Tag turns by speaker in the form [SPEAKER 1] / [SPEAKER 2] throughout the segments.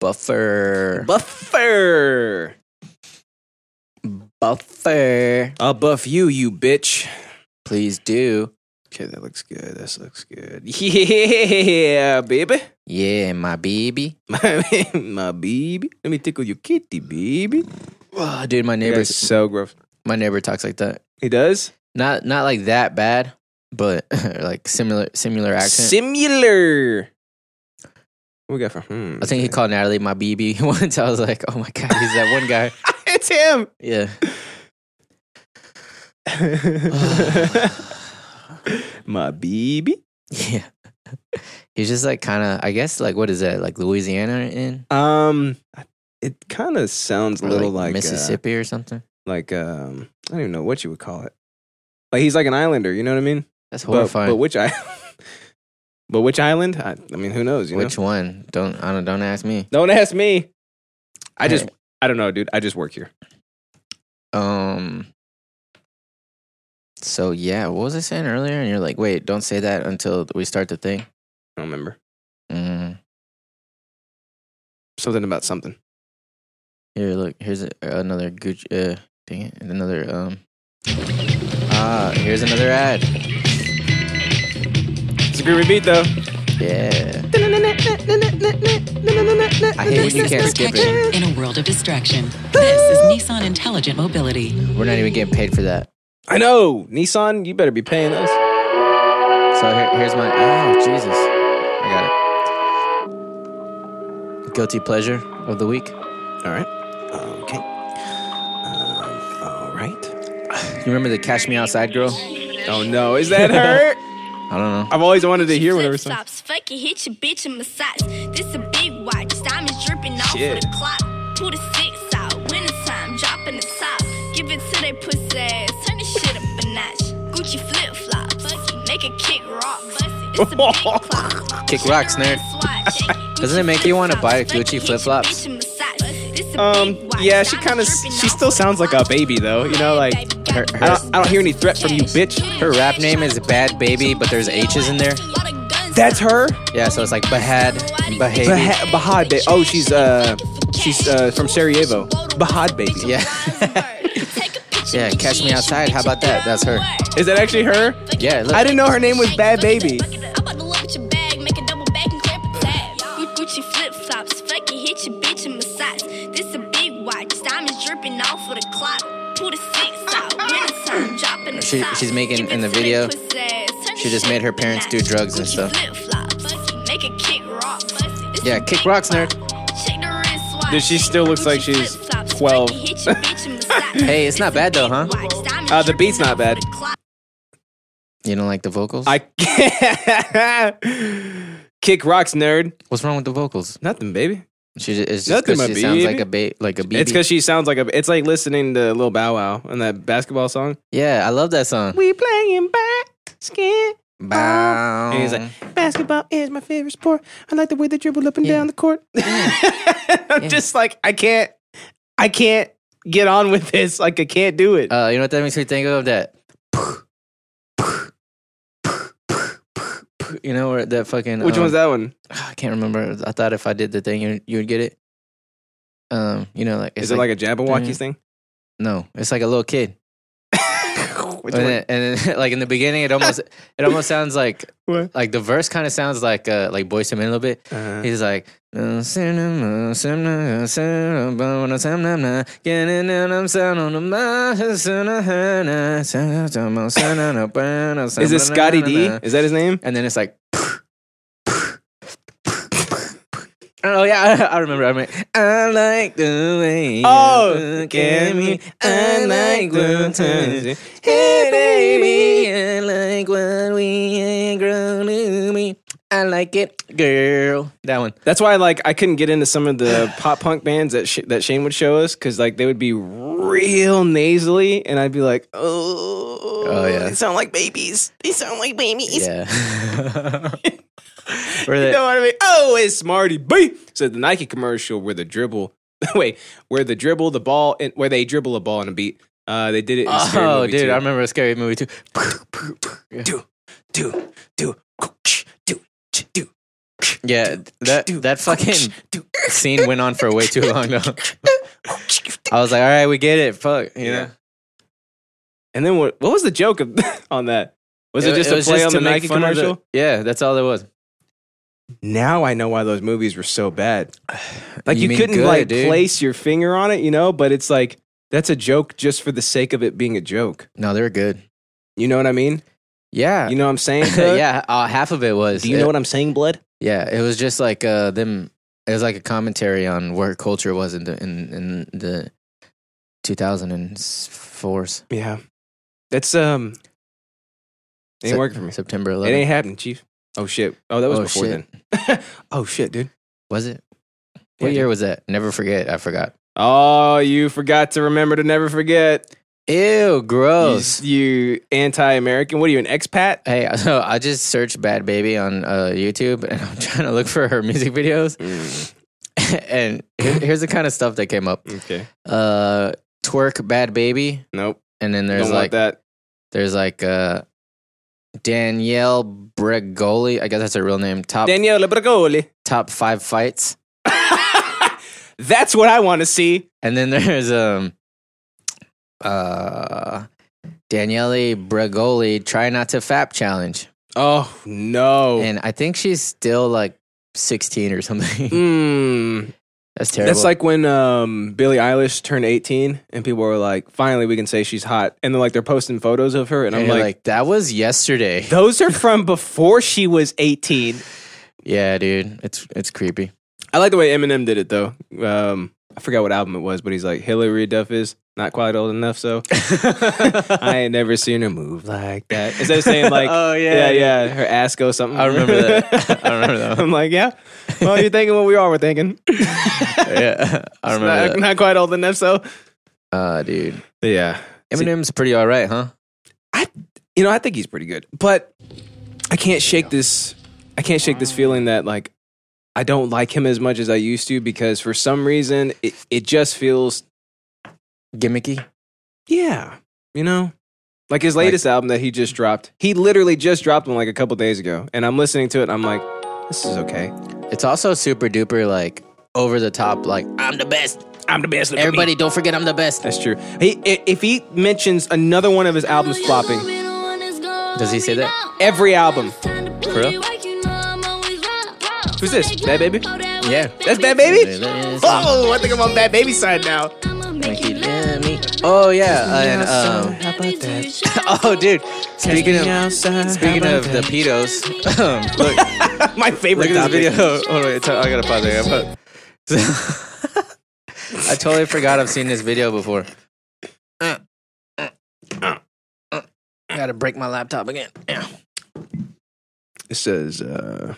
[SPEAKER 1] Buffer.
[SPEAKER 2] Buffer.
[SPEAKER 1] Buffer.
[SPEAKER 2] I'll buff you, you bitch.
[SPEAKER 1] Please do.
[SPEAKER 2] Okay, that looks good. This looks good. Yeah, baby.
[SPEAKER 1] Yeah, my baby.
[SPEAKER 2] My, my baby. Let me tickle your kitty, baby.
[SPEAKER 1] Oh, dude, my
[SPEAKER 2] That
[SPEAKER 1] neighbor's
[SPEAKER 2] is so gross.
[SPEAKER 1] my neighbor talks like that.
[SPEAKER 2] He does?
[SPEAKER 1] Not not like that bad, but like similar similar accent.
[SPEAKER 2] Similar. What we got for hmm?
[SPEAKER 1] I think he called Natalie my BB once. I was like, oh my god, he's that one guy.
[SPEAKER 2] it's him.
[SPEAKER 1] Yeah.
[SPEAKER 2] my baby.
[SPEAKER 1] Yeah. He's just like kind of, I guess, like, what is that? Like Louisiana in?
[SPEAKER 2] Um, it kind of sounds a
[SPEAKER 1] Or
[SPEAKER 2] little like, uh,
[SPEAKER 1] Mississippi or something?
[SPEAKER 2] like um, I don't even know what you would call it. Like he's like an islander. You know what I mean?
[SPEAKER 1] That's
[SPEAKER 2] But,
[SPEAKER 1] horrifying.
[SPEAKER 2] but which island? but which island? I, I mean, who knows? You know?
[SPEAKER 1] Which one? Don't, I don't, don't ask me.
[SPEAKER 2] Don't ask me. I just, I don't know, dude. I just work here.
[SPEAKER 1] Um, so yeah, what was I saying earlier? And you're like, wait, don't say that until we start the thing.
[SPEAKER 2] I don't remember
[SPEAKER 1] Mm.
[SPEAKER 2] something about something.
[SPEAKER 1] Here, look, here's a, another Gucci, uh, dang it, another, um, ah, here's another ad.
[SPEAKER 2] It's a good repeat though.
[SPEAKER 1] Yeah.
[SPEAKER 3] I
[SPEAKER 1] hate when you can't skip
[SPEAKER 3] protection
[SPEAKER 1] it.
[SPEAKER 3] in a world of distraction. This is Nissan Intelligent Mobility.
[SPEAKER 1] We're not even getting paid for that.
[SPEAKER 2] I know Nissan. You better be paying us.
[SPEAKER 1] So here, here's my. Oh, Jesus. I got it. Guilty pleasure of the week.
[SPEAKER 2] All right. Okay. Um, all right.
[SPEAKER 1] You remember the Cash Me Outside girl?
[SPEAKER 2] Oh no, is that her?
[SPEAKER 1] I don't know.
[SPEAKER 2] I've always wanted to hear whatever
[SPEAKER 4] Flip
[SPEAKER 2] song.
[SPEAKER 4] flops, fuck it, hit your bitch in my socks. This a big watch, diamonds dripping off
[SPEAKER 2] Shit.
[SPEAKER 4] of the clock. Two to six out, winter time, dropping the top. Give it to they pussy ass, turn this shit up a notch. Gucci flip flops, make a kick rocks. It's a big clock.
[SPEAKER 1] Kick rocks, nerd. Doesn't it make you wanna buy Gucci flip-flops?
[SPEAKER 2] Um, yeah, she kind of, she still sounds like a baby though. You know, like
[SPEAKER 1] Her,
[SPEAKER 2] I
[SPEAKER 1] her,
[SPEAKER 2] don't, I don't hear any threat from you, bitch.
[SPEAKER 1] her rap name is Bad Baby, but there's H's in there.
[SPEAKER 2] That's her.
[SPEAKER 1] Yeah, so it's like Bahad, Bahabi.
[SPEAKER 2] Baha- Bahad. Ba- oh, she's uh, she's uh from Sarajevo. Bahad baby.
[SPEAKER 1] yeah. yeah, Cash Me Outside. How about that? That's her.
[SPEAKER 2] Is that actually her?
[SPEAKER 1] Yeah, look.
[SPEAKER 2] I didn't know her name was Bad Baby.
[SPEAKER 4] Gucci flip flops, fuck it, hit your bitch in my socks. This a big watch, diamonds dripping off of the clock. Two to six out, winter time, dropping the
[SPEAKER 1] She-
[SPEAKER 4] top.
[SPEAKER 1] she's making
[SPEAKER 4] Give
[SPEAKER 1] in
[SPEAKER 4] it
[SPEAKER 1] the
[SPEAKER 4] to they
[SPEAKER 1] video,
[SPEAKER 4] pussy ass, turn
[SPEAKER 1] she
[SPEAKER 4] this
[SPEAKER 1] just
[SPEAKER 4] shit
[SPEAKER 1] made her
[SPEAKER 4] up a
[SPEAKER 1] parents do
[SPEAKER 4] notch.
[SPEAKER 1] drugs and
[SPEAKER 4] Gucci
[SPEAKER 1] stuff.
[SPEAKER 4] flip-flops, make a kick rock. It's
[SPEAKER 1] Yeah,
[SPEAKER 4] a
[SPEAKER 1] kick
[SPEAKER 4] big
[SPEAKER 1] rocks, nerd.
[SPEAKER 4] watch. Check the wristwatch.
[SPEAKER 2] Dude, she still looks like
[SPEAKER 4] Gucci
[SPEAKER 2] she's
[SPEAKER 4] flip-flops,
[SPEAKER 2] 12.
[SPEAKER 4] fuck it, hit your bitch in the socks.
[SPEAKER 1] Hey, it's not bad though, huh?
[SPEAKER 2] Uh, the beat's not bad.
[SPEAKER 1] You don't like the vocals?
[SPEAKER 2] I kick rocks, nerd.
[SPEAKER 1] What's wrong with the vocals?
[SPEAKER 2] Nothing, baby.
[SPEAKER 1] She just, it's just
[SPEAKER 2] Nothing,
[SPEAKER 1] 'cause
[SPEAKER 2] my
[SPEAKER 1] she sounds
[SPEAKER 2] baby.
[SPEAKER 1] like a ba- like a baby.
[SPEAKER 2] It's because she sounds like a. It's like listening to Lil Bow Wow and that basketball song.
[SPEAKER 1] yeah, I love that song.
[SPEAKER 2] We playing basketball.
[SPEAKER 1] Bow.
[SPEAKER 2] And he's like, basketball is my favorite sport. I like the way they dribble up and
[SPEAKER 1] Yeah.
[SPEAKER 2] down the court. I'm
[SPEAKER 1] Yeah.
[SPEAKER 2] just like, I can't, I can't get on with this. Like, I can't do it.
[SPEAKER 1] Uh, you know what that makes me think of? That. You know where that fucking.
[SPEAKER 2] Which
[SPEAKER 1] um,
[SPEAKER 2] one's that one?
[SPEAKER 1] I can't remember. I thought if I did the thing, you you would get it. Um, you know, like it's
[SPEAKER 2] Is it like, a Jabberwockies thing?
[SPEAKER 1] no? It's like a little kid,
[SPEAKER 2] Which
[SPEAKER 1] and
[SPEAKER 2] one?
[SPEAKER 1] then, and then, like in the beginning, it almost it almost sounds like
[SPEAKER 2] What?
[SPEAKER 1] like the verse kind of sounds like uh like Boyz II Men a little bit.
[SPEAKER 2] Uh,
[SPEAKER 1] He's like, "Uh, cinema, cinema, cinema, cinema, getting in, I'm sound on the mind, cinema, cinema, cinema, cinema,
[SPEAKER 2] is it Scotty D?
[SPEAKER 1] cinema."
[SPEAKER 2] Is that his name?
[SPEAKER 1] And then it's like, oh yeah, I, I remember. I mean, I like the way you
[SPEAKER 2] Oh,
[SPEAKER 1] look at me. I like the time. Hey baby, I like what we ain't grown to be. I like it, girl. That one.
[SPEAKER 2] That's why, like, I couldn't get into some of the pop punk bands that sh- that Shane would show us because, like, they would be real nasally, and I'd be like, "Oh,
[SPEAKER 1] Oh, yeah.
[SPEAKER 2] they sound like babies. They sound like babies."
[SPEAKER 1] Yeah.
[SPEAKER 2] You
[SPEAKER 1] Where they,
[SPEAKER 2] know what I mean? Oh, it's Smarty B. So the Nike commercial where the dribble, wait, where the dribble, the ball, and where they dribble a ball in a beat. Uh, they did it. In Scary
[SPEAKER 1] oh,
[SPEAKER 2] Movie
[SPEAKER 1] dude,
[SPEAKER 2] too.
[SPEAKER 1] I remember a scary movie too.
[SPEAKER 2] Do, do, do, do, do,
[SPEAKER 1] Yeah, that that fucking
[SPEAKER 2] do. er,
[SPEAKER 1] scene went on for way too long though. I was like, all right, we get it. Fuck, you know.
[SPEAKER 2] And then what? What was the joke of, on that? Was it, just a
[SPEAKER 1] was
[SPEAKER 2] play on
[SPEAKER 1] to
[SPEAKER 2] the
[SPEAKER 1] make
[SPEAKER 2] Nike
[SPEAKER 1] fun of the-
[SPEAKER 2] commercial?
[SPEAKER 1] yeah, that's all it was.
[SPEAKER 2] now I know why those movies were so bad. Like
[SPEAKER 1] You
[SPEAKER 2] you,
[SPEAKER 1] mean
[SPEAKER 2] couldn't
[SPEAKER 1] good,
[SPEAKER 2] like
[SPEAKER 1] dude.
[SPEAKER 2] place your finger on it, you know, but it's like that's a joke just for the sake of it being a joke.
[SPEAKER 1] No, they were good.
[SPEAKER 2] You know what I mean?
[SPEAKER 1] Yeah,
[SPEAKER 2] You know what I'm saying? cuz?
[SPEAKER 1] Uh, yeah. Uh, half of it was.
[SPEAKER 2] Do you
[SPEAKER 1] it-
[SPEAKER 2] know what I'm saying, blood?
[SPEAKER 1] Yeah, it was just like uh, them. It was like a commentary on where culture was in the in, in the 2004s.
[SPEAKER 2] Yeah. That's um ain't
[SPEAKER 1] Sep-
[SPEAKER 2] working for me.
[SPEAKER 1] September
[SPEAKER 2] It
[SPEAKER 1] 11th.
[SPEAKER 2] ain't happening, chief. Oh shit. Oh, that was
[SPEAKER 1] Oh,
[SPEAKER 2] before
[SPEAKER 1] shit.
[SPEAKER 2] then. oh shit, dude.
[SPEAKER 1] Was it? What
[SPEAKER 2] Yeah,
[SPEAKER 1] year
[SPEAKER 2] dude.
[SPEAKER 1] was that? Never forget. I forgot.
[SPEAKER 2] Oh, you forgot to remember to never forget.
[SPEAKER 1] Ew, gross.
[SPEAKER 2] You, you anti-American. What are you, an expat?
[SPEAKER 1] Hey, so I just searched "Bad Baby" on uh, YouTube, and I'm trying to look for her music videos.
[SPEAKER 2] Mm,
[SPEAKER 1] and here- here's the kind of stuff that came up:
[SPEAKER 2] Okay.
[SPEAKER 1] uh, twerk, bad baby,
[SPEAKER 2] Nope.
[SPEAKER 1] and then there's
[SPEAKER 2] Don't want
[SPEAKER 1] like
[SPEAKER 2] that.
[SPEAKER 1] there's like uh, Danielle Bregoli. I guess that's her real name. Top
[SPEAKER 2] Daniele Bragoli.
[SPEAKER 1] top five fights,
[SPEAKER 2] That's what I want to see.
[SPEAKER 1] and then there's um, uh, Daniele Bregoli. Try not to fap challenge,
[SPEAKER 2] Oh no.
[SPEAKER 1] and I think she's still like 16 or something.
[SPEAKER 2] Mm,
[SPEAKER 1] That's terrible.
[SPEAKER 2] that's like when um, Billie Eilish turned 18 and people were like, finally we can say she's hot. And then like they're posting photos of her and,
[SPEAKER 1] And
[SPEAKER 2] I'm
[SPEAKER 1] you're
[SPEAKER 2] like,
[SPEAKER 1] that was yesterday.
[SPEAKER 2] those are from before she was 18.
[SPEAKER 1] yeah, dude, it's it's creepy.
[SPEAKER 2] I like the way Eminem did it though. Um, I forgot what album it was, but he's like, Hillary Duff is not quite old enough, so I ain't never seen her move like that. Instead of saying like,
[SPEAKER 1] Oh, yeah,
[SPEAKER 2] yeah, yeah, her ass go something.
[SPEAKER 1] I remember that. I remember that one.
[SPEAKER 2] I'm like, yeah. Well, you're thinking what we all were thinking.
[SPEAKER 1] yeah, I remember
[SPEAKER 2] not,
[SPEAKER 1] that.
[SPEAKER 2] not quite old enough, so.
[SPEAKER 1] Ah, dude,
[SPEAKER 2] Yeah.
[SPEAKER 1] Eminem's pretty all right, huh?
[SPEAKER 2] You know, I think he's pretty good, but I can't shake this. I can't shake this feeling that like I don't like him as much as I used to because for some reason it, it just feels
[SPEAKER 1] Gimmicky.
[SPEAKER 2] yeah, you know, like his latest album that he just dropped. He literally just dropped one like a couple days ago, and I'm listening to it. and I'm like, this is okay.
[SPEAKER 1] It's also super duper like over the top. Like I'm the best.
[SPEAKER 2] I'm the best. look at me.
[SPEAKER 1] Everybody, don't forget I'm the best.
[SPEAKER 2] That's true. He, i- if he mentions another one of his albums flopping,
[SPEAKER 1] Does he say that?
[SPEAKER 2] every album.
[SPEAKER 1] For real?
[SPEAKER 2] Who's this? Bad Baby?
[SPEAKER 1] Yeah.
[SPEAKER 2] That's Bad Baby? Oh, I think I'm on Bad Baby side now.
[SPEAKER 1] Oh yeah, and um, oh dude. Speaking of speaking of the pedos, um, look
[SPEAKER 2] My favorite
[SPEAKER 1] look at
[SPEAKER 2] topic.
[SPEAKER 1] this video. Hold on, wait, it's- I gotta pause it. I gotta pause. I totally forgot I've seen this video before. Uh, uh, uh, uh. Gotta break my laptop again.
[SPEAKER 2] It says, uh...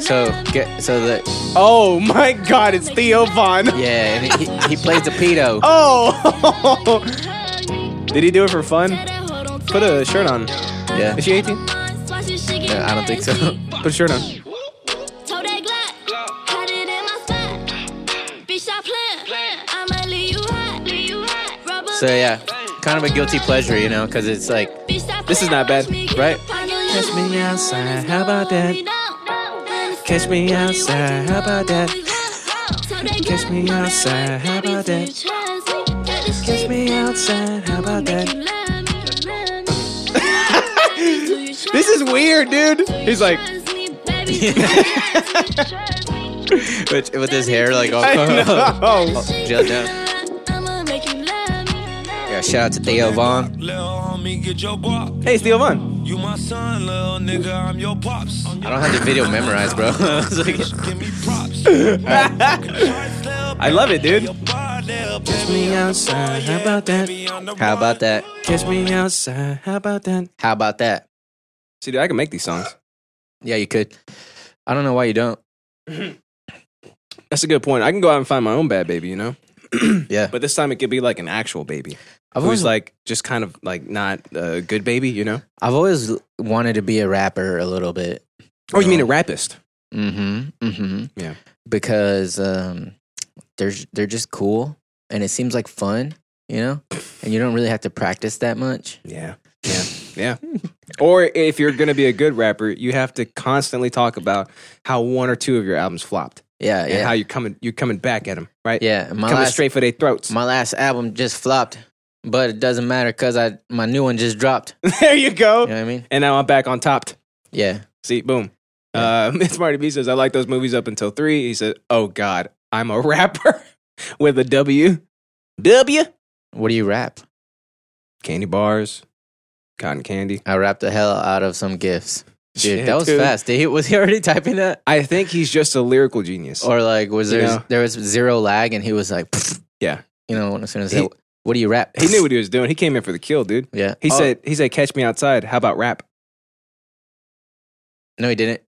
[SPEAKER 1] So get so the
[SPEAKER 2] Oh my god, it's Theo Von.
[SPEAKER 1] yeah, and he, he plays the pedo.
[SPEAKER 2] Oh! Did he do it for fun? Put a shirt on.
[SPEAKER 1] Yeah,
[SPEAKER 2] Is she 18?
[SPEAKER 1] Yeah, I don't think so.
[SPEAKER 2] Put a shirt on.
[SPEAKER 4] Told that Glock, had it in my spot. Bitch, I plan. I'ma leave you hot, leave you hot. Rubber
[SPEAKER 1] So yeah, kind of a guilty pleasure, you know, because it's like
[SPEAKER 2] This is not bad,
[SPEAKER 1] right?
[SPEAKER 4] Catch me outside, how about that? Catch me outside, how about that? Catch me outside, how about that? Catch me outside, how about that?
[SPEAKER 2] This is weird, dude. He's like,
[SPEAKER 1] with, with his hair like all
[SPEAKER 2] I know.
[SPEAKER 1] gelled down. Yeah, shout out to Theo Vaughn.
[SPEAKER 5] Lil homie, get your guap.
[SPEAKER 2] Hey, it's Theo Von.
[SPEAKER 5] You my son, little nigga, I'm your pops.
[SPEAKER 1] I don't have the video memorized, bro. I was like,
[SPEAKER 5] Give me props.
[SPEAKER 2] I love it, dude.
[SPEAKER 5] Catch
[SPEAKER 2] me outside, how about that?
[SPEAKER 1] how about that?
[SPEAKER 2] Catch me outside, how about that?
[SPEAKER 1] How about that?
[SPEAKER 2] See, dude, I can make these songs.
[SPEAKER 1] Yeah, you could. I don't know why you don't.
[SPEAKER 2] That's a good point. I can go out and find my own bad baby, you know?
[SPEAKER 1] Yeah,
[SPEAKER 2] But this time it could be like an actual baby.
[SPEAKER 1] I've
[SPEAKER 2] who's
[SPEAKER 1] always like
[SPEAKER 2] like just kind of like not a good baby, you know?
[SPEAKER 1] I've always wanted to be a rapper a little bit.
[SPEAKER 2] Oh, you mean a rapist?
[SPEAKER 1] Mm-hmm. Mm-hmm.
[SPEAKER 2] Yeah.
[SPEAKER 1] Because um, they're they're just cool, and it seems like fun, you know. And you don't really have to practice that much.
[SPEAKER 2] Yeah. Yeah. Yeah. or if you're going to be a good rapper, you have to constantly talk about how one or two of your albums flopped.
[SPEAKER 1] Yeah,
[SPEAKER 2] and
[SPEAKER 1] yeah.
[SPEAKER 2] how you're coming you're coming back at them, right?
[SPEAKER 1] yeah, my
[SPEAKER 2] coming
[SPEAKER 1] last
[SPEAKER 2] straight for their throats.
[SPEAKER 1] my last album just flopped, but it doesn't matter cuz I my new one just dropped. You
[SPEAKER 2] there you go.
[SPEAKER 1] know what I mean?
[SPEAKER 2] And now I'm back on top.
[SPEAKER 1] Yeah.
[SPEAKER 2] See, boom. Uh, Miss Marty B says, I like those movies up until three. He said, Oh God, I'm a rapper with a W. W.
[SPEAKER 1] What do you rap?
[SPEAKER 2] Candy bars, cotton candy.
[SPEAKER 1] I rap the hell out of some gifts. Dude,
[SPEAKER 2] Shit,
[SPEAKER 1] that was
[SPEAKER 2] dude.
[SPEAKER 1] fast. Did he, was he already typing that?
[SPEAKER 2] I think he's just a lyrical genius.
[SPEAKER 1] Or like was
[SPEAKER 2] You
[SPEAKER 1] there
[SPEAKER 2] know.
[SPEAKER 1] there was zero lag and he was like "Pfft."
[SPEAKER 2] Yeah.
[SPEAKER 1] You know, as soon as
[SPEAKER 2] He-
[SPEAKER 1] that, what do you rap?
[SPEAKER 2] he knew what he was doing. He came in for the kill, dude.
[SPEAKER 1] Yeah.
[SPEAKER 2] He
[SPEAKER 1] Oh,
[SPEAKER 2] said, He said, Catch me outside. How about rap?
[SPEAKER 1] No, he didn't.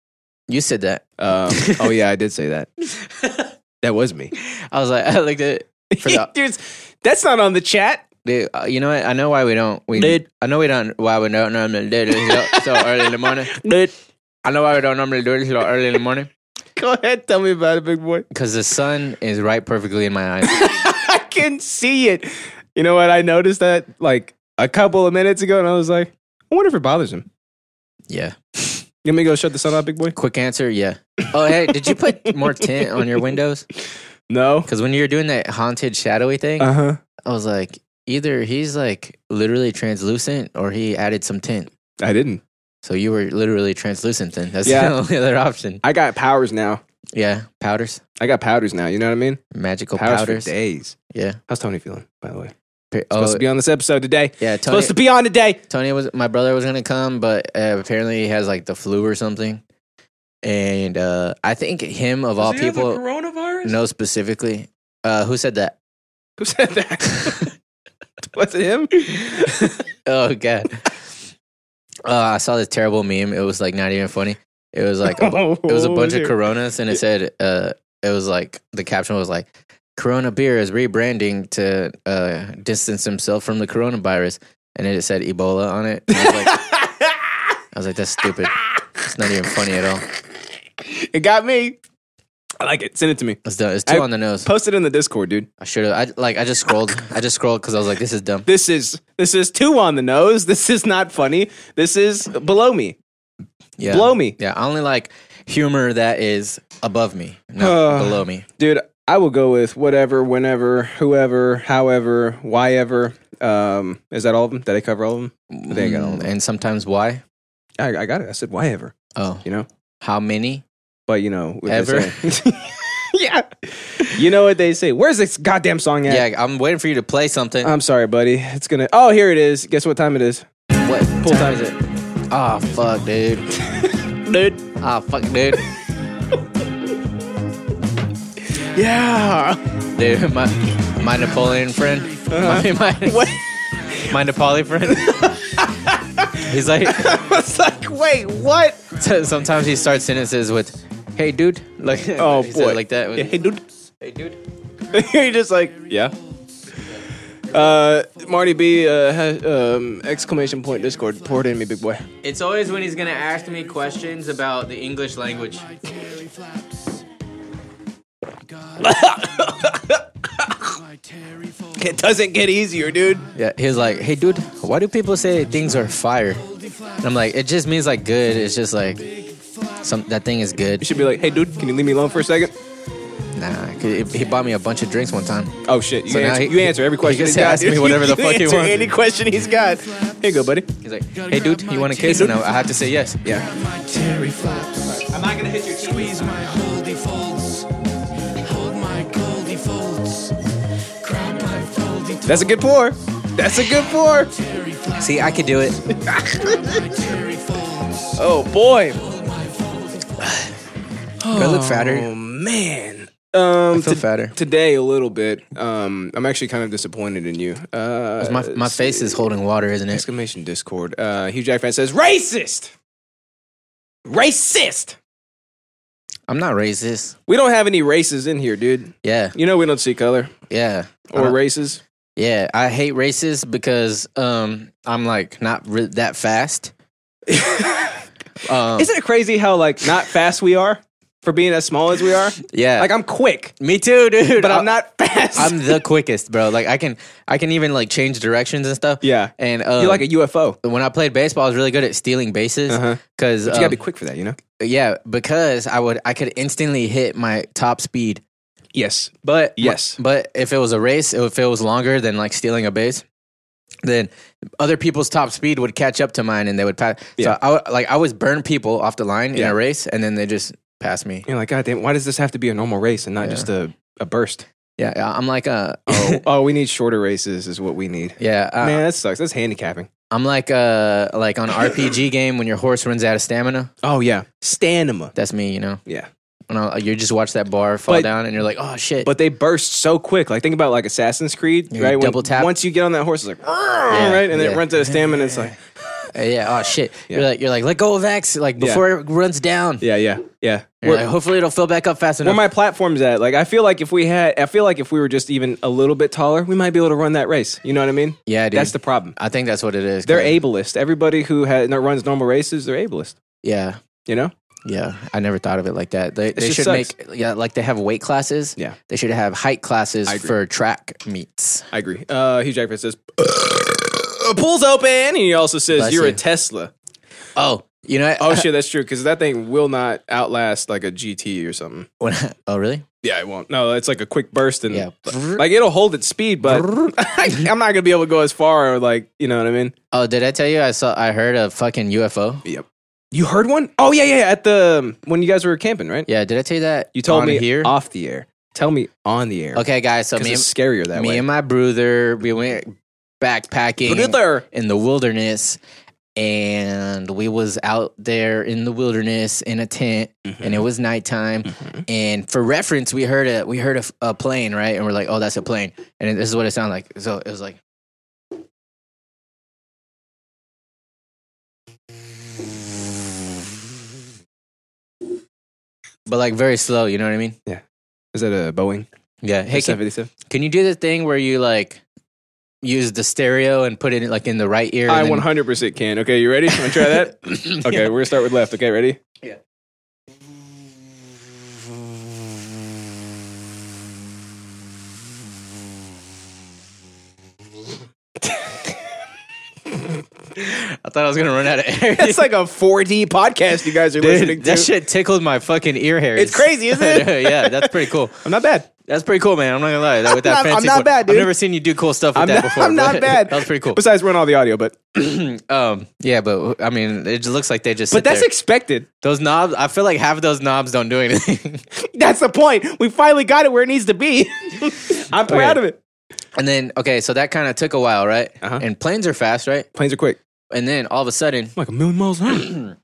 [SPEAKER 1] You said that.
[SPEAKER 2] Um, oh yeah, I did say that. That was me.
[SPEAKER 1] I was like I looked at it. Forgot.
[SPEAKER 2] Dude, that's not on the chat.
[SPEAKER 1] Dude, uh, you know what? I know why we don't. We
[SPEAKER 2] Dude.
[SPEAKER 1] I know we don't. Why we don't normally do this so- so early in the morning. I know why we don't normally do this so early in the morning.
[SPEAKER 2] Go ahead, tell me about it, big boy.
[SPEAKER 1] Because the sun is right perfectly in my eyes.
[SPEAKER 2] I can see it. You know what? I noticed that like a couple of minutes ago, and I was like, I wonder if it bothers him.
[SPEAKER 1] Yeah.
[SPEAKER 2] You want me to go shut the sun out, big boy?
[SPEAKER 1] Quick answer. Yeah. Oh hey, did you put more tint on your windows?
[SPEAKER 2] No.
[SPEAKER 1] Because when you were doing that haunted shadowy thing,
[SPEAKER 2] Uh huh.
[SPEAKER 1] I was like, either he's like literally translucent or he added some tint.
[SPEAKER 2] I didn't.
[SPEAKER 1] So you were literally translucent then. That's
[SPEAKER 2] Yeah.
[SPEAKER 1] the only other option.
[SPEAKER 2] I got powers now.
[SPEAKER 1] Yeah. Powders.
[SPEAKER 2] I got powders now. You know what I mean?
[SPEAKER 1] Magical
[SPEAKER 2] Powders,
[SPEAKER 1] powders.
[SPEAKER 2] for days.
[SPEAKER 1] Yeah.
[SPEAKER 2] How's Tony feeling? By the way,
[SPEAKER 1] Pe-
[SPEAKER 2] supposed to be on this episode today.
[SPEAKER 1] yeah. Tony,
[SPEAKER 2] Supposed to be on today.
[SPEAKER 1] Tony was my brother was gonna come, but uh, apparently he has like the flu or something. And uh, I think him of all people,
[SPEAKER 2] coronavirus?
[SPEAKER 1] no specifically, uh, who said that?
[SPEAKER 2] Who said that? Was it him?
[SPEAKER 1] Oh god, uh, I saw this terrible meme. It was like not even funny. It was like a bu- it was a bunch
[SPEAKER 2] Oh,
[SPEAKER 1] of Coronas, and it said uh, it was like the caption was like Corona beer is rebranding to uh, distance himself from the coronavirus, and then it said Ebola on it. And I was like, I was like, that's stupid. It's not even funny at all.
[SPEAKER 2] it got me. I like it. Send it to me.
[SPEAKER 1] It's, dumb. it's too
[SPEAKER 2] I-
[SPEAKER 1] on the nose.
[SPEAKER 2] Post it in the Discord, dude.
[SPEAKER 1] I should have. I like. I just scrolled. I just scrolled because I was like, this is dumb.
[SPEAKER 2] This is this is two on the nose. This is not funny. This is below me.
[SPEAKER 1] Yeah.
[SPEAKER 2] Blow me,
[SPEAKER 1] Yeah. I only like humor that is above me, not
[SPEAKER 2] Uh.
[SPEAKER 1] below me.
[SPEAKER 2] dude. I will go with whatever, whenever, whoever, however, why ever. Um, is that all of them? Did I cover all of them? I think I got all of
[SPEAKER 1] Mm,
[SPEAKER 2] them.
[SPEAKER 1] and sometimes why?
[SPEAKER 2] I, I got it. I said why ever.
[SPEAKER 1] Oh,
[SPEAKER 2] You know,
[SPEAKER 1] how many?
[SPEAKER 2] but you know, what they
[SPEAKER 1] Ever.
[SPEAKER 2] say. yeah. You know what they say? Where's this goddamn song at?
[SPEAKER 1] Yeah. I'm waiting for you to play something.
[SPEAKER 2] I'm sorry, buddy. It's gonna. Oh, here it is. Guess what time it is?
[SPEAKER 1] what time, is it? Ah, fuck, dude.
[SPEAKER 2] Dude.
[SPEAKER 1] Ah, fuck, dude.
[SPEAKER 2] Yeah.
[SPEAKER 1] Dude, my my Napoleon friend. My, my,
[SPEAKER 2] Uh-huh. What?
[SPEAKER 1] my Nepali friend. He's like.
[SPEAKER 2] I was like, wait, what?
[SPEAKER 1] So- Sometimes he starts sentences with, "Hey, dude," like
[SPEAKER 2] Oh
[SPEAKER 1] he said
[SPEAKER 2] boy,
[SPEAKER 1] it like that.
[SPEAKER 2] Yeah, hey, dude.
[SPEAKER 1] Hey, dude.
[SPEAKER 2] You're just like, yeah. Uh, Marty B, uh, ha- um, exclamation point Discord, pour it in me, big boy.
[SPEAKER 1] It's always when he's gonna ask me questions about the English language.
[SPEAKER 2] It doesn't get easier, dude.
[SPEAKER 1] Yeah, he's like, "Hey, dude, why do people say things are fire?" And I'm like, "It just means like good. It's just like some that thing is
[SPEAKER 2] You
[SPEAKER 1] good."
[SPEAKER 2] should be like, hey, dude, can you leave me alone for a second?
[SPEAKER 1] Nah, he, he bought me a bunch of drinks one time.
[SPEAKER 2] Oh shit, you,
[SPEAKER 1] So now
[SPEAKER 2] answer,
[SPEAKER 1] he-
[SPEAKER 2] you answer every
[SPEAKER 1] he
[SPEAKER 2] question.
[SPEAKER 1] gets
[SPEAKER 2] he's
[SPEAKER 1] to
[SPEAKER 2] got,
[SPEAKER 1] ask me
[SPEAKER 2] dude.
[SPEAKER 1] whatever the
[SPEAKER 2] You
[SPEAKER 1] fuck he
[SPEAKER 2] answer
[SPEAKER 1] wants.
[SPEAKER 2] Any question he's got. Here you go, buddy.
[SPEAKER 1] He's like, "Hey, dude, you want a kiss?" And I, I have to say yes.
[SPEAKER 2] Yeah.
[SPEAKER 6] I'm not gonna hit your squeeze my holdy folds. Hold my goldy folds. Grab my foldy
[SPEAKER 2] That's a good pour. That's a good pour.
[SPEAKER 6] terry flaps
[SPEAKER 1] See, I could do it.
[SPEAKER 6] my terry folds.
[SPEAKER 2] Oh boy.
[SPEAKER 6] Hold my foldy
[SPEAKER 1] Do I look fatter?
[SPEAKER 2] Oh man. Um,
[SPEAKER 1] I feel
[SPEAKER 2] to-
[SPEAKER 1] fatter.
[SPEAKER 2] today a little bit. Um, I'm actually kind of disappointed in you. Uh,
[SPEAKER 1] My my face is holding water, isn't it?
[SPEAKER 2] Exclamation Discord. Uh, Hugh Jackman says, racist! Racist!
[SPEAKER 1] I'm not racist.
[SPEAKER 2] We don't have any races in here, dude.
[SPEAKER 1] Yeah,
[SPEAKER 2] You know we don't see color
[SPEAKER 1] yeah. I
[SPEAKER 2] or
[SPEAKER 1] don't-
[SPEAKER 2] races.
[SPEAKER 1] Yeah, I hate races because um, I'm like not re- that fast. Um,
[SPEAKER 2] Isn't it crazy how like not fast we are? for being as small as we are.
[SPEAKER 1] Yeah.
[SPEAKER 2] like I'm quick,
[SPEAKER 1] Me too, dude.
[SPEAKER 2] but
[SPEAKER 1] I-
[SPEAKER 2] I'm not fast.
[SPEAKER 1] I'm the quickest, bro. Like I can, I can even like change directions and stuff.
[SPEAKER 2] Yeah.
[SPEAKER 1] and uh,
[SPEAKER 2] You're like a UFO.
[SPEAKER 1] when I played baseball, I was really good at stealing bases
[SPEAKER 2] Uh-huh.
[SPEAKER 1] because
[SPEAKER 2] But you gotta be quick for that, you know.
[SPEAKER 1] yeah, because I would I could instantly hit my top speed.
[SPEAKER 2] Yes.
[SPEAKER 1] But
[SPEAKER 2] Yes.
[SPEAKER 1] but if it was a race, if it was longer than like stealing a base, then other people's top speed would catch up to mine and they would pass.
[SPEAKER 2] Yeah.
[SPEAKER 1] So I would- like I would burn people off the line in
[SPEAKER 2] Yeah.
[SPEAKER 1] a race and then they just pass me.
[SPEAKER 2] You're like, God damn, why does this have to be a normal race and not just a, a burst?
[SPEAKER 1] Yeah, yeah, I'm like a
[SPEAKER 2] Oh, oh, we need shorter races, is what we need.
[SPEAKER 1] yeah. uh, I,
[SPEAKER 2] Man, that sucks. That's handicapping.
[SPEAKER 1] I'm like uh like on an RPG game when your horse runs out of stamina.
[SPEAKER 2] Oh yeah, stamina.
[SPEAKER 1] That's me, you know.
[SPEAKER 2] Yeah,
[SPEAKER 1] When I, you just watch that bar fall
[SPEAKER 2] But-
[SPEAKER 1] down and you're like, oh shit.
[SPEAKER 2] but they burst so quick. Like think about like Assassin's Creed,
[SPEAKER 1] Yeah, you
[SPEAKER 2] right? When-
[SPEAKER 1] double tap.
[SPEAKER 2] Once you get on that horse, it's like, right, and then
[SPEAKER 1] yeah.
[SPEAKER 2] it runs out of stamina. It's like,
[SPEAKER 1] Uh, yeah, oh shit.
[SPEAKER 2] Yeah.
[SPEAKER 1] You're like you're like let go of X like
[SPEAKER 2] Yeah.
[SPEAKER 1] before it runs down.
[SPEAKER 2] yeah, yeah, yeah.
[SPEAKER 1] You're
[SPEAKER 2] Where,
[SPEAKER 1] like, hopefully it'll fill back up fast
[SPEAKER 2] where
[SPEAKER 1] enough.
[SPEAKER 2] my platform's at? Like I feel like if we had, I feel like if we were just even a little bit taller, we might be able to run that race. You know what I mean?
[SPEAKER 1] yeah, dude.
[SPEAKER 2] That's the problem.
[SPEAKER 1] I think that's what it is.
[SPEAKER 2] They're
[SPEAKER 1] cause-
[SPEAKER 2] ableist. Everybody who has, that runs normal races, they're ableist.
[SPEAKER 1] Yeah.
[SPEAKER 2] You know?
[SPEAKER 1] Yeah. I never thought of it like that. They, they
[SPEAKER 2] just
[SPEAKER 1] should
[SPEAKER 2] sucks.
[SPEAKER 1] make yeah, like they have weight classes.
[SPEAKER 2] Yeah.
[SPEAKER 1] They should have height classes
[SPEAKER 2] agree.
[SPEAKER 1] for track meets.
[SPEAKER 2] I agree. Uh, Hugh Jackman says, "Pulls open," and he also says,
[SPEAKER 1] Bless
[SPEAKER 2] "You're a
[SPEAKER 1] you.
[SPEAKER 2] Tesla."
[SPEAKER 1] Oh, you know
[SPEAKER 2] Oh shit, that's true because that thing will not outlast like a GT or something.
[SPEAKER 1] when I- oh really?
[SPEAKER 2] Yeah, it won't. No, it's like a quick burst and
[SPEAKER 1] Yeah.
[SPEAKER 2] like it'll hold its speed, but I'm not gonna be able to go as far or like you know what I mean.
[SPEAKER 1] Oh, did I tell you I saw I heard a fucking UFO?
[SPEAKER 2] Yep. You heard one? Oh yeah, yeah. yeah, At the when you guys were camping, right?
[SPEAKER 1] Yeah, did I tell you that?
[SPEAKER 2] You told
[SPEAKER 1] on
[SPEAKER 2] me
[SPEAKER 1] here.
[SPEAKER 2] off the air. Tell me on the air.
[SPEAKER 1] Okay, guys. So
[SPEAKER 2] 'Cause
[SPEAKER 1] me,
[SPEAKER 2] it's scarier that
[SPEAKER 1] and, me
[SPEAKER 2] way.
[SPEAKER 1] and my brother, we went backpacking
[SPEAKER 2] Brother.
[SPEAKER 1] in the wilderness, and we was out there in the wilderness in a tent,
[SPEAKER 2] Mm-hmm.
[SPEAKER 1] and it was nighttime. And for reference, we heard a we heard a, f- a plane, right? And we're like, oh, that's a plane, and this is what it sounded like. So it was like. But like very slow, you know what I mean?
[SPEAKER 2] Is that a Boeing?
[SPEAKER 1] Yeah. Hey, can,
[SPEAKER 2] 757?
[SPEAKER 1] can you do the thing where you like use the stereo and put it like in the right ear?
[SPEAKER 2] I
[SPEAKER 1] and then-
[SPEAKER 2] 100 percent can. Okay, you ready? Want to try that? Okay, we're gonna start with left. Okay, ready?
[SPEAKER 1] Yeah. I thought I was gonna run out of air.
[SPEAKER 2] It's like a 4D podcast you guys are listening
[SPEAKER 1] Dude,
[SPEAKER 2] to.
[SPEAKER 1] that shit tickled my fucking ear hairs.
[SPEAKER 2] It's crazy, isn't it?
[SPEAKER 1] yeah, that's pretty cool.
[SPEAKER 2] I'm not bad.
[SPEAKER 1] That's pretty cool, man. I'm not gonna lie. That, with that
[SPEAKER 2] I'm not- I'm
[SPEAKER 1] fancy
[SPEAKER 2] not
[SPEAKER 1] one.
[SPEAKER 2] bad, dude.
[SPEAKER 1] I've never seen you do cool stuff with
[SPEAKER 2] I'm
[SPEAKER 1] that
[SPEAKER 2] not,
[SPEAKER 1] before.
[SPEAKER 2] I'm not
[SPEAKER 1] but
[SPEAKER 2] bad.
[SPEAKER 1] that was pretty cool.
[SPEAKER 2] Besides, run all the audio, but
[SPEAKER 1] um, yeah, but I mean, it just looks like they just.
[SPEAKER 2] but
[SPEAKER 1] sit
[SPEAKER 2] that's
[SPEAKER 1] there.
[SPEAKER 2] expected.
[SPEAKER 1] those knobs. I feel like half of those knobs don't do anything.
[SPEAKER 2] That's the point. We finally got it where it needs to be. I'm proud
[SPEAKER 1] Okay.
[SPEAKER 2] of it.
[SPEAKER 1] and then okay, so that kind of took a while, right?
[SPEAKER 2] Uh-huh.
[SPEAKER 1] And planes are fast, right?
[SPEAKER 2] Planes are quick,
[SPEAKER 1] And then all of a sudden,
[SPEAKER 2] like a million miles an hour.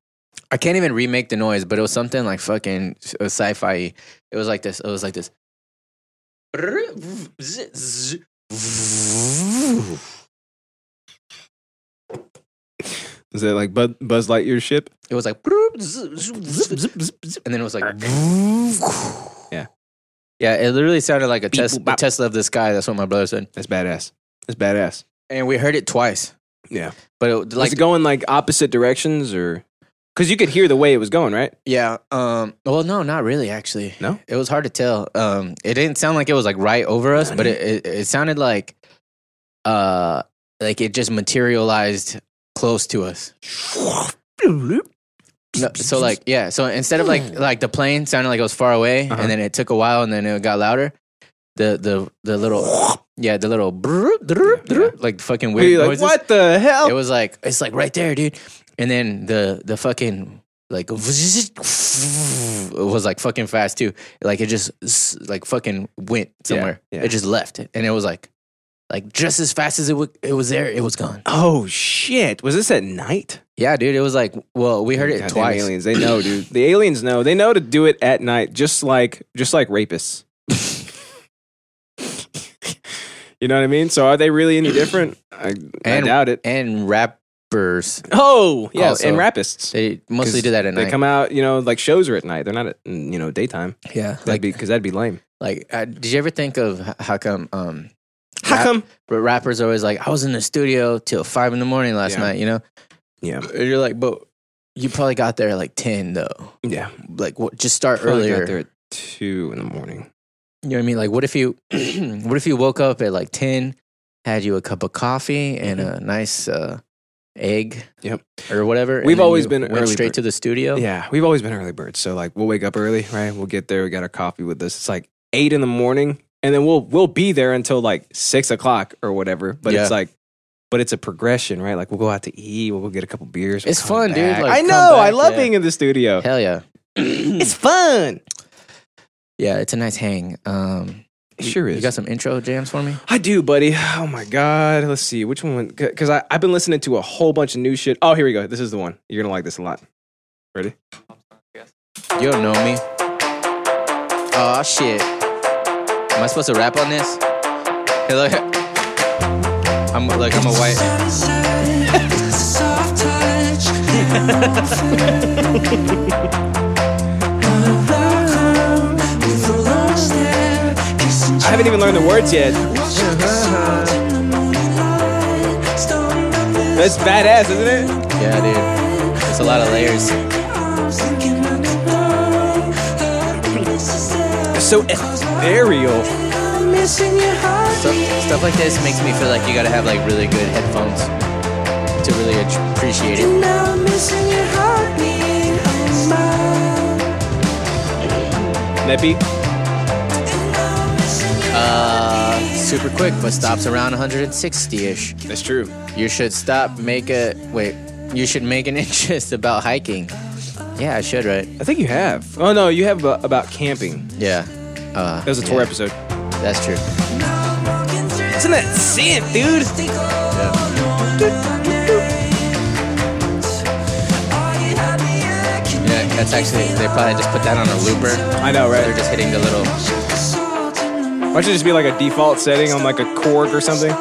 [SPEAKER 1] I can't even remake the noise, but it was something like fucking sci fi. It was like this. It was like this.
[SPEAKER 2] Is that like Bud, Buzz Lightyear ship?
[SPEAKER 1] It was like, and then it was like,
[SPEAKER 2] Yeah.
[SPEAKER 1] yeah. It literally sounded like a, tes-
[SPEAKER 2] boop, bop.
[SPEAKER 1] a Tesla of the sky. That's what my brother said,
[SPEAKER 2] That's badass. That's badass.
[SPEAKER 1] and we heard it twice.
[SPEAKER 2] Yeah.
[SPEAKER 1] But it,
[SPEAKER 2] Like
[SPEAKER 1] like,
[SPEAKER 2] was it going like opposite directions or? Because you could hear the way it was going, right?
[SPEAKER 1] yeah. Um. Well, no, not really. Actually,
[SPEAKER 2] No?
[SPEAKER 1] It was hard to tell. Um. It didn't sound like it was like right over us, but it, it it sounded like, uh, like it just materialized close to us. No, so like yeah, so instead of like like the plane sounded like it was far away,
[SPEAKER 2] Uh-huh.
[SPEAKER 1] and then it took a while, and then it got louder. The the the little yeah, the little brrr, brrr, brrr, like fucking
[SPEAKER 2] Were you
[SPEAKER 1] weird
[SPEAKER 2] like,
[SPEAKER 1] noises.
[SPEAKER 2] what the hell?
[SPEAKER 1] It was like it's like right there, dude. And then the the fucking like it was like fucking fast too. Like it just s- like fucking went somewhere.
[SPEAKER 2] yeah.
[SPEAKER 1] It just left, and it was like like just as fast as it w- it was there, it was gone.
[SPEAKER 2] oh shit! Was this at night?
[SPEAKER 1] Yeah, dude. It was like well, we heard it
[SPEAKER 2] Goddamn
[SPEAKER 1] twice.
[SPEAKER 2] Aliens, they know, dude. The aliens know. They know to do it at night, just like just like rapists. you know what I mean? So are they really any different? I, I
[SPEAKER 1] And-
[SPEAKER 2] doubt it.
[SPEAKER 1] and rappers.
[SPEAKER 2] oh, yeah,
[SPEAKER 1] Also,
[SPEAKER 2] and rapists.
[SPEAKER 1] They mostly
[SPEAKER 2] 'Cause
[SPEAKER 1] do that at
[SPEAKER 2] They
[SPEAKER 1] night.
[SPEAKER 2] come out, you know, like shows are at night. They're not at mm, you know daytime.
[SPEAKER 1] yeah,
[SPEAKER 2] Like
[SPEAKER 1] like
[SPEAKER 2] because that'd be lame.
[SPEAKER 1] like. Uh, did you ever think of h- how come? Um,
[SPEAKER 2] How
[SPEAKER 1] rap-
[SPEAKER 2] come?
[SPEAKER 1] But rappers are always like, I was in the studio till five in the morning last
[SPEAKER 2] Yeah.
[SPEAKER 1] night. You know,
[SPEAKER 2] Yeah,
[SPEAKER 1] and you're like, but You probably got there at like ten though.
[SPEAKER 2] Yeah.
[SPEAKER 1] Like what? Just start
[SPEAKER 2] Probably
[SPEAKER 1] earlier.
[SPEAKER 2] got there at two in the morning.
[SPEAKER 1] You know what I mean? Like what if you, what if you woke up at like ten, had you a cup of coffee and a nice uh, egg.
[SPEAKER 2] Mm-hmm. Yep.
[SPEAKER 1] Or whatever. and
[SPEAKER 2] We've
[SPEAKER 1] then
[SPEAKER 2] always
[SPEAKER 1] you
[SPEAKER 2] been
[SPEAKER 1] went
[SPEAKER 2] early
[SPEAKER 1] straight
[SPEAKER 2] bird.
[SPEAKER 1] to the studio.
[SPEAKER 2] Yeah, we've always been early birds. So like, we'll wake up early, right? We'll get there. We got our coffee with us. It's like eight in the morning, and then we'll we'll be there until like six o'clock or whatever. But
[SPEAKER 1] Yeah.
[SPEAKER 2] it's like, but it's a progression, right? Like we'll go out to eat. We'll go get a couple beers. we'll
[SPEAKER 1] It's
[SPEAKER 2] come
[SPEAKER 1] fun, dude,
[SPEAKER 2] back.
[SPEAKER 1] like,
[SPEAKER 2] I
[SPEAKER 1] come
[SPEAKER 2] know. I
[SPEAKER 1] back,
[SPEAKER 2] love
[SPEAKER 1] yeah.
[SPEAKER 2] being in the studio.
[SPEAKER 1] Hell yeah.
[SPEAKER 2] It's fun.
[SPEAKER 1] Yeah, it's a nice hang. Um,
[SPEAKER 2] It sure is.
[SPEAKER 1] You got some intro jams for me?
[SPEAKER 2] I do, buddy. Oh my god. Let's see which one. Because I I've been listening to a whole bunch of new shit. Oh, here we go. This is the one. You're gonna like this a lot. Ready?
[SPEAKER 1] You don't know me. Oh shit. Am I supposed to rap on this? Hey, look. I'm like I'm a white.
[SPEAKER 2] I haven't even learned the words yet. That's badass, isn't it?
[SPEAKER 1] Yeah, dude. It's a lot of layers.
[SPEAKER 2] It's so e- ethereal.
[SPEAKER 1] Stuff, stuff like this makes me feel like you gotta have like really good headphones to really at- appreciate it.
[SPEAKER 2] That beat.
[SPEAKER 1] Uh, super quick, but stops around 160-ish.
[SPEAKER 2] That's true.
[SPEAKER 1] You should stop. Make a wait. You should make an interest about hiking. Yeah, I should, right?
[SPEAKER 2] I think you have. Oh no, you have about, about camping.
[SPEAKER 1] Yeah. Uh,
[SPEAKER 2] That was a tour
[SPEAKER 1] yeah,
[SPEAKER 2] episode.
[SPEAKER 1] That's true.
[SPEAKER 2] Isn't that sick, dude?
[SPEAKER 1] Yeah, that's actually they probably just put that on a looper.
[SPEAKER 2] I know,
[SPEAKER 1] They're
[SPEAKER 2] right?
[SPEAKER 1] just hitting the little.
[SPEAKER 2] Why don't you just be like a default setting on like a Korg or something?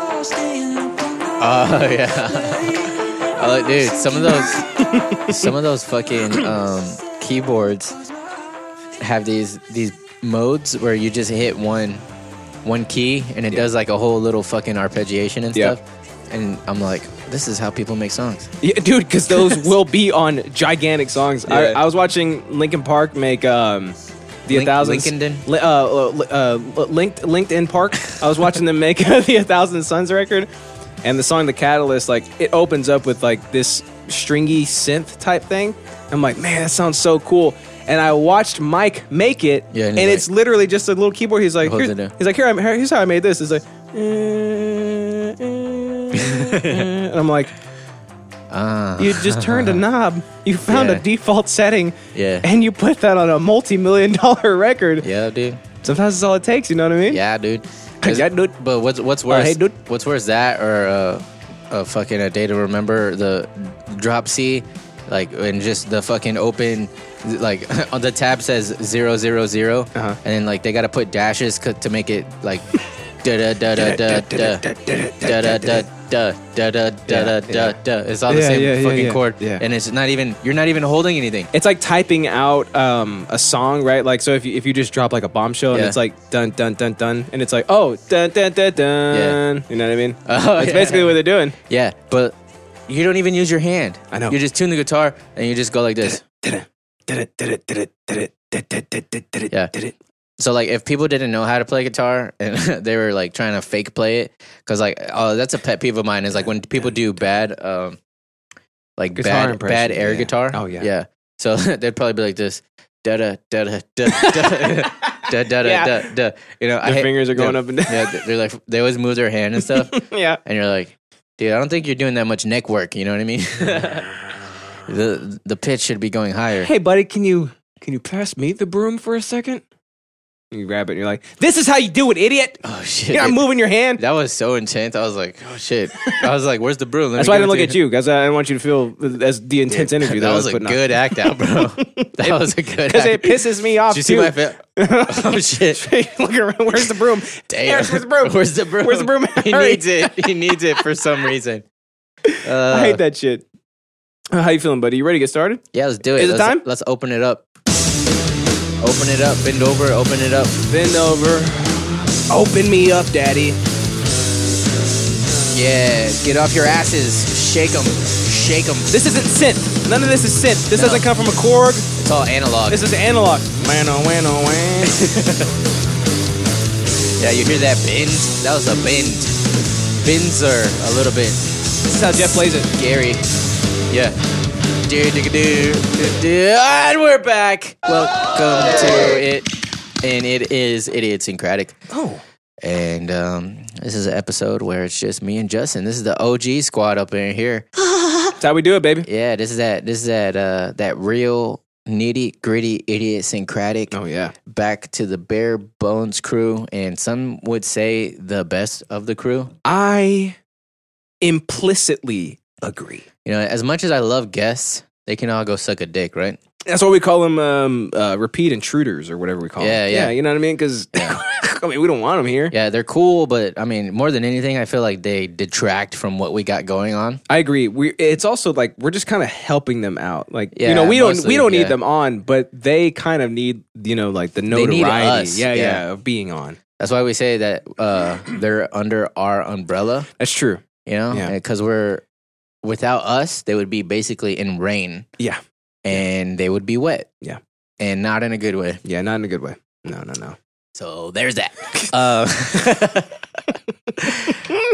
[SPEAKER 1] Oh yeah. Oh, like, dude, some of those, some of those fucking um, keyboards have these these modes where you just hit one one key and it does like a whole little fucking arpeggiation and
[SPEAKER 2] Yeah.
[SPEAKER 1] stuff. And I'm like, this is how people make songs.
[SPEAKER 2] Yeah, dude, because those will be on gigantic songs. I,
[SPEAKER 1] Yeah.
[SPEAKER 2] I was watching Linkin Park make um, the
[SPEAKER 1] Link-
[SPEAKER 2] a thousand
[SPEAKER 1] Linkenden?
[SPEAKER 2] Li- uh, uh, li- uh, linked LinkedIn Park. I was watching them make the a thousand suns record, and the song "The Catalyst" like it opens up with like this stringy synth type thing. I'm like, man, that sounds so cool. And I watched Mike make it,
[SPEAKER 1] Yeah, and
[SPEAKER 2] and,
[SPEAKER 1] he's like-
[SPEAKER 2] it's literally just a little keyboard. He's like,
[SPEAKER 1] What was
[SPEAKER 2] here's,
[SPEAKER 1] it do?
[SPEAKER 2] he's like, here, I'm, here- here's how I made this. It's like, uh, uh, uh, and I'm like. You just turned a knob. You found
[SPEAKER 1] Ah. Yeah.
[SPEAKER 2] a default setting.
[SPEAKER 1] Yeah.
[SPEAKER 2] And you put that on a multi-million dollar record.
[SPEAKER 1] Yeah, dude.
[SPEAKER 2] Sometimes that's all it takes. You know what I mean?
[SPEAKER 1] Yeah, dude.
[SPEAKER 2] Yeah, dude. Oh,
[SPEAKER 1] But what's what's worse?
[SPEAKER 2] hey, dude.
[SPEAKER 1] What's worse, that or uh, a fucking a day to remember the drop C, like and just the fucking open, like on the tab says zero zero zero,
[SPEAKER 2] Uh-huh.
[SPEAKER 1] and then like they gotta put dashes co- to make it like da da da da da da da da da. Da da da da da da da. It's all the
[SPEAKER 2] Yeah,
[SPEAKER 1] same
[SPEAKER 2] yeah, yeah,
[SPEAKER 1] fucking
[SPEAKER 2] yeah,
[SPEAKER 1] chord,
[SPEAKER 2] yeah.
[SPEAKER 1] and it's not even. You're not even holding anything.
[SPEAKER 2] It's like typing out um, a song, right? Like, so if you, if you just drop like a bombshell and
[SPEAKER 1] Yeah.
[SPEAKER 2] it's like dun dun dun dun, and it's like oh dun dun dun dun, you know what I mean?
[SPEAKER 1] Oh,
[SPEAKER 2] That's
[SPEAKER 1] yeah.
[SPEAKER 2] basically what they're doing.
[SPEAKER 1] Yeah, but you don't even use your hand.
[SPEAKER 2] I know.
[SPEAKER 1] You just tune the guitar and you just go like this. Yeah. So like, if people didn't know how to play guitar and they were like trying to fake play it, because like, oh, that's a pet peeve of mine is like when people do bad, um, like
[SPEAKER 2] Guitar
[SPEAKER 1] bad
[SPEAKER 2] impression,
[SPEAKER 1] bad air
[SPEAKER 2] yeah.
[SPEAKER 1] guitar.
[SPEAKER 2] Oh, yeah.
[SPEAKER 1] yeah. So they'd probably be like this, da da da da da da da da da
[SPEAKER 2] Yeah.
[SPEAKER 1] da. You know,
[SPEAKER 2] Their fingers are going
[SPEAKER 1] yeah,
[SPEAKER 2] up and down.
[SPEAKER 1] Yeah, they're like they always move their hand and stuff.
[SPEAKER 2] yeah.
[SPEAKER 1] and you're like, dude, I don't think you're doing that much neck work. You know what I mean? the the pitch should be going higher.
[SPEAKER 2] Hey, buddy, can you can you pass me the broom for a second? You grab it and you're like, this is how you do it, idiot.
[SPEAKER 1] Oh shit!
[SPEAKER 2] You're not moving your hand.
[SPEAKER 1] That was so intense. I was like, oh shit. I was like, where's the broom? Let
[SPEAKER 2] That's
[SPEAKER 1] me
[SPEAKER 2] why I
[SPEAKER 1] give
[SPEAKER 2] didn't look
[SPEAKER 1] it
[SPEAKER 2] at
[SPEAKER 1] to you.
[SPEAKER 2] you, because I didn't want you to feel as the intense energy that,
[SPEAKER 1] That
[SPEAKER 2] I
[SPEAKER 1] was, a
[SPEAKER 2] putting
[SPEAKER 1] good act out, bro. That was a good.
[SPEAKER 2] Because it
[SPEAKER 1] act.
[SPEAKER 2] pisses me off.
[SPEAKER 1] Did you see
[SPEAKER 2] too.
[SPEAKER 1] my face? Oh shit!
[SPEAKER 2] look around. Where's the broom?
[SPEAKER 1] Damn.
[SPEAKER 2] Harris, where's the broom?
[SPEAKER 1] Where's the broom?
[SPEAKER 2] Where's the broom?
[SPEAKER 1] He
[SPEAKER 2] Hurry.
[SPEAKER 1] needs it. He needs it for some reason. Uh,
[SPEAKER 2] I hate that shit. Uh, How you feeling, buddy? You ready to get started?
[SPEAKER 1] Yeah, let's do it.
[SPEAKER 2] Is it
[SPEAKER 1] let's,
[SPEAKER 2] time?
[SPEAKER 1] Let's open it up. Open it up. Bend over. Open it up.
[SPEAKER 2] Bend over. Open me up, daddy.
[SPEAKER 1] Yeah, get off your asses, shake them, shake them.
[SPEAKER 2] This isn't synth. None of this is synth. This
[SPEAKER 1] No.
[SPEAKER 2] doesn't come from a Korg.
[SPEAKER 1] It's all analog.
[SPEAKER 2] This is analog. Wano, wano, wan.
[SPEAKER 1] yeah, you hear that bend? That was a bend. Benzer a little bit.
[SPEAKER 2] This is how Jeff plays it.
[SPEAKER 1] Gary. Yeah. Do, do, do, do, do, do. And we're back. Welcome to it. And it is idiosyncratic.
[SPEAKER 2] Oh.
[SPEAKER 1] And um, this is an episode where it's just me and Justin. This is the OG squad up in here.
[SPEAKER 2] That's how we do it, baby.
[SPEAKER 1] Yeah, this is that this is that uh that real nitty gritty idiosyncratic
[SPEAKER 2] Oh, yeah.
[SPEAKER 1] back to the bare bones crew and some would say the best of the crew.
[SPEAKER 2] I implicitly agree.
[SPEAKER 1] You know, as much as I love guests, they can all go suck a dick, right?
[SPEAKER 2] That's why we call them um, uh, repeat intruders or whatever we call
[SPEAKER 1] Yeah,
[SPEAKER 2] them.
[SPEAKER 1] yeah.
[SPEAKER 2] You know what I mean? Because, I mean, we don't want them here.
[SPEAKER 1] Yeah, they're cool, but I mean, more than anything, I feel like they detract from what we got going on.
[SPEAKER 2] I agree. We It's also like we're just kind of helping them out. Like, you
[SPEAKER 1] Yeah,
[SPEAKER 2] know, we don't
[SPEAKER 1] mostly,
[SPEAKER 2] we don't
[SPEAKER 1] yeah.
[SPEAKER 2] need them on, but they kind of need, you know, like the notoriety.
[SPEAKER 1] need us,
[SPEAKER 2] Yeah, yeah,
[SPEAKER 1] yeah.
[SPEAKER 2] of being on.
[SPEAKER 1] That's why we say that uh they're under our umbrella,
[SPEAKER 2] That's true.
[SPEAKER 1] you know?
[SPEAKER 2] Yeah.
[SPEAKER 1] Because we're without us, they would be basically in rain
[SPEAKER 2] Yeah.
[SPEAKER 1] and they would be wet.
[SPEAKER 2] Yeah.
[SPEAKER 1] And not in a good way.
[SPEAKER 2] Yeah, not in a good way. No, no, no.
[SPEAKER 1] So there's that. uh,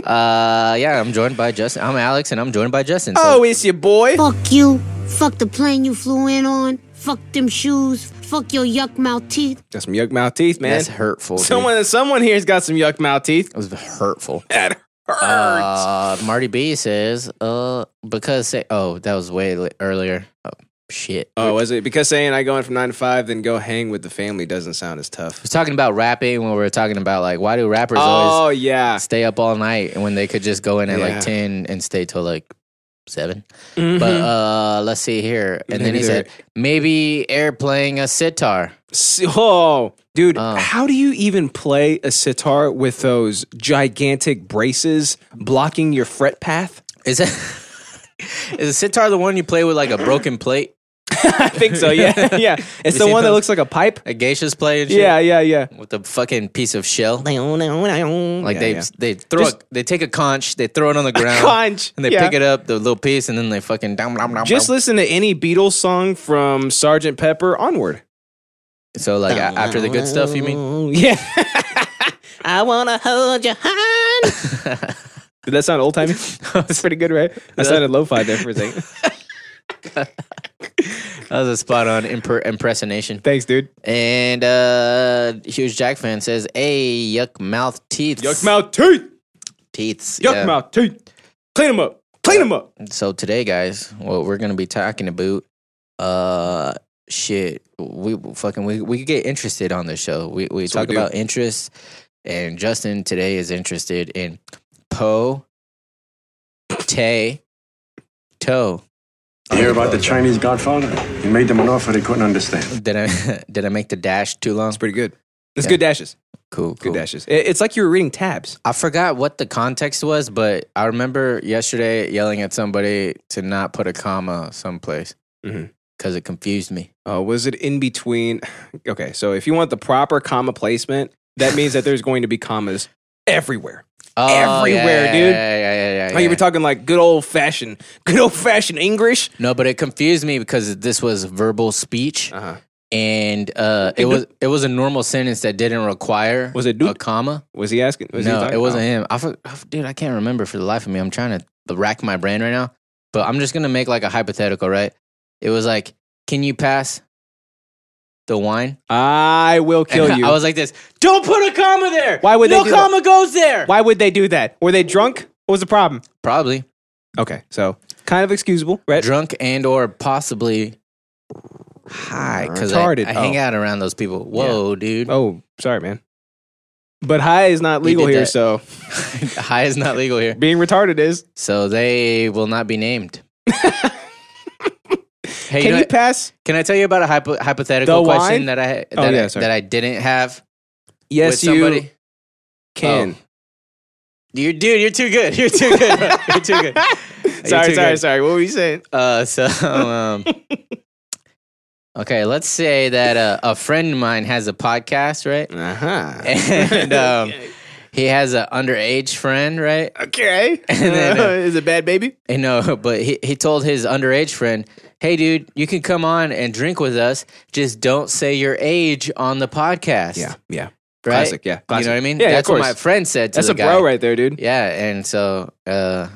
[SPEAKER 1] uh, yeah, I'm joined by Justin. I'm Alex, and I'm joined by Justin. So
[SPEAKER 2] Oh, it's your boy.
[SPEAKER 7] Fuck you. Fuck the plane you flew in on. Fuck them shoes. Fuck your yuck mouth teeth.
[SPEAKER 2] Got some yuck mouth teeth, man.
[SPEAKER 1] that's hurtful. dude.
[SPEAKER 2] Someone, someone here's got some yuck mouth teeth.
[SPEAKER 1] That was hurtful.
[SPEAKER 2] That hurts.
[SPEAKER 1] Uh, Marty B says, "Uh, because say, oh, that was way li- earlier. Oh, shit. I
[SPEAKER 2] oh, was it because saying I go in from nine to five, then go hang with the family doesn't sound as tough?
[SPEAKER 1] was talking about rapping when we were talking about like why do rappers
[SPEAKER 2] Oh
[SPEAKER 1] always
[SPEAKER 2] yeah,
[SPEAKER 1] stay up all night when they could just go in at
[SPEAKER 2] Yeah.
[SPEAKER 1] like ten and stay till like 7 But uh, let's see here. And then
[SPEAKER 2] Maybe
[SPEAKER 1] he said, maybe air playing a sitar.
[SPEAKER 2] S- oh dude,
[SPEAKER 1] Oh.
[SPEAKER 2] how do you even play a sitar with those gigantic braces blocking your fret path?
[SPEAKER 1] Is that is a sitar the one you play with like a broken plate,
[SPEAKER 2] I think so. Yeah, yeah. It's the
[SPEAKER 1] seen
[SPEAKER 2] one that
[SPEAKER 1] those?
[SPEAKER 2] looks like a pipe.
[SPEAKER 1] a geisha's play and shit?
[SPEAKER 2] Yeah, yeah, yeah.
[SPEAKER 1] with a fucking piece of shell. Like
[SPEAKER 2] Like
[SPEAKER 1] they they throw
[SPEAKER 2] Just-
[SPEAKER 1] it, they take a conch, they throw it on the ground,
[SPEAKER 2] conch,
[SPEAKER 1] and they
[SPEAKER 2] yeah.
[SPEAKER 1] pick it up, the little piece, and then they fucking dum, dum, dum,
[SPEAKER 2] Just
[SPEAKER 1] dum.
[SPEAKER 2] listen to any Beatles song from Sergeant Pepper onward.
[SPEAKER 1] so like a- after the good stuff, you mean?
[SPEAKER 2] Yeah. I wanna hold your hand. Did that sound old timey? That's pretty good, right? I sounded lo-fi there for a second.
[SPEAKER 1] That was a spot on imper- impersonation.
[SPEAKER 2] Thanks, dude.
[SPEAKER 1] And uh huge Jack fan says, "Hey, yuck mouth teeth,
[SPEAKER 2] Yuck mouth teeth.
[SPEAKER 1] teeth,
[SPEAKER 2] Yuck
[SPEAKER 1] yeah.
[SPEAKER 2] mouth teeth. Clean them up. Clean them up.
[SPEAKER 1] So today, guys, what we're gonna be talking about, uh, shit, we fucking we we get interested on this show. We we
[SPEAKER 2] we
[SPEAKER 1] talk
[SPEAKER 2] do.
[SPEAKER 1] about interests, and Justin today is interested in po, te, toe.
[SPEAKER 8] You hear about the Chinese Godfather? He made them an offer they couldn't understand.
[SPEAKER 1] Did I did I make the dash too long?
[SPEAKER 2] pretty good. That's
[SPEAKER 1] Yeah.
[SPEAKER 2] good dashes.
[SPEAKER 1] Cool,
[SPEAKER 2] Good
[SPEAKER 1] cool.
[SPEAKER 2] dashes. It- It's like you were reading tabs.
[SPEAKER 1] I forgot what the context was, but I remember yesterday yelling at somebody to not put a comma someplace because
[SPEAKER 2] Mhm.
[SPEAKER 1] it confused me.
[SPEAKER 2] Uh, was it in between? Okay, so if you want the proper comma placement, that means that there's going to be commas everywhere.
[SPEAKER 1] Oh,
[SPEAKER 2] Everywhere,
[SPEAKER 1] yeah, yeah,
[SPEAKER 2] dude.
[SPEAKER 1] Yeah, yeah, yeah. yeah,
[SPEAKER 2] Oh, you
[SPEAKER 1] yeah.
[SPEAKER 2] were talking like good old fashioned, good old fashioned English.
[SPEAKER 1] No, but it confused me because this was verbal speech,
[SPEAKER 2] Uh-huh.
[SPEAKER 1] and uh, it was it was a normal sentence that didn't require
[SPEAKER 2] Was it
[SPEAKER 1] a
[SPEAKER 2] Duke?
[SPEAKER 1] comma.
[SPEAKER 2] Was he asking? Was he
[SPEAKER 1] no,
[SPEAKER 2] talking-
[SPEAKER 1] it wasn't
[SPEAKER 2] oh.
[SPEAKER 1] him. I, for, I for- dude, I can't remember for the life of me. I'm trying to rack my brain right now, but I'm just gonna make like a hypothetical. Right? It was like, can you pass the wine?
[SPEAKER 2] I will kill
[SPEAKER 1] And
[SPEAKER 2] you.
[SPEAKER 1] I was like this. Don't put a comma there.
[SPEAKER 2] Why would they
[SPEAKER 1] no
[SPEAKER 2] do that?
[SPEAKER 1] comma goes there?
[SPEAKER 2] Why would they do that? Were they drunk? What was the problem?
[SPEAKER 1] Probably
[SPEAKER 2] Okay, so kind of excusable, right?
[SPEAKER 1] drunk and or possibly high because I,
[SPEAKER 2] Retarded.
[SPEAKER 1] I hang
[SPEAKER 2] Oh.
[SPEAKER 1] out around those people. Whoa, dude.
[SPEAKER 2] Oh, sorry, man. But high is not
[SPEAKER 1] You
[SPEAKER 2] legal
[SPEAKER 1] did
[SPEAKER 2] here,
[SPEAKER 1] that.
[SPEAKER 2] so
[SPEAKER 1] High is not legal here.
[SPEAKER 2] being retarded is.
[SPEAKER 1] So they will not be named. hey, you
[SPEAKER 2] Can
[SPEAKER 1] know
[SPEAKER 2] you
[SPEAKER 1] what?
[SPEAKER 2] pass?
[SPEAKER 1] can I tell you about a hypo- hypothetical
[SPEAKER 2] The
[SPEAKER 1] question
[SPEAKER 2] wine?
[SPEAKER 1] that I that,
[SPEAKER 2] Oh, yeah,
[SPEAKER 1] I,
[SPEAKER 2] sorry.
[SPEAKER 1] that I didn't have with
[SPEAKER 2] Yes,
[SPEAKER 1] somebody? Oh.
[SPEAKER 2] you can.
[SPEAKER 1] You dude, you're too good. You're too good. bro. you're too good. You're
[SPEAKER 2] sorry,
[SPEAKER 1] too
[SPEAKER 2] sorry,
[SPEAKER 1] good.
[SPEAKER 2] sorry. What were you saying?
[SPEAKER 1] Uh, so um, okay, let's say that uh, a friend of mine has a podcast, right?
[SPEAKER 2] Uh huh.
[SPEAKER 1] and um, he has an underage friend, right?
[SPEAKER 2] Okay.
[SPEAKER 1] And then, uh,
[SPEAKER 2] is it bad, baby?
[SPEAKER 1] You know, uh, but he, he told his underage friend, "Hey, dude, you can come on and drink with us. Just don't say your age on the podcast."
[SPEAKER 2] Yeah, yeah.
[SPEAKER 1] right?
[SPEAKER 2] Classic, yeah. Classic.
[SPEAKER 1] You know what I mean?
[SPEAKER 2] Yeah,
[SPEAKER 1] that's
[SPEAKER 2] of
[SPEAKER 1] what
[SPEAKER 2] course.
[SPEAKER 1] my friend said. To
[SPEAKER 2] That's
[SPEAKER 1] the
[SPEAKER 2] a bro
[SPEAKER 1] guy.
[SPEAKER 2] right there, dude.
[SPEAKER 1] Yeah, and so uh,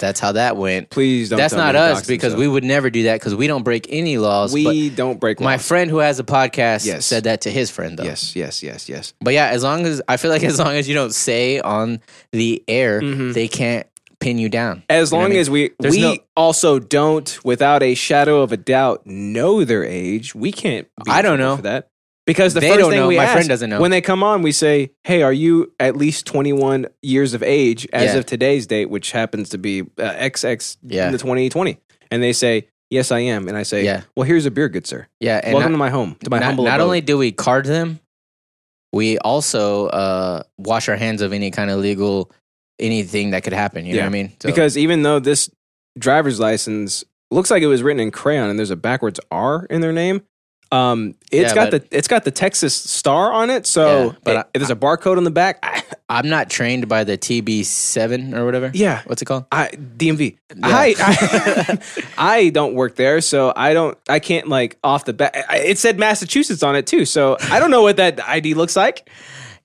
[SPEAKER 1] that's how that went.
[SPEAKER 2] Please don't.
[SPEAKER 1] that's
[SPEAKER 2] tell me
[SPEAKER 1] not
[SPEAKER 2] to
[SPEAKER 1] us
[SPEAKER 2] dox
[SPEAKER 1] because
[SPEAKER 2] himself.
[SPEAKER 1] we would never do that because we don't break any laws. but
[SPEAKER 2] we don't break
[SPEAKER 1] my
[SPEAKER 2] laws.
[SPEAKER 1] friend who has a podcast
[SPEAKER 2] Yes.
[SPEAKER 1] said that to his friend though.
[SPEAKER 2] Yes, yes, yes, yes.
[SPEAKER 1] But yeah, as long as I feel like as long as you don't say on the air, they can't pin you down.
[SPEAKER 2] Mm-hmm. As
[SPEAKER 1] You know what
[SPEAKER 2] long
[SPEAKER 1] I mean?
[SPEAKER 2] as we
[SPEAKER 1] There's
[SPEAKER 2] we
[SPEAKER 1] no-
[SPEAKER 2] also don't, without a shadow of a doubt, know their age. We can't. Be
[SPEAKER 1] I don't
[SPEAKER 2] responsible
[SPEAKER 1] know.
[SPEAKER 2] for that because the
[SPEAKER 1] They
[SPEAKER 2] first
[SPEAKER 1] don't
[SPEAKER 2] thing
[SPEAKER 1] know.
[SPEAKER 2] we
[SPEAKER 1] My friend
[SPEAKER 2] ask
[SPEAKER 1] doesn't know.
[SPEAKER 2] when they come on. We say, "Hey, are you at least twenty one years of age as
[SPEAKER 1] Yeah.
[SPEAKER 2] of today's date, which happens to be uh, XX
[SPEAKER 1] Yeah.
[SPEAKER 2] in the twenty twenty? And they say, "Yes, I am." And I say,
[SPEAKER 1] Yeah.
[SPEAKER 2] well, here's a beer, good sir.
[SPEAKER 1] yeah, and
[SPEAKER 2] Welcome
[SPEAKER 1] not,
[SPEAKER 2] to my home, to my
[SPEAKER 1] not-
[SPEAKER 2] humble.
[SPEAKER 1] not
[SPEAKER 2] abode."
[SPEAKER 1] only do we card them, we also uh, wash our hands of any kind of legal anything that could happen. You know
[SPEAKER 2] Yeah.
[SPEAKER 1] what I mean? So-
[SPEAKER 2] because even though this driver's license looks like it was written in crayon and there's a backwards R in their name, um, it's
[SPEAKER 1] Yeah,
[SPEAKER 2] got
[SPEAKER 1] but-
[SPEAKER 2] the it's got the Texas star on it. So,
[SPEAKER 1] Yeah, but
[SPEAKER 2] it-
[SPEAKER 1] I-
[SPEAKER 2] if there's a barcode on the back, I,
[SPEAKER 1] I'm not trained by the TB7 or whatever.
[SPEAKER 2] yeah,
[SPEAKER 1] What's it called?
[SPEAKER 2] I DMV. I, I I don't work there, so I don't. I can't like off the bat. I- It said Massachusetts on it too, so I don't know what that ID looks like.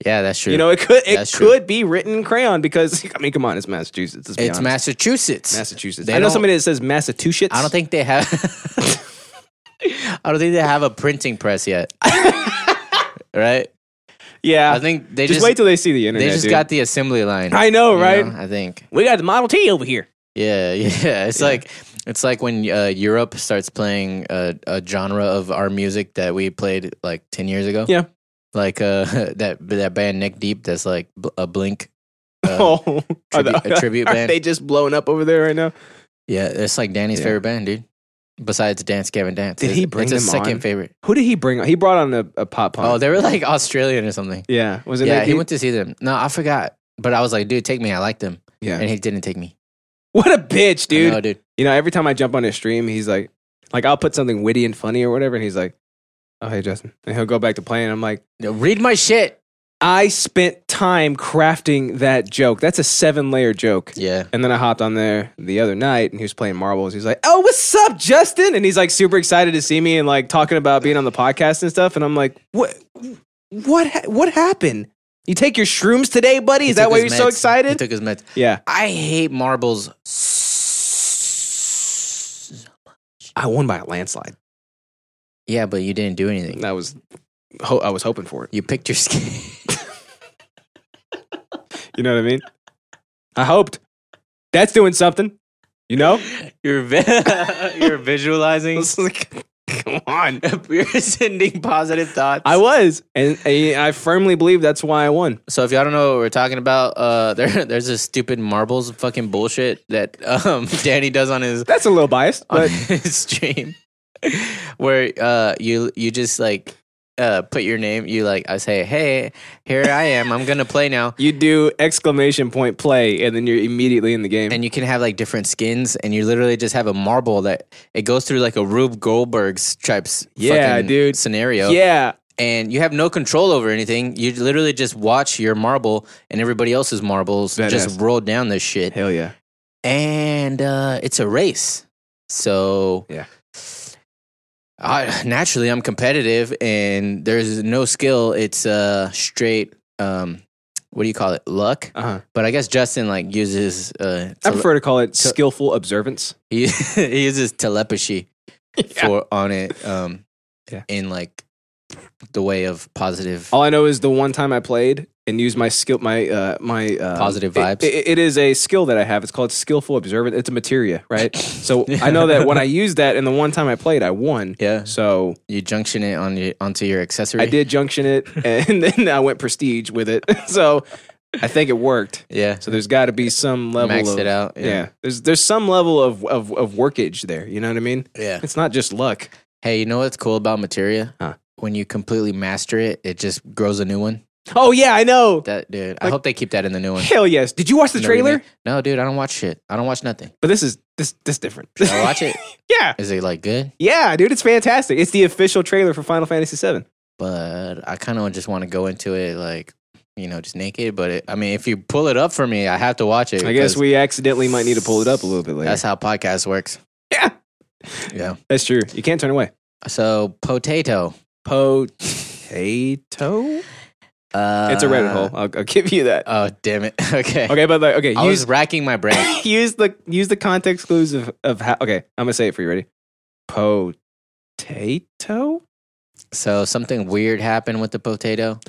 [SPEAKER 1] Yeah, that's true.
[SPEAKER 2] You know, it could it
[SPEAKER 1] That's true.
[SPEAKER 2] could be written in crayon because I mean, come on, it's Massachusetts. Let's be
[SPEAKER 1] it's
[SPEAKER 2] honest.
[SPEAKER 1] Massachusetts.
[SPEAKER 2] Massachusetts.
[SPEAKER 1] They
[SPEAKER 2] I know
[SPEAKER 1] don't-
[SPEAKER 2] somebody that says Massachusetts.
[SPEAKER 1] I don't think they have. I don't think they have a printing press yet. right?
[SPEAKER 2] Yeah,
[SPEAKER 1] I think they
[SPEAKER 2] just,
[SPEAKER 1] just,
[SPEAKER 2] wait till they see the
[SPEAKER 1] they
[SPEAKER 2] internet.
[SPEAKER 1] just
[SPEAKER 2] dude.
[SPEAKER 1] got the assembly line.
[SPEAKER 2] I know,
[SPEAKER 1] you
[SPEAKER 2] right?
[SPEAKER 1] I think.
[SPEAKER 2] We got the Model T over here.
[SPEAKER 1] Yeah, yeah. It's like it's like when uh, Europe starts playing uh, a genre of our music that we played like ten years ago.
[SPEAKER 2] Yeah.
[SPEAKER 1] Like uh, that that band Neck Deep. That's like bl- a Blink. Uh,
[SPEAKER 2] oh,
[SPEAKER 1] tribu- a tribute
[SPEAKER 2] are
[SPEAKER 1] band.
[SPEAKER 2] they just blowing up over there right now?
[SPEAKER 1] Yeah, it's like Danny's
[SPEAKER 2] Yeah.
[SPEAKER 1] favorite band, dude. Besides Dance Gavin Dance,
[SPEAKER 2] Did
[SPEAKER 1] It's-
[SPEAKER 2] he bring
[SPEAKER 1] it's his
[SPEAKER 2] them
[SPEAKER 1] second
[SPEAKER 2] on?
[SPEAKER 1] favorite?
[SPEAKER 2] Who did he bring? on? He brought on a, a pop punk.
[SPEAKER 1] Oh, they were like Australian or something.
[SPEAKER 2] yeah. Was it?
[SPEAKER 1] Yeah,
[SPEAKER 2] Nate
[SPEAKER 1] he
[SPEAKER 2] Deep?
[SPEAKER 1] went to see them. No, I forgot. But I was like, dude, take me. I like them,
[SPEAKER 2] yeah.
[SPEAKER 1] and he didn't take me.
[SPEAKER 2] what a bitch, dude.
[SPEAKER 1] no, dude.
[SPEAKER 2] You know, every time I jump on his stream, he's like, like I'll put something witty and funny or whatever, and he's like, "Oh, hey, Justin," and he'll go back to playing. I'm like,
[SPEAKER 1] No, Read my shit.
[SPEAKER 2] I spent time crafting that joke. That's a seven layer joke.
[SPEAKER 1] Yeah,
[SPEAKER 2] And then I hopped on there the other night and he was playing marbles. He's like, Oh, what's up, Justin? And he's like super excited to see me and like talking about being on the podcast and stuff. And I'm like, What what ha- what happened? You take your shrooms today, buddy? Is that why you're so
[SPEAKER 1] He
[SPEAKER 2] excited?
[SPEAKER 1] took his meds.
[SPEAKER 2] yeah.
[SPEAKER 1] I hate marbles. s-
[SPEAKER 2] I won by a landslide.
[SPEAKER 1] Yeah, but you didn't do anything.
[SPEAKER 2] That was ho- I was hoping for it.
[SPEAKER 1] You picked your skin.
[SPEAKER 2] You know what I mean? I hoped. That's doing something. You know?
[SPEAKER 1] you're vi- you're visualizing.
[SPEAKER 2] Come on.
[SPEAKER 1] you're sending positive thoughts.
[SPEAKER 2] I was. And, and I firmly believe that's why I won.
[SPEAKER 1] So if y'all don't know what we're talking about, uh, there there's this stupid marbles fucking bullshit that um Danny does on his
[SPEAKER 2] That's a little biased,
[SPEAKER 1] on
[SPEAKER 2] but
[SPEAKER 1] his stream, where uh you you just like uh put your name, you like I say, hey, here I am, I'm gonna play now,
[SPEAKER 2] You do exclamation point play, and then you're immediately in the game.
[SPEAKER 1] and you can have like different skins, and you literally just have a marble that it goes through like a Rube Goldberg's types
[SPEAKER 2] Yeah,
[SPEAKER 1] fucking
[SPEAKER 2] dude.
[SPEAKER 1] scenario,
[SPEAKER 2] yeah,
[SPEAKER 1] and you have no control over anything. You literally just watch your marble and everybody else's marbles
[SPEAKER 2] Badass.
[SPEAKER 1] just roll down this shit.
[SPEAKER 2] hell yeah,
[SPEAKER 1] and uh, it's a race. So
[SPEAKER 2] Yeah.
[SPEAKER 1] I, naturally I'm competitive, and there's no skill. It's uh, straight. Um, what do you call it? Luck.
[SPEAKER 2] uh huh.
[SPEAKER 1] But I guess Justin like uses uh,
[SPEAKER 2] I
[SPEAKER 1] tele-
[SPEAKER 2] prefer to call it skillful observance.
[SPEAKER 1] he, he uses telepathy for on it. Um,
[SPEAKER 2] Yeah. Oh.
[SPEAKER 1] in like the way of positive.
[SPEAKER 2] All I know is the one time I played and used my skill, my uh, my uh,
[SPEAKER 1] Positive
[SPEAKER 2] it-
[SPEAKER 1] vibes.
[SPEAKER 2] it- it is a skill that I have. It's called skillful observance. It's a materia, right? So I know that when I used that, and the one time I played, I won.
[SPEAKER 1] yeah,
[SPEAKER 2] So
[SPEAKER 1] you junction it on your, onto your accessory.
[SPEAKER 2] I did junction it, and then I went prestige with it. So I think it worked.
[SPEAKER 1] Yeah,
[SPEAKER 2] So there's got to be some level
[SPEAKER 1] maxed
[SPEAKER 2] of
[SPEAKER 1] it out.
[SPEAKER 2] yeah. There's there's some level of, of of workage there. You know what I mean?
[SPEAKER 1] yeah.
[SPEAKER 2] It's not just luck.
[SPEAKER 1] Hey, you know what's cool about materia?
[SPEAKER 2] Huh.
[SPEAKER 1] When you completely master it, it just grows a new one.
[SPEAKER 2] Oh yeah, I know.
[SPEAKER 1] That dude, I
[SPEAKER 2] Like-
[SPEAKER 1] hope they keep that in the new one.
[SPEAKER 2] Hell yes. Did you watch the
[SPEAKER 1] You know what I
[SPEAKER 2] trailer?
[SPEAKER 1] mean? No, dude, I don't watch shit. I don't watch nothing.
[SPEAKER 2] But this is this this different.
[SPEAKER 1] I watch it.
[SPEAKER 2] yeah.
[SPEAKER 1] Is it like good?
[SPEAKER 2] Yeah, dude, it's fantastic. It's the official trailer for Final Fantasy VII.
[SPEAKER 1] But I kind of just want to go into it like you know, just naked. But it, I mean, if you pull it up for me, I have to watch it.
[SPEAKER 2] I guess
[SPEAKER 1] because
[SPEAKER 2] we accidentally might need to pull it up a little bit later.
[SPEAKER 1] That's
[SPEAKER 2] That's,
[SPEAKER 1] how podcast works.
[SPEAKER 2] Yeah.
[SPEAKER 1] Yeah.
[SPEAKER 2] true. You can't turn away.
[SPEAKER 1] So potato.
[SPEAKER 2] Potato.
[SPEAKER 1] Uh,
[SPEAKER 2] it's a rabbit hole. I'll, I'll give you that.
[SPEAKER 1] Oh damn it. Okay.
[SPEAKER 2] okay, but like, okay,
[SPEAKER 1] I
[SPEAKER 2] use
[SPEAKER 1] was racking my brain.
[SPEAKER 2] use the use the context clues of of how. Okay, I'm gonna say it for you. Ready? Potato.
[SPEAKER 1] So something weird happened with the potato.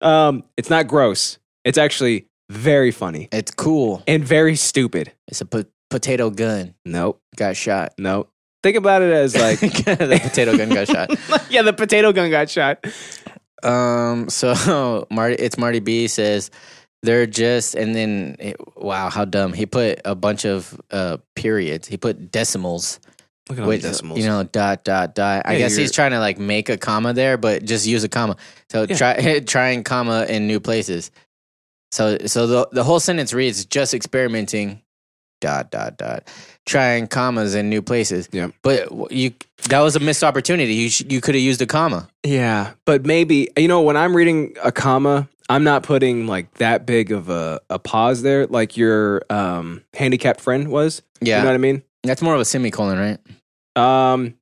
[SPEAKER 2] Um, it's not gross. It's actually very funny
[SPEAKER 1] It's cool.
[SPEAKER 2] and very stupid.
[SPEAKER 1] It's a po- potato gun
[SPEAKER 2] Nope.
[SPEAKER 1] got shot.
[SPEAKER 2] Nope. Think about it as like
[SPEAKER 1] the potato gun got shot.
[SPEAKER 2] yeah, the potato gun got shot.
[SPEAKER 1] Um. So Marty, it's Marty B says they're just, and then it, wow, how dumb. He put a bunch of uh periods. He put decimals,
[SPEAKER 2] Look
[SPEAKER 1] which you know, dot dot dot. I
[SPEAKER 2] Yeah,
[SPEAKER 1] guess he's
[SPEAKER 2] you're-
[SPEAKER 1] trying to like make a comma there, but just use a comma. So
[SPEAKER 2] Yeah.
[SPEAKER 1] try trying comma in new places. So so the the whole sentence reads just experimenting. Dot dot dot, trying commas in new places.
[SPEAKER 2] Yeah.
[SPEAKER 1] but w- you that was a missed opportunity. You sh- you could have used a comma.
[SPEAKER 2] Yeah, but maybe you know when I'm reading a comma, I'm not putting like that big of a, a pause there, like your um, handicapped friend was.
[SPEAKER 1] Yeah,
[SPEAKER 2] you know what I mean.
[SPEAKER 1] that's more of a semicolon, right?
[SPEAKER 2] Um,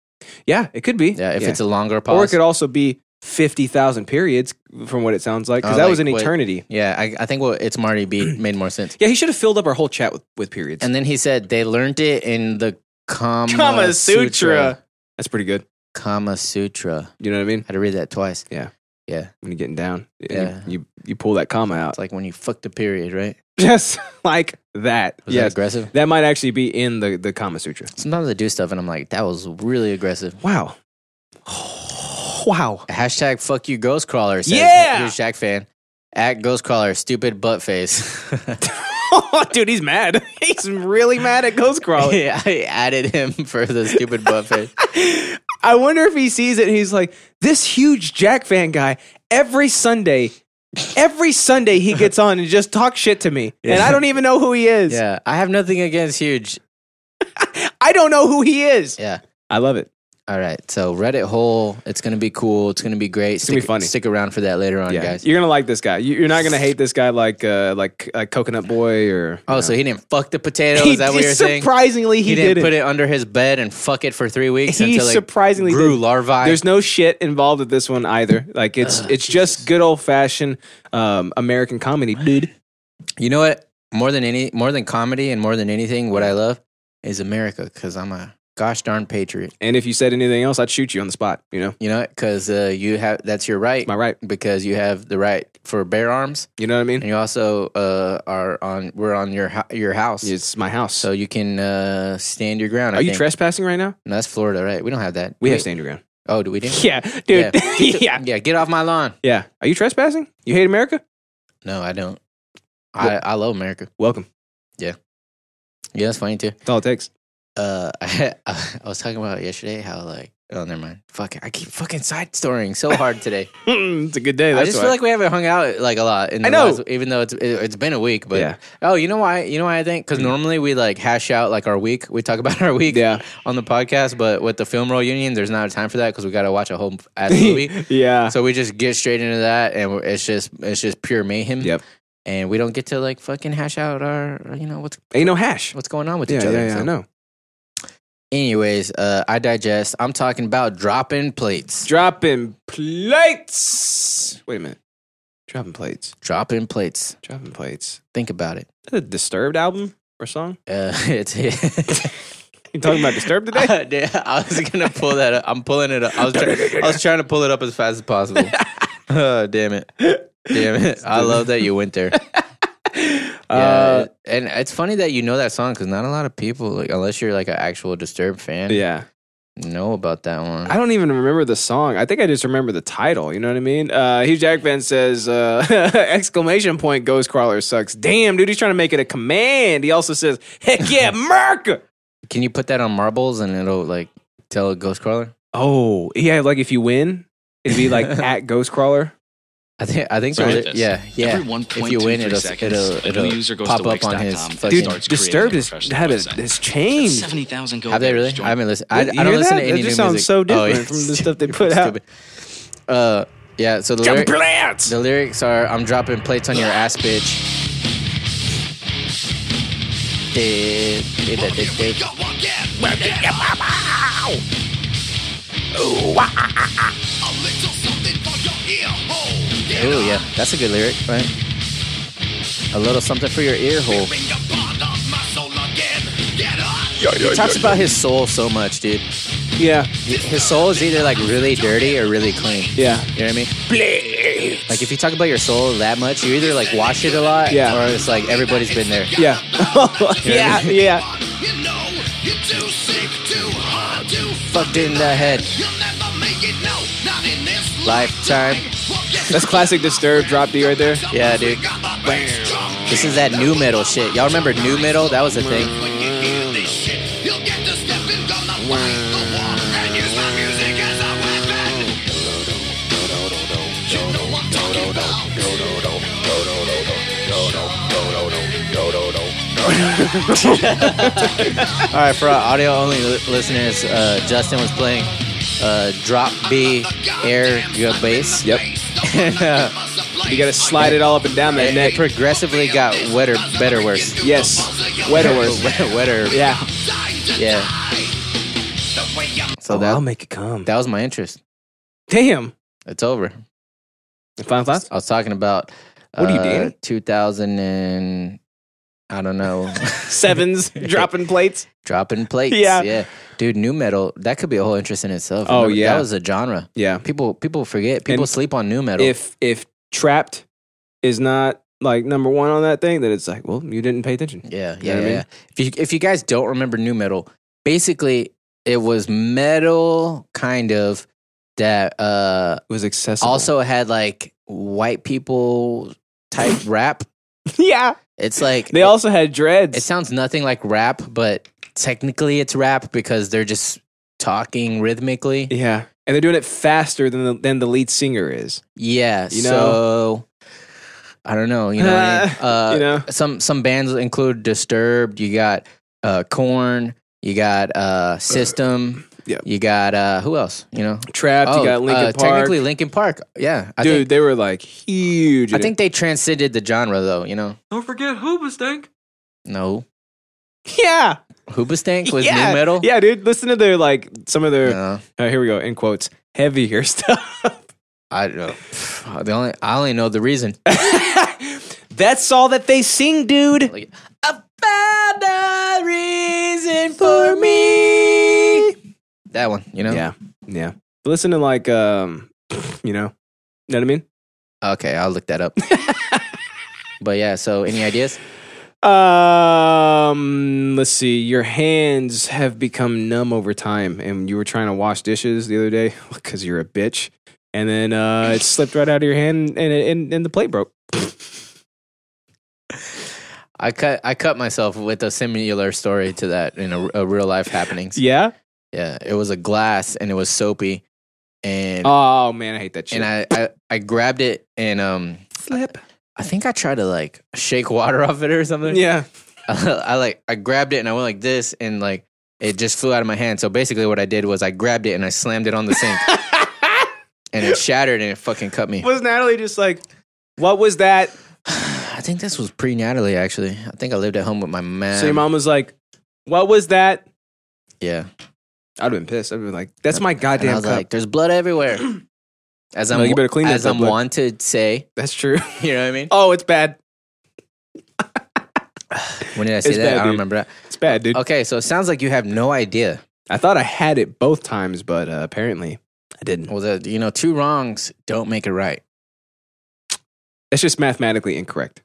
[SPEAKER 2] yeah, it could be.
[SPEAKER 1] Yeah, if it's a longer pause.
[SPEAKER 2] or it could also be fifty thousand periods from what it sounds like because
[SPEAKER 1] Oh,
[SPEAKER 2] that
[SPEAKER 1] like
[SPEAKER 2] was an
[SPEAKER 1] what-
[SPEAKER 2] eternity.
[SPEAKER 1] yeah, I, I think what it's Marty B made more sense.
[SPEAKER 2] Yeah, he should have filled up our whole chat with, with periods.
[SPEAKER 1] And then he said they learned it in the Kama,
[SPEAKER 2] Kama Sutra. That's pretty good.
[SPEAKER 1] Kama Sutra.
[SPEAKER 2] You know what I mean?
[SPEAKER 1] I had to read that twice.
[SPEAKER 2] Yeah.
[SPEAKER 1] Yeah.
[SPEAKER 2] When you're getting down, and
[SPEAKER 1] Yeah.
[SPEAKER 2] you, you you pull that comma out
[SPEAKER 1] It's like when you fuck the period, right?
[SPEAKER 2] just like that.
[SPEAKER 1] Was that
[SPEAKER 2] yes, that,
[SPEAKER 1] aggressive?
[SPEAKER 2] might actually be in the the Kama Sutra.
[SPEAKER 1] Sometimes I do stuff and I'm like, that was really aggressive.
[SPEAKER 2] Wow. Wow.
[SPEAKER 1] Hashtag fuck you Ghostcrawler says
[SPEAKER 2] Yeah!
[SPEAKER 1] huge Jack fan. At Ghostcrawler, stupid butt face.
[SPEAKER 2] Dude, he's mad. He's really mad at Ghost Crawler.
[SPEAKER 1] yeah, I added him for the stupid butt face.
[SPEAKER 2] I wonder if he sees it and he's like, this huge Jack fan guy, every Sunday, every Sunday he gets on and just talks shit to me. And I don't even know who he is.
[SPEAKER 1] Yeah, I have nothing against huge.
[SPEAKER 2] I don't know who he is.
[SPEAKER 1] Yeah.
[SPEAKER 2] I love it.
[SPEAKER 1] All right, so Reddit hole. It's gonna be cool. It's gonna be great. It's
[SPEAKER 2] gonna be funny.
[SPEAKER 1] Stick around for that later on,
[SPEAKER 2] Yeah.
[SPEAKER 1] guys.
[SPEAKER 2] You're gonna like this guy. You- You're not gonna hate this guy like uh like like Coconut Boy or
[SPEAKER 1] Oh, so he didn't fuck the potato?
[SPEAKER 2] He
[SPEAKER 1] Is that what
[SPEAKER 2] did-
[SPEAKER 1] you're saying?
[SPEAKER 2] surprisingly he,
[SPEAKER 1] he didn't
[SPEAKER 2] did
[SPEAKER 1] put it under his bed and fuck it for three weeks
[SPEAKER 2] He
[SPEAKER 1] until it
[SPEAKER 2] surprisingly
[SPEAKER 1] grew
[SPEAKER 2] didn't.
[SPEAKER 1] larvae.
[SPEAKER 2] There's no shit involved with this one either. Like it's
[SPEAKER 1] Ah,
[SPEAKER 2] it's just good old fashioned um, American comedy, dude.
[SPEAKER 1] you know what? More than any, more than comedy, and more than anything, what I love is America because I'm a gosh darn patriot.
[SPEAKER 2] And if you said anything else, I'd shoot you on the spot. You know,
[SPEAKER 1] You know, because uh, you have that's your right.
[SPEAKER 2] my right.
[SPEAKER 1] Because you have the right for bare arms,
[SPEAKER 2] You know what I
[SPEAKER 1] and
[SPEAKER 2] mean?
[SPEAKER 1] you also uh, are on. We're on your hou- your house,
[SPEAKER 2] It's my house.
[SPEAKER 1] so you can uh, stand your ground. I
[SPEAKER 2] Are you
[SPEAKER 1] think.
[SPEAKER 2] trespassing right now?
[SPEAKER 1] No, that's Florida, right? We don't have that.
[SPEAKER 2] We
[SPEAKER 1] Wait,
[SPEAKER 2] have stand your ground.
[SPEAKER 1] Oh, do we do?
[SPEAKER 2] Yeah, dude. Yeah. yeah,
[SPEAKER 1] Yeah, get off my lawn.
[SPEAKER 2] Are you trespassing? You hate America?
[SPEAKER 1] No, I don't. I, I love America.
[SPEAKER 2] Welcome.
[SPEAKER 1] Yeah, that's funny too.
[SPEAKER 2] That's all it takes.
[SPEAKER 1] Uh, I, I was talking about it yesterday how like oh never mind. Fuck, it. I keep fucking side storying so hard today.
[SPEAKER 2] it's a good day.
[SPEAKER 1] I
[SPEAKER 2] That's
[SPEAKER 1] just
[SPEAKER 2] why.
[SPEAKER 1] feel like we haven't hung out like a lot. In the
[SPEAKER 2] I know.
[SPEAKER 1] last- even though it's it, it's been a week, but
[SPEAKER 2] Yeah. Mm.
[SPEAKER 1] oh, you know why? You know why I think because normally we like hash out like our week. We talk about our week
[SPEAKER 2] Yeah.
[SPEAKER 1] on the podcast, but with the film roll union, there's not time for that because we got to watch a whole ass movie.
[SPEAKER 2] yeah.
[SPEAKER 1] So we just get straight into that, and we're- it's just it's just pure mayhem.
[SPEAKER 2] Yep.
[SPEAKER 1] And we don't get to like fucking hash out our you know what's
[SPEAKER 2] Ain't no hash.
[SPEAKER 1] what's going on with
[SPEAKER 2] Yeah,
[SPEAKER 1] each
[SPEAKER 2] yeah,
[SPEAKER 1] other.
[SPEAKER 2] yeah.
[SPEAKER 1] so.
[SPEAKER 2] I know.
[SPEAKER 1] Anyways, uh, I digest. I'm talking about dropping plates.
[SPEAKER 2] Dropping plates. Wait a minute. Dropping plates.
[SPEAKER 1] dropping plates.
[SPEAKER 2] Dropping plates.
[SPEAKER 1] Think about it.
[SPEAKER 2] Is that a Disturbed album or song?
[SPEAKER 1] Uh, it's
[SPEAKER 2] You talking about Disturbed today?
[SPEAKER 1] I, did- I was gonna pull that. up. I'm pulling it up. I was, try- I was trying to pull it up as fast as possible. oh, damn it! Damn it! I love that you went there. Yeah,
[SPEAKER 2] Uh,
[SPEAKER 1] and it's funny that you know that song because not a lot of people, like unless you're like an actual Disturbed fan,
[SPEAKER 2] yeah.
[SPEAKER 1] know about that one.
[SPEAKER 2] I don't even remember the song. I think I just remember the title. You know what I mean? Uh, Hugh Jackman says, uh, exclamation point, Ghost Crawler sucks. Damn, dude, he's trying to make it a command. He also says, heck yeah, Merc!
[SPEAKER 1] Can you put that on marbles and it'll like tell a ghost crawler?
[SPEAKER 2] Oh, yeah, like if you win, it'd be like at Ghost Crawler.
[SPEAKER 1] I think I think
[SPEAKER 9] Sorry.
[SPEAKER 1] there's a- yeah yeah.
[SPEAKER 9] Every 1.23
[SPEAKER 1] if you win, it'll
[SPEAKER 9] seconds,
[SPEAKER 1] it'll,
[SPEAKER 9] a new
[SPEAKER 1] it'll
[SPEAKER 9] user goes
[SPEAKER 1] pop
[SPEAKER 9] to
[SPEAKER 1] up on
[SPEAKER 9] Wix.com
[SPEAKER 1] his
[SPEAKER 9] and
[SPEAKER 1] fucking.
[SPEAKER 2] Dude,
[SPEAKER 9] starts creating
[SPEAKER 2] Disturbed is,
[SPEAKER 9] impressions
[SPEAKER 2] had a,
[SPEAKER 9] website.
[SPEAKER 2] has changed.
[SPEAKER 9] Seventy thousand go.
[SPEAKER 1] have they
[SPEAKER 9] getters
[SPEAKER 1] really?
[SPEAKER 9] join
[SPEAKER 1] I haven't listened.
[SPEAKER 2] You
[SPEAKER 1] I, I
[SPEAKER 2] hear
[SPEAKER 1] don't listen
[SPEAKER 2] that?
[SPEAKER 1] to
[SPEAKER 2] That
[SPEAKER 1] any
[SPEAKER 2] just
[SPEAKER 1] new
[SPEAKER 2] sounds
[SPEAKER 1] music.
[SPEAKER 2] so different from the stuff they put out.
[SPEAKER 1] Stupid. Oh, Uh, Yeah, so the,
[SPEAKER 2] Jump
[SPEAKER 1] lyric-
[SPEAKER 2] plants.
[SPEAKER 1] the lyrics are I'm dropping plates on your ass, bitch. Did- did- did- did- did. Ooh, yeah, that's a good lyric, right? A little something for your ear hole. He talks about his soul so much, dude.
[SPEAKER 2] Yeah,
[SPEAKER 1] His soul is either like really dirty or really clean.
[SPEAKER 2] yeah.
[SPEAKER 1] You know what I mean? Like if you talk about your soul that much, you either like wash it a lot,
[SPEAKER 2] Yeah.
[SPEAKER 1] or it's like everybody's been there.
[SPEAKER 2] Yeah. yeah, yeah.
[SPEAKER 1] Fucked in the head. Lifetime.
[SPEAKER 2] That's classic Disturbed drop D right there.
[SPEAKER 1] Yeah, dude. This is that new metal shit. Y'all remember new metal? That was a thing. All right, for our audio only li- listeners, uh, Justin was playing uh, drop B air your bass.
[SPEAKER 2] Yep. You gotta slide it all up and down that
[SPEAKER 1] And it
[SPEAKER 2] neck.
[SPEAKER 1] progressively got wetter, better, worse.
[SPEAKER 2] Yes. Wetter worse.
[SPEAKER 1] wetter.
[SPEAKER 2] Yeah.
[SPEAKER 1] Yeah. So
[SPEAKER 2] Oh, I'll
[SPEAKER 1] that
[SPEAKER 2] make it come.
[SPEAKER 1] that was my interest.
[SPEAKER 2] Damn.
[SPEAKER 1] It's over.
[SPEAKER 2] Final thoughts?
[SPEAKER 1] I was talking about
[SPEAKER 2] What are you
[SPEAKER 1] uh,
[SPEAKER 2] doing?
[SPEAKER 1] 2000 and I don't know,
[SPEAKER 2] Sevens dropping plates.
[SPEAKER 1] dropping plates.
[SPEAKER 2] Yeah.
[SPEAKER 1] yeah, dude, new metal that could be a whole interest in itself.
[SPEAKER 2] Oh, yeah.
[SPEAKER 1] that was a genre.
[SPEAKER 2] Yeah.
[SPEAKER 1] People people forget. People
[SPEAKER 2] And
[SPEAKER 1] sleep on new metal.
[SPEAKER 2] If if trapped is not like number one on that thing, then it's like, well, you didn't pay attention.
[SPEAKER 1] Yeah,
[SPEAKER 2] You know
[SPEAKER 1] yeah,
[SPEAKER 2] what I
[SPEAKER 1] yeah,
[SPEAKER 2] mean?
[SPEAKER 1] yeah. If you if you guys don't remember new metal, basically it was metal kind of that uh
[SPEAKER 2] It was accessible.
[SPEAKER 1] also had like white people type rap.
[SPEAKER 2] yeah.
[SPEAKER 1] It's like
[SPEAKER 2] They
[SPEAKER 1] it-
[SPEAKER 2] also had dreads.
[SPEAKER 1] it sounds nothing like rap, but technically it's rap because they're just talking rhythmically.
[SPEAKER 2] yeah. And they're doing it faster than the, than the lead singer is.
[SPEAKER 1] Yeah,
[SPEAKER 2] You
[SPEAKER 1] so I don't know, you know, what I mean? uh,
[SPEAKER 2] you know?
[SPEAKER 1] some some bands include Disturbed. You got uh Corn. You got uh System.
[SPEAKER 2] Yep.
[SPEAKER 1] You got uh who else? You know.
[SPEAKER 2] Trapped, you got Linkin
[SPEAKER 1] uh,
[SPEAKER 2] Park.
[SPEAKER 1] Technically, Linkin Park. Yeah, I
[SPEAKER 2] Dude,
[SPEAKER 1] Think,
[SPEAKER 2] they were like huge.
[SPEAKER 1] I think they transcended the genre, though. You know.
[SPEAKER 6] Don't forget Hoobastank.
[SPEAKER 1] No,
[SPEAKER 2] yeah.
[SPEAKER 1] Hoobastank was
[SPEAKER 2] yeah.
[SPEAKER 1] new metal.
[SPEAKER 2] Yeah, dude. Listen to their like some of their
[SPEAKER 1] No,
[SPEAKER 2] uh, here we go in quotes heavier stuff.
[SPEAKER 1] I don't know. Pff, The only I only know the reason.
[SPEAKER 2] That's all that they sing, dude.
[SPEAKER 1] Like, I found a reason for me. That one, you know.
[SPEAKER 2] Yeah, yeah. Listen to like um, you know, know what I mean.
[SPEAKER 1] Okay, I'll look that up. but yeah, so any ideas?
[SPEAKER 2] Um, let's see. Your hands have become numb over time, and you were trying to wash dishes the other day because you're a bitch, and then uh, it slipped right out of your hand, and and, and the plate broke.
[SPEAKER 1] I cut I cut myself with a similar story to that in a, a real life happenings.
[SPEAKER 2] Yeah.
[SPEAKER 1] Yeah, it was a glass and it was soapy, and
[SPEAKER 2] Oh man, I hate that shit.
[SPEAKER 1] and I, I I grabbed it and um
[SPEAKER 2] slip.
[SPEAKER 1] I think I tried to like shake water off it or something.
[SPEAKER 2] Yeah.
[SPEAKER 1] I like I grabbed it and I went like this and like it just flew out of my hand. So basically, what I did was I grabbed it and I slammed it on the sink, and it shattered and it fucking cut me.
[SPEAKER 2] Was Natalie just like, what was that?
[SPEAKER 1] I think this was pre Natalie actually. I think I lived at home with my mom.
[SPEAKER 2] so your mom was like, what was that?
[SPEAKER 1] Yeah.
[SPEAKER 2] I'd have been pissed. I'd have been like, that's my
[SPEAKER 1] And I
[SPEAKER 2] goddamn
[SPEAKER 1] was
[SPEAKER 2] cup.
[SPEAKER 1] like, "There's blood everywhere." As I'm,
[SPEAKER 2] No, you better clean that
[SPEAKER 1] as
[SPEAKER 2] up,
[SPEAKER 1] I'm
[SPEAKER 2] bud.
[SPEAKER 1] wanted say,
[SPEAKER 2] that's true.
[SPEAKER 1] you know what I mean?
[SPEAKER 2] oh, it's bad.
[SPEAKER 1] When did I say
[SPEAKER 2] It's
[SPEAKER 1] that?
[SPEAKER 2] bad,
[SPEAKER 1] I don't
[SPEAKER 2] dude.
[SPEAKER 1] remember that.
[SPEAKER 2] It's bad, dude.
[SPEAKER 1] Okay, so it sounds like you have no idea.
[SPEAKER 2] I thought I had it both times, but uh, apparently I didn't.
[SPEAKER 1] Well, the, you know, two wrongs don't make it right.
[SPEAKER 2] That's just mathematically incorrect.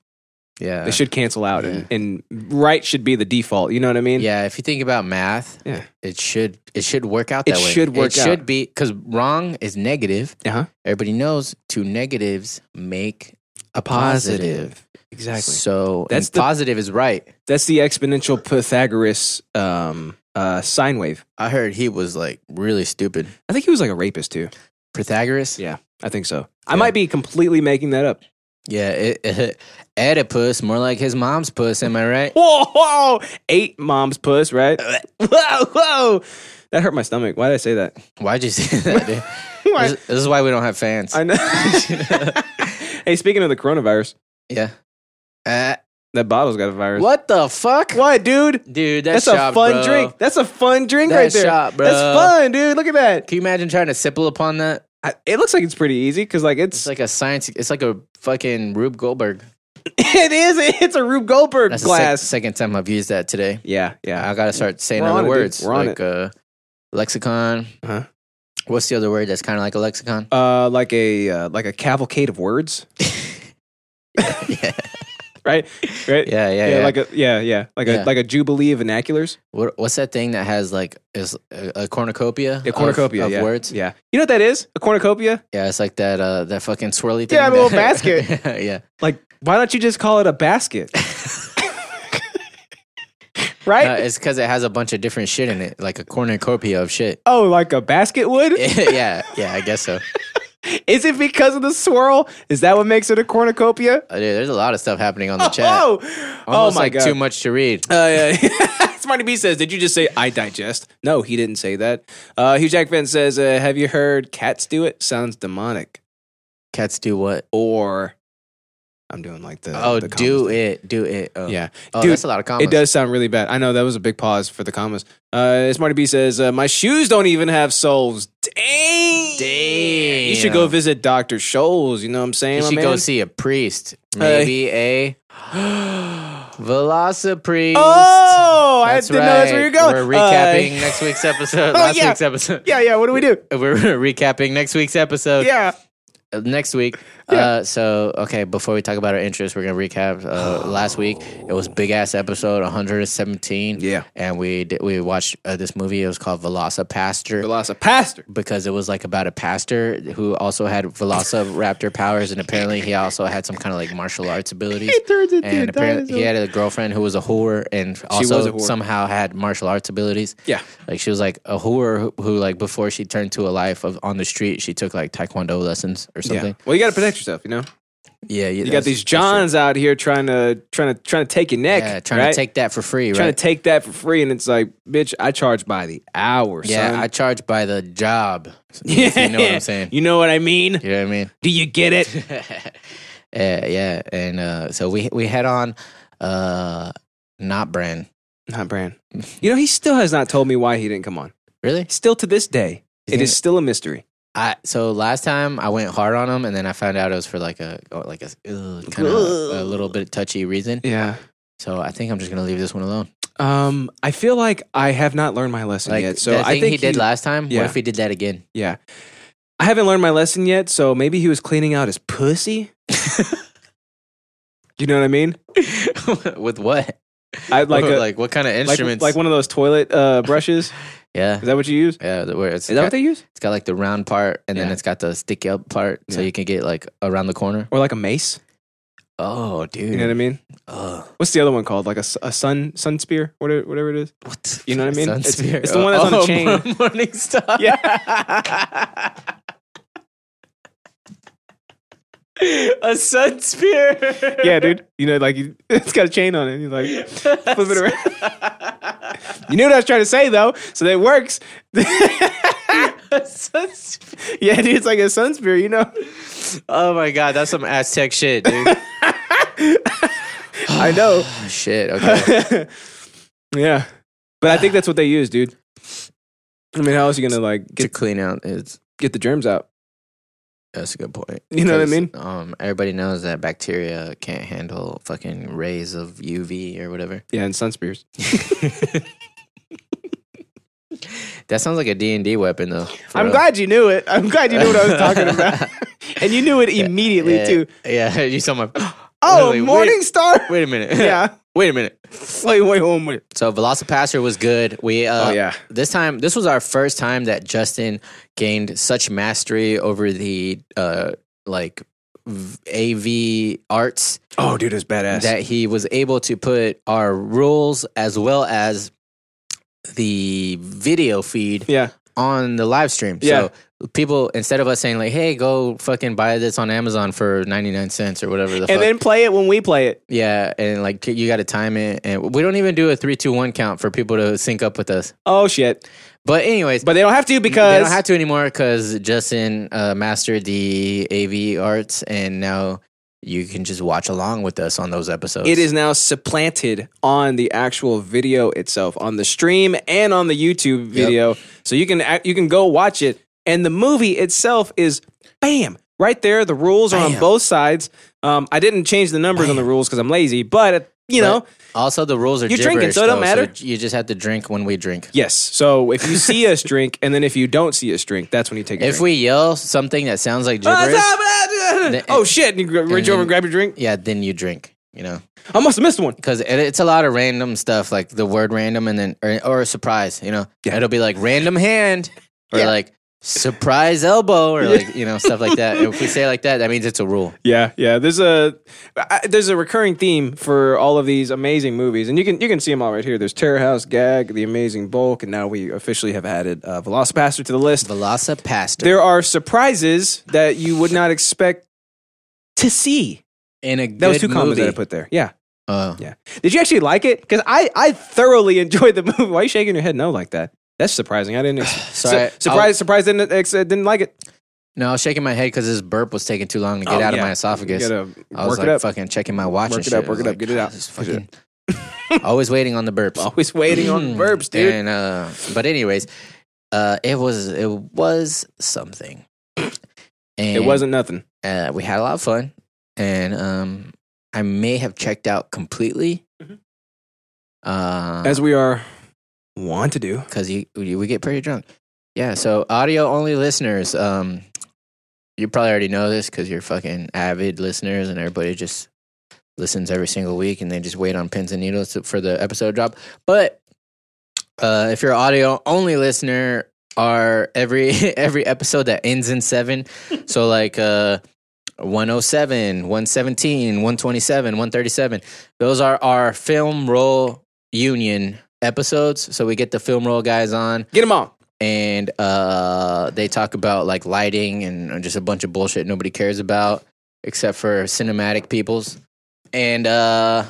[SPEAKER 1] Yeah.
[SPEAKER 2] they should cancel out, and, and right should be the default. You know what I mean?
[SPEAKER 1] Yeah, if you think about math,
[SPEAKER 2] Yeah.
[SPEAKER 1] it should it should work out
[SPEAKER 2] It
[SPEAKER 1] that way.
[SPEAKER 2] should work
[SPEAKER 1] It should
[SPEAKER 2] out.
[SPEAKER 1] be because wrong is negative.
[SPEAKER 2] Uh-huh.
[SPEAKER 1] Everybody knows two negatives make
[SPEAKER 2] A
[SPEAKER 1] positive.
[SPEAKER 2] Exactly.
[SPEAKER 1] So
[SPEAKER 2] That's
[SPEAKER 1] that's
[SPEAKER 2] the-
[SPEAKER 1] positive is right.
[SPEAKER 2] That's the exponential Pythagoras um, uh, sine wave.
[SPEAKER 1] I heard he was like really stupid.
[SPEAKER 2] I think he was like a rapist too.
[SPEAKER 1] Pythagoras.
[SPEAKER 2] Yeah, I think so. I might be completely making that up.
[SPEAKER 1] Yeah, it, Oedipus, more like his mom's puss. Am I right?
[SPEAKER 2] Whoa, whoa, eight mom's puss, right? whoa, whoa. That hurt my stomach. Why did I say that?
[SPEAKER 1] Why'd you say that, dude?
[SPEAKER 2] Why?
[SPEAKER 1] This, this is why we don't have fans.
[SPEAKER 2] I know. hey, speaking of the coronavirus,
[SPEAKER 1] yeah. Uh,
[SPEAKER 2] that bottle's got a virus.
[SPEAKER 1] what the fuck?
[SPEAKER 2] Why, dude?
[SPEAKER 1] Dude, that
[SPEAKER 2] That's
[SPEAKER 1] shot,
[SPEAKER 2] a fun
[SPEAKER 1] bro.
[SPEAKER 2] drink. That's a fun drink
[SPEAKER 1] That
[SPEAKER 2] right there.
[SPEAKER 1] shot, bro.
[SPEAKER 2] That's fun, dude. Look at that.
[SPEAKER 1] Can you imagine trying to sipple upon that?
[SPEAKER 2] I, it looks like it's pretty easy because like it's,
[SPEAKER 1] It's like a science. It's like a fucking Rube Goldberg.
[SPEAKER 2] it is it's a Rube Goldberg
[SPEAKER 1] That's the
[SPEAKER 2] glass.
[SPEAKER 1] sec- second time I've used that today.
[SPEAKER 2] yeah, yeah.
[SPEAKER 1] I gotta start saying
[SPEAKER 2] We're on
[SPEAKER 1] other
[SPEAKER 2] it, dude.
[SPEAKER 1] words
[SPEAKER 2] We're on
[SPEAKER 1] like uh, lexicon.
[SPEAKER 2] Uh-huh.
[SPEAKER 1] What's the other word that's kind of like a lexicon?
[SPEAKER 2] Uh, like a uh, like a cavalcade of words.
[SPEAKER 1] yeah,
[SPEAKER 2] Right. Right.
[SPEAKER 1] yeah, yeah.
[SPEAKER 2] Yeah,
[SPEAKER 1] yeah.
[SPEAKER 2] like a yeah, yeah, like
[SPEAKER 1] Yeah.
[SPEAKER 2] a like a jubilee of vernaculars.
[SPEAKER 1] what, what's that thing that has like is uh, a, a cornucopia?
[SPEAKER 2] A cornucopia
[SPEAKER 1] of, of
[SPEAKER 2] yeah.
[SPEAKER 1] words.
[SPEAKER 2] Yeah, you know what that is? A cornucopia.
[SPEAKER 1] Yeah, it's like that uh that fucking swirly thing.
[SPEAKER 2] Yeah, the little
[SPEAKER 1] that-
[SPEAKER 2] basket.
[SPEAKER 1] yeah.
[SPEAKER 2] Like, why don't you just call it a basket?
[SPEAKER 1] No,
[SPEAKER 2] right?
[SPEAKER 1] it's because it has a bunch of different shit in it, like a cornucopia of shit.
[SPEAKER 2] oh, like a basket would?
[SPEAKER 1] yeah, yeah, I guess so.
[SPEAKER 2] Is it because of the swirl? Is that what makes it a cornucopia?
[SPEAKER 1] Uh, dude, there's a lot of stuff happening on the chat.
[SPEAKER 2] Oh, oh
[SPEAKER 1] Almost
[SPEAKER 2] my
[SPEAKER 1] like
[SPEAKER 2] god!
[SPEAKER 1] too much to read.
[SPEAKER 2] Uh, yeah. Smarty B says, "Did you just say I digest?" No, he didn't say that. Uh, Hugh Jackman says, uh, "Have you heard cats do it? Sounds demonic."
[SPEAKER 1] Cats do what?
[SPEAKER 2] Or I'm doing like the
[SPEAKER 1] Oh,
[SPEAKER 2] the
[SPEAKER 1] do
[SPEAKER 2] commas thing.
[SPEAKER 1] it, do it. Oh.
[SPEAKER 2] Yeah,
[SPEAKER 1] Oh,
[SPEAKER 2] dude,
[SPEAKER 1] that's a lot of commas.
[SPEAKER 2] it does sound really bad. I know that was a big pause for the commas. Uh, Smarty B says, uh, "My shoes don't even have soles." Dang,
[SPEAKER 1] Damn.
[SPEAKER 2] You should go visit Doctor Scholes. You know what I'm saying?
[SPEAKER 1] You
[SPEAKER 2] my
[SPEAKER 1] should go
[SPEAKER 2] man?
[SPEAKER 1] see a priest.
[SPEAKER 2] Hey.
[SPEAKER 1] Maybe a velocipriest.
[SPEAKER 2] Oh,
[SPEAKER 1] That's
[SPEAKER 2] I didn't know that's where you're
[SPEAKER 1] right.
[SPEAKER 2] going.
[SPEAKER 1] We're recapping
[SPEAKER 2] Uh,
[SPEAKER 1] next week's episode.
[SPEAKER 2] Oh,
[SPEAKER 1] last
[SPEAKER 2] yeah.
[SPEAKER 1] week's episode.
[SPEAKER 2] yeah, yeah. What do we do?
[SPEAKER 1] We're recapping next week's episode.
[SPEAKER 2] Yeah.
[SPEAKER 1] uh, next week. Uh, so okay, before we talk about our interests, we're gonna recap. Uh, last week it was big ass episode 117.
[SPEAKER 2] Yeah.
[SPEAKER 1] and we did, we watched uh, this movie. It was called Veloci Pastor
[SPEAKER 2] Velocipaster.
[SPEAKER 1] because it was like about a pastor who also had Velociraptor powers, and apparently he also had some kind of like martial arts abilities.
[SPEAKER 2] He turns into
[SPEAKER 1] and
[SPEAKER 2] a
[SPEAKER 1] apparently he
[SPEAKER 2] dinosaur.
[SPEAKER 1] had a girlfriend who was a whore, and also
[SPEAKER 2] was a whore.
[SPEAKER 1] somehow had martial arts abilities.
[SPEAKER 2] Yeah.
[SPEAKER 1] like she was like a whore who, who like before she turned to a life of on the street, she took like taekwondo lessons or something.
[SPEAKER 2] Yeah. Well, you got to protect yourself. You know,
[SPEAKER 1] Yeah,
[SPEAKER 2] you got these Johns out here trying to trying to trying to take your neck.
[SPEAKER 1] Yeah, trying
[SPEAKER 2] right?
[SPEAKER 1] to take that for free,
[SPEAKER 2] trying
[SPEAKER 1] right?
[SPEAKER 2] to take that for free, and it's like, bitch, I charge by the hour.
[SPEAKER 1] yeah,
[SPEAKER 2] son.
[SPEAKER 1] I charge by the job. if you know what I'm saying.
[SPEAKER 2] You know what I mean?
[SPEAKER 1] You know what I mean?
[SPEAKER 2] Do you get it?
[SPEAKER 1] Uh, yeah, and uh, so we we head on, uh, not Bran.
[SPEAKER 2] Not Bran. You know, he still has not told me why he didn't come on.
[SPEAKER 1] Really?
[SPEAKER 2] Still to this day,
[SPEAKER 1] He's
[SPEAKER 2] it
[SPEAKER 1] gonna-
[SPEAKER 2] is still a mystery.
[SPEAKER 1] I so last time I went hard on him, and then I found out it was for like a like a kind of a little bit touchy reason.
[SPEAKER 2] Yeah.
[SPEAKER 1] So I think I'm just gonna leave this one alone.
[SPEAKER 2] Um, I feel like I have not learned my lesson
[SPEAKER 1] Like
[SPEAKER 2] yet. So
[SPEAKER 1] that
[SPEAKER 2] I
[SPEAKER 1] thing
[SPEAKER 2] think
[SPEAKER 1] he did last time.
[SPEAKER 2] Yeah.
[SPEAKER 1] What if he did that again?
[SPEAKER 2] Yeah. I haven't learned my lesson yet, so maybe he was cleaning out his pussy. you know what I mean?
[SPEAKER 1] With what?
[SPEAKER 2] I like a, like,
[SPEAKER 1] Oh, like what kind of
[SPEAKER 2] like
[SPEAKER 1] instruments?
[SPEAKER 2] one of those toilet uh, brushes.
[SPEAKER 1] yeah,
[SPEAKER 2] Is that what you use?
[SPEAKER 1] yeah. the- Where it's
[SPEAKER 2] Is that what they use?
[SPEAKER 1] It's got like the round part, and then
[SPEAKER 2] Yeah.
[SPEAKER 1] it's got the sticky up part, so
[SPEAKER 2] Yeah.
[SPEAKER 1] you can get like around the corner.
[SPEAKER 2] Or like a mace?
[SPEAKER 1] Oh, dude.
[SPEAKER 2] You know what I mean?
[SPEAKER 1] Ugh.
[SPEAKER 2] What's the other one called? Like a, s- a sun sun spear? Whatever, whatever it is.
[SPEAKER 1] what? the
[SPEAKER 2] You know what I mean?
[SPEAKER 1] fuck?
[SPEAKER 2] It's-
[SPEAKER 1] Sunspear.
[SPEAKER 2] it's the one that's on the chain.
[SPEAKER 1] Morning Star.
[SPEAKER 2] Yeah.
[SPEAKER 1] a sun spear.
[SPEAKER 2] yeah, dude. You know, like you, it's got a chain on it. You like flip it around. you knew what I was trying to say though, so that works. yeah, dude, it's like a sun spear. You know,
[SPEAKER 1] Oh my god, that's some Aztec shit, dude.
[SPEAKER 2] I know.
[SPEAKER 1] Oh, shit. Okay.
[SPEAKER 2] yeah, but I think that's what they use, dude. I mean, how else you gonna like
[SPEAKER 1] to
[SPEAKER 2] get
[SPEAKER 1] clean out is
[SPEAKER 2] get the germs out?
[SPEAKER 1] that's a good point.
[SPEAKER 2] You know what I
[SPEAKER 1] 'Cause,
[SPEAKER 2] mean?
[SPEAKER 1] Um, everybody knows that bacteria can't handle fucking rays of UV or whatever.
[SPEAKER 2] Yeah, and sun spears.
[SPEAKER 1] That sounds like a D and D weapon though. for
[SPEAKER 2] I'm
[SPEAKER 1] real.
[SPEAKER 2] glad you knew it. I'm glad you knew what I was talking about, and you knew it immediately
[SPEAKER 1] yeah,
[SPEAKER 2] too.
[SPEAKER 1] Yeah, you saw my.
[SPEAKER 2] Oh,
[SPEAKER 1] Literally,
[SPEAKER 2] morning star.
[SPEAKER 1] Wait, wait a minute.
[SPEAKER 2] Yeah.
[SPEAKER 1] Wait a minute.
[SPEAKER 2] Wait, wait, wait, wait.
[SPEAKER 1] So Velocipaster was good. We uh,
[SPEAKER 2] Oh, yeah.
[SPEAKER 1] This time, this was our first time that Justin gained such mastery over the uh like v- AV arts
[SPEAKER 2] Oh, dude, it's badass.
[SPEAKER 1] that he was able to put our rules as well as the video feed
[SPEAKER 2] yeah,
[SPEAKER 1] on the live stream.
[SPEAKER 2] Yeah.
[SPEAKER 1] So people instead of us saying like, "Hey, go fucking buy this on Amazon for 99 cents or whatever the fuck."
[SPEAKER 2] and then play it when we play it.
[SPEAKER 1] yeah, and like you got to time it and we don't even do a 3 2 1 count for people to sync up with us.
[SPEAKER 2] Oh shit!
[SPEAKER 1] But anyways,
[SPEAKER 2] But they don't have to because
[SPEAKER 1] they don't have to anymore cuz Justin uh, mastered the AV arts and now you can just watch along with us on those episodes.
[SPEAKER 2] it is now supplanted on the actual video itself, on the stream and on the YouTube video. So you can act- you can go watch it, and the movie itself is bam right there. The rules are on both sides. Um, I didn't change the numbers on the rules because I'm lazy, but uh, you know.
[SPEAKER 1] Also, the rules are
[SPEAKER 2] You're drinking,
[SPEAKER 1] gibberish,
[SPEAKER 2] so it don't
[SPEAKER 1] though,
[SPEAKER 2] matter.
[SPEAKER 1] you just have to drink when we drink.
[SPEAKER 2] Yes. So if you see us drink, and then if you don't see us drink, that's when you take a
[SPEAKER 1] If
[SPEAKER 2] drink.
[SPEAKER 1] we yell something that sounds like
[SPEAKER 2] Ah,
[SPEAKER 1] gibberish,
[SPEAKER 2] ah, ah, ah.
[SPEAKER 1] Then-
[SPEAKER 2] oh shit! You gra- reach
[SPEAKER 1] then-
[SPEAKER 2] over and grab your drink.
[SPEAKER 1] yeah, then you drink. You know,
[SPEAKER 2] I must have missed one.
[SPEAKER 1] because it, it's a lot of random stuff, like the word "random" and then or, or a surprise. You know, it'll be like random hand or
[SPEAKER 2] Yeah.
[SPEAKER 1] like surprise elbow or like you know stuff like that. if we say it like that, that means it's a rule.
[SPEAKER 2] Yeah, yeah. There's a I, there's a recurring theme for all of these amazing movies, and you can you can see them all right here. There's Terror House, Gag, The Amazing Bulk, and now we officially have added uh, Velocipaster to the list.
[SPEAKER 1] Velocipaster
[SPEAKER 2] There are surprises that you would not expect to see.
[SPEAKER 1] in a good
[SPEAKER 2] That was two commas
[SPEAKER 1] movie.
[SPEAKER 2] that I put there. Yeah,
[SPEAKER 1] Oh.
[SPEAKER 2] yeah. Did you actually like it? Because I I thoroughly enjoyed the movie. Why are you shaking your head no like that? That's surprising. I didn't. Ex-
[SPEAKER 1] Sorry,
[SPEAKER 2] Su- surprise! Surprise! Didn't ex- didn't like it.
[SPEAKER 1] No, I was shaking my head because this burp was taking too long to get
[SPEAKER 2] Oh,
[SPEAKER 1] out of
[SPEAKER 2] yeah.
[SPEAKER 1] my esophagus.
[SPEAKER 2] You gotta
[SPEAKER 1] I was
[SPEAKER 2] work
[SPEAKER 1] like
[SPEAKER 2] it up.
[SPEAKER 1] fucking checking my watch.
[SPEAKER 2] Work
[SPEAKER 1] and
[SPEAKER 2] it up,
[SPEAKER 1] shit. I
[SPEAKER 2] work
[SPEAKER 1] was
[SPEAKER 2] it up,
[SPEAKER 1] like,
[SPEAKER 2] get it out.
[SPEAKER 1] "God, this Fucking, always waiting on the burps.
[SPEAKER 2] Always waiting on verbs, dude.
[SPEAKER 1] And, uh, but anyways, uh, it was it was something. And,
[SPEAKER 2] it wasn't nothing.
[SPEAKER 1] Uh, we had a lot of fun, and um, I may have checked out completely.
[SPEAKER 2] Mm-hmm.
[SPEAKER 1] Uh,
[SPEAKER 2] as we are want to do.
[SPEAKER 1] because you you- we get pretty drunk. Yeah, so audio only listeners, um, you probably already know this because you're fucking avid listeners, and everybody just listens every single week, and they just wait on pins and needles to- for the episode drop. But uh, if you're an audio only listener, are every every episode that ends in seven, so like uh, 107, 117, 127, 137, those are our film roll union episodes. So we get the film roll guys on
[SPEAKER 2] Get them on.
[SPEAKER 1] and uh, they talk about like lighting and just a bunch of bullshit nobody cares about except for cinematic peoples. And uh,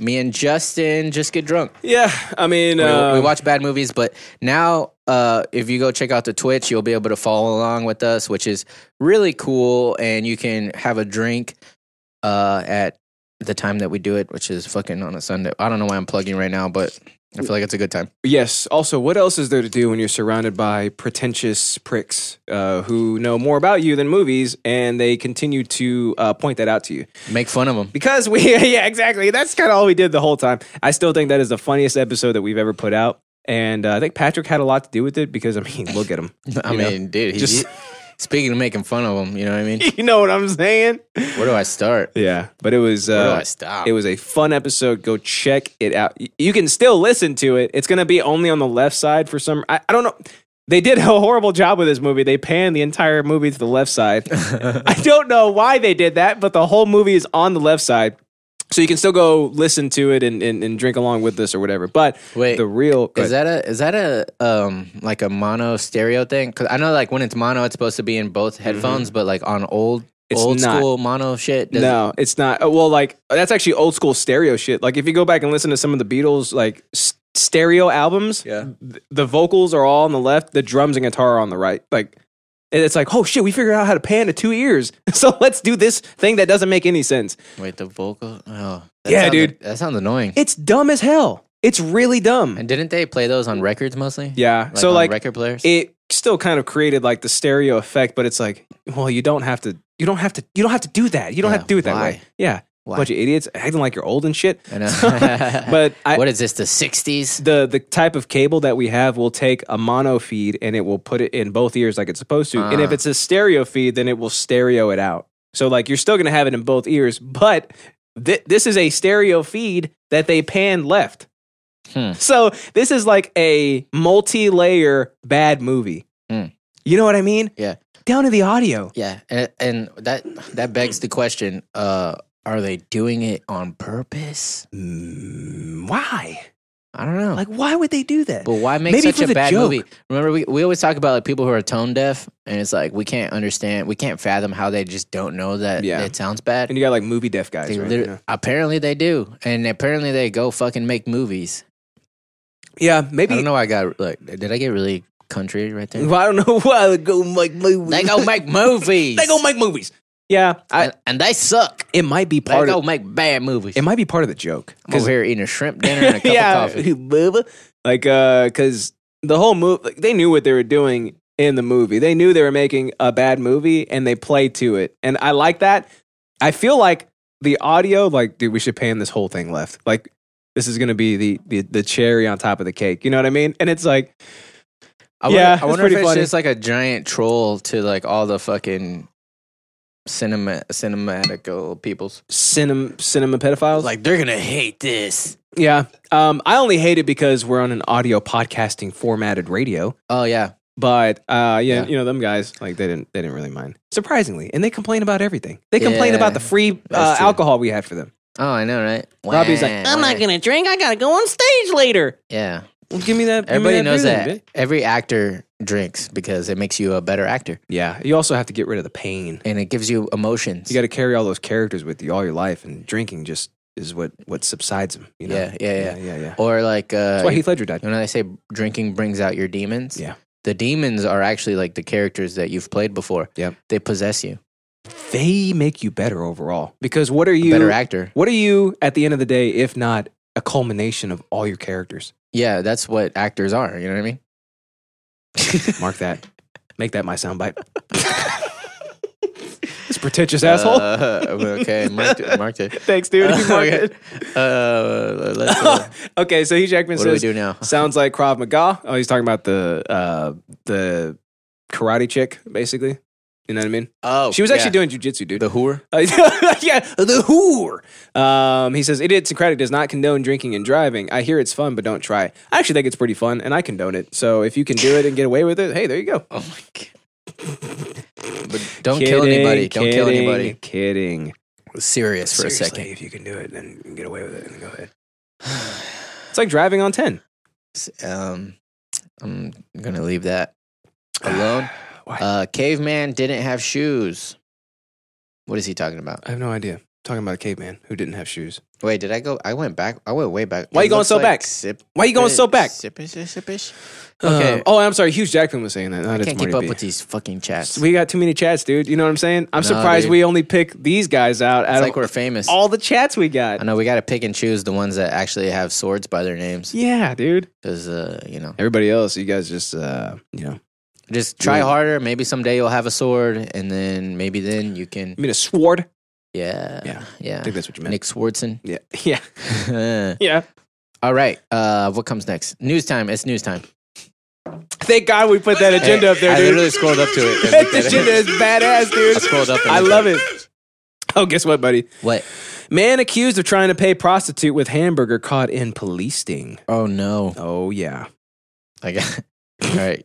[SPEAKER 1] me and Justin just get drunk.
[SPEAKER 2] Yeah, I mean, uh,
[SPEAKER 1] We, we watch bad movies, but now uh, if you go check out the Twitch, you'll be able to follow along with us, which is really cool. And you can have a drink uh, at the time that we do it, which is fucking on a Sunday. I don't know why I'm plugging right now, but I feel like it's a good time.
[SPEAKER 2] Yes. Also, what else is there to do when you're surrounded by pretentious pricks uh, who know more about you than movies, and they continue to uh, point that out to you?
[SPEAKER 1] Make fun of them.
[SPEAKER 2] Because we, yeah, exactly. That's kind of all we did the whole time. I still think that is the funniest episode that we've ever put out, and uh, I think Patrick had a lot to do with it because I mean, look at him.
[SPEAKER 1] I
[SPEAKER 2] you know?
[SPEAKER 1] mean, dude, he,
[SPEAKER 2] Just-
[SPEAKER 1] he- speaking of making fun of him, you know what I mean?
[SPEAKER 2] you know what I'm saying?
[SPEAKER 1] Where do I start?
[SPEAKER 2] Yeah, but it was.
[SPEAKER 1] Where do
[SPEAKER 2] Uh,
[SPEAKER 1] I stop?
[SPEAKER 2] It was a fun episode. Go check it out. Y- You can still listen to it. It's going to be only on the left side for some. I, I don't know. They did a horrible job with this movie. They panned the entire movie to the left side. I don't know why they did that, but the whole movie is on the left side. So you can still go listen to it and, and, and drink along with this or whatever. But
[SPEAKER 1] Wait,
[SPEAKER 2] the real go
[SPEAKER 1] Is
[SPEAKER 2] ahead.
[SPEAKER 1] that a is that a um like a mono stereo thing? Because I know like when it's mono, it's supposed to be in both headphones, but like on old
[SPEAKER 2] It's
[SPEAKER 1] old
[SPEAKER 2] not.
[SPEAKER 1] school mono shit. does-
[SPEAKER 2] no, it's not. Oh, Well, like that's actually old school stereo shit. Like if you go back and listen to some of the Beatles like s- stereo albums,
[SPEAKER 1] Yeah.
[SPEAKER 2] th- the vocals are all on the left, the drums and guitar are on the right. Like and it's like, oh shit, we figured out how to pan to two ears. So let's do this thing that doesn't make any sense.
[SPEAKER 1] Wait, the vocal. Oh,
[SPEAKER 2] Yeah,
[SPEAKER 1] sounds-
[SPEAKER 2] dude.
[SPEAKER 1] that sounds annoying.
[SPEAKER 2] It's dumb as hell. It's really dumb.
[SPEAKER 1] and didn't they play those on records mostly?
[SPEAKER 2] Yeah.
[SPEAKER 1] Like
[SPEAKER 2] so
[SPEAKER 1] on
[SPEAKER 2] like
[SPEAKER 1] record players.
[SPEAKER 2] it still kind of created like the stereo effect, but it's like, well, you don't have to you don't have to you don't have to do that. You don't
[SPEAKER 1] Yeah,
[SPEAKER 2] have to do it that
[SPEAKER 1] why?
[SPEAKER 2] way. Yeah.
[SPEAKER 1] Why?
[SPEAKER 2] Bunch of idiots acting like you're old and shit.
[SPEAKER 1] I know.
[SPEAKER 2] but I,
[SPEAKER 1] what is this? The sixties?
[SPEAKER 2] the the type of cable that we have will take a mono feed and it will put it in both ears like it's supposed to. And if
[SPEAKER 1] Ah.
[SPEAKER 2] it's a stereo feed, then it will stereo it out. So like you're still gonna have it in both ears, but th- this is a stereo feed that they pan left.
[SPEAKER 1] Hmm.
[SPEAKER 2] So this is like a multi-layer bad movie.
[SPEAKER 1] Hmm.
[SPEAKER 2] You know what I mean?
[SPEAKER 1] Yeah.
[SPEAKER 2] Down to the audio.
[SPEAKER 1] Yeah, and, and that that begs the question: uh, Are they doing it on purpose?
[SPEAKER 2] Mm, why?
[SPEAKER 1] I don't know.
[SPEAKER 2] Like, why would they do that?
[SPEAKER 1] But why make
[SPEAKER 2] Maybe
[SPEAKER 1] such
[SPEAKER 2] for
[SPEAKER 1] a
[SPEAKER 2] the
[SPEAKER 1] bad
[SPEAKER 2] joke.
[SPEAKER 1] movie? Remember, we, we always talk about like people who are tone deaf, and it's like we can't understand, we can't fathom how they just don't know that
[SPEAKER 2] Yeah.
[SPEAKER 1] it sounds bad.
[SPEAKER 2] and you got like movie deaf guys.
[SPEAKER 1] They
[SPEAKER 2] right?
[SPEAKER 1] liter-
[SPEAKER 2] yeah.
[SPEAKER 1] Apparently they do, and apparently they go fucking make movies.
[SPEAKER 2] Yeah, maybe.
[SPEAKER 1] I don't know. Why I got like, did I get really country right there?
[SPEAKER 2] Well, I don't know why I would go make movies.
[SPEAKER 1] They go make movies.
[SPEAKER 2] they go make movies. Yeah, I,
[SPEAKER 1] and, and they suck.
[SPEAKER 2] it might be
[SPEAKER 1] They
[SPEAKER 2] part
[SPEAKER 1] go
[SPEAKER 2] of
[SPEAKER 1] make bad movies.
[SPEAKER 2] Uh, it might be part of the joke.
[SPEAKER 1] I'm over here eating a shrimp dinner and a cup of coffee.
[SPEAKER 2] Bubba. like uh, because the whole movie, like, they knew what they were doing in the movie. They knew they were making a bad movie, and they played to it. And I like that. I feel like the audio, like, dude, we should pan this whole thing left. Like, this is gonna be the the, the cherry on top of the cake. You know what I mean? And it's like,
[SPEAKER 1] I wonder,
[SPEAKER 2] Yeah, it's
[SPEAKER 1] I wonder if
[SPEAKER 2] pretty
[SPEAKER 1] it's
[SPEAKER 2] funny.
[SPEAKER 1] just like a giant troll to like all the fucking cinema cinematical peoples.
[SPEAKER 2] cinema cinema pedophiles.
[SPEAKER 1] Like they're gonna hate this.
[SPEAKER 2] Yeah. Um, I only hate it because we're on an audio podcasting formatted radio.
[SPEAKER 1] Oh yeah,
[SPEAKER 2] But uh, yeah,
[SPEAKER 1] Yeah.
[SPEAKER 2] you know them guys like they didn't they didn't really mind surprisingly, and they complain about everything. They complain about
[SPEAKER 1] Yeah,
[SPEAKER 2] the free uh,
[SPEAKER 1] that's true.
[SPEAKER 2] alcohol we had for them.
[SPEAKER 1] Oh, I know, right?
[SPEAKER 2] Robbie's like,
[SPEAKER 1] I'm not gonna.
[SPEAKER 2] drink. I gotta go on stage later.
[SPEAKER 1] Yeah,
[SPEAKER 2] Well, give me that. give me
[SPEAKER 1] everybody knows
[SPEAKER 2] beer
[SPEAKER 1] that.
[SPEAKER 2] then, bitch.
[SPEAKER 1] Every actor drinks because it makes you a better actor
[SPEAKER 2] Yeah. You also have to get rid of the pain.
[SPEAKER 1] and it gives you emotions.
[SPEAKER 2] You got to carry all those characters with you all your life, and drinking just is what what subsides them. You know?
[SPEAKER 1] Yeah, yeah, yeah.
[SPEAKER 2] yeah, yeah. yeah.
[SPEAKER 1] or like, uh,
[SPEAKER 2] That's why Heath Ledger died.
[SPEAKER 1] you know, they say drinking brings out your demons.
[SPEAKER 2] Yeah.
[SPEAKER 1] the demons are actually like the characters that you've played before.
[SPEAKER 2] Yep.
[SPEAKER 1] they possess you.
[SPEAKER 2] They make you better overall because what are you?
[SPEAKER 1] better actor.
[SPEAKER 2] What are you at the end of the day, if not a culmination of all your characters?
[SPEAKER 1] Yeah, that's what actors are. You know what I mean?
[SPEAKER 2] Mark that. Make that my soundbite. this pretentious asshole.
[SPEAKER 1] Uh, okay, marked it. Marked it.
[SPEAKER 2] Thanks, dude. You marked
[SPEAKER 1] okay.
[SPEAKER 2] it.
[SPEAKER 1] Uh, let's, uh,
[SPEAKER 2] okay, so Hugh Jackman
[SPEAKER 1] what do we
[SPEAKER 2] says,
[SPEAKER 1] do now?
[SPEAKER 2] sounds like Krav Maga. Oh, he's talking about the uh, the karate chick, basically. You know what I mean?
[SPEAKER 1] Oh,
[SPEAKER 2] she was
[SPEAKER 1] yeah.
[SPEAKER 2] actually doing jujitsu, dude.
[SPEAKER 1] the whore.
[SPEAKER 2] Uh, yeah, the whore. Um, he says idiosyncratic does not condone drinking and driving. I hear it's fun, but don't try. I actually think it's pretty fun, and I condone it. So if you can do it and get away with it, hey, there you go.
[SPEAKER 1] Oh my god. but don't kill anybody. Don't kill
[SPEAKER 2] kidding,
[SPEAKER 1] anybody.
[SPEAKER 2] Kidding.
[SPEAKER 1] Serious for
[SPEAKER 2] Seriously,
[SPEAKER 1] a second.
[SPEAKER 2] if you can do it, then you can get away with it. And go ahead. It's like driving on ten.
[SPEAKER 1] S- Um, I'm gonna leave that alone.
[SPEAKER 2] Why?
[SPEAKER 1] Uh, caveman didn't have shoes. What is he talking about?
[SPEAKER 2] I have no idea. talking about a caveman who didn't have shoes.
[SPEAKER 1] Wait, did I go? I went back. I went way back.
[SPEAKER 2] Why
[SPEAKER 1] It
[SPEAKER 2] you going
[SPEAKER 1] looks
[SPEAKER 2] so back?
[SPEAKER 1] Sip,
[SPEAKER 2] Why you going so back?
[SPEAKER 1] Sippish, sippish.
[SPEAKER 2] Okay.
[SPEAKER 1] Okay.
[SPEAKER 2] oh, I'm sorry. Hugh Jackman was saying that. Not
[SPEAKER 1] I
[SPEAKER 2] it's
[SPEAKER 1] can't
[SPEAKER 2] Marty
[SPEAKER 1] keep up
[SPEAKER 2] B.
[SPEAKER 1] with these fucking chats.
[SPEAKER 2] We got too many chats, dude. You know what I'm saying? I'm
[SPEAKER 1] No,
[SPEAKER 2] surprised
[SPEAKER 1] dude.
[SPEAKER 2] we only pick these guys out.
[SPEAKER 1] It's
[SPEAKER 2] Out
[SPEAKER 1] like
[SPEAKER 2] of
[SPEAKER 1] we're famous.
[SPEAKER 2] all the chats we got.
[SPEAKER 1] I know we got to pick and choose the ones that actually have swords by their names
[SPEAKER 2] Yeah, dude.
[SPEAKER 1] because uh, you know,
[SPEAKER 2] Everybody else, you guys just uh, you know,
[SPEAKER 1] just try
[SPEAKER 2] Yeah.
[SPEAKER 1] harder. Maybe someday you'll have a sword, and then maybe then you can.
[SPEAKER 2] I mean a sword.
[SPEAKER 1] Yeah,
[SPEAKER 2] Yeah,
[SPEAKER 1] yeah.
[SPEAKER 2] I think that's what you meant.
[SPEAKER 1] Nick Swardson.
[SPEAKER 2] Yeah, yeah,
[SPEAKER 1] all
[SPEAKER 2] yeah.
[SPEAKER 1] right. Uh, what comes next? News time. It's news time.
[SPEAKER 2] Thank God we put that agenda up there,
[SPEAKER 1] I literally
[SPEAKER 2] dude.
[SPEAKER 1] scrolled up to it. and
[SPEAKER 2] That
[SPEAKER 1] looked at it.
[SPEAKER 2] agenda is badass,
[SPEAKER 1] I
[SPEAKER 2] dude.
[SPEAKER 1] scrolled up. and
[SPEAKER 2] I
[SPEAKER 1] looked
[SPEAKER 2] love
[SPEAKER 1] at
[SPEAKER 2] it. Oh, guess what, buddy?
[SPEAKER 1] What?
[SPEAKER 2] Man accused of trying to pay prostitute with hamburger caught in police sting.
[SPEAKER 1] Oh no!
[SPEAKER 2] Oh yeah.
[SPEAKER 1] I got. All right.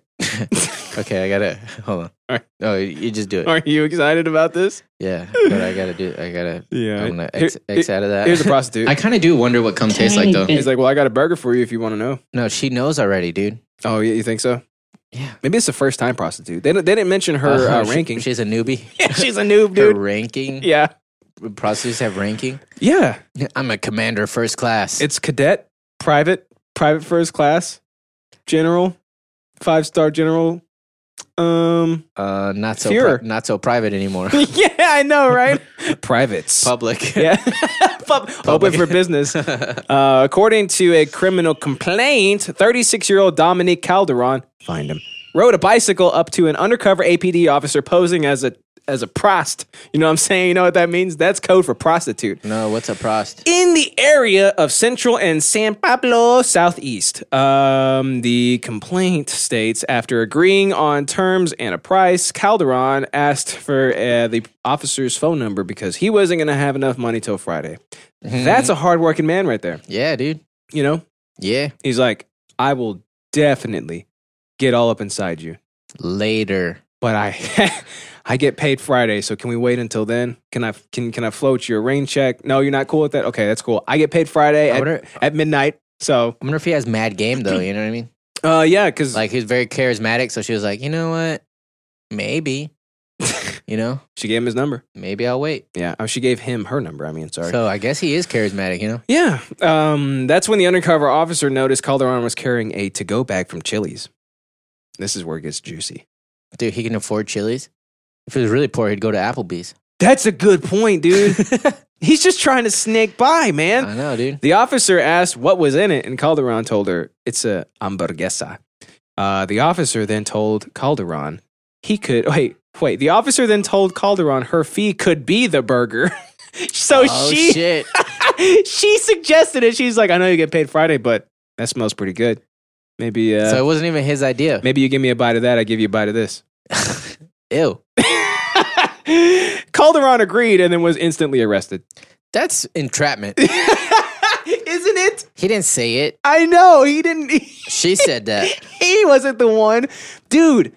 [SPEAKER 1] okay, I gotta hold on.
[SPEAKER 2] All right.
[SPEAKER 1] No, you- you just do it.
[SPEAKER 2] Are you excited about this?
[SPEAKER 1] Yeah, but I gotta do. I gotta.
[SPEAKER 2] Yeah.
[SPEAKER 1] I'm gonna
[SPEAKER 2] Here-
[SPEAKER 1] X, X out of that.
[SPEAKER 2] Here's a prostitute.
[SPEAKER 1] I kind of do wonder what cum tastes like though.
[SPEAKER 2] He's like, well, I got a burger for you if you want to know.
[SPEAKER 1] No, she knows already, dude.
[SPEAKER 2] Oh, yeah, you think so?
[SPEAKER 1] Yeah.
[SPEAKER 2] Maybe it's the first time prostitute. They, didn't- they didn't mention her uh,
[SPEAKER 1] Uh-huh. she-
[SPEAKER 2] ranking.
[SPEAKER 1] She's a newbie.
[SPEAKER 2] she's a noob,
[SPEAKER 1] Her ranking.
[SPEAKER 2] Yeah.
[SPEAKER 1] Prostitutes have ranking.
[SPEAKER 2] Yeah.
[SPEAKER 1] I'm a commander first class.
[SPEAKER 2] It's cadet, private, private first class, general, five star general. Um.
[SPEAKER 1] uh, not so
[SPEAKER 2] Fuhrer.
[SPEAKER 1] pri- not so private anymore.
[SPEAKER 2] yeah, I know, right? Privates.
[SPEAKER 1] Public.
[SPEAKER 2] yeah. Pub- Open for business. Uh, according to a criminal complaint, 36 year old Dominique Calderon, find him, rode a bicycle up to an undercover APD officer posing as a as a prost. You know what I'm saying? You know what that means? That's code for prostitute.
[SPEAKER 1] No, what's a prost?
[SPEAKER 2] In the area of Central and San Pablo Southeast, um, the complaint states after agreeing on terms and a price, Calderon asked for uh, the officer's phone number because he wasn't going to have enough money till Friday. That's a hardworking man right there.
[SPEAKER 1] Yeah, dude.
[SPEAKER 2] You know,
[SPEAKER 1] Yeah.
[SPEAKER 2] He's like, I will definitely get all up inside you,
[SPEAKER 1] Later.
[SPEAKER 2] but I, I get paid Friday, so can we wait until then? Can I can can I float your rain check? No, you're not cool with that. Okay, that's cool. I get paid Friday
[SPEAKER 1] I
[SPEAKER 2] at,
[SPEAKER 1] wonder-
[SPEAKER 2] at midnight. So,
[SPEAKER 1] I wonder if he has mad game though. You know what I mean?
[SPEAKER 2] uh, yeah, because
[SPEAKER 1] Like he's very charismatic, so she was like, you know what? Maybe. you know,
[SPEAKER 2] she gave him his number.
[SPEAKER 1] maybe I'll wait.
[SPEAKER 2] Yeah, oh, she gave him her number. I mean, sorry.
[SPEAKER 1] So I guess he is charismatic. You know,
[SPEAKER 2] yeah, um, that's when the undercover officer noticed Calderon was carrying a to-go bag from Chili's. This is where it gets juicy.
[SPEAKER 1] dude, he can afford Chili's. If he was really poor, he'd go to Applebee's.
[SPEAKER 2] That's a good point, dude. He's just trying to snake by, man.
[SPEAKER 1] I know, dude.
[SPEAKER 2] The officer asked what was in it, and Calderon told her it's a hamburguesa. Uh, the officer then told Calderon he could wait. Wait, the officer then told Calderon her fee could be the burger. so
[SPEAKER 1] Oh
[SPEAKER 2] she
[SPEAKER 1] shit!
[SPEAKER 2] she suggested it. She's like, I know you get paid Friday, but that smells pretty good. Maybe uh,
[SPEAKER 1] so it wasn't even his idea.
[SPEAKER 2] maybe you give me a bite of that. I give you a bite of this.
[SPEAKER 1] Ew.
[SPEAKER 2] Calderon agreed and then was instantly arrested.
[SPEAKER 1] That's entrapment.
[SPEAKER 2] Isn't it?
[SPEAKER 1] he didn't say it.
[SPEAKER 2] I know he didn't.
[SPEAKER 1] She said that.
[SPEAKER 2] he wasn't the one. Dude,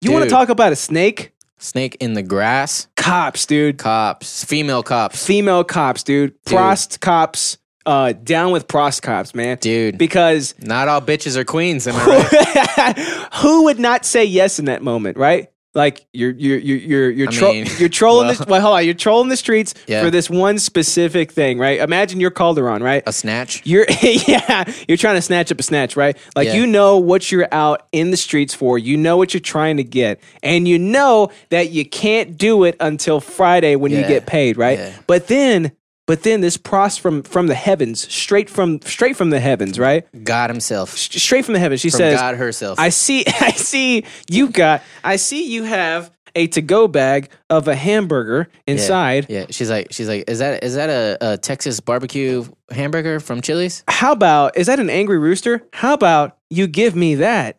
[SPEAKER 2] you want to
[SPEAKER 1] Dude.
[SPEAKER 2] talk about a snake?
[SPEAKER 1] Snake in the grass.
[SPEAKER 2] Cops, dude.
[SPEAKER 1] Cops. Female cops.
[SPEAKER 2] Female cops, dude.
[SPEAKER 1] Dude.
[SPEAKER 2] Prost cops. Uh, down with prost cops, man.
[SPEAKER 1] Dude.
[SPEAKER 2] Because
[SPEAKER 1] Not all bitches are queens. Am I right?
[SPEAKER 2] who would not say yes in that moment, right? Like you're you're you're you're you're,
[SPEAKER 1] I
[SPEAKER 2] tro-
[SPEAKER 1] mean,
[SPEAKER 2] you're trolling
[SPEAKER 1] well-
[SPEAKER 2] the well, hold on, you're trolling the streets
[SPEAKER 1] Yeah.
[SPEAKER 2] for this one specific thing, right? Imagine you're Calderon, right?
[SPEAKER 1] A snatch.
[SPEAKER 2] You're yeah, you're trying to snatch up a snatch, right? Like
[SPEAKER 1] Yeah.
[SPEAKER 2] you know what you're out in the streets for, you know what you're trying to get, and you know that you can't do it until Friday when you
[SPEAKER 1] Yeah.
[SPEAKER 2] get paid, right?
[SPEAKER 1] Yeah.
[SPEAKER 2] But then but then this pros from from the heavens, straight from straight from the heavens, right?
[SPEAKER 1] God himself.
[SPEAKER 2] S- Straight from the heavens. She
[SPEAKER 1] From
[SPEAKER 2] says,
[SPEAKER 1] God herself.
[SPEAKER 2] "I see I see you got I see you have a to-go bag of a hamburger
[SPEAKER 1] Yeah.
[SPEAKER 2] inside.
[SPEAKER 1] Yeah. She's like, she's like, is that is that a, a Texas barbecue hamburger from Chili's?
[SPEAKER 2] how about is that an angry rooster? How about you give me that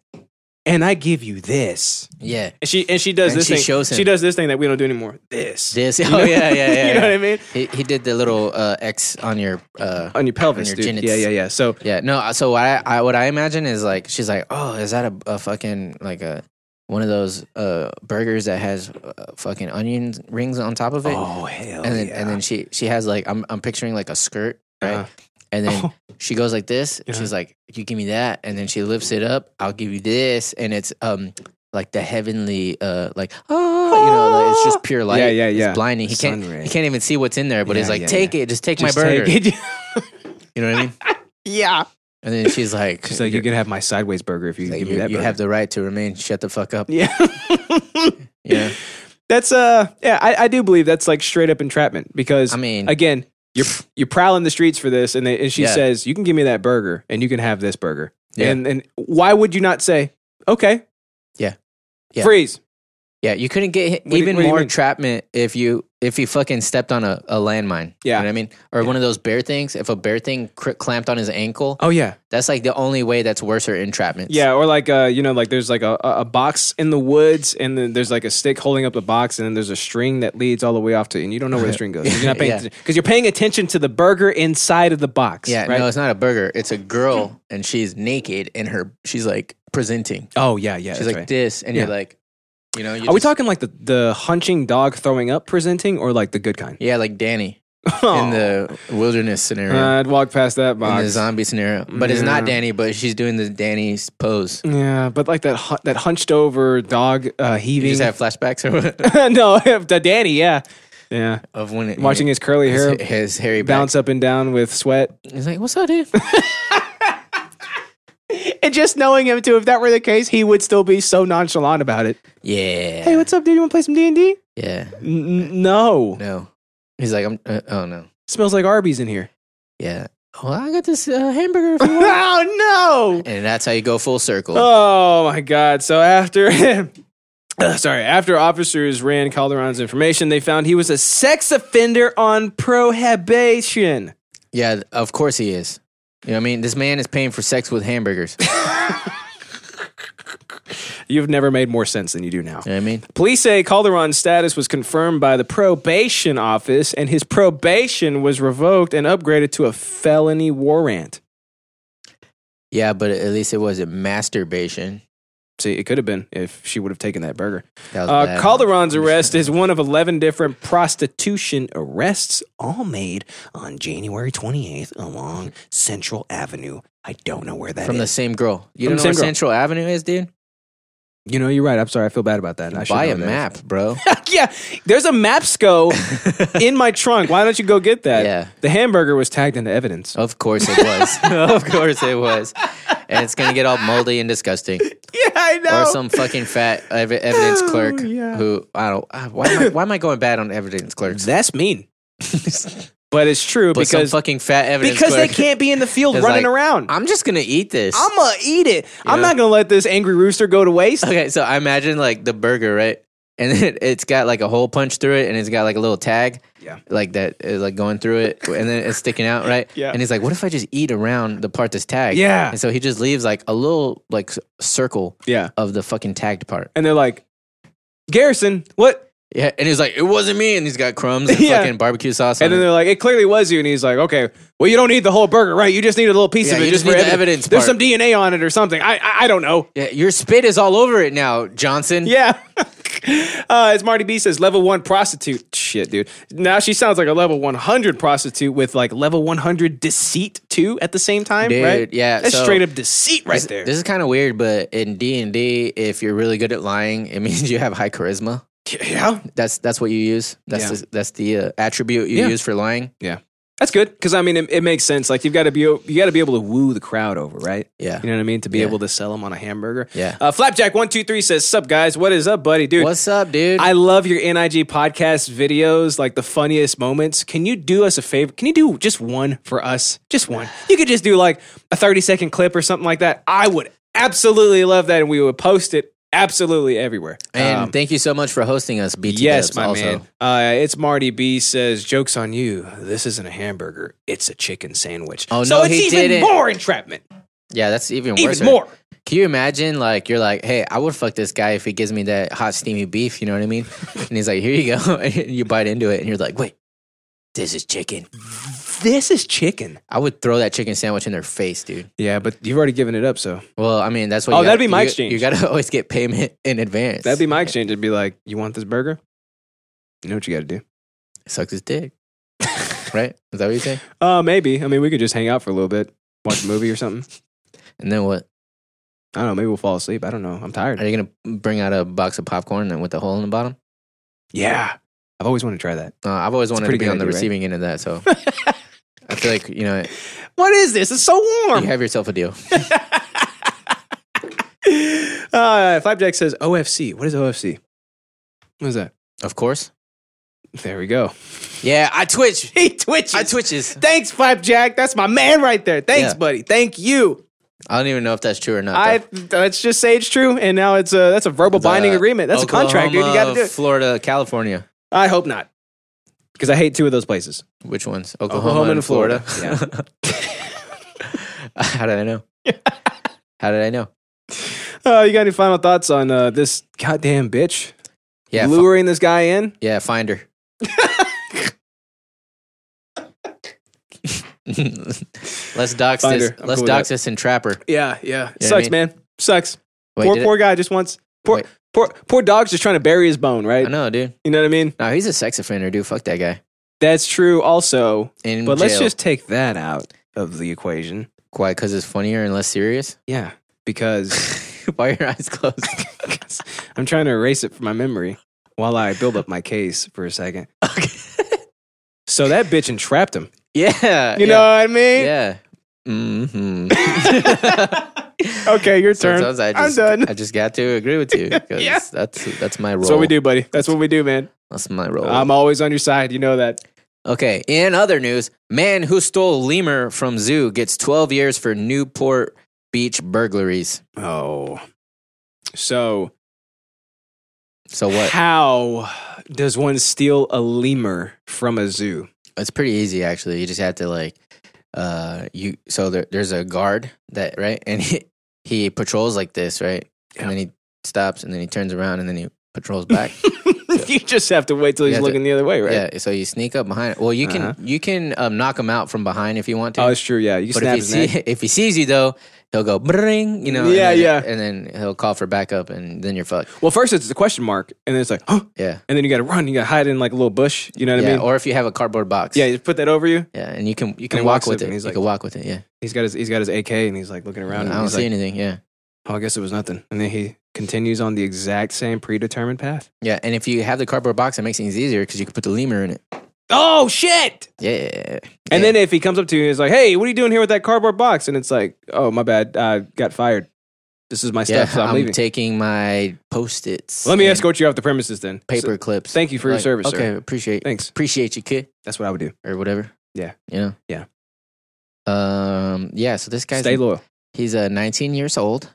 [SPEAKER 2] and I give you this?
[SPEAKER 1] Yeah.
[SPEAKER 2] And she and she does
[SPEAKER 1] And
[SPEAKER 2] this
[SPEAKER 1] she
[SPEAKER 2] thing.
[SPEAKER 1] shows him.
[SPEAKER 2] She does this thing that we don't do anymore. This.
[SPEAKER 1] This. Oh yeah, yeah, yeah.
[SPEAKER 2] you know what
[SPEAKER 1] yeah.
[SPEAKER 2] I mean?
[SPEAKER 1] He, he did the little uh, X on your uh,
[SPEAKER 2] On your pelvis,
[SPEAKER 1] your
[SPEAKER 2] dude.
[SPEAKER 1] genitals.
[SPEAKER 2] Yeah, yeah, yeah. So
[SPEAKER 1] yeah. No. So what I, I what I imagine is like she's like, oh, is that a, a fucking like a one of those uh, burgers that has uh, fucking onion rings on top of it?
[SPEAKER 2] oh hell
[SPEAKER 1] and then
[SPEAKER 2] yeah.
[SPEAKER 1] and then she she has like I'm I'm picturing like a skirt, right?
[SPEAKER 2] Uh-huh.
[SPEAKER 1] And then she goes like this. and She's like, "You give me that," and then she lifts it up. I'll give you this, and it's um like the heavenly uh like oh you know like, it's just pure light.
[SPEAKER 2] Yeah, yeah, yeah.
[SPEAKER 1] It's blinding. He
[SPEAKER 2] Sun
[SPEAKER 1] can't
[SPEAKER 2] ray.
[SPEAKER 1] he can't even see what's in there, but he's
[SPEAKER 2] Yeah,
[SPEAKER 1] like,
[SPEAKER 2] yeah,
[SPEAKER 1] "Take it, just take
[SPEAKER 2] Just
[SPEAKER 1] my burger."
[SPEAKER 2] take it.
[SPEAKER 1] You know what I mean?
[SPEAKER 2] yeah.
[SPEAKER 1] And then she's like,
[SPEAKER 2] She's like, you can have my sideways burger if you
[SPEAKER 1] like,
[SPEAKER 2] give
[SPEAKER 1] you,
[SPEAKER 2] me that
[SPEAKER 1] you
[SPEAKER 2] burger.
[SPEAKER 1] have the right to remain. Shut the fuck up."
[SPEAKER 2] yeah.
[SPEAKER 1] Yeah.
[SPEAKER 2] that's uh yeah, I, I do believe that's like straight up entrapment because
[SPEAKER 1] I mean-
[SPEAKER 2] again, you're you're prowling the streets for this and they, and she
[SPEAKER 1] Yeah.
[SPEAKER 2] says, You can give me that burger and you can have this burger.
[SPEAKER 1] Yeah.
[SPEAKER 2] And and why would you not say, Okay.
[SPEAKER 1] Yeah. Yeah.
[SPEAKER 2] Freeze.
[SPEAKER 1] Yeah, you couldn't get hit,
[SPEAKER 2] What do you-
[SPEAKER 1] even
[SPEAKER 2] what do you
[SPEAKER 1] more
[SPEAKER 2] mean?
[SPEAKER 1] entrapment if you if you fucking stepped on a, a landmine.
[SPEAKER 2] Yeah.
[SPEAKER 1] you know what I mean, or one of those bear things. If a bear thing cr- clamped on his ankle,
[SPEAKER 2] Oh yeah.
[SPEAKER 1] that's like the only way that's worse or entrapment.
[SPEAKER 2] Yeah, or like uh, you know, like there's like a, a a box in the woods, and then there's like a stick holding up the box, and then there's a string that leads all the way off to, and you don't know where the string goes. You're not paying
[SPEAKER 1] Yeah.
[SPEAKER 2] attention because you're paying attention to the burger inside of the box.
[SPEAKER 1] yeah.
[SPEAKER 2] right? Mm-hmm.
[SPEAKER 1] No, it's not a burger. It's a girl, and she's naked, and her she's like presenting.
[SPEAKER 2] oh yeah, yeah.
[SPEAKER 1] She's
[SPEAKER 2] that's
[SPEAKER 1] like
[SPEAKER 2] right.
[SPEAKER 1] this, and
[SPEAKER 2] Yeah.
[SPEAKER 1] you're like, you know, you
[SPEAKER 2] Are we
[SPEAKER 1] just-
[SPEAKER 2] talking like the, the hunching dog throwing up presenting or like the good kind?
[SPEAKER 1] Yeah, like Danny
[SPEAKER 2] Oh.
[SPEAKER 1] in the wilderness scenario.
[SPEAKER 2] I'd walk past that
[SPEAKER 1] in the
[SPEAKER 2] box.
[SPEAKER 1] zombie scenario, but it's
[SPEAKER 2] Yeah.
[SPEAKER 1] not Danny. But she's doing the Danny's pose.
[SPEAKER 2] Yeah, but like that hu- that hunched over dog uh,
[SPEAKER 1] You
[SPEAKER 2] heaving.
[SPEAKER 1] just have flashbacks or what?
[SPEAKER 2] no, the Danny, yeah, yeah.
[SPEAKER 1] of when it,
[SPEAKER 2] Watching his curly hair
[SPEAKER 1] his, his hairy back.
[SPEAKER 2] bounce up and down with sweat,
[SPEAKER 1] He's like, "What's up, dude?"
[SPEAKER 2] and just knowing him too. If that were the case, he would still be so nonchalant about it.
[SPEAKER 1] yeah.
[SPEAKER 2] Hey, what's up, dude? You want to play some D and D?
[SPEAKER 1] yeah.
[SPEAKER 2] No,
[SPEAKER 1] No. He's like, "I'm." Uh, oh no.
[SPEAKER 2] smells like Arby's in here.
[SPEAKER 1] Yeah. Well, I got this uh, hamburger. If you want.
[SPEAKER 2] oh no!
[SPEAKER 1] and that's how you go full circle.
[SPEAKER 2] Oh my god. So after uh, sorry, after officers ran Calderon's information, they found he was a sex offender on prohibition.
[SPEAKER 1] Yeah, of course he is. You know what I mean? This man is paying for sex with hamburgers. you
[SPEAKER 2] You've never made more sense than you do now.
[SPEAKER 1] know what I mean?
[SPEAKER 2] Police say Calderon's status was confirmed by the probation office and his probation was revoked and upgraded to a felony warrant.
[SPEAKER 1] Yeah, but at least it wasn't masturbation.
[SPEAKER 2] See, it could have been if she would have taken that burger.
[SPEAKER 1] That was
[SPEAKER 2] Uh,
[SPEAKER 1] bad.
[SPEAKER 2] Calderon's arrest is one of 11 different prostitution arrests, all made on January 28th along Central Avenue, I don't know where that
[SPEAKER 1] from the
[SPEAKER 2] is.
[SPEAKER 1] same girl. You don't know
[SPEAKER 2] From the same
[SPEAKER 1] where
[SPEAKER 2] girl.
[SPEAKER 1] Central Avenue is, dude?
[SPEAKER 2] you know, you're right. I'm sorry. I feel bad about that. I should
[SPEAKER 1] Buy
[SPEAKER 2] know
[SPEAKER 1] a
[SPEAKER 2] that.
[SPEAKER 1] map, bro.
[SPEAKER 2] yeah, there's a Mapsco in my trunk. Why don't you go get that?
[SPEAKER 1] Yeah.
[SPEAKER 2] The hamburger was tagged into evidence.
[SPEAKER 1] of course it was. of course it was. And it's gonna get all moldy and disgusting.
[SPEAKER 2] Yeah, I know.
[SPEAKER 1] Or some fucking fat ev- evidence
[SPEAKER 2] Oh,
[SPEAKER 1] clerk
[SPEAKER 2] yeah.
[SPEAKER 1] who I don't. ah, Why am I, why am I going bad on evidence clerks?
[SPEAKER 2] That's mean. but it's true
[SPEAKER 1] But some
[SPEAKER 2] because
[SPEAKER 1] fucking fat evidence
[SPEAKER 2] because they
[SPEAKER 1] clerk
[SPEAKER 2] can't be in the field
[SPEAKER 1] is
[SPEAKER 2] running
[SPEAKER 1] like,
[SPEAKER 2] around.
[SPEAKER 1] I'm just gonna eat this.
[SPEAKER 2] I'm gonna eat it. I'm
[SPEAKER 1] Yeah.
[SPEAKER 2] not gonna let this angry rooster go to waste.
[SPEAKER 1] Okay, so I imagine like the burger, right? And it, it's got like a hole punched through it, and it's got like a little tag,
[SPEAKER 2] Yeah.
[SPEAKER 1] like that is like going through it, and then it's sticking out, right?
[SPEAKER 2] Yeah.
[SPEAKER 1] And he's like, "What if I just eat around the part that's tagged?"
[SPEAKER 2] Yeah.
[SPEAKER 1] And so he just leaves like a little like s- circle
[SPEAKER 2] Yeah.
[SPEAKER 1] of the fucking tagged part.
[SPEAKER 2] And they're like, Garrison, what?
[SPEAKER 1] Yeah. And he's like, "It wasn't me," and he's got crumbs and
[SPEAKER 2] Yeah.
[SPEAKER 1] fucking barbecue sauce.
[SPEAKER 2] And
[SPEAKER 1] on
[SPEAKER 2] then
[SPEAKER 1] it.
[SPEAKER 2] they're like, it clearly was you. And he's like, okay, well, you don't need the whole burger, right? You just need a little piece
[SPEAKER 1] Yeah,
[SPEAKER 2] of it
[SPEAKER 1] you
[SPEAKER 2] just
[SPEAKER 1] just need
[SPEAKER 2] for
[SPEAKER 1] the evidence
[SPEAKER 2] There's
[SPEAKER 1] part.
[SPEAKER 2] some DNA on it or something. I I, I don't know.
[SPEAKER 1] yeah, your spit is all over it now, Johnson.
[SPEAKER 2] Yeah. Uh, as Marty B says, level one prostitute. Shit, dude. Now she sounds like a level 100 prostitute with like level 100 deceit too at the same time,
[SPEAKER 1] Dude,
[SPEAKER 2] right?
[SPEAKER 1] yeah,
[SPEAKER 2] That's
[SPEAKER 1] so-
[SPEAKER 2] straight up deceit right
[SPEAKER 1] This-
[SPEAKER 2] there.
[SPEAKER 1] This is kind of weird, but in D and D, if you're really good at lying, it means you have high charisma.
[SPEAKER 2] yeah.
[SPEAKER 1] That's that's what you use. That's
[SPEAKER 2] Yeah.
[SPEAKER 1] the, that's the uh, attribute you
[SPEAKER 2] Yeah.
[SPEAKER 1] use for lying.
[SPEAKER 2] Yeah. That's good because I mean it, it makes sense. Like you've got to be o- you got to be able to woo the crowd over, right?
[SPEAKER 1] Yeah.
[SPEAKER 2] you know what I mean to be
[SPEAKER 1] Yeah.
[SPEAKER 2] able to sell them on a hamburger.
[SPEAKER 1] Yeah.
[SPEAKER 2] Uh, Flapjack one two three says, "Sup guys, what is up, buddy, dude?
[SPEAKER 1] What's up, dude?
[SPEAKER 2] I love your NIG podcast videos, like the funniest moments. Can you do us a favor? Can you do just one for us? Just one. You could just do like a 30 second clip or something like that. I would absolutely love that and we would post it absolutely everywhere.
[SPEAKER 1] and
[SPEAKER 2] Um,
[SPEAKER 1] thank you so much for hosting us, BT.
[SPEAKER 2] Yes,
[SPEAKER 1] Dubs,
[SPEAKER 2] my
[SPEAKER 1] also.
[SPEAKER 2] man. Uh, it's Marty B says, "Jokes on you. This isn't a hamburger. It's a chicken sandwich."
[SPEAKER 1] Oh,
[SPEAKER 2] so
[SPEAKER 1] no,
[SPEAKER 2] it's
[SPEAKER 1] he
[SPEAKER 2] even
[SPEAKER 1] didn't.
[SPEAKER 2] more entrapment.
[SPEAKER 1] Yeah, that's even worse.
[SPEAKER 2] Even more.
[SPEAKER 1] Can you imagine? Like, you're like, hey, I would fuck this guy if he gives me that hot steamy beef. You know what I mean? and he's like, here you go. and you bite into it, and you're like, wait, this is chicken.
[SPEAKER 2] This is chicken.
[SPEAKER 1] I would throw that chicken sandwich in their face, dude.
[SPEAKER 2] Yeah, but you've already given it up, so
[SPEAKER 1] Well, I mean, that's what.
[SPEAKER 2] Oh,
[SPEAKER 1] you
[SPEAKER 2] that'd be my
[SPEAKER 1] you-
[SPEAKER 2] exchange.
[SPEAKER 1] You gotta always get payment in advance.
[SPEAKER 2] that'd be my exchange. It'd be like, "You want this burger? You know what you got to do."
[SPEAKER 1] sucks his dick, right? Is that what you say?
[SPEAKER 2] Uh, maybe. I mean, we could just hang out for a little bit, watch a movie or something.
[SPEAKER 1] And then what?
[SPEAKER 2] I don't know. Maybe we'll fall asleep. I don't know.
[SPEAKER 1] Are
[SPEAKER 2] I'm tired.
[SPEAKER 1] you gonna bring out a box of popcorn and with a hole in the bottom?
[SPEAKER 2] Yeah, I've always wanted to try that.
[SPEAKER 1] Uh, I've always wanted to
[SPEAKER 2] pretty
[SPEAKER 1] be
[SPEAKER 2] good
[SPEAKER 1] on the
[SPEAKER 2] idea, right?
[SPEAKER 1] receiving end of that, so I feel like you know
[SPEAKER 2] What is this? It's so
[SPEAKER 1] you
[SPEAKER 2] warm.
[SPEAKER 1] have yourself a deal.
[SPEAKER 2] Uh, Flapjack says, "OFC. What is OFC? What is that?"
[SPEAKER 1] Of course.
[SPEAKER 2] There we go.
[SPEAKER 1] Yeah, I twitch.
[SPEAKER 2] He twitches.
[SPEAKER 1] I twitches.
[SPEAKER 2] Thanks, Flapjack. That's my man right there. Thanks,
[SPEAKER 1] Yeah.
[SPEAKER 2] buddy. Thank you.
[SPEAKER 1] I don't even know if that's true or not.
[SPEAKER 2] I
[SPEAKER 1] though.
[SPEAKER 2] let's just say it's true, and now it's a that's a verbal
[SPEAKER 1] The
[SPEAKER 2] binding agreement. That's a contract, dude. You got to
[SPEAKER 1] Oklahoma,
[SPEAKER 2] do it.
[SPEAKER 1] Florida, California.
[SPEAKER 2] I hope not, because I hate two of those places.
[SPEAKER 1] Which ones?
[SPEAKER 2] Oklahoma
[SPEAKER 1] Oklahoma,
[SPEAKER 2] and
[SPEAKER 1] and Florida. How did I know? How did I know?
[SPEAKER 2] Uh, you got any final thoughts on uh, this goddamn bitch
[SPEAKER 1] Yeah, fi-
[SPEAKER 2] luring this guy in?
[SPEAKER 1] yeah, Finder. let's dox
[SPEAKER 2] Finder,
[SPEAKER 1] this.
[SPEAKER 2] I'm
[SPEAKER 1] Let's
[SPEAKER 2] cool with
[SPEAKER 1] dox
[SPEAKER 2] that.
[SPEAKER 1] this and Trapper.
[SPEAKER 2] Yeah, yeah.
[SPEAKER 1] what I
[SPEAKER 2] Sucks,
[SPEAKER 1] mean?
[SPEAKER 2] man. Sucks.
[SPEAKER 1] Wait,
[SPEAKER 2] poor
[SPEAKER 1] did it-
[SPEAKER 2] poor guy just wants poor
[SPEAKER 1] Wait.
[SPEAKER 2] poor poor dog's just trying to bury his bone,
[SPEAKER 1] I
[SPEAKER 2] right?
[SPEAKER 1] know, dude.
[SPEAKER 2] You know what I mean?
[SPEAKER 1] No, he's a sex offender, dude. Fuck that guy.
[SPEAKER 2] That's true. Also,
[SPEAKER 1] In
[SPEAKER 2] but let's
[SPEAKER 1] jail.
[SPEAKER 2] just take that out of the equation.
[SPEAKER 1] Why? Because it's funnier and less serious.
[SPEAKER 2] Yeah, because
[SPEAKER 1] Why are your eyes closed?
[SPEAKER 2] I'm trying to erase it from my memory while I build up my case for a second. So that bitch entrapped him.
[SPEAKER 1] Uh, yeah,
[SPEAKER 2] You know what I mean?
[SPEAKER 1] yeah. Mm-hmm.
[SPEAKER 2] Okay, your turn.
[SPEAKER 1] Sometimes I
[SPEAKER 2] I'm
[SPEAKER 1] just,
[SPEAKER 2] done.
[SPEAKER 1] I just got to agree with you. 'cause
[SPEAKER 2] Yeah.
[SPEAKER 1] that's that's my role.
[SPEAKER 2] That's what we do, Um, buddy. That's what we do, man.
[SPEAKER 1] That's my role.
[SPEAKER 2] I'm always on your side. You know that.
[SPEAKER 1] okay. In other news, man who stole lemur from zoo gets 12 years for Newport Beach burglaries.
[SPEAKER 2] Oh. So,
[SPEAKER 1] So what?
[SPEAKER 2] how does one steal a lemur from a zoo?
[SPEAKER 1] It's pretty easy actually. You just have to like, uh, you. So there, there's a guard that right, and he, he patrols like this right, and then he stops, and then he turns around, and then he patrols back.
[SPEAKER 2] you just have to wait till he's
[SPEAKER 1] Yeah,
[SPEAKER 2] looking the other way, right?
[SPEAKER 1] Yeah. So you sneak up behind. Well, you can
[SPEAKER 2] Uh-huh.
[SPEAKER 1] you can um, knock him out from behind if you want to.
[SPEAKER 2] Oh, it's true. Yeah, you
[SPEAKER 1] but if
[SPEAKER 2] snap
[SPEAKER 1] he
[SPEAKER 2] his neck.
[SPEAKER 1] see, if he sees you though, he'll go bring, you know.
[SPEAKER 2] Yeah,
[SPEAKER 1] and then,
[SPEAKER 2] yeah.
[SPEAKER 1] And then he'll call for backup, and then you're fucked.
[SPEAKER 2] Well, first it's a question mark, and then it's like, oh,
[SPEAKER 1] Yeah.
[SPEAKER 2] and then you got to run. You got to hide in like a little bush. You know what
[SPEAKER 1] yeah.
[SPEAKER 2] I mean?
[SPEAKER 1] Or if you have a cardboard box.
[SPEAKER 2] yeah, you put that over you.
[SPEAKER 1] Yeah, and you can you can
[SPEAKER 2] he
[SPEAKER 1] walk
[SPEAKER 2] walks
[SPEAKER 1] with
[SPEAKER 2] up
[SPEAKER 1] it.
[SPEAKER 2] and he's
[SPEAKER 1] you
[SPEAKER 2] like-
[SPEAKER 1] can walk with it. Yeah.
[SPEAKER 2] He's got his he's got his AK, and he's like looking around.
[SPEAKER 1] I
[SPEAKER 2] and
[SPEAKER 1] don't
[SPEAKER 2] he's
[SPEAKER 1] see
[SPEAKER 2] like,
[SPEAKER 1] anything. Yeah.
[SPEAKER 2] Oh, I guess it was nothing. And then he continues on the exact same predetermined path.
[SPEAKER 1] Yeah. And if you have the cardboard box, it makes things easier because you can put the lemur in it.
[SPEAKER 2] Oh shit!
[SPEAKER 1] Yeah.
[SPEAKER 2] And then if he comes up to you, he's like, "Hey, what are you doing here with that cardboard box?" And it's like, "Oh, my bad. I got fired. This is my
[SPEAKER 1] yeah,
[SPEAKER 2] stuff. so I'm,
[SPEAKER 1] I'm,
[SPEAKER 2] leaving.
[SPEAKER 1] taking my post its.
[SPEAKER 2] Let me escort you off the premises then.
[SPEAKER 1] paper
[SPEAKER 2] So-
[SPEAKER 1] clips.
[SPEAKER 2] thank you for your
[SPEAKER 1] Like,
[SPEAKER 2] service,
[SPEAKER 1] Okay,
[SPEAKER 2] sir.
[SPEAKER 1] appreciate
[SPEAKER 2] Thanks.
[SPEAKER 1] appreciate you, kid,
[SPEAKER 2] That's what I would do.
[SPEAKER 1] or whatever.
[SPEAKER 2] Yeah.
[SPEAKER 1] You know.
[SPEAKER 2] Yeah.
[SPEAKER 1] Um. Yeah. So this guy's
[SPEAKER 2] Stay loyal.
[SPEAKER 1] he's uh, 19 years old,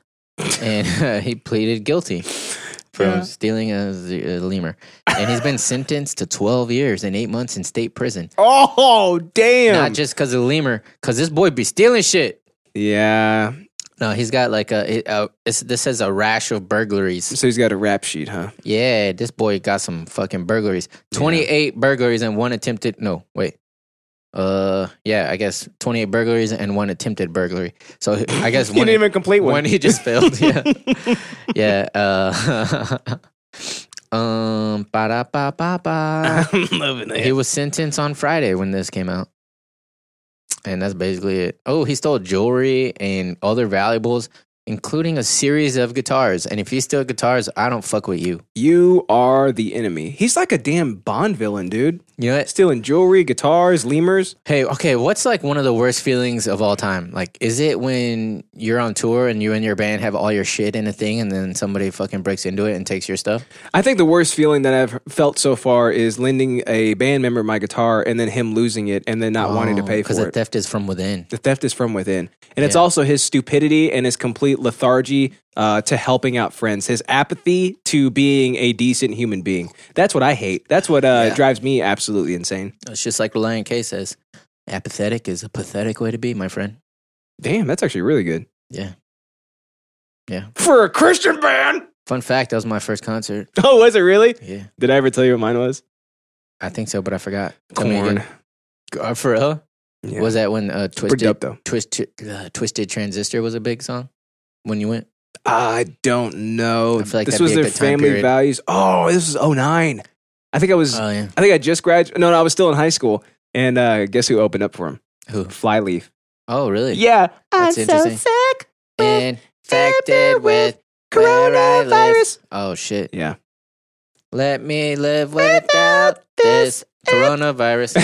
[SPEAKER 1] and uh, he pleaded guilty for
[SPEAKER 2] Yeah.
[SPEAKER 1] stealing a, z- a lemur, and he's been sentenced to 12 years and eight months in state prison.
[SPEAKER 2] Oh damn!
[SPEAKER 1] Not just because of the lemur, because this boy be stealing shit.
[SPEAKER 2] yeah.
[SPEAKER 1] No, he's got like a. it- uh, it's, this says a rash of burglaries.
[SPEAKER 2] So he's got a rap sheet, huh?
[SPEAKER 1] Yeah, this boy got some fucking burglaries. 28 burglaries and one attempted. No, wait. Uh, yeah, I guess 28 burglaries and one attempted burglary. So I guess
[SPEAKER 2] He
[SPEAKER 1] one,
[SPEAKER 2] didn't even complete one.
[SPEAKER 1] one he just failed. Yeah. yeah. Uh, um, ba da ba ba ba.
[SPEAKER 2] I'm loving
[SPEAKER 1] He was sentenced on Friday when this came out. And that's basically it. Oh, he stole jewelry and other valuables, including a series of guitars. And if you steal guitars, I don't fuck with you.
[SPEAKER 2] You are the enemy. He's like a damn Bond villain, dude.
[SPEAKER 1] You know what?
[SPEAKER 2] Stealing jewelry, guitars, lemurs.
[SPEAKER 1] Hey, okay, what's like one of the worst feelings of all time? Like, is it when you're on tour and you and your band have all your shit in a thing and then somebody fucking breaks into it and takes your stuff?
[SPEAKER 2] I think the worst feeling that I've felt so far is lending a band member my guitar and then him losing it and then not wanting to pay for
[SPEAKER 1] Because the
[SPEAKER 2] it.
[SPEAKER 1] theft is from within.
[SPEAKER 2] the theft is from within. And it's
[SPEAKER 1] Oh, Yeah.
[SPEAKER 2] also his stupidity and his complete lethargy uh, to helping out friends, his apathy to being a decent human being. That's what I hate. That's what uh,
[SPEAKER 1] Yeah.
[SPEAKER 2] drives me absolutely insane.
[SPEAKER 1] It's just like Reliant K says apathetic is a pathetic way to be, my friend.
[SPEAKER 2] Damn, that's actually really good.
[SPEAKER 1] Yeah.
[SPEAKER 2] For a Christian band.
[SPEAKER 1] Fun fact that was my first concert.
[SPEAKER 2] Oh, was it really?
[SPEAKER 1] Yeah.
[SPEAKER 2] Did I ever tell you what mine was?
[SPEAKER 1] I think so, but I forgot. Tell me
[SPEAKER 2] Corn.
[SPEAKER 1] again. Uh, for real?
[SPEAKER 2] Yeah.
[SPEAKER 1] Was that when uh,
[SPEAKER 2] pretty
[SPEAKER 1] Twisted,
[SPEAKER 2] dope though?
[SPEAKER 1] Twisted, uh, Twisted Transistor was a big song? When you went?
[SPEAKER 2] I don't know.
[SPEAKER 1] I feel like
[SPEAKER 2] this
[SPEAKER 1] that'd
[SPEAKER 2] was
[SPEAKER 1] be a
[SPEAKER 2] their
[SPEAKER 1] good time
[SPEAKER 2] family
[SPEAKER 1] period.
[SPEAKER 2] values. Oh, this was 09. I think I was.
[SPEAKER 1] Oh, yeah.
[SPEAKER 2] I think I just graduated. No, no, I was still in high school. And uh, guess who opened up for him?
[SPEAKER 1] Who?
[SPEAKER 2] Flyleaf.
[SPEAKER 1] Oh, really?
[SPEAKER 2] Yeah,
[SPEAKER 1] That's interesting.
[SPEAKER 2] sick.
[SPEAKER 1] Infected with where I live. Oh, shit.
[SPEAKER 2] Yeah.
[SPEAKER 1] Let me live without this coronavirus.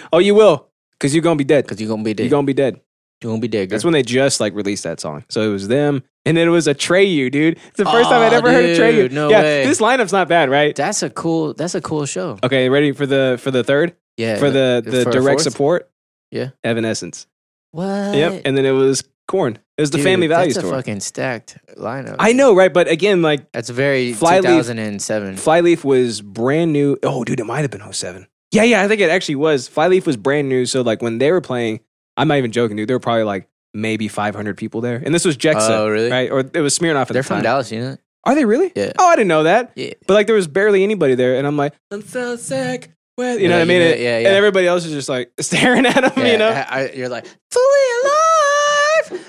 [SPEAKER 2] oh, you will, because you're gonna be dead.
[SPEAKER 1] Because you're going to be dead.
[SPEAKER 2] You're gonna be dead.
[SPEAKER 1] You're going to be dead, girl.
[SPEAKER 2] That's when they just like released that song. So it was them, and then it was a Atreyu, dude. It's the first time I'd
[SPEAKER 1] Aw,
[SPEAKER 2] ever heard a Atreyu.
[SPEAKER 1] dude, no
[SPEAKER 2] yeah,
[SPEAKER 1] way.
[SPEAKER 2] this lineup's not bad, right?
[SPEAKER 1] That's a cool, that's a cool show.
[SPEAKER 2] Okay, ready for the for the third
[SPEAKER 1] Yeah.
[SPEAKER 2] for the the
[SPEAKER 1] Uh, for a
[SPEAKER 2] direct
[SPEAKER 1] fourth?
[SPEAKER 2] support.
[SPEAKER 1] Yeah.
[SPEAKER 2] Evanescence.
[SPEAKER 1] What?
[SPEAKER 2] Yep, and then it was Corn. It was the
[SPEAKER 1] Dude,
[SPEAKER 2] Family Values
[SPEAKER 1] That's a
[SPEAKER 2] tour.
[SPEAKER 1] fucking stacked lineup.
[SPEAKER 2] I know, right? But again, like
[SPEAKER 1] That's very
[SPEAKER 2] Flyleaf-
[SPEAKER 1] 2007.
[SPEAKER 2] Flyleaf was brand new. Oh, dude, it might have been 07. Yeah, yeah, I think it actually was. Flyleaf was brand new. So, like, when they were playing, I'm not even joking, dude. There were probably like maybe 500 people there. And this was Jexa.
[SPEAKER 1] Oh, really?
[SPEAKER 2] Right? Or it was Smirnoff at
[SPEAKER 1] They're
[SPEAKER 2] the
[SPEAKER 1] from
[SPEAKER 2] time.
[SPEAKER 1] Dallas, you know?
[SPEAKER 2] Are they really?
[SPEAKER 1] Yeah.
[SPEAKER 2] Oh, I didn't know that.
[SPEAKER 1] Yeah.
[SPEAKER 2] But, like, there was barely anybody there. And I'm like, I'm so sick. Well, you know
[SPEAKER 1] Yeah,
[SPEAKER 2] what I mean?
[SPEAKER 1] you know-
[SPEAKER 2] And-
[SPEAKER 1] yeah, yeah.
[SPEAKER 2] And everybody else is just like staring at them, you know?
[SPEAKER 1] I- I- you're like, fully alive.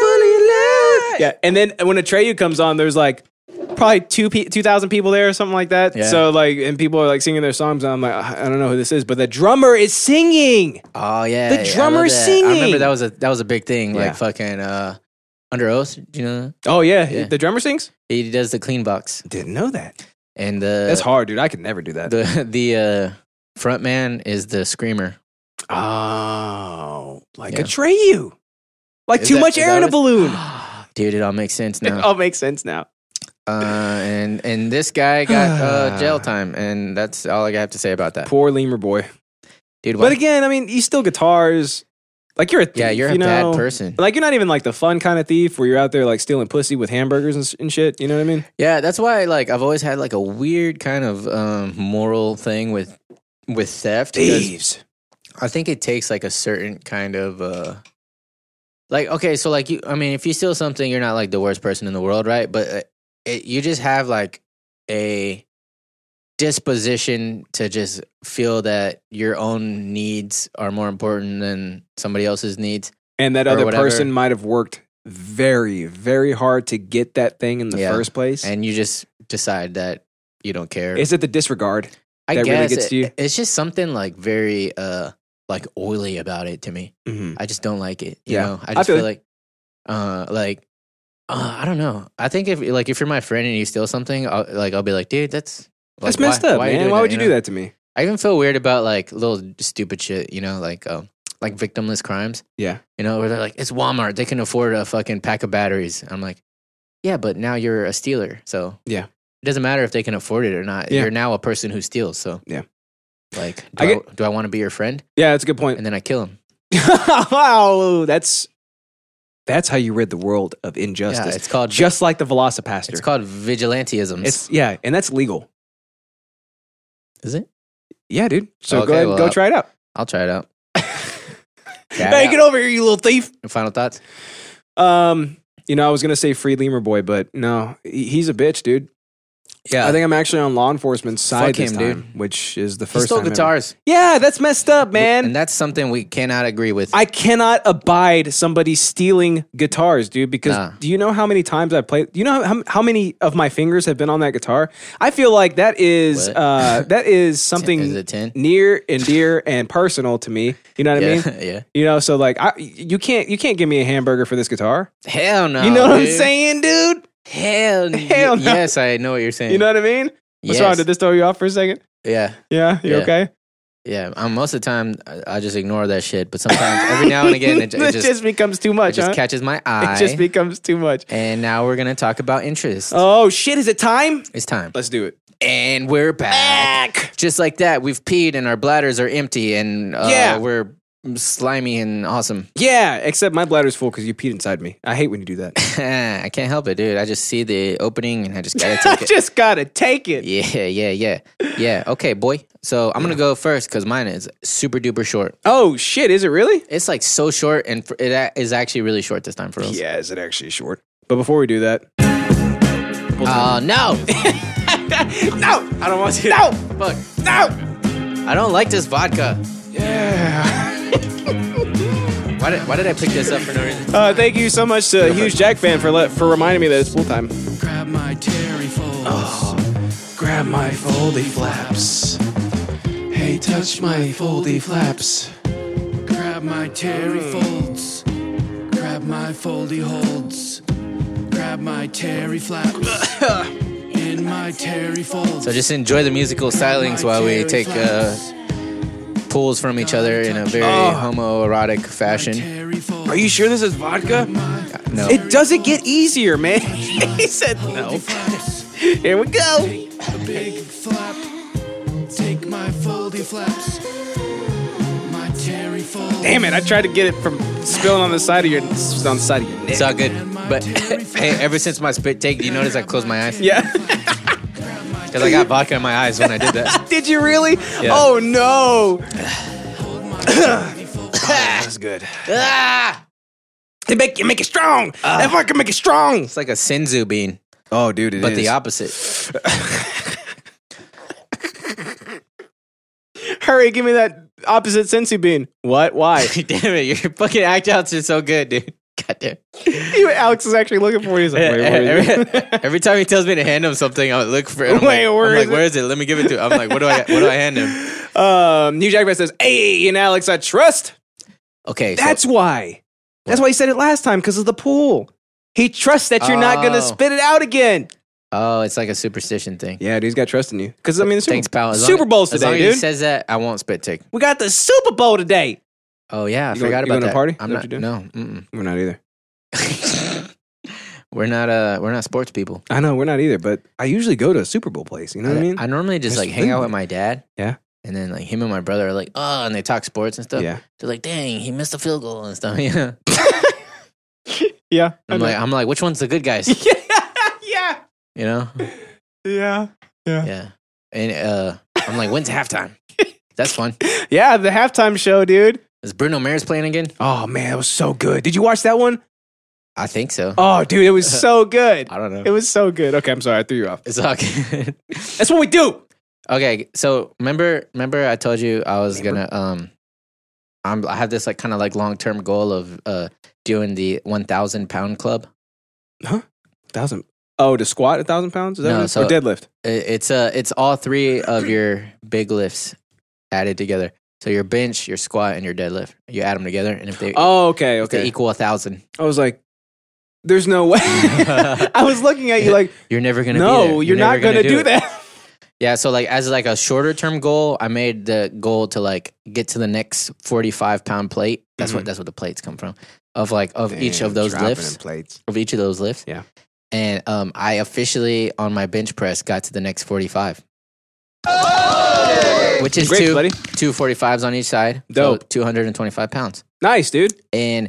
[SPEAKER 1] Fully alive.
[SPEAKER 2] Yeah, and then when Atreyu comes on, there's like probably two pe- two thousand people there or something like that.
[SPEAKER 1] Yeah.
[SPEAKER 2] So like, and people are like singing their songs, and I'm like, I I don't know who this is, but the drummer is singing.
[SPEAKER 1] Oh, yeah.
[SPEAKER 2] The
[SPEAKER 1] I love
[SPEAKER 2] drummer
[SPEAKER 1] that. I
[SPEAKER 2] singing.
[SPEAKER 1] remember that was a, that was a big thing.
[SPEAKER 2] Yeah.
[SPEAKER 1] Like, fucking, uh, under oath, do you know? that?
[SPEAKER 2] Oh yeah,
[SPEAKER 1] Yeah.
[SPEAKER 2] the drummer sings.
[SPEAKER 1] He does the clean box.
[SPEAKER 2] Didn't know that.
[SPEAKER 1] And uh,
[SPEAKER 2] That's hard, dude. I could never do that.
[SPEAKER 1] The, the, uh, front man is the screamer.
[SPEAKER 2] oh, like
[SPEAKER 1] Yeah.
[SPEAKER 2] Atreyu, like
[SPEAKER 1] Is
[SPEAKER 2] too
[SPEAKER 1] that-
[SPEAKER 2] much
[SPEAKER 1] is
[SPEAKER 2] air
[SPEAKER 1] that
[SPEAKER 2] in a
[SPEAKER 1] what-
[SPEAKER 2] balloon.
[SPEAKER 1] Dude, it all makes sense
[SPEAKER 2] It
[SPEAKER 1] now.
[SPEAKER 2] all makes sense now.
[SPEAKER 1] Uh, and, and this guy got uh, jail time. And that's all I have to say about that.
[SPEAKER 2] Poor lemur boy.
[SPEAKER 1] Dude,
[SPEAKER 2] But
[SPEAKER 1] what-
[SPEAKER 2] again, I mean, you steal guitars. Like you're a thief,
[SPEAKER 1] yeah, you're
[SPEAKER 2] you
[SPEAKER 1] a bad
[SPEAKER 2] know?
[SPEAKER 1] person.
[SPEAKER 2] Like you're not even like the fun kind of thief where you're out there like stealing pussy with hamburgers and, s- and shit. You know what I mean?
[SPEAKER 1] Yeah, that's why like I've always had like a weird kind of um, moral thing with with theft. 'cause I think it takes like a certain kind of uh like okay, so like you I mean if you steal something you're not like the worst person in the world, right? But uh, it, you just have like a disposition to just feel that your own needs are more important than somebody else's needs.
[SPEAKER 2] and that
[SPEAKER 1] Or
[SPEAKER 2] other
[SPEAKER 1] whatever.
[SPEAKER 2] person might have worked very, very hard to get that thing in the
[SPEAKER 1] Yeah.
[SPEAKER 2] first place.
[SPEAKER 1] and you just decide that you don't care.
[SPEAKER 2] is it the disregard?
[SPEAKER 1] I
[SPEAKER 2] that
[SPEAKER 1] guess
[SPEAKER 2] really gets
[SPEAKER 1] it-
[SPEAKER 2] to you?
[SPEAKER 1] It's just something like very uh like oily about it to me.
[SPEAKER 2] Mm-hmm.
[SPEAKER 1] I just don't like it. You
[SPEAKER 2] Yeah.
[SPEAKER 1] know, I
[SPEAKER 2] I
[SPEAKER 1] just
[SPEAKER 2] feel
[SPEAKER 1] feel like, uh, like, uh, I don't know. I think if like if you're my friend and you steal something, I'll, like I'll be like, dude, that's like,
[SPEAKER 2] That's messed up,
[SPEAKER 1] are you
[SPEAKER 2] man.
[SPEAKER 1] doing
[SPEAKER 2] Why would you do
[SPEAKER 1] know?
[SPEAKER 2] that to me?
[SPEAKER 1] I even feel weird about like little stupid shit. You know, like um, like victimless crimes.
[SPEAKER 2] Yeah.
[SPEAKER 1] You know, where they're like, it's Walmart. They can afford a fucking pack of batteries. I'm like, yeah, but now you're a stealer. So
[SPEAKER 2] Yeah.
[SPEAKER 1] it doesn't matter if they can afford it or not.
[SPEAKER 2] Yeah.
[SPEAKER 1] You're now a person who steals. So
[SPEAKER 2] Yeah.
[SPEAKER 1] Like, do
[SPEAKER 2] I
[SPEAKER 1] I,
[SPEAKER 2] get-
[SPEAKER 1] do I want to be your friend?
[SPEAKER 2] Yeah, that's a good point.
[SPEAKER 1] And then I kill him.
[SPEAKER 2] wow, that's that's how you rid the world of injustice.
[SPEAKER 1] Yeah, it's called
[SPEAKER 2] just like the Velocipaster.
[SPEAKER 1] It's called vigilanteism.
[SPEAKER 2] It's- yeah, and that's legal.
[SPEAKER 1] is it?
[SPEAKER 2] Yeah, dude. So
[SPEAKER 1] Okay,
[SPEAKER 2] go ahead,
[SPEAKER 1] well,
[SPEAKER 2] go
[SPEAKER 1] I-
[SPEAKER 2] try it out.
[SPEAKER 1] I'll try it out. Try
[SPEAKER 2] Hey,
[SPEAKER 1] it
[SPEAKER 2] get
[SPEAKER 1] out.
[SPEAKER 2] over here, you little thief.
[SPEAKER 1] Final thoughts?
[SPEAKER 2] Um, you know, I was gonna say free lemur boy, but no, he- he's a bitch, dude.
[SPEAKER 1] Yeah.
[SPEAKER 2] I think I'm actually on law enforcement's side
[SPEAKER 1] Fuck
[SPEAKER 2] this
[SPEAKER 1] him,
[SPEAKER 2] time, which is the
[SPEAKER 1] he
[SPEAKER 2] first
[SPEAKER 1] stole
[SPEAKER 2] time ever.
[SPEAKER 1] guitars,
[SPEAKER 2] Yeah, that's messed up, man.
[SPEAKER 1] and that's something we cannot agree with.
[SPEAKER 2] I cannot abide somebody stealing guitars, dude. Because
[SPEAKER 1] Nah.
[SPEAKER 2] do you know how many times I played? Do you know how, how many of my fingers have been on that guitar? I feel like that is
[SPEAKER 1] What?
[SPEAKER 2] uh, that is something
[SPEAKER 1] is it ten?
[SPEAKER 2] near and dear and personal to me. You know what I
[SPEAKER 1] yeah,
[SPEAKER 2] mean?
[SPEAKER 1] yeah.
[SPEAKER 2] You know, so like, I you can't you can't give me a hamburger for this guitar.
[SPEAKER 1] Hell no.
[SPEAKER 2] you know what I'm
[SPEAKER 1] Oh, dude.
[SPEAKER 2] saying, dude?
[SPEAKER 1] Hell, y-
[SPEAKER 2] Hell no.
[SPEAKER 1] Yes, I know what you're saying.
[SPEAKER 2] You know what I mean? What's wrong?
[SPEAKER 1] Yes.
[SPEAKER 2] Did this throw you off for a second?
[SPEAKER 1] Yeah,
[SPEAKER 2] Yeah, you
[SPEAKER 1] Yeah.
[SPEAKER 2] okay?
[SPEAKER 1] yeah. Um, most of the time, I, I just ignore that shit, but sometimes every now and again, it, j- it just,
[SPEAKER 2] becomes too
[SPEAKER 1] it
[SPEAKER 2] much.
[SPEAKER 1] just
[SPEAKER 2] huh?
[SPEAKER 1] catches my eye.
[SPEAKER 2] it just becomes too much.
[SPEAKER 1] and now we're gonna talk about interest.
[SPEAKER 2] Oh shit! Is it time?
[SPEAKER 1] It's time,
[SPEAKER 2] Let's do it.
[SPEAKER 1] and we're back. Just like that, we've peed and our bladders are empty, and uh,
[SPEAKER 2] Yeah.
[SPEAKER 1] we're slimy and awesome.
[SPEAKER 2] Yeah, except my bladder's full because you peed inside me. I hate when you do that.
[SPEAKER 1] I can't help it, dude. I just see the opening and I just gotta take it.
[SPEAKER 2] just gotta take it.
[SPEAKER 1] yeah, yeah, yeah, yeah. Okay, boy. So I'm gonna go first because mine is super duper short.
[SPEAKER 2] Oh shit! Is it really?
[SPEAKER 1] It's like so short, and for, it a- is actually really short this time for us.
[SPEAKER 2] Yeah, is it actually short? But before we do that,
[SPEAKER 1] Oh no!
[SPEAKER 2] no, I don't want to. No,
[SPEAKER 1] Fuck!
[SPEAKER 2] no.
[SPEAKER 1] I don't like this vodka.
[SPEAKER 2] Yeah.
[SPEAKER 1] Why did Why did I pick this up for no reason?
[SPEAKER 2] Uh, thank you so much to Huge Jack fan for let, for reminding me that it's full time.
[SPEAKER 6] Grab my terry folds.
[SPEAKER 2] Grab my foldy flaps.
[SPEAKER 6] Hey, touch my foldy flaps. Grab my terry folds. Grab my foldy holds. Grab my terry flaps. In my terry folds.
[SPEAKER 1] So just enjoy the musical silence while we take uh, pulls from each other in a very
[SPEAKER 2] Oh.
[SPEAKER 1] homoerotic fashion.
[SPEAKER 6] Terry folds.
[SPEAKER 2] Are you sure this is vodka?
[SPEAKER 1] No.
[SPEAKER 2] It doesn't get easier, man. he said no. Here we go.
[SPEAKER 6] A big flap. Take my foldy flaps. My terry folds.
[SPEAKER 2] Damn it! I tried to get it from spilling on the side of your on the side of your neck.
[SPEAKER 1] It's all good. But hey, ever since my spit take, do you notice I closed my eyes?
[SPEAKER 2] Yeah.
[SPEAKER 1] Because I got vodka in my eyes when I did that.
[SPEAKER 2] Did you really? Oh no. Oh, That's good.
[SPEAKER 1] ah!
[SPEAKER 2] They make you make it strong. that vodka make it strong.
[SPEAKER 1] It's like a sinzu bean,
[SPEAKER 2] Oh, dude, it
[SPEAKER 1] but the opposite.
[SPEAKER 2] Hurry, give me that opposite sensi bean. What? Why?
[SPEAKER 1] Damn it, your fucking act outs are so good, dude. God damn.
[SPEAKER 2] You- Alex is actually looking for it. He's like, wait, what are you?
[SPEAKER 1] every, every time he tells me to hand him something, I look for it. I'm
[SPEAKER 2] Wait,
[SPEAKER 1] like,
[SPEAKER 2] where
[SPEAKER 1] I'm
[SPEAKER 2] is
[SPEAKER 1] like,
[SPEAKER 2] it?
[SPEAKER 1] where is it? Let me give it to him. I'm like, what do I, what do I hand him?
[SPEAKER 2] Um, New Jackman says, "Hey, and Alex, I trust."
[SPEAKER 1] Okay, so-
[SPEAKER 2] That's why. That's why he said it last time because of the pool. He trusts that you're not gonna
[SPEAKER 1] Oh.
[SPEAKER 2] spit it out again.
[SPEAKER 1] oh, it's like a superstition thing.
[SPEAKER 2] Yeah, dude, he's got trust in you. Because I mean, the Super,
[SPEAKER 1] Thanks, pal. As long-
[SPEAKER 2] Super Bowl's
[SPEAKER 1] as long
[SPEAKER 2] today,
[SPEAKER 1] as he
[SPEAKER 2] dude.
[SPEAKER 1] says that, I won't spit take.
[SPEAKER 2] we got the Super Bowl today.
[SPEAKER 1] Oh yeah, I
[SPEAKER 2] You going-
[SPEAKER 1] forgot
[SPEAKER 2] you
[SPEAKER 1] about
[SPEAKER 2] going to
[SPEAKER 1] that.
[SPEAKER 2] a party?
[SPEAKER 1] I'm
[SPEAKER 2] Is
[SPEAKER 1] not.
[SPEAKER 2] that what
[SPEAKER 1] No, mm-mm.
[SPEAKER 2] We're not either.
[SPEAKER 1] we're not. Uh, we're not sports people.
[SPEAKER 2] I know we're not either, but I usually go to a Super Bowl place. You know what I mean?
[SPEAKER 1] I normally just
[SPEAKER 2] That's
[SPEAKER 1] like
[SPEAKER 2] the
[SPEAKER 1] hang
[SPEAKER 2] thing.
[SPEAKER 1] out with my dad.
[SPEAKER 2] Yeah.
[SPEAKER 1] And then like him and my brother are like, oh, and they talk sports and stuff.
[SPEAKER 2] yeah,
[SPEAKER 1] They're like, dang, he missed a field goal and stuff. Yeah.
[SPEAKER 2] yeah.
[SPEAKER 1] I'm like, I'm like, which one's the good guys?
[SPEAKER 2] yeah,
[SPEAKER 1] You know?
[SPEAKER 2] yeah, yeah,
[SPEAKER 1] Yeah. And uh, I'm like, when's halftime? That's fun.
[SPEAKER 2] yeah. The halftime show, dude.
[SPEAKER 1] Is Bruno Mars playing again?
[SPEAKER 2] Oh man, it was so good. Did you watch that one?
[SPEAKER 1] I think so.
[SPEAKER 2] Oh, dude, it was so good.
[SPEAKER 1] I don't know.
[SPEAKER 2] It was so good. Okay, I'm sorry, I threw you off.
[SPEAKER 1] It's all good.
[SPEAKER 2] That's what we do.
[SPEAKER 1] okay, so remember, remember, I told you I was gonna um I'm, I have this like kind of like long term goal of uh, doing the 1,000 pound club.
[SPEAKER 2] Thousand. Oh, to squat a thousand pounds? Is that
[SPEAKER 1] No,
[SPEAKER 2] what it is?
[SPEAKER 1] so-
[SPEAKER 2] or deadlift?
[SPEAKER 1] I- It's uh, it's all three of your big lifts added together. So your bench, your squat, and your deadlift. You add them together, and if they,
[SPEAKER 2] Oh, okay,
[SPEAKER 1] if they
[SPEAKER 2] okay.
[SPEAKER 1] equal a thousand,
[SPEAKER 2] I was like, there's no way. I was looking at you like,
[SPEAKER 1] you're never gonna. be there.
[SPEAKER 2] no, you're,
[SPEAKER 1] never
[SPEAKER 2] not gonna, do,
[SPEAKER 1] it.
[SPEAKER 2] that.
[SPEAKER 1] Yeah, so like as like a shorter term goal, I made the goal to like get to the next forty five pound plate. That's
[SPEAKER 2] Mm-hmm.
[SPEAKER 1] what that's what the plates come from. Of like of each of
[SPEAKER 9] Damn,
[SPEAKER 1] those
[SPEAKER 9] dropping
[SPEAKER 1] lifts.
[SPEAKER 9] them plates.
[SPEAKER 1] Of each of those lifts.
[SPEAKER 2] Yeah.
[SPEAKER 1] And um I officially on my bench press got to the next forty five. Which is
[SPEAKER 2] Oh! Great,
[SPEAKER 1] two
[SPEAKER 2] buddy.
[SPEAKER 1] two forty fives on each side. So
[SPEAKER 2] Dope.
[SPEAKER 1] two hundred and twenty five pounds
[SPEAKER 2] Nice, dude.
[SPEAKER 1] and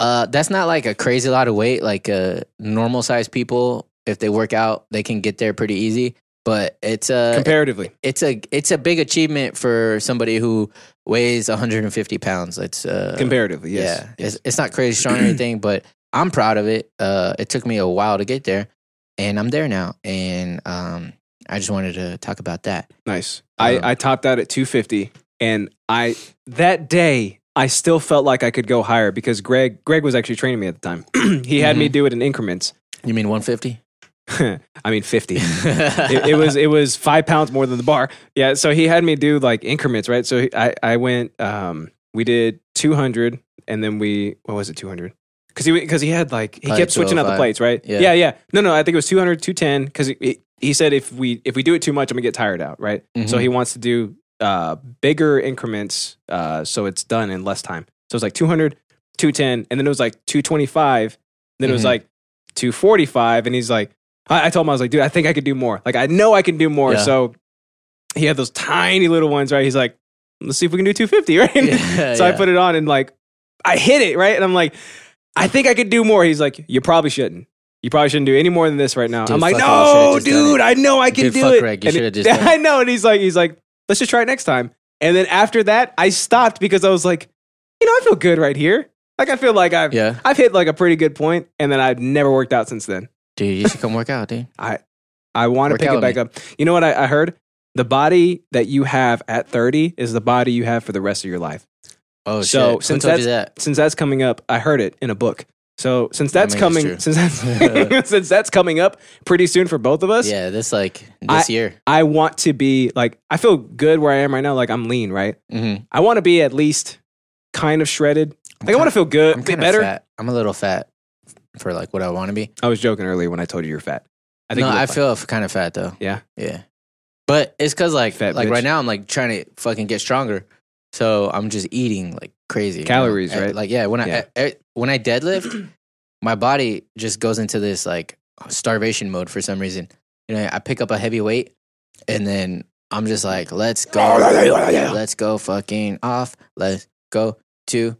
[SPEAKER 1] uh, that's not like a crazy lot of weight. Like uh, normal sized people, if they work out, they can get there pretty easy. But it's a
[SPEAKER 2] Comparatively,
[SPEAKER 1] it's a it's a big achievement for somebody who weighs 150 pounds. It's uh,
[SPEAKER 2] comparatively, yes.
[SPEAKER 1] yeah, it's, it's not crazy strong or anything, but I'm proud of it. Uh, it took me a while to get there, and I'm there now. And um, I just wanted to talk about that.
[SPEAKER 2] Nice.
[SPEAKER 1] Um,
[SPEAKER 2] I, I topped out at 250 and I that day I still felt like I could go higher because Greg Greg was actually training me at the time. he had me do it in increments.
[SPEAKER 1] You mean 150?
[SPEAKER 2] I mean 50. it, it was it was 5 pounds more than the bar. Yeah, so he had me do like increments, right? So he- I I went um we did 200 and then we what was it 200? Cuz he cuz he had like he
[SPEAKER 1] Like
[SPEAKER 2] kept switching out
[SPEAKER 1] 205.
[SPEAKER 2] the plates, right?
[SPEAKER 1] Yeah.
[SPEAKER 2] yeah. No, no, I think it was 200 210 cuz he, he said if we if we do it too much I'm going to get tired out, right? So
[SPEAKER 1] Mhm.
[SPEAKER 2] he wants to do uh, bigger increments uh, so it's done in less time. So it's like 200, 210, and then it was like 225. Then it was
[SPEAKER 1] Mhm.
[SPEAKER 2] like 245. And he's like, I, I told him, I was like, dude, I think I could do more. Like, I know I can do more.
[SPEAKER 1] Yeah.
[SPEAKER 2] So he had those tiny little ones, right? He's like, let's see if we can do 250, right?
[SPEAKER 1] Yeah,
[SPEAKER 2] so I
[SPEAKER 1] yeah.
[SPEAKER 2] put it on and like, I hit it, right? And I'm like, I think I could do more. He's like, you probably shouldn't. You probably shouldn't do any more than this right now.
[SPEAKER 1] Dude,
[SPEAKER 2] I'm like,
[SPEAKER 1] fuck it. You should've
[SPEAKER 2] no,
[SPEAKER 1] just done
[SPEAKER 2] dude,
[SPEAKER 1] it.
[SPEAKER 2] I know I can
[SPEAKER 1] Dude,
[SPEAKER 2] do
[SPEAKER 1] fuck
[SPEAKER 2] it.
[SPEAKER 1] Greg, you
[SPEAKER 2] And it-
[SPEAKER 1] should've just done it.
[SPEAKER 2] I know. And he's like, he's like, let's just try it next time. And then after that, I stopped because I was like, you know, I feel good right here. Like I feel like I've
[SPEAKER 1] Yeah.
[SPEAKER 2] I've hit like a pretty good point, and then I've never worked out since then.
[SPEAKER 1] Dude, you should come work out, dude.
[SPEAKER 2] I I want to
[SPEAKER 1] Work
[SPEAKER 2] pick
[SPEAKER 1] out
[SPEAKER 2] it
[SPEAKER 1] with
[SPEAKER 2] back
[SPEAKER 1] me.
[SPEAKER 2] up. You know what I, I heard? The body that you have at 30 is the body you have for the rest of your life.
[SPEAKER 1] Oh,
[SPEAKER 2] so
[SPEAKER 1] shit.
[SPEAKER 2] since
[SPEAKER 1] Who told
[SPEAKER 2] that's
[SPEAKER 1] you that?
[SPEAKER 2] since that's coming up, I heard it in a book. So since that's
[SPEAKER 1] I mean,
[SPEAKER 2] coming,
[SPEAKER 1] it's
[SPEAKER 2] since that's since that's coming up pretty soon for both of us,
[SPEAKER 1] Yeah, this like
[SPEAKER 2] I-
[SPEAKER 1] this year.
[SPEAKER 2] I want to be like I feel good where I am right now. Like I'm lean, right?
[SPEAKER 1] Mm-hmm.
[SPEAKER 2] I want to be at least kind of shredded. Like I want to feel good,
[SPEAKER 1] I'm
[SPEAKER 2] be
[SPEAKER 1] kind
[SPEAKER 2] better.
[SPEAKER 1] of fat. I'm a little fat for like what I want to be.
[SPEAKER 2] I was joking earlier when I told you you're fat. I
[SPEAKER 1] no,
[SPEAKER 2] you
[SPEAKER 1] I
[SPEAKER 2] look
[SPEAKER 1] feel kind of fat though.
[SPEAKER 2] Yeah?
[SPEAKER 1] yeah. But it's because like
[SPEAKER 2] Fat
[SPEAKER 1] like
[SPEAKER 2] bitch.
[SPEAKER 1] right now I'm like trying to fucking get stronger, so I'm just eating like crazy you know?
[SPEAKER 2] Calories,
[SPEAKER 1] I-
[SPEAKER 2] right?
[SPEAKER 1] Like yeah, when I,
[SPEAKER 2] Yeah.
[SPEAKER 1] I- I- when I deadlift, my body just goes into this like starvation mode for some reason. You know, I pick up a heavy weight, and then I'm just like, let's go, let's go, fucking off, let's go to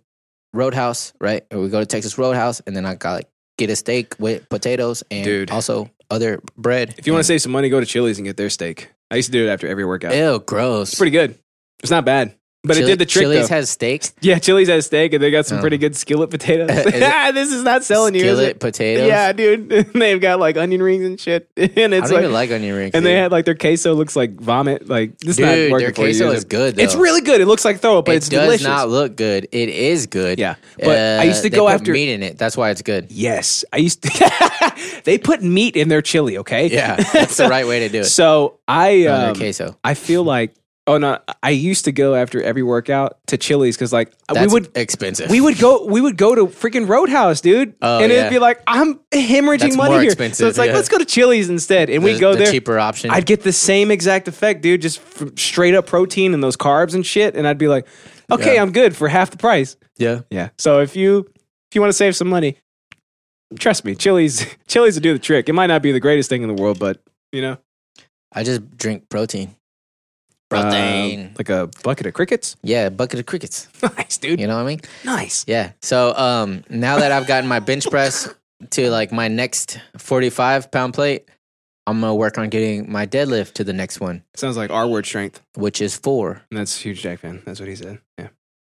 [SPEAKER 1] Roadhouse, right? Or we go to Texas Roadhouse, and then I got like get a steak with potatoes and
[SPEAKER 2] Dude.
[SPEAKER 1] also other bread.
[SPEAKER 2] If you want to save some money, go to Chili's and get their steak. I used to do it after every workout.
[SPEAKER 1] Ew, gross.
[SPEAKER 2] It's pretty good. It's not bad, but it
[SPEAKER 1] Chili-
[SPEAKER 2] did the trick.
[SPEAKER 1] Chili's
[SPEAKER 2] though.
[SPEAKER 1] has steaks.
[SPEAKER 2] yeah, Chili's has steak, and they got some
[SPEAKER 1] Oh.
[SPEAKER 2] pretty good skillet potatoes.
[SPEAKER 1] Is it-
[SPEAKER 2] this is not selling you, is
[SPEAKER 1] skillet
[SPEAKER 2] it?
[SPEAKER 1] potatoes.
[SPEAKER 2] Yeah, dude. They've got like onion rings and shit,
[SPEAKER 1] I
[SPEAKER 2] and it's
[SPEAKER 1] don't
[SPEAKER 2] like,
[SPEAKER 1] even like onion rings.
[SPEAKER 2] and they
[SPEAKER 1] dude.
[SPEAKER 2] had like their queso looks like vomit. Like this is not
[SPEAKER 1] dude,
[SPEAKER 2] working
[SPEAKER 1] their
[SPEAKER 2] for you,
[SPEAKER 1] queso
[SPEAKER 2] it?
[SPEAKER 1] is good. Though.
[SPEAKER 2] It's really good. It looks like throw up, but
[SPEAKER 1] it
[SPEAKER 2] it's
[SPEAKER 1] does
[SPEAKER 2] delicious.
[SPEAKER 1] not look good. It is good. Uh,
[SPEAKER 2] Yeah, but I used to
[SPEAKER 1] they
[SPEAKER 2] go
[SPEAKER 1] put
[SPEAKER 2] after-
[SPEAKER 1] meat in it. That's why it's good.
[SPEAKER 2] Yes, I used to. they put meat in their chili. Okay,
[SPEAKER 1] Yeah, that's the right way to do it.
[SPEAKER 2] So I,
[SPEAKER 1] On their
[SPEAKER 2] um,
[SPEAKER 1] queso.
[SPEAKER 2] I feel like oh no, I used to go after every workout to Chili's because like
[SPEAKER 1] That's
[SPEAKER 2] we would
[SPEAKER 1] expensive.
[SPEAKER 2] we would go we would go to freaking Roadhouse, dude,
[SPEAKER 1] Oh,
[SPEAKER 2] and
[SPEAKER 1] yeah.
[SPEAKER 2] it'd be like I'm hemorrhaging
[SPEAKER 1] That's
[SPEAKER 2] money
[SPEAKER 1] more
[SPEAKER 2] here. so
[SPEAKER 1] expensive,
[SPEAKER 2] it's like
[SPEAKER 1] yeah.
[SPEAKER 2] let's go to Chili's instead, and
[SPEAKER 1] the,
[SPEAKER 2] we go
[SPEAKER 1] the
[SPEAKER 2] there.
[SPEAKER 1] cheaper option.
[SPEAKER 2] I'd get the same exact effect, dude, just from straight up protein and those carbs and shit, and I'd be like, okay,
[SPEAKER 1] Yeah.
[SPEAKER 2] I'm good for half the price.
[SPEAKER 1] yeah.
[SPEAKER 2] Yeah. So if you if you want to save some money, trust me, Chili's Chili's will do the trick. It might not be the greatest thing in the world, but you know,
[SPEAKER 1] I just drink protein.
[SPEAKER 2] uh,
[SPEAKER 1] Protein.
[SPEAKER 2] like a bucket of crickets.
[SPEAKER 1] yeah, a bucket of crickets.
[SPEAKER 2] nice, dude.
[SPEAKER 1] You know what I mean?
[SPEAKER 2] Nice.
[SPEAKER 1] Yeah. So um, now that I've gotten my bench press to like my next 45 pound plate, I'm going to work on getting my deadlift to the next one,
[SPEAKER 2] Sounds like R word strength.
[SPEAKER 1] which is four
[SPEAKER 2] And that's huge Jack fan. That's what he said. Yeah.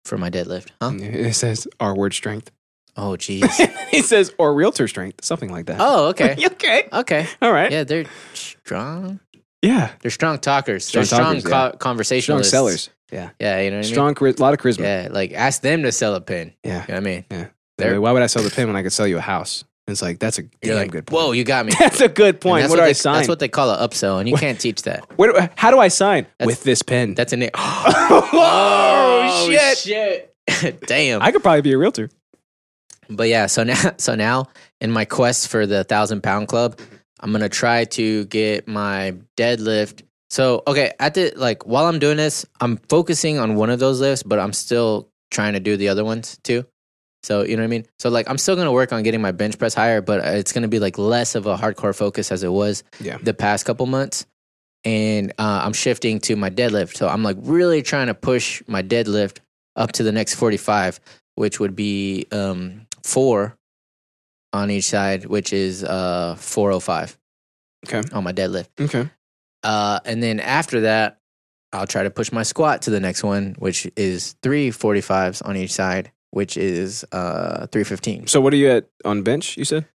[SPEAKER 1] for my deadlift. Huh?
[SPEAKER 2] It says R word strength.
[SPEAKER 1] Oh, jeez.
[SPEAKER 2] he says or realtor strength, something like that.
[SPEAKER 1] Oh, okay.
[SPEAKER 2] okay.
[SPEAKER 1] Okay.
[SPEAKER 2] All right. Yeah.
[SPEAKER 1] Yeah, they're strong.
[SPEAKER 2] yeah.
[SPEAKER 1] They're strong talkers. They're
[SPEAKER 2] Strong
[SPEAKER 1] strong
[SPEAKER 2] talkers, yeah.
[SPEAKER 1] co- conversationalists.
[SPEAKER 2] Strong sellers. Yeah.
[SPEAKER 1] Yeah, you know what
[SPEAKER 2] Strong, chari- a lot of
[SPEAKER 1] I mean?
[SPEAKER 2] charisma.
[SPEAKER 1] Yeah, like ask them to sell a pin.
[SPEAKER 2] Yeah.
[SPEAKER 1] You know what I mean?
[SPEAKER 2] They're
[SPEAKER 1] They're-
[SPEAKER 2] like, why would I sell the pin when I could sell you a house? And it's like that's a
[SPEAKER 1] You're
[SPEAKER 2] damn
[SPEAKER 1] like,
[SPEAKER 2] good point.
[SPEAKER 1] whoa, you got me.
[SPEAKER 2] That's a good
[SPEAKER 1] And
[SPEAKER 2] point.
[SPEAKER 1] that's
[SPEAKER 2] what do
[SPEAKER 1] what
[SPEAKER 2] I
[SPEAKER 1] they-
[SPEAKER 2] sign?
[SPEAKER 1] That's what they call an upsell, and you can't teach that.
[SPEAKER 2] Where do, how do I sign?
[SPEAKER 1] That's-
[SPEAKER 2] With this pen.
[SPEAKER 1] That's an.
[SPEAKER 2] oh,
[SPEAKER 1] shit! shit. Damn.
[SPEAKER 2] I could probably be a realtor.
[SPEAKER 1] but yeah, so now, so now, in my quest for the thousand pound club, I'm gonna try to get my deadlift. So okay, at the like while I'm doing this, I'm focusing on one of those lifts, but I'm still trying to do the other ones too. So you know what I mean. So like I'm still gonna work on getting my bench press higher, but it's gonna be like less of a hardcore focus as it was
[SPEAKER 2] Yeah.
[SPEAKER 1] the past couple months. And uh, I'm shifting to my deadlift. So I'm like really trying to push my deadlift up to the next 45, which would be um, four on each side, which is uh, 405
[SPEAKER 2] Okay.
[SPEAKER 1] on my deadlift.
[SPEAKER 2] Okay.
[SPEAKER 1] Uh, and then after that, I'll try to push my squat to the next one, which is three 45s on each side, which is uh, 315.
[SPEAKER 2] So what are you at on bench? You said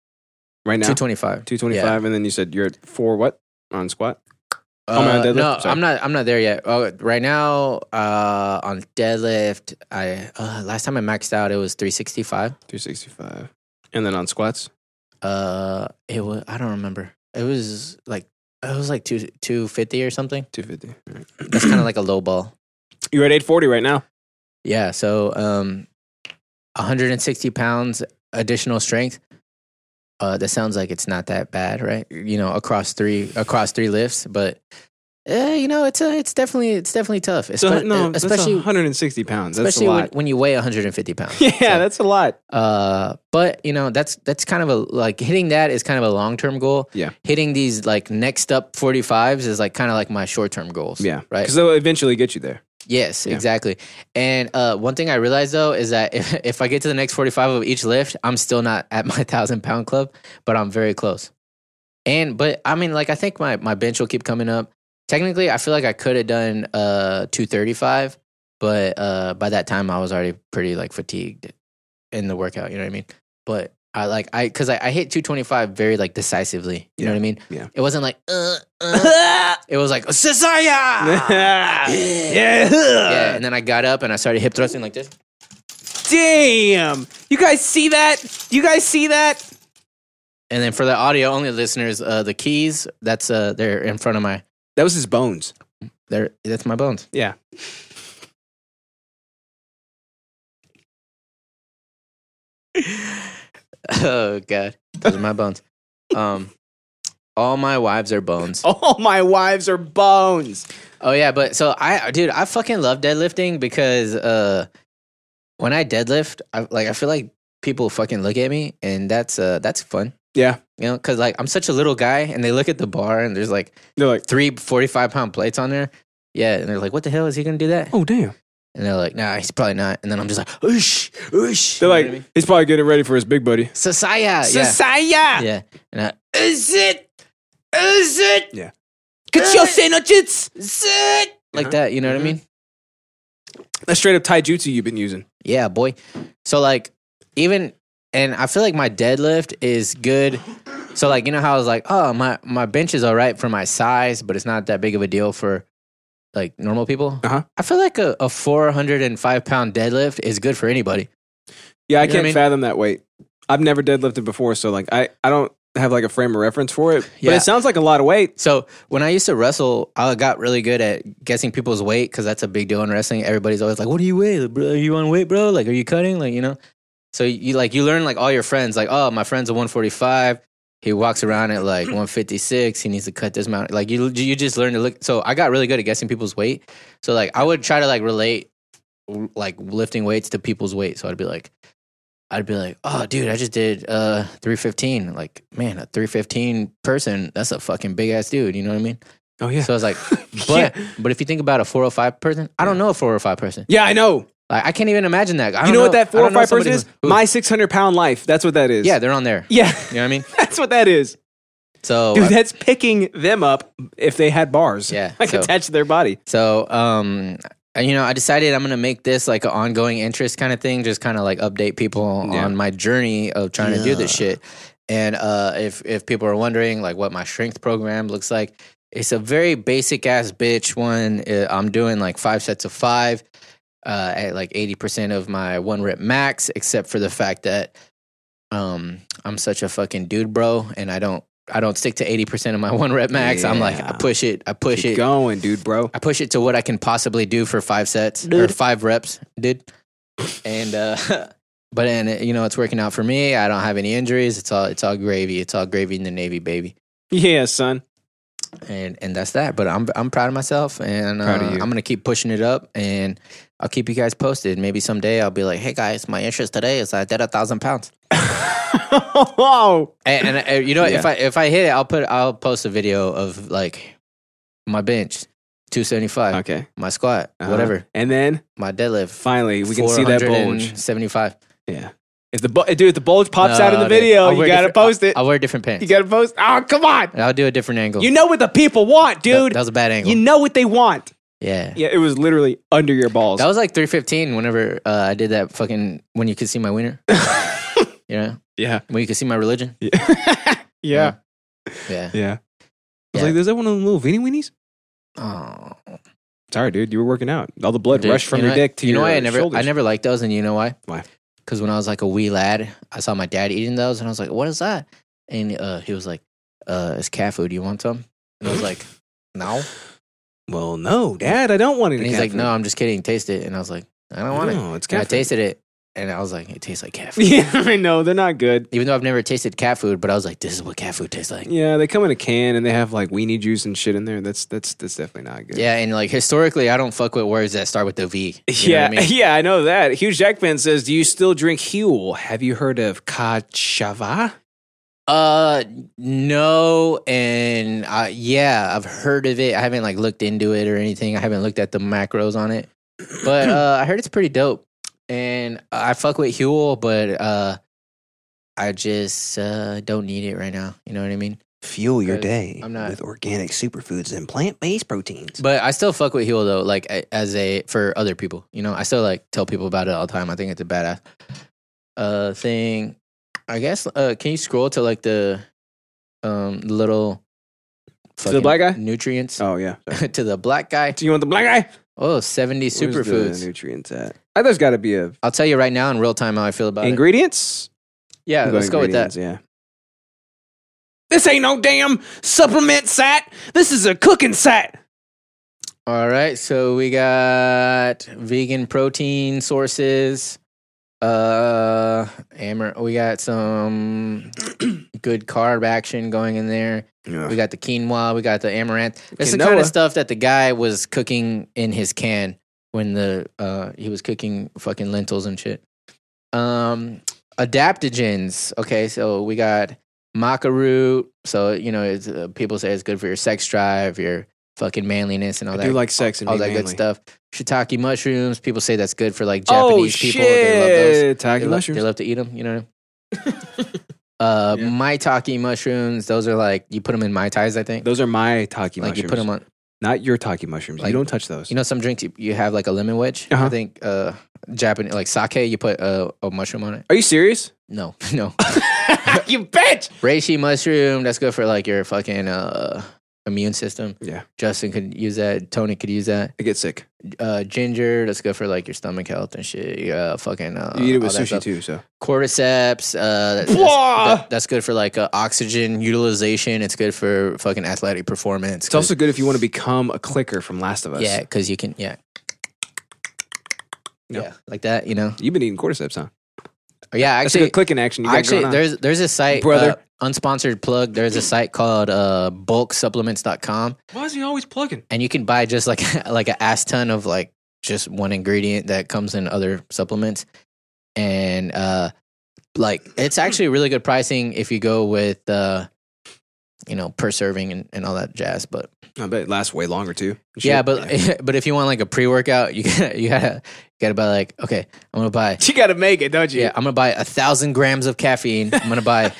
[SPEAKER 2] right now
[SPEAKER 1] 225.
[SPEAKER 2] two twenty five, and then you said you're at four what on
[SPEAKER 1] Uh,
[SPEAKER 2] squat? Oh, man, deadlift?
[SPEAKER 1] No,
[SPEAKER 2] Sorry.
[SPEAKER 1] I'm not. I'm not there yet. Oh, right now, uh, on deadlift, I uh, last time I maxed out, it was 365.
[SPEAKER 2] Three sixty five, and then on squats.
[SPEAKER 1] Uh, it was. I don't remember. It was like it was like two 250 or something.
[SPEAKER 2] 250. All right.
[SPEAKER 1] That's kind of like a low ball.
[SPEAKER 2] You're at 840 right now.
[SPEAKER 1] Yeah. So, um, 160 pounds additional strength. Uh, that sounds like it's not that bad, right? You know, across three across three lifts, but eh, you know, it's a it's definitely it's definitely tough.
[SPEAKER 2] So,
[SPEAKER 1] Espe-
[SPEAKER 2] no, uh, especially
[SPEAKER 1] especially
[SPEAKER 2] 160 pounds. That's
[SPEAKER 1] especially
[SPEAKER 2] a
[SPEAKER 1] when,
[SPEAKER 2] lot.
[SPEAKER 1] when you weigh 150 pounds.
[SPEAKER 2] yeah,
[SPEAKER 1] So,
[SPEAKER 2] that's a lot.
[SPEAKER 1] uh, but you know, that's that's kind of a like hitting that is kind of a long term goal.
[SPEAKER 2] Yeah.
[SPEAKER 1] hitting these like next up 45s is like kind of like my short term goals.
[SPEAKER 2] Yeah,
[SPEAKER 1] right.
[SPEAKER 2] Because they'll eventually get you there.
[SPEAKER 1] Yes,
[SPEAKER 2] Yeah.
[SPEAKER 1] exactly. And uh, one thing I realized though is that if, if I get to the next 45 of each lift, I'm still not at my thousand pound club, but I'm very close. And, but I mean, like, I think my, my bench will keep coming up. Technically, I feel like I could have done uh, 235, but uh, by that time I was already pretty like fatigued in the workout. You know what I mean? But I like, I, cause I, I hit 225 very like decisively. You know what I mean?
[SPEAKER 2] Yeah.
[SPEAKER 1] It wasn't like, uh, uh. it was like, Cesaya!
[SPEAKER 2] yeah.
[SPEAKER 1] Yeah, and then I got up and I started hip thrusting like this.
[SPEAKER 2] Damn. You guys see that? You guys see that?
[SPEAKER 1] And then for the audio only listeners, uh, the keys that's uh, they're in front of my
[SPEAKER 2] That was his bones.
[SPEAKER 1] they're that's my bones.
[SPEAKER 2] Yeah.
[SPEAKER 1] oh god, those are my bones. Um, all my wives are bones.
[SPEAKER 2] All Oh, my wives are bones.
[SPEAKER 1] Oh yeah, but so I, dude, I fucking love deadlifting because uh, when I deadlift, I like I feel like people fucking look at me, and that's uh that's fun.
[SPEAKER 2] Yeah.
[SPEAKER 1] You know, because like I'm such a little guy, and they look at the bar, and there's like
[SPEAKER 2] They're like,
[SPEAKER 1] three 45 pound plates on there. Yeah. And they're like, what the hell? Is he going to do that?
[SPEAKER 2] oh, damn.
[SPEAKER 1] And they're like, nah, he's probably not. And then I'm just like, oosh, oosh.
[SPEAKER 2] They're
[SPEAKER 1] You know what I
[SPEAKER 2] like,
[SPEAKER 1] mean?
[SPEAKER 2] he's probably getting ready for his big buddy.
[SPEAKER 1] Sasaya.
[SPEAKER 2] Sasaya.
[SPEAKER 1] Yeah. yeah. And I, is it? Is it?
[SPEAKER 2] Yeah.
[SPEAKER 1] Get your sandwiches. Is it? Like
[SPEAKER 2] Uh-huh.
[SPEAKER 1] that. You know
[SPEAKER 2] Mm-hmm.
[SPEAKER 1] what I mean?
[SPEAKER 2] That's straight up taijutsu you've been using.
[SPEAKER 1] Yeah, boy. So like even and I feel like my deadlift is good. So like you know how I was like, oh my my bench is all right for my size, but it's not that big of a deal for like normal people.
[SPEAKER 2] Uh-huh.
[SPEAKER 1] I feel like a, a four hundred and five pound deadlift is good for anybody.
[SPEAKER 2] Yeah, I
[SPEAKER 1] You know what
[SPEAKER 2] can't
[SPEAKER 1] I mean?
[SPEAKER 2] fathom that weight. I've never deadlifted before, so like I, I don't have like a frame of reference for it. But
[SPEAKER 1] Yeah.
[SPEAKER 2] it sounds like a lot of weight.
[SPEAKER 1] So when I used to wrestle, I got really good at guessing people's weight because that's a big deal in wrestling. Everybody's always like, "What do you weigh, Like, bro? Are you on weight, bro? Like, are you cutting? Like, you know." So you like you learn like all your friends like, "Oh, my friend's a 145. He walks around at like 156. He needs to cut this amount." Like you you just learn to look. So I got really good at guessing people's weight. So like I would try to like relate like lifting weights to people's weight. So I'd be like, I'd be like, oh, dude, I just did uh 315. Like, man, a 315 person, that's a fucking big ass dude. You know what I mean?
[SPEAKER 2] Oh yeah.
[SPEAKER 1] So I was like, but but if you think about a 405 person, I don't know a 405 person.
[SPEAKER 2] yeah, I know.
[SPEAKER 1] Like, I can't even imagine that. I
[SPEAKER 2] You
[SPEAKER 1] don't
[SPEAKER 2] know, what that
[SPEAKER 1] I
[SPEAKER 2] four or
[SPEAKER 1] don't know
[SPEAKER 2] five
[SPEAKER 1] somebody
[SPEAKER 2] person is?
[SPEAKER 1] who-
[SPEAKER 2] My six hundred pound life. That's what that is.
[SPEAKER 1] yeah, they're on there.
[SPEAKER 2] Yeah.
[SPEAKER 1] You know what I mean?
[SPEAKER 2] That's what that is.
[SPEAKER 1] So
[SPEAKER 2] Dude,
[SPEAKER 1] I-
[SPEAKER 2] that's picking them up if they had bars.
[SPEAKER 1] Yeah,
[SPEAKER 2] Like
[SPEAKER 1] so-
[SPEAKER 2] attached to their body.
[SPEAKER 1] So, um, I- you know, I decided I'm going to make this like an ongoing interest kind of thing, just kind of like update people
[SPEAKER 2] Yeah.
[SPEAKER 1] on my journey of trying to do this shit. And uh, if if people are wondering like what my strength program looks like, It's a very basic ass bitch one. Uh, I'm doing like five sets of five uh, at like 80% of my one rep max, except for the fact that um, I'm such a fucking dude, bro, and I don't. I don't stick to 80% of my one rep max. I'm like, I
[SPEAKER 2] Yeah.
[SPEAKER 1] push it, I push
[SPEAKER 2] Keep
[SPEAKER 1] it,
[SPEAKER 2] going, dude, bro.
[SPEAKER 1] I push it to what I can possibly do for five sets or five reps, dude. And uh but and it- you know it's working out for me. I don't have any injuries. It's all it's all gravy. It's all gravy in the navy, baby.
[SPEAKER 2] Yeah, son.
[SPEAKER 1] And and that's that. But I'm I'm proud of myself, and uh,
[SPEAKER 2] Proud of you.
[SPEAKER 1] I'm gonna keep pushing it up, and I'll keep you guys posted. Maybe someday I'll be like, hey guys, my interest today is I did a thousand pounds.
[SPEAKER 2] oh,
[SPEAKER 1] And, and uh, you know if
[SPEAKER 2] Yeah.
[SPEAKER 1] I if I hit it, I'll put I'll post a video of like my bench, two seventy five,
[SPEAKER 2] okay.
[SPEAKER 1] my squat,
[SPEAKER 2] Uh-huh.
[SPEAKER 1] whatever,
[SPEAKER 2] And then
[SPEAKER 1] my deadlift,
[SPEAKER 2] finally, we can see that bulge.
[SPEAKER 1] 75.
[SPEAKER 2] Yeah. If the bu- dude, if the bulge pops out in the video, you gotta post it.
[SPEAKER 1] I'll wear different pants.
[SPEAKER 2] you gotta post. Oh, come on.
[SPEAKER 1] I'll do a different angle.
[SPEAKER 2] You know what the people want,
[SPEAKER 1] That-
[SPEAKER 2] dude.
[SPEAKER 1] That, was a bad angle.
[SPEAKER 2] you know what they want.
[SPEAKER 1] yeah.
[SPEAKER 2] Yeah, it was literally under your balls.
[SPEAKER 1] That was like 315 whenever uh, I did that fucking when you could see my wiener. you know,
[SPEAKER 2] yeah.
[SPEAKER 1] when you could see my religion.
[SPEAKER 2] Yeah.
[SPEAKER 1] Yeah.
[SPEAKER 2] Yeah. I was
[SPEAKER 1] Yeah.
[SPEAKER 2] like, "Is that one of those little weenie weenies?"
[SPEAKER 1] Oh,
[SPEAKER 2] Sorry, dude. You were working out. All the blood
[SPEAKER 1] dude.
[SPEAKER 2] rushed from
[SPEAKER 1] You know
[SPEAKER 2] your
[SPEAKER 1] what-
[SPEAKER 2] dick to
[SPEAKER 1] you
[SPEAKER 2] your
[SPEAKER 1] know why I never
[SPEAKER 2] shoulders.
[SPEAKER 1] I never liked those, and you know why?
[SPEAKER 2] Why?
[SPEAKER 1] Because when I was like a wee lad, I saw my dad eating those, and I was like, "What is that?" And uh, he was like, uh, "It's cat food. You want some?" And I was like, "No."
[SPEAKER 2] Well, no, Dad, I don't want any.
[SPEAKER 1] And he's
[SPEAKER 2] cat
[SPEAKER 1] like,
[SPEAKER 2] food.
[SPEAKER 1] "No, I'm just kidding. Taste it." And I was like, "I don't want it."
[SPEAKER 2] No, it's
[SPEAKER 1] And I
[SPEAKER 2] cat food.
[SPEAKER 1] tasted it, and I was like, it tastes like cat food.
[SPEAKER 2] Yeah, I know they're not good.
[SPEAKER 1] Even though I've never tasted cat food, but I was like, this is what cat food tastes like.
[SPEAKER 2] Yeah, they come in a can and they have like weenie juice and shit in there. That's that's that's definitely not good.
[SPEAKER 1] Yeah, and like historically, I don't fuck with words that start with the V. You know
[SPEAKER 2] yeah,
[SPEAKER 1] what I mean?
[SPEAKER 2] yeah, I know that. Hugh Jackman says, "Do you still drink Huel? Have you heard of Kachava?
[SPEAKER 1] Uh, no, and uh, yeah, I've heard of it. I haven't like looked into it or anything. I haven't looked at the macros on it, but uh, I heard it's pretty dope. And I fuck with Huel, but uh, I just uh don't need it right now. You know what I mean?
[SPEAKER 9] Fuel your
[SPEAKER 1] Guys,
[SPEAKER 9] day
[SPEAKER 1] I'm not-
[SPEAKER 9] with organic superfoods and plant-based proteins.
[SPEAKER 1] But I still fuck with Huel though, like a- as a for other people. You know, I still like tell people about it all the time. I think it's a badass uh thing. I guess uh can you scroll to like the um little
[SPEAKER 2] the black guy?
[SPEAKER 1] nutrients
[SPEAKER 2] Oh yeah.
[SPEAKER 1] to the black guy.
[SPEAKER 2] Do you want the black guy?
[SPEAKER 1] Oh, 70
[SPEAKER 2] Where's the
[SPEAKER 1] superfoods.
[SPEAKER 2] nutrients at. I, there's got to be a
[SPEAKER 1] I'll tell you right now in real time how I feel about it.
[SPEAKER 2] ingredients.
[SPEAKER 1] Yeah, let's go with that.
[SPEAKER 2] Yeah. This ain't no damn supplement site. This is a cooking site.
[SPEAKER 1] All right, so we got vegan protein sources. Uh, Amber, we got some good carb action going in there. We got the quinoa, we got the amaranth. That's the kind of
[SPEAKER 2] Quinoa.
[SPEAKER 1] stuff that the guy was cooking in his can when the uh he was cooking fucking lentils and shit. Um, adaptogens. Okay, so we got maca root. So you know, it's, uh, people say it's good for your sex drive, your fucking manliness, and all that
[SPEAKER 2] I do like sex and
[SPEAKER 1] all
[SPEAKER 2] be
[SPEAKER 1] that good
[SPEAKER 2] manly.
[SPEAKER 1] stuff. Shiitake mushrooms. People say that's good for like Japanese people. They love those.
[SPEAKER 2] Taki
[SPEAKER 1] They, lo-
[SPEAKER 2] Oh, mushrooms.
[SPEAKER 1] they love to eat them. You know. uh,
[SPEAKER 2] Yeah.
[SPEAKER 1] maitake mushrooms. Those are like you put them in mai tais. I think.
[SPEAKER 2] Those are my taki
[SPEAKER 1] like
[SPEAKER 2] mushrooms.
[SPEAKER 1] you put them on.
[SPEAKER 2] Not your taki mushrooms.
[SPEAKER 1] Like-
[SPEAKER 2] you don't touch those.
[SPEAKER 1] You know, some drinks you, you have like a lemon wedge. I
[SPEAKER 2] Uh-huh.
[SPEAKER 1] think uh, Japanese like sake. You put uh, a mushroom on it.
[SPEAKER 2] are you serious?
[SPEAKER 1] No, no.
[SPEAKER 2] you bitch.
[SPEAKER 1] Reishi mushroom. That's good for like your fucking uh, immune system.
[SPEAKER 2] Yeah.
[SPEAKER 1] Justin could use that. Tony could use that.
[SPEAKER 2] I get sick.
[SPEAKER 1] Uh, ginger. That's good for like your stomach health and shit. Yeah. Fucking. Uh,
[SPEAKER 2] you eat it with
[SPEAKER 1] all that
[SPEAKER 2] sushi
[SPEAKER 1] stuff.
[SPEAKER 2] too, so
[SPEAKER 1] cordyceps. Uh, that- that's,
[SPEAKER 2] Blah!
[SPEAKER 1] that- that's good for like uh, oxygen utilization. It's good for fucking athletic performance.
[SPEAKER 2] it's also good if you want to become a clicker from Last of Us.
[SPEAKER 1] yeah, because you can yeah.
[SPEAKER 2] Yeah.
[SPEAKER 1] Yeah, like that, you know.
[SPEAKER 2] You've been eating cordyceps, huh?
[SPEAKER 1] Or yeah,
[SPEAKER 2] That's a good
[SPEAKER 1] actually,
[SPEAKER 2] clicking action. You got
[SPEAKER 1] actually,
[SPEAKER 2] going on.
[SPEAKER 1] there's there's a site,
[SPEAKER 2] Brother.
[SPEAKER 1] uh, unsponsored plug. There's a site called uh, bulksupplements.com,
[SPEAKER 2] Why is he always plugging?
[SPEAKER 1] and you can buy just like like an ass ton of like just one ingredient that comes in other supplements, and uh, like it's actually really good pricing if you go with uh, you know per serving and, and all that jazz. But
[SPEAKER 2] I bet it lasts way longer too. and
[SPEAKER 1] yeah,
[SPEAKER 2] shit.
[SPEAKER 1] but but if you want like a pre workout, you gotta, you gotta you gotta buy like okay, I'm gonna buy
[SPEAKER 2] you got to make it, don't you?
[SPEAKER 1] yeah, I'm gonna buy a thousand grams of caffeine. I'm gonna buy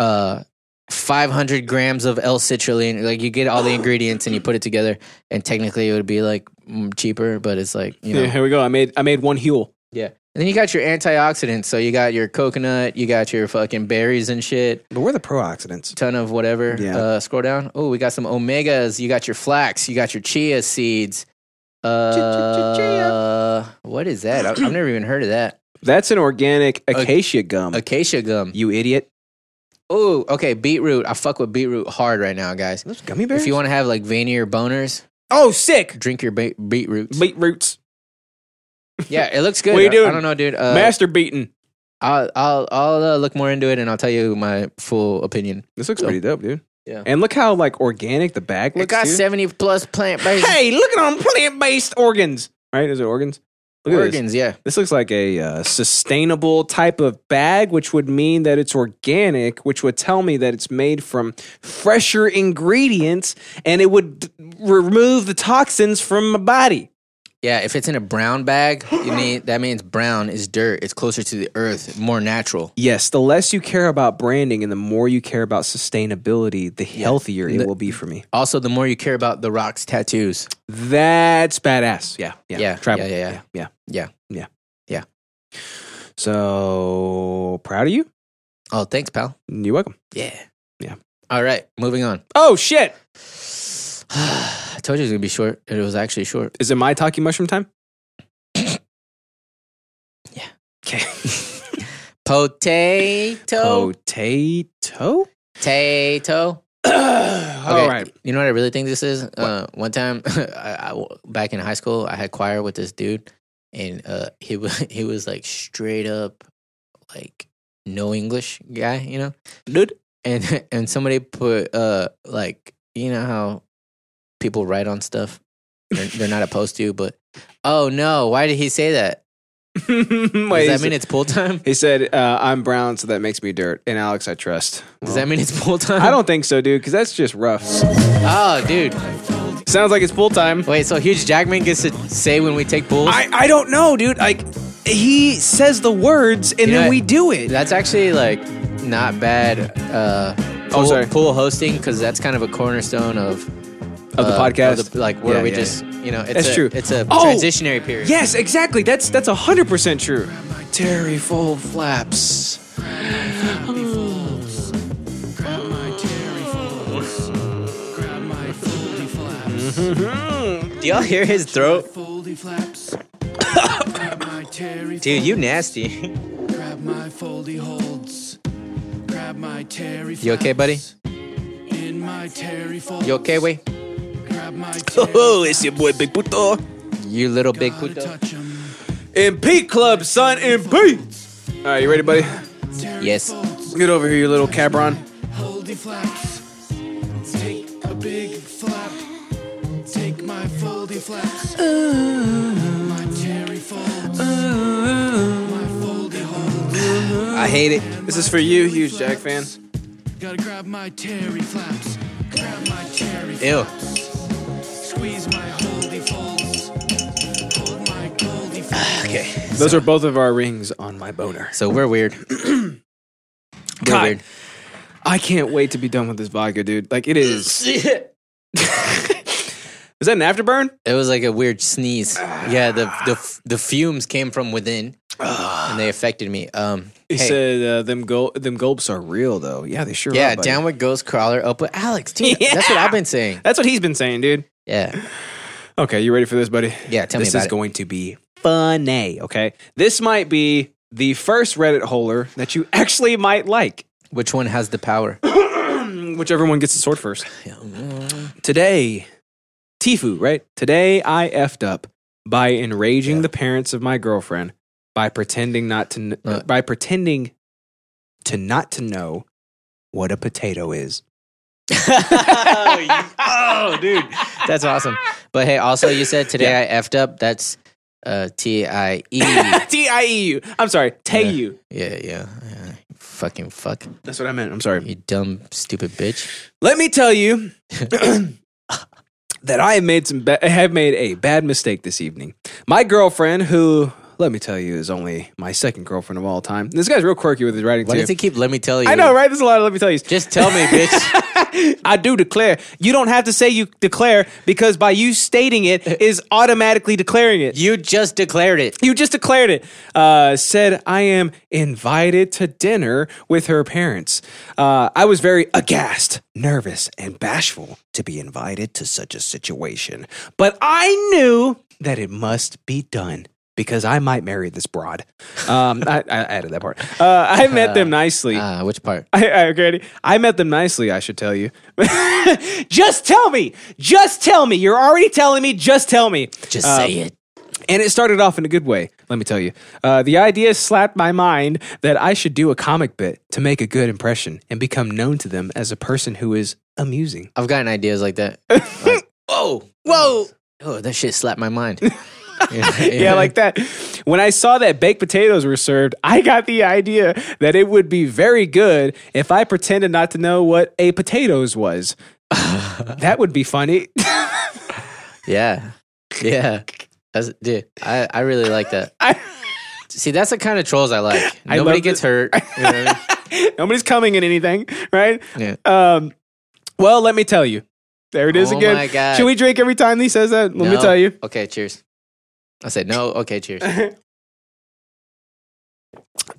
[SPEAKER 1] uh, 500 grams of L-citrulline. Like you get all the ingredients and you put it together, and technically it would be like mm, cheaper, but it's like you know,
[SPEAKER 2] Yeah, here we go. I made I made one Huel.
[SPEAKER 1] yeah. And then you got your antioxidants. So you got your coconut, you got your fucking berries and shit,
[SPEAKER 9] But we're the pro-oxidants.
[SPEAKER 1] ton of whatever.
[SPEAKER 9] Yeah.
[SPEAKER 1] Uh, scroll down. Oh, we got some omegas. You got your flax. You got your chia seeds. Uh, what is that? I- I've never even heard of that.
[SPEAKER 2] That's an organic acacia gum.
[SPEAKER 1] Acacia gum.
[SPEAKER 2] you idiot.
[SPEAKER 1] Oh, okay. Beetroot. I fuck with beetroot hard right now, guys.
[SPEAKER 9] Those gummy bears.
[SPEAKER 1] If you want to have like veinier boners,
[SPEAKER 2] Oh, sick.
[SPEAKER 1] drink your be- beetroots.
[SPEAKER 2] Beetroots.
[SPEAKER 1] yeah, it looks good.
[SPEAKER 2] What are you
[SPEAKER 1] I- I
[SPEAKER 2] doing?
[SPEAKER 1] don't know, dude. Uh,
[SPEAKER 2] Master beaten.
[SPEAKER 1] I'll I'll, I'll uh, look more into it and I'll tell you my full opinion.
[SPEAKER 2] This looks pretty dope, dude.
[SPEAKER 1] Yeah.
[SPEAKER 2] And look how like organic the bag looks.
[SPEAKER 1] It got
[SPEAKER 2] dude.
[SPEAKER 1] seventy plus plant based
[SPEAKER 2] Hey, look at them plant-based organs. Right? Is it organs? Look at this.
[SPEAKER 1] organs. Yeah,
[SPEAKER 2] This looks like a uh, sustainable type of bag, which would mean that it's organic, which would tell me that it's made from fresher ingredients and it would d- remove the toxins from my body.
[SPEAKER 1] yeah. If it's in a brown bag, you need that means brown is dirt. It's closer to the earth, more natural.
[SPEAKER 2] Yes, the less you care about branding and the more you care about sustainability, the healthier it will be for me.
[SPEAKER 1] Also, the more you care about the rocks tattoos,
[SPEAKER 2] That's badass. Yeah. Yeah.
[SPEAKER 1] Yeah,
[SPEAKER 2] Tribal.
[SPEAKER 1] yeah, yeah, yeah.
[SPEAKER 2] yeah.
[SPEAKER 1] yeah.
[SPEAKER 2] Yeah.
[SPEAKER 1] Yeah.
[SPEAKER 2] So proud of you.
[SPEAKER 1] Oh, thanks, pal.
[SPEAKER 2] You're welcome.
[SPEAKER 1] Yeah,
[SPEAKER 2] Yeah.
[SPEAKER 1] All right, moving on.
[SPEAKER 2] Oh, shit.
[SPEAKER 1] I told you it was gonna be short, and it was actually short.
[SPEAKER 2] Is it my talking mushroom time?
[SPEAKER 1] Okay. Potato.
[SPEAKER 2] Potato?
[SPEAKER 1] Potato.
[SPEAKER 2] All right.
[SPEAKER 1] You know what I really think this is? Uh, one time, I, I- back in high school, I had choir with this dude, and uh, he was he was like straight up, like no English guy, you know, dude. And and somebody put uh like you know how people write on stuff they're, they're not opposed to, but oh no, why did he say that?
[SPEAKER 2] Wait,
[SPEAKER 1] Does
[SPEAKER 2] he
[SPEAKER 1] that mean
[SPEAKER 2] said-
[SPEAKER 1] it's pool time?
[SPEAKER 2] He said, uh, I'm brown, so that makes me dirt. And Alex, I trust.
[SPEAKER 1] Does that mean it's pool time?
[SPEAKER 2] Oh. I don't think so, dude, because that's just rough.
[SPEAKER 1] Oh, dude.
[SPEAKER 2] Sounds like it's full time.
[SPEAKER 1] Wait, so Huge Jackman gets to say when we take pools?
[SPEAKER 2] I, I don't know, dude. Like, he says the words and
[SPEAKER 1] You know
[SPEAKER 2] then
[SPEAKER 1] what?
[SPEAKER 2] we do it.
[SPEAKER 1] That's actually like not bad. Uh, pool,
[SPEAKER 2] Oh, sorry.
[SPEAKER 1] pool hosting because that's kind of a cornerstone of
[SPEAKER 2] of the
[SPEAKER 1] uh,
[SPEAKER 2] podcast.
[SPEAKER 1] of the- like where
[SPEAKER 2] Yeah,
[SPEAKER 1] we
[SPEAKER 2] yeah,
[SPEAKER 1] just you know, it's
[SPEAKER 2] That's
[SPEAKER 1] a,
[SPEAKER 2] true.
[SPEAKER 1] It's a
[SPEAKER 2] Oh!
[SPEAKER 1] transitionary period.
[SPEAKER 2] Yes, exactly. That's that's hundred percent true.
[SPEAKER 6] My terry fold flaps. Grab my folds. Grab my terry folds. Grab my foldy flaps.
[SPEAKER 1] Do y'all hear his throat?
[SPEAKER 6] Foldy flaps. Grab my terry
[SPEAKER 1] Dude, you nasty.
[SPEAKER 6] Grab my foldy holds. Grab my terry
[SPEAKER 1] You okay, buddy?
[SPEAKER 6] flaps. In my terry folds.
[SPEAKER 1] You okay, way?
[SPEAKER 6] Grab my terry
[SPEAKER 2] Oh, it's your boy Big Puto.
[SPEAKER 1] You little big
[SPEAKER 6] Gotta
[SPEAKER 1] puto.
[SPEAKER 6] touch 'em.
[SPEAKER 2] MP Club, son, MP. All right, you ready, buddy?
[SPEAKER 6] Terry
[SPEAKER 1] Yes.
[SPEAKER 6] folds.
[SPEAKER 2] Get over here, you little cabron.
[SPEAKER 6] Holdy flaps. Take a big flap. Take my foldy flaps. my terry folds. my foldy holds.
[SPEAKER 1] I hate it.
[SPEAKER 2] This is for you, huge Jack fan.
[SPEAKER 6] Gotta grab my terry flaps. Grab my terry
[SPEAKER 1] Ew.
[SPEAKER 6] flaps. Squeeze my holdy folds. Hold my goldy flaps.
[SPEAKER 1] Okay.
[SPEAKER 2] Those are both of our rings on my boner.
[SPEAKER 1] So we're weird.
[SPEAKER 2] God.
[SPEAKER 1] we're
[SPEAKER 2] I can't wait to be done with this vodka, dude. Like it is.
[SPEAKER 1] weird.
[SPEAKER 2] Is that an afterburn?
[SPEAKER 1] It was like a weird sneeze.
[SPEAKER 2] Ah.
[SPEAKER 1] Yeah, the the f- the fumes came from within, and they affected me. Um,
[SPEAKER 2] Ah. He
[SPEAKER 1] hey,
[SPEAKER 2] said uh, them gul- them gulps are real though. Yeah, they sure
[SPEAKER 1] yeah,
[SPEAKER 2] are. buddy.
[SPEAKER 1] downward goes crawler, up with Alex. Dude, that's what I've been saying.
[SPEAKER 2] That's what he's been saying, dude.
[SPEAKER 1] Yeah,
[SPEAKER 2] Okay, you ready for this, buddy?
[SPEAKER 1] yeah. Tell
[SPEAKER 2] this
[SPEAKER 1] me
[SPEAKER 2] is
[SPEAKER 1] about
[SPEAKER 2] going to be funny. Okay, this might be the first Reddit holer that you actually might like.
[SPEAKER 1] it. Which one has the power?
[SPEAKER 2] Whichever one gets the sword first. Today, Tifu, right? Today I effed up by enraging the parents of my girlfriend by pretending not to kn-
[SPEAKER 1] Uh.
[SPEAKER 2] by pretending to not to know what a potato is.
[SPEAKER 1] oh, you- oh, dude, that's awesome. But hey, also you said today I effed up. That's uh, T I E. Yeah,
[SPEAKER 2] T I E U. I'm sorry, Teiyu.
[SPEAKER 1] yeah, yeah. Fucking fuck,
[SPEAKER 2] That's what I meant. I'm sorry.
[SPEAKER 1] you dumb stupid bitch.
[SPEAKER 2] Let me tell you that I have made some ba- have made a bad mistake this evening. My girlfriend, who let me tell you is only my second girlfriend of all time. This guy's real quirky with his writing
[SPEAKER 1] Why
[SPEAKER 2] too.
[SPEAKER 1] does he keep? Let me tell you.
[SPEAKER 2] I know, right? There's a lot of let me tell you.
[SPEAKER 1] Just tell me, bitch.
[SPEAKER 2] I do declare. You don't have to say you declare because by you stating it is automatically declaring it.
[SPEAKER 1] You just declared it.
[SPEAKER 2] You just declared it. Uh, said, I am invited to dinner with her parents. Uh, I was very aghast, nervous, and bashful to be invited to such a situation. But I knew that it must be done because I might marry this broad. Um, I, I added that part. Uh, I met them nicely.
[SPEAKER 1] Ah, which part?
[SPEAKER 2] I, I agree. I met them nicely, I should tell you. just tell me. Just tell me. You're already telling me. Just tell me.
[SPEAKER 1] Just
[SPEAKER 2] Uh,
[SPEAKER 1] say it.
[SPEAKER 2] and it started off in a good way, let me tell you. Uh, the idea slapped my mind that I should do a comic bit to make a good impression and become known to them as a person who is amusing.
[SPEAKER 1] I've gotten ideas like that. Like, whoa, whoa. Oh, that shit slapped my mind. yeah,
[SPEAKER 2] Yeah, like that. When I saw that baked potatoes were served, I got the idea that it would be very good if I pretended not to know what a potatoes was. that would be funny.
[SPEAKER 1] Yeah. Yeah. That's, dude, I, I really like that.
[SPEAKER 2] I-
[SPEAKER 1] See, that's the kind of trolls I like.
[SPEAKER 2] I
[SPEAKER 1] Nobody
[SPEAKER 2] love
[SPEAKER 1] gets hurt. you know what I
[SPEAKER 2] Nobody's coming in anything, right?
[SPEAKER 1] mean?
[SPEAKER 2] Um, well, let me tell you. There it is
[SPEAKER 1] Oh
[SPEAKER 2] again.
[SPEAKER 1] my God.
[SPEAKER 2] Should we drink every time he says that? Let me
[SPEAKER 1] No.
[SPEAKER 2] tell you.
[SPEAKER 1] Okay, cheers. I said no. Okay, cheers.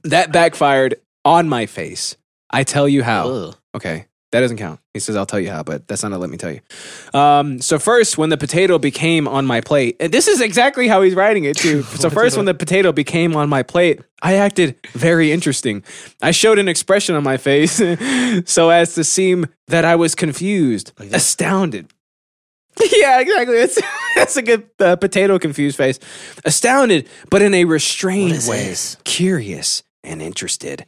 [SPEAKER 2] That backfired on my face. I tell you how.
[SPEAKER 1] Ugh.
[SPEAKER 2] Okay. That doesn't count. He says, I'll tell you how, but that's not a let me tell you. Um, so, first, when the potato became on my plate, and this is exactly how he's writing it, too. So, first, when the potato became on my plate, I acted very interesting. I showed an expression on my face so as to seem that I was confused, astounded. Yeah, exactly. That's, that's a good uh, potato confused face. Astounded, but in a restrained way. Curious and interested.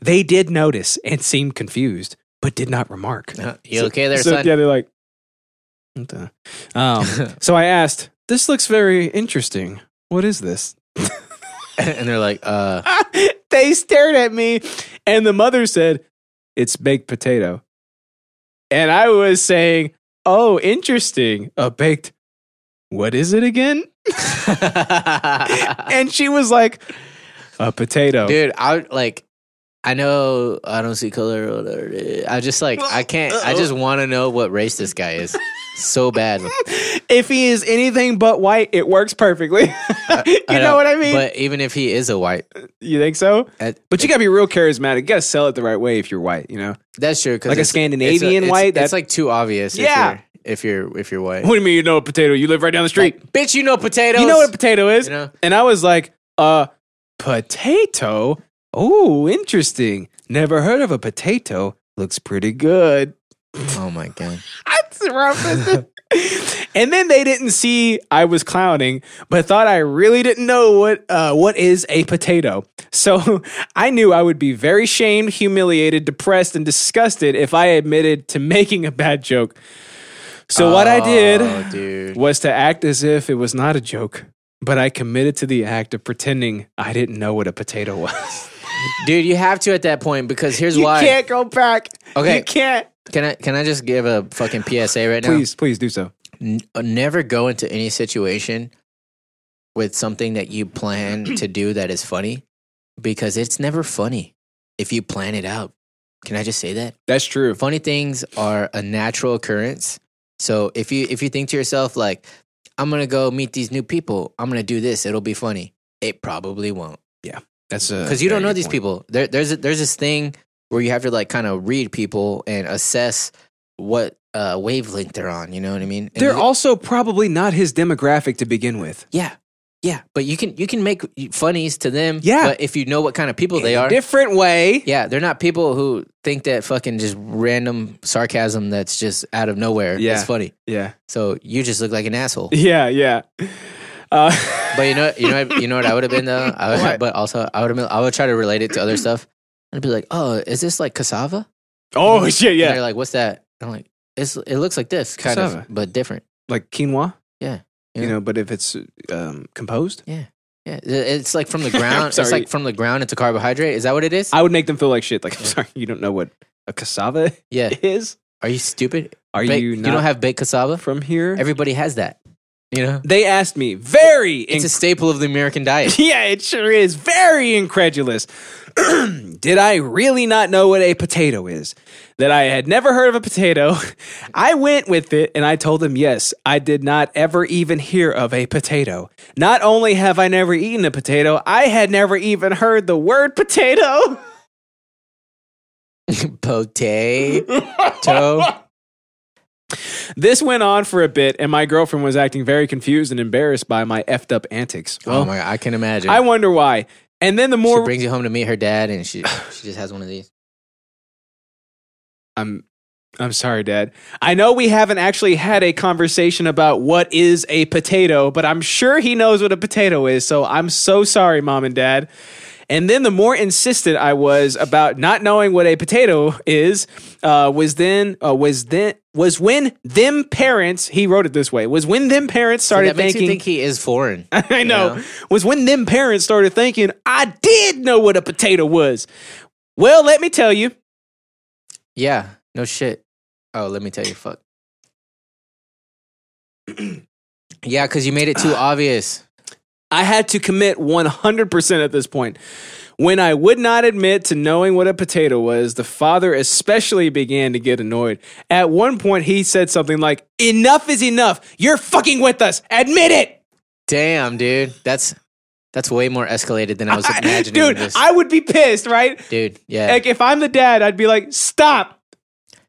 [SPEAKER 2] They did notice and seemed confused, but did not remark.
[SPEAKER 1] Uh, You okay there,
[SPEAKER 2] so,
[SPEAKER 1] son?
[SPEAKER 2] Yeah, they're like, what the? Um, so I asked, this looks very interesting. What is this?
[SPEAKER 1] and they're like, uh,
[SPEAKER 2] they stared at me, and the mother said, It's baked potato. And I was saying, Oh, interesting. A baked, what is it again? and she was like, A potato.
[SPEAKER 1] dude, I would, like, I know I don't see color. or whatever. I just like, I can't. I just want to know what race this guy is so bad.
[SPEAKER 2] If he is anything but white, it works perfectly. you
[SPEAKER 1] I
[SPEAKER 2] know what I mean?
[SPEAKER 1] But even if he is a white,
[SPEAKER 2] you think so?
[SPEAKER 1] at-
[SPEAKER 2] But you gotta be real charismatic. You gotta sell it the right way if you're white, you know?
[SPEAKER 1] that's true. 'cause
[SPEAKER 2] Like a
[SPEAKER 1] it's- it's
[SPEAKER 2] Scandinavian
[SPEAKER 1] it's-
[SPEAKER 2] white,
[SPEAKER 1] It's,
[SPEAKER 2] that-
[SPEAKER 1] like too obvious.
[SPEAKER 2] Yeah.
[SPEAKER 1] If you're if you're, if you're white,
[SPEAKER 2] What do you mean you know a potato? You live right down the street.
[SPEAKER 1] Like, bitch, you know potatoes.
[SPEAKER 2] You know what a potato is?
[SPEAKER 1] You know?
[SPEAKER 2] And I was like, uh, potato? Oh, interesting. Never heard of a potato. Looks pretty good.
[SPEAKER 1] Oh my god.
[SPEAKER 2] That's rough. and then they didn't see I was clowning, but thought I really didn't know what uh, what is a potato. So I knew I would be very shamed, humiliated, depressed, and disgusted if I admitted to making a bad joke. So what I did
[SPEAKER 1] Oh, dude.
[SPEAKER 2] was to act as if it was not a joke, but I committed to the act of pretending I didn't know what a potato was.
[SPEAKER 1] Dude, you have to at that point because here's
[SPEAKER 2] you
[SPEAKER 1] why.
[SPEAKER 2] can't go back.
[SPEAKER 1] Okay.
[SPEAKER 2] You can't.
[SPEAKER 1] Can I can I just give a fucking PSA right now?
[SPEAKER 2] Please, please do so.
[SPEAKER 1] N- uh, never go into any situation with something that you plan to do that is funny because it's never funny if you plan it out. Can I just say that?
[SPEAKER 2] That's true.
[SPEAKER 1] Funny things are a natural occurrence. So if you if you think to yourself like I'm going to go meet these new people, I'm going to do this, it'll be funny. It probably won't.
[SPEAKER 2] That's a
[SPEAKER 1] because you don't
[SPEAKER 2] very
[SPEAKER 1] know
[SPEAKER 2] good
[SPEAKER 1] these
[SPEAKER 2] uh, point.
[SPEAKER 1] people. There, there's a, there's this thing where you have to like kind of read people and assess what uh, wavelength they're on. You know what I mean? And
[SPEAKER 2] They're
[SPEAKER 1] you-
[SPEAKER 2] also probably not his demographic to begin with.
[SPEAKER 1] yeah, yeah. But you can you can make funnies to them.
[SPEAKER 2] Yeah.
[SPEAKER 1] but if you know what kind of people they are.
[SPEAKER 2] Different way.
[SPEAKER 1] yeah, they're not people who think that fucking just random sarcasm that's just out of nowhere
[SPEAKER 2] Yeah.
[SPEAKER 1] is funny.
[SPEAKER 2] Yeah.
[SPEAKER 1] So you just look like an asshole.
[SPEAKER 2] Yeah. Yeah. Uh,
[SPEAKER 1] But you know, you know, you know what I would have been though. I would- but also, I would have been. I would try to relate it to other stuff. I'd be like, "Oh, is this like cassava?"
[SPEAKER 2] oh shit.
[SPEAKER 1] And they're
[SPEAKER 2] Yeah.
[SPEAKER 1] like, what's that? I'm like, it's it looks like this kind
[SPEAKER 2] Cassava.
[SPEAKER 1] of, but different.
[SPEAKER 2] Like quinoa.
[SPEAKER 1] Yeah,
[SPEAKER 2] You
[SPEAKER 1] yeah.
[SPEAKER 2] know, but if it's um, composed,
[SPEAKER 1] Yeah, it- it's like from the ground. it's
[SPEAKER 2] sorry.
[SPEAKER 1] like from the ground. It's a carbohydrate. Is that what it is?
[SPEAKER 2] I would make them feel like shit. Like, I'm sorry, you don't know what a cassava
[SPEAKER 1] yeah.
[SPEAKER 2] is.
[SPEAKER 1] Are you stupid?
[SPEAKER 2] Are
[SPEAKER 1] Baked-
[SPEAKER 2] you not
[SPEAKER 1] don't have baked cassava?
[SPEAKER 2] from here?
[SPEAKER 1] Everybody has that. You know,
[SPEAKER 2] They asked me very
[SPEAKER 1] it's a staple of the American diet.
[SPEAKER 2] Yeah, it sure is. Very incredulous. Did I really not know what a potato is? That I had never heard of a potato. I went with it and I told them, yes, I did not ever even hear of a potato. Not only have I never eaten a potato, I had never even heard the word potato.
[SPEAKER 1] Potato.
[SPEAKER 2] This went on for a bit, and my girlfriend was acting very confused and embarrassed by my effed up antics.
[SPEAKER 1] oh my god, I can imagine.
[SPEAKER 2] I wonder why. And then the
[SPEAKER 1] she
[SPEAKER 2] more
[SPEAKER 1] brings you home to meet her dad, and she she just has one of these.
[SPEAKER 2] I'm I'm sorry, Dad. I know we haven't actually had a conversation about what is a potato, but I'm sure he knows what a potato is, so I'm so sorry, Mom and Dad. And then the more insistent I was about not knowing what a potato is, uh, was then uh, was then was when them parents he wrote it this way was when them parents
[SPEAKER 1] So
[SPEAKER 2] started
[SPEAKER 1] that makes
[SPEAKER 2] thinking
[SPEAKER 1] you think he is foreign.
[SPEAKER 2] I know,
[SPEAKER 1] know?
[SPEAKER 2] was when them parents started thinking I did know what a potato was. Well, let me tell you,
[SPEAKER 1] yeah, no shit. Oh, let me tell you, fuck. yeah, because you made it too obvious.
[SPEAKER 2] I had to commit 100% at this point. When I would not admit to knowing what a potato was, the father especially began to get annoyed. At one point, he said something like, Enough is enough. You're fucking with us. Admit it.
[SPEAKER 1] Damn, dude, that's that's way more escalated than I was imagining.
[SPEAKER 2] Dude,
[SPEAKER 1] this.
[SPEAKER 2] I would be pissed, right?
[SPEAKER 1] dude, yeah.
[SPEAKER 2] Like, if I'm the dad, I'd be like, Stop.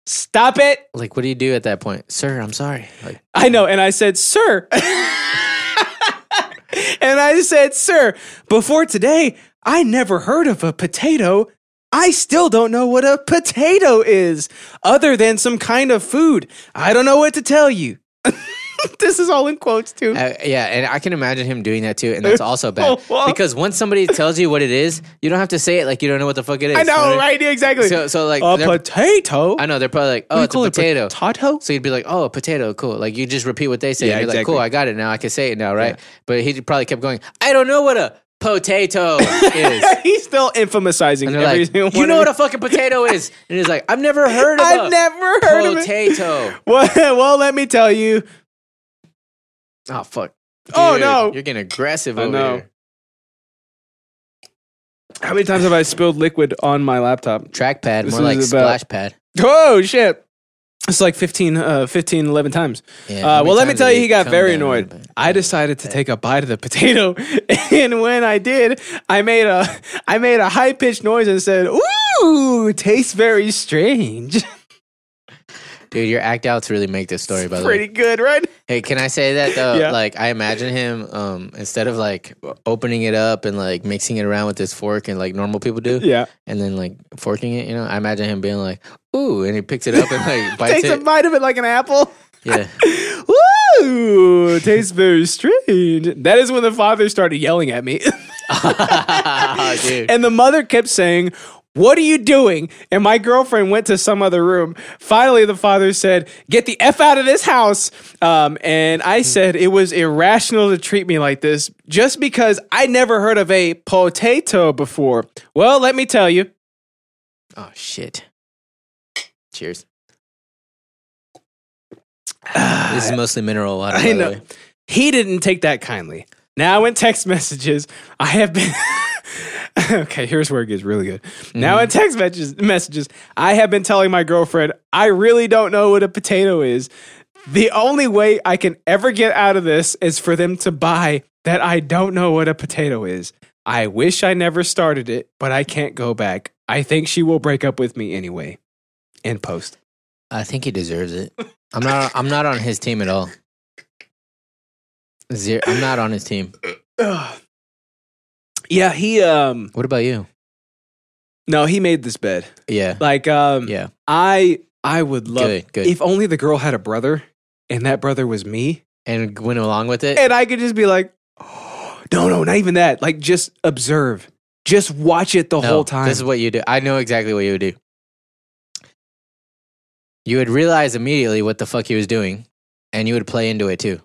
[SPEAKER 2] Stop it.
[SPEAKER 1] like, what do you do at that point, sir? I'm sorry. Like,
[SPEAKER 2] I know. And I said, Sir. and I said, Sir, before today, I never heard of a potato. I still don't know what a potato is, other than some kind of food. I don't know what to tell you. this is all in quotes, too.
[SPEAKER 1] Uh, yeah, and I can imagine him doing that too, and that's also bad because once somebody tells you what it is, you don't have to say it like you don't know what the fuck it is.
[SPEAKER 2] I
[SPEAKER 1] You what
[SPEAKER 2] know,
[SPEAKER 1] mean?
[SPEAKER 2] right? Exactly.
[SPEAKER 1] So, so like,
[SPEAKER 2] a
[SPEAKER 1] they're-
[SPEAKER 2] potato?
[SPEAKER 1] I know they're probably like,
[SPEAKER 2] do
[SPEAKER 1] oh,
[SPEAKER 2] you
[SPEAKER 1] it's a
[SPEAKER 2] call it,
[SPEAKER 1] potato.
[SPEAKER 2] potato?
[SPEAKER 1] So you'd be like, oh, potato, cool. Like you just repeat what they say.
[SPEAKER 2] Yeah,
[SPEAKER 1] and you're
[SPEAKER 2] exactly.
[SPEAKER 1] like, cool, I got it now. I can say it now, right? But he probably kept going. I don't know what a potato is.
[SPEAKER 2] He's still infamizing
[SPEAKER 1] And
[SPEAKER 2] every
[SPEAKER 1] they're like,
[SPEAKER 2] single
[SPEAKER 1] you
[SPEAKER 2] one
[SPEAKER 1] know
[SPEAKER 2] of
[SPEAKER 1] what
[SPEAKER 2] these.
[SPEAKER 1] a fucking potato is? And he's like, I've never heard of.
[SPEAKER 2] I've
[SPEAKER 1] a
[SPEAKER 2] never heard of it.
[SPEAKER 1] potato.
[SPEAKER 2] Well, well, let me tell you.
[SPEAKER 1] Oh fuck.
[SPEAKER 2] Oh,
[SPEAKER 1] Dude,
[SPEAKER 2] no.
[SPEAKER 1] You're getting aggressive
[SPEAKER 2] I
[SPEAKER 1] over
[SPEAKER 2] know.
[SPEAKER 1] here.
[SPEAKER 2] How many times have I spilled liquid on my laptop?
[SPEAKER 1] Trackpad,
[SPEAKER 2] This
[SPEAKER 1] more
[SPEAKER 2] is
[SPEAKER 1] like
[SPEAKER 2] about-
[SPEAKER 1] splash pad.
[SPEAKER 2] Oh shit. It's like 15, uh, 15 11 times.
[SPEAKER 1] Yeah, how
[SPEAKER 2] uh,
[SPEAKER 1] many
[SPEAKER 2] well, let me
[SPEAKER 1] times
[SPEAKER 2] tell
[SPEAKER 1] did
[SPEAKER 2] you,
[SPEAKER 1] it
[SPEAKER 2] he got
[SPEAKER 1] come
[SPEAKER 2] very
[SPEAKER 1] down?
[SPEAKER 2] annoyed.
[SPEAKER 1] But-
[SPEAKER 2] I decided to take a bite of the potato, and when I did, I made a I made a high pitched noise and said, "Ooh, tastes very strange."
[SPEAKER 1] Dude, your act outs really make this story, by the way.
[SPEAKER 2] Pretty good, right?
[SPEAKER 1] Hey, can I say that though?
[SPEAKER 2] Yeah.
[SPEAKER 1] Like, I imagine him um, instead of like opening it up and like mixing it around with his fork and like normal people do,
[SPEAKER 2] Yeah.
[SPEAKER 1] and then like forking it. You know, I imagine him being like, "Ooh," and he picks it up and like bites
[SPEAKER 2] Takes a
[SPEAKER 1] it.
[SPEAKER 2] bite of it like an apple.
[SPEAKER 1] yeah,
[SPEAKER 2] Ooh, tastes very strange. That is when the father started yelling at me.
[SPEAKER 1] oh, dude.
[SPEAKER 2] And the mother kept saying, What are you doing? And my girlfriend went to some other room. Finally, the father said, Get the F out of this house. Um, and I said, It was irrational to treat me like this just because I never heard of a potato before. Well, let me tell you.
[SPEAKER 1] oh shit. Cheers. this is mostly mineral water.
[SPEAKER 2] I know. He didn't take that kindly. Now in text messages, I have been. okay, here's where it gets really good. Now in text messages, messages, I have been telling my girlfriend, I really don't know what a potato is. The only way I can ever get out of this is for them to buy that I don't know what a potato is. I wish I never started it, but I can't go back. I think she will break up with me anyway. End post.
[SPEAKER 1] I think he deserves it. I'm not. I'm not on his team at all. Zero, I'm not on his team.
[SPEAKER 2] Ugh. Yeah, he um
[SPEAKER 1] What about you?
[SPEAKER 2] no, he made this bed.
[SPEAKER 1] Yeah.
[SPEAKER 2] Like um
[SPEAKER 1] Yeah.
[SPEAKER 2] I I would love
[SPEAKER 1] Good, good.
[SPEAKER 2] if only the girl had a brother and that brother was me
[SPEAKER 1] and went along with it.
[SPEAKER 2] and I could just be like oh, no no not even that like just observe just watch it the
[SPEAKER 1] No,
[SPEAKER 2] whole time
[SPEAKER 1] This is what you do. I know exactly what you would do. You would realize immediately what the fuck he was doing, and you would play into it too.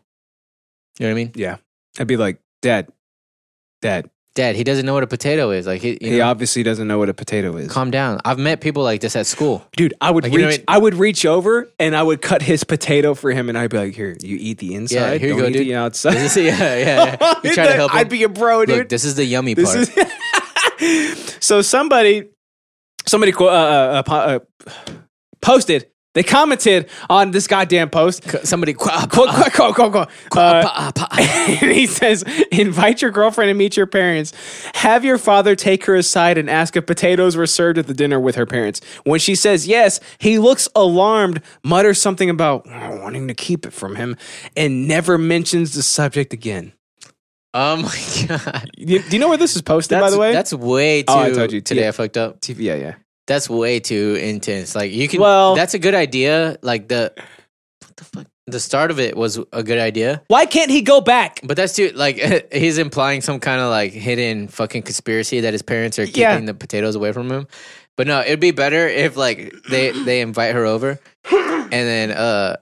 [SPEAKER 1] You know what I mean?
[SPEAKER 2] yeah I'd be like dad dad
[SPEAKER 1] Dad, he doesn't know what a potato is. Like, he, you
[SPEAKER 2] He
[SPEAKER 1] know,
[SPEAKER 2] obviously doesn't know what a potato is.
[SPEAKER 1] calm down. I've met people like this at school.
[SPEAKER 2] Dude, I would
[SPEAKER 1] Like, you
[SPEAKER 2] reach.
[SPEAKER 1] know
[SPEAKER 2] I,
[SPEAKER 1] what
[SPEAKER 2] would reach over and I would cut his potato for him, and I'd be like, "Here, you eat the inside.
[SPEAKER 1] Yeah, here you
[SPEAKER 2] don't
[SPEAKER 1] go,
[SPEAKER 2] eat
[SPEAKER 1] dude.
[SPEAKER 2] the outside."
[SPEAKER 1] This is- yeah, yeah. yeah. You try to help him.
[SPEAKER 2] I'd be a bro, dude.
[SPEAKER 1] Look, this is the yummy
[SPEAKER 2] This
[SPEAKER 1] part.
[SPEAKER 2] is- so somebody, somebody qu- uh, uh, uh, po- uh, posted. They commented on this goddamn post.
[SPEAKER 1] Somebody, qua,
[SPEAKER 2] Quote,
[SPEAKER 1] pa,
[SPEAKER 2] quote, quote, quote, quote.
[SPEAKER 1] pa,
[SPEAKER 2] Uh,
[SPEAKER 1] pa, pa.
[SPEAKER 2] and he says, invite your girlfriend and meet your parents. Have your father take her aside and ask if potatoes were served at the dinner with her parents. When she says yes, he looks alarmed, mutters something about "Oh, wanting to keep it from him, and never mentions the subject again.
[SPEAKER 1] oh my god!
[SPEAKER 2] You- do you know where this is posted,
[SPEAKER 1] That's,
[SPEAKER 2] by the way?
[SPEAKER 1] that's way too.
[SPEAKER 2] Oh, I told you,
[SPEAKER 1] today.
[SPEAKER 2] yeah.
[SPEAKER 1] I fucked up.
[SPEAKER 2] TV, yeah, yeah.
[SPEAKER 1] That's way too intense. Like you can.
[SPEAKER 2] Well-
[SPEAKER 1] that's a good idea. Like the what the fuck. The start of it was a good idea,
[SPEAKER 2] Why can't he go back?
[SPEAKER 1] but that's too like he's implying some kind of like hidden fucking conspiracy that his parents are keeping
[SPEAKER 2] Yeah.
[SPEAKER 1] the potatoes away from him. But no, it'd be better if like they they invite her over, and then uh,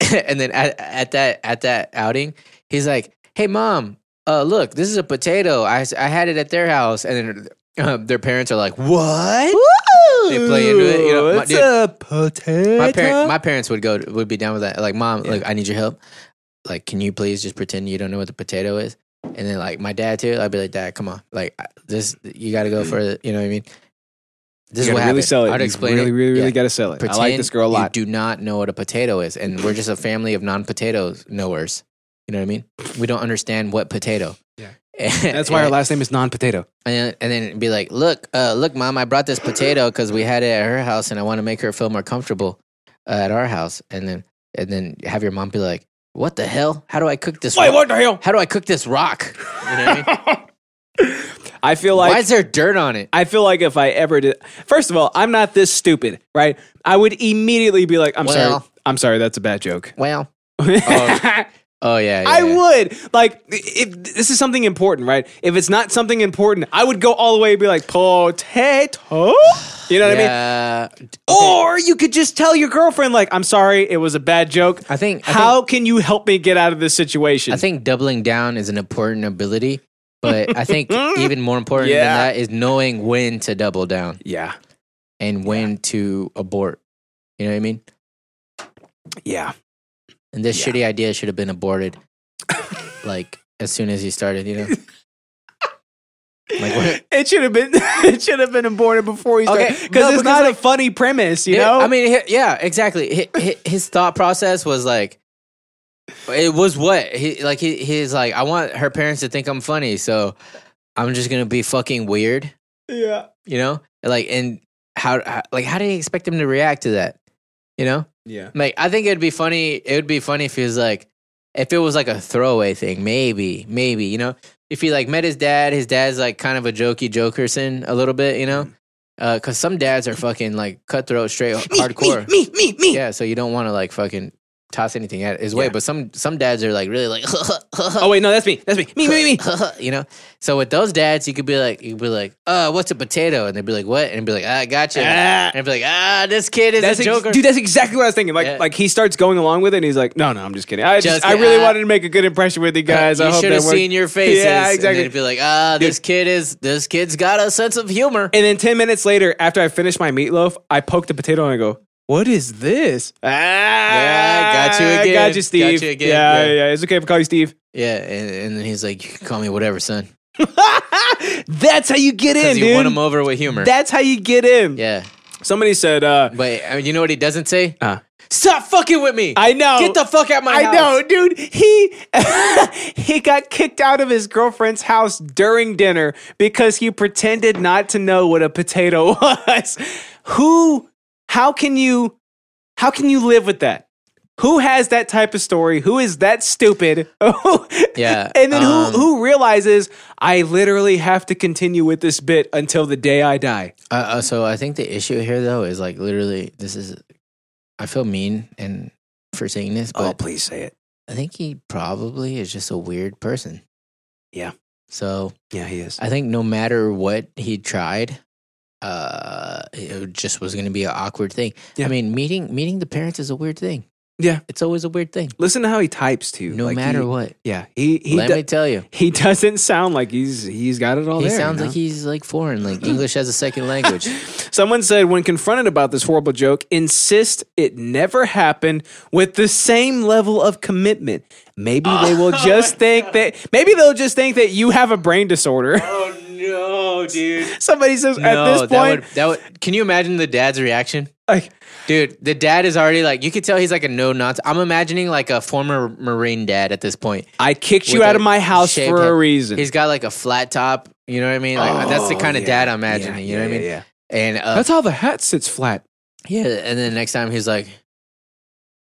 [SPEAKER 1] and then at, at that at that outing, he's like, "Hey mom, uh, look, this is a potato. I s- I had it at their house," and then uh, their parents are like, "What?" They play into it, you know, my-
[SPEAKER 2] it's
[SPEAKER 1] dude,
[SPEAKER 2] a potato.
[SPEAKER 1] my parent, my parents would go would be down with that. Like, mom, like I need your help. Like, can you please just pretend you don't know what the potato is? And then like my dad too, I'd be like, Dad, come on, like I- this, you got to go for it. You know what I mean? This
[SPEAKER 2] you
[SPEAKER 1] is
[SPEAKER 2] gotta
[SPEAKER 1] what
[SPEAKER 2] really
[SPEAKER 1] happened.
[SPEAKER 2] sell it.
[SPEAKER 1] I'd
[SPEAKER 2] You
[SPEAKER 1] explain
[SPEAKER 2] really,
[SPEAKER 1] it.
[SPEAKER 2] really, really
[SPEAKER 1] Yeah.
[SPEAKER 2] got to sell it. I like
[SPEAKER 1] Pretend
[SPEAKER 2] this girl a lot.
[SPEAKER 1] You do not know what a potato is, and we're just a family of non-potato knowers. You know what I mean? We don't understand what potato.
[SPEAKER 2] Yeah.
[SPEAKER 1] That's
[SPEAKER 2] That's why her last name is non-potato.
[SPEAKER 1] and, and then it'd be like, look, uh, look, mom, I brought this potato because we had it at her house, and I want to make her feel more comfortable uh, at our house. And then, and then have your mom be like, what the hell? How do I cook this? rock?
[SPEAKER 2] the hell?
[SPEAKER 1] How do I cook this rock? You know what I mean?
[SPEAKER 2] I feel
[SPEAKER 1] Why
[SPEAKER 2] like
[SPEAKER 1] is there dirt on it?
[SPEAKER 2] I feel like if I ever did, first of all, I'm not this stupid, right? I would immediately be like, "I'm sorry,
[SPEAKER 1] Well.
[SPEAKER 2] I'm sorry, that's a bad joke."
[SPEAKER 1] Well, Oh, oh yeah, yeah
[SPEAKER 2] I
[SPEAKER 1] yeah.
[SPEAKER 2] would like if this is something important, right? If it's not something important, I would go all the way and be like, "Potato," you know what I mean?
[SPEAKER 1] Yeah.
[SPEAKER 2] Or you could just tell your girlfriend, like, "I'm sorry, it was a bad joke."
[SPEAKER 1] I think- I
[SPEAKER 2] How can you help me get out of this situation?
[SPEAKER 1] I think doubling down is an important ability, but I think even more important
[SPEAKER 2] Yeah.
[SPEAKER 1] than that is knowing when to double down
[SPEAKER 2] yeah,
[SPEAKER 1] and when to abort. You know what I mean?
[SPEAKER 2] yeah.
[SPEAKER 1] And this shitty idea should have been aborted, like as soon as he started. You know, like what?
[SPEAKER 2] It should have been it should have been aborted before he started
[SPEAKER 1] Okay,
[SPEAKER 2] because
[SPEAKER 1] no,
[SPEAKER 2] it's
[SPEAKER 1] because,
[SPEAKER 2] not a funny premise, you know.
[SPEAKER 1] I mean, hi- yeah, exactly. Hi- hi- His thought process was like, it was what he like. He, he's like, I want her parents to think I'm funny, so I'm just gonna be fucking weird.
[SPEAKER 2] yeah,
[SPEAKER 1] You know, like and how, how like how do you expect him to react to that? You know,
[SPEAKER 2] yeah.
[SPEAKER 1] Like I think it'd be funny. It would be funny if he was like, if it was like a throwaway thing, maybe, maybe you know, if he like met his dad, his dad's like kind of a jokey jokerson a little bit, you know,
[SPEAKER 2] Mm-hmm.
[SPEAKER 1] because some dads are fucking like cutthroat, straight hardcore.
[SPEAKER 9] Me, me, me, me.
[SPEAKER 1] Yeah, so you don't want to like fucking toss anything at his way. But some some dads are like really like,
[SPEAKER 2] Oh wait, no, that's me. That's me. Me, me, me.
[SPEAKER 1] you know. So with those dads, you could be like, you could be like, uh, what's a potato? And they'd be like, what? And be like, ah, gotcha.
[SPEAKER 2] Ah.
[SPEAKER 1] And be like, ah, this kid is
[SPEAKER 2] That's
[SPEAKER 1] a
[SPEAKER 2] ex-
[SPEAKER 1] joker.
[SPEAKER 2] dude. That's exactly what I was thinking. Like,
[SPEAKER 1] Yeah.
[SPEAKER 2] like he starts going along with it, and he's like, "No, no, I'm just kidding. I just,
[SPEAKER 1] Just
[SPEAKER 2] I
[SPEAKER 1] kid-
[SPEAKER 2] really
[SPEAKER 1] ah.
[SPEAKER 2] wanted to make a good impression with you guys.
[SPEAKER 1] you
[SPEAKER 2] I hope
[SPEAKER 1] should
[SPEAKER 2] that
[SPEAKER 1] have
[SPEAKER 2] worked."
[SPEAKER 1] seen your faces.
[SPEAKER 2] Yeah,
[SPEAKER 1] And
[SPEAKER 2] exactly.
[SPEAKER 1] then it'd be like, ah, this kid is this kid's got a sense of humor.
[SPEAKER 2] And then ten minutes later, after I finished my meatloaf, I poke the potato and I go, "What is this? Ah,
[SPEAKER 1] Yeah, got you again.
[SPEAKER 2] Got you, Steve.
[SPEAKER 1] Got you again,
[SPEAKER 2] Yeah,
[SPEAKER 1] yeah.
[SPEAKER 2] yeah, It's okay if I call you Steve.
[SPEAKER 1] yeah, and, and then he's like, you can call me whatever, son,
[SPEAKER 2] That's how you get in,
[SPEAKER 1] because you
[SPEAKER 2] dude.
[SPEAKER 1] won him over with humor.
[SPEAKER 2] That's how you get in.
[SPEAKER 1] yeah,
[SPEAKER 2] Somebody said, uh,
[SPEAKER 1] but I mean, you know what he doesn't say?
[SPEAKER 2] Uh.
[SPEAKER 1] Stop fucking with me.
[SPEAKER 2] I know.
[SPEAKER 1] Get the fuck out my
[SPEAKER 2] I
[SPEAKER 1] house.
[SPEAKER 2] know, dude. He he got kicked out of his girlfriend's house during dinner because he pretended not to know what a potato was. Who how can you how can you live with that? Who has that type of story? Who is that stupid?
[SPEAKER 1] Yeah,
[SPEAKER 2] And then
[SPEAKER 1] um,
[SPEAKER 2] who who realizes I literally have to continue with this bit until the day I die?
[SPEAKER 1] Uh, uh, so I think the issue here, though, is like literally, this is. I feel mean and for saying this, but
[SPEAKER 9] Oh, please say it.
[SPEAKER 1] I think he probably is just a weird person.
[SPEAKER 9] Yeah.
[SPEAKER 1] So
[SPEAKER 9] Yeah, he is.
[SPEAKER 1] I think no matter what he tried, uh, it just was going to be an awkward thing.
[SPEAKER 2] Yeah.
[SPEAKER 1] I mean, meeting meeting the parents is a weird thing.
[SPEAKER 2] Yeah.
[SPEAKER 1] It's always a weird thing.
[SPEAKER 2] Listen to how he types too.
[SPEAKER 1] No
[SPEAKER 2] Like,
[SPEAKER 1] matter
[SPEAKER 2] he-
[SPEAKER 1] what.
[SPEAKER 2] Yeah. He he
[SPEAKER 1] Let
[SPEAKER 2] do-
[SPEAKER 1] me tell you.
[SPEAKER 2] he doesn't sound like he's he's got it all
[SPEAKER 1] He
[SPEAKER 2] Oh, there,
[SPEAKER 1] sounds
[SPEAKER 2] you know?
[SPEAKER 1] like he's like foreign, like English as a second language.
[SPEAKER 2] Someone said when confronted about this horrible joke, insist it never happened with the same level of commitment. Maybe they will
[SPEAKER 1] Oh
[SPEAKER 2] just think that maybe they'll just think that you have a brain disorder.
[SPEAKER 1] oh no, dude.
[SPEAKER 2] Somebody says at this point
[SPEAKER 1] that would, that would. Can you imagine the dad's reaction?
[SPEAKER 2] like
[SPEAKER 1] Dude, the dad is already like, you could tell he's like a no nonsense. I'm imagining like a former Marine dad at this point.
[SPEAKER 2] I kicked you
[SPEAKER 1] With
[SPEAKER 2] out
[SPEAKER 1] a
[SPEAKER 2] of my house
[SPEAKER 1] shaved
[SPEAKER 2] for
[SPEAKER 1] head.
[SPEAKER 2] a reason. Oh,
[SPEAKER 1] He's got like a flat top. You know what I mean? Like that's the kind of dad I'm imagining. you know what I mean?
[SPEAKER 2] Yeah.
[SPEAKER 1] And uh,
[SPEAKER 2] That's how the hat sits flat.
[SPEAKER 1] yeah, and then next time he's like,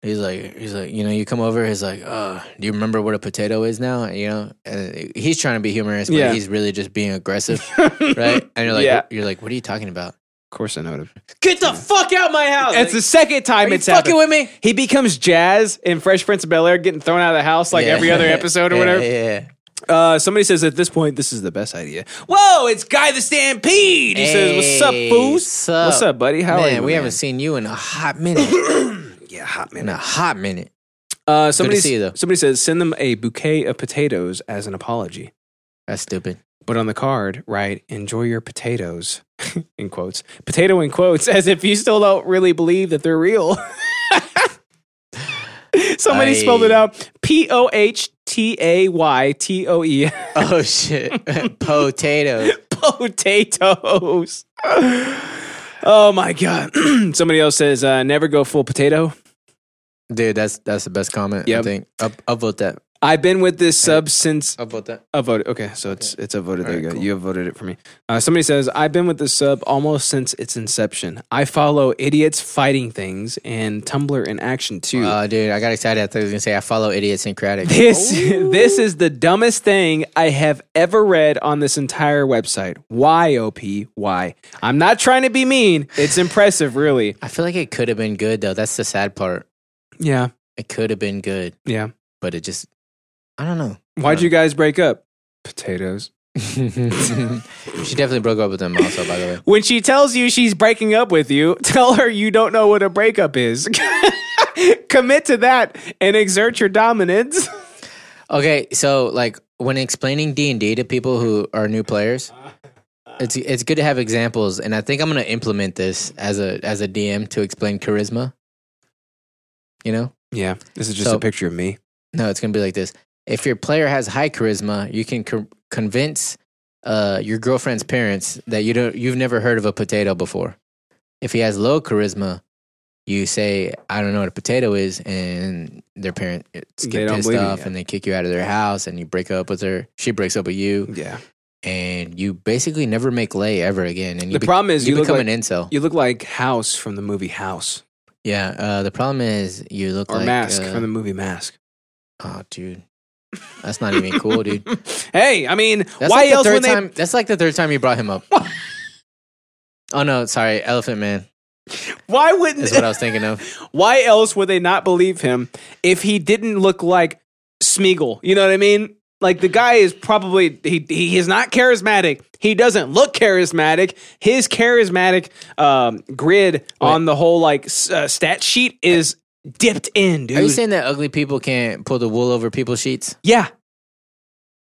[SPEAKER 1] he's like, he's like, you know, you come over, he's like, uh, do you remember what a potato is now? You know, and he's trying to be humorous, but
[SPEAKER 2] Yeah.
[SPEAKER 1] he's really just being aggressive, right? And you're like,
[SPEAKER 2] Yeah.
[SPEAKER 1] you're like, what are you talking about?
[SPEAKER 2] Of course I know it.
[SPEAKER 1] Get the fuck out my house!
[SPEAKER 2] It's the second time
[SPEAKER 1] Oh, Are you
[SPEAKER 2] it's happened.
[SPEAKER 1] fucking with me?
[SPEAKER 2] He becomes Jazz in Fresh Prince of Bel Air, getting thrown out of the house like
[SPEAKER 1] Yeah.
[SPEAKER 2] every other episode or
[SPEAKER 1] Yeah,
[SPEAKER 2] whatever.
[SPEAKER 1] Yeah, yeah.
[SPEAKER 2] Uh, somebody says at this point, this is the best idea. Whoa, it's Guy the Stampede. He says, "What's up,
[SPEAKER 1] Hey,
[SPEAKER 2] fools?
[SPEAKER 1] sup?
[SPEAKER 2] What's up, buddy? How
[SPEAKER 1] man,
[SPEAKER 2] are you?"
[SPEAKER 1] we haven't seen you in a hot minute.
[SPEAKER 9] Yeah, hot
[SPEAKER 1] in
[SPEAKER 9] man.
[SPEAKER 1] a hot minute.
[SPEAKER 2] Uh, somebody,
[SPEAKER 1] see you, though.
[SPEAKER 2] somebody says, "Send them a bouquet of potatoes as an apology."
[SPEAKER 1] That's stupid.
[SPEAKER 2] But on the card, write "Enjoy your potatoes," in quotes. Potato in quotes, as if you still don't really believe that they're real. somebody
[SPEAKER 1] Aye.
[SPEAKER 2] spelled it out: P O H T A Y T O E.
[SPEAKER 1] Oh shit. Potatoes.
[SPEAKER 2] potatoes. Oh my god! Somebody else says uh, never go full potato.
[SPEAKER 1] Dude, that's that's the best comment. I
[SPEAKER 2] Yep.
[SPEAKER 1] think. I'll, I'll vote that.
[SPEAKER 2] I've been with this sub since
[SPEAKER 1] I'll vote that.
[SPEAKER 2] I voted. Okay, so it's it's a voted. There you
[SPEAKER 1] Alright,
[SPEAKER 2] go.
[SPEAKER 1] cool.
[SPEAKER 2] You have voted it for me. Uh, somebody says I've been with this sub almost since its inception. I follow idiots fighting things and Tumblr in action too.
[SPEAKER 1] Oh, dude, I got excited. I thought I was gonna say I follow idiosyncratic.
[SPEAKER 2] this this is the dumbest thing I have ever read on this entire website. Why op why? I'm not trying to be mean. It's impressive, really.
[SPEAKER 1] I feel like it could have been good though. That's the sad part.
[SPEAKER 2] Yeah,
[SPEAKER 1] It could have been good,
[SPEAKER 2] yeah.
[SPEAKER 1] but it just. I don't know.
[SPEAKER 2] Why'd you guys break up? Potatoes.
[SPEAKER 1] she definitely broke up with him. Also, by the way.
[SPEAKER 2] When she tells you she's breaking up with you, tell her you don't know what a breakup is. Commit to that and exert your dominance.
[SPEAKER 1] Okay, so like when explaining D and D to people who are new players, it's it's good to have examples, and I think I'm gonna implement this as a as a DM to explain charisma. You know,
[SPEAKER 2] Yeah, this is
[SPEAKER 1] just So- a
[SPEAKER 2] picture of me.
[SPEAKER 1] no, it's gonna be like this: if your player has high charisma, you can co- convince uh, your girlfriend's parents that you don't you've never heard of a potato before. If he has low charisma, you say, "I don't know what a potato is," and their parents
[SPEAKER 2] They
[SPEAKER 1] get
[SPEAKER 2] don't
[SPEAKER 1] pissed
[SPEAKER 2] believe you,
[SPEAKER 1] off
[SPEAKER 2] yeah.
[SPEAKER 1] and they kick you out of their house, and you break up with her. She breaks up with you,
[SPEAKER 2] Yeah.
[SPEAKER 1] and you basically never make lay ever again. And you
[SPEAKER 2] The problem is
[SPEAKER 1] you,
[SPEAKER 2] you look
[SPEAKER 1] become
[SPEAKER 2] like-
[SPEAKER 1] an incel.
[SPEAKER 2] You look like House from the movie House
[SPEAKER 1] yeah. Uh, the problem is you look
[SPEAKER 2] or
[SPEAKER 1] like
[SPEAKER 2] Mask
[SPEAKER 1] uh,
[SPEAKER 2] from the movie Mask.
[SPEAKER 1] oh, dude. That's not even cool, dude.
[SPEAKER 2] Hey, I mean,
[SPEAKER 1] That's
[SPEAKER 2] why
[SPEAKER 1] like the
[SPEAKER 2] else
[SPEAKER 1] third
[SPEAKER 2] would they?
[SPEAKER 1] time- that's like the third time you brought him up. oh no, sorry, Elephant Man
[SPEAKER 2] Why wouldn't?
[SPEAKER 1] is what I was thinking of.
[SPEAKER 2] why else would they not believe him if he didn't look like Smeagol? You know what I mean? Like the guy is probably he he is not charismatic. He doesn't look charismatic. His charismatic um, grid on the whole like s- uh, stat sheet is dipped in, dude.
[SPEAKER 1] Are you saying that ugly people can't pull the wool over people's sheets?
[SPEAKER 2] yeah,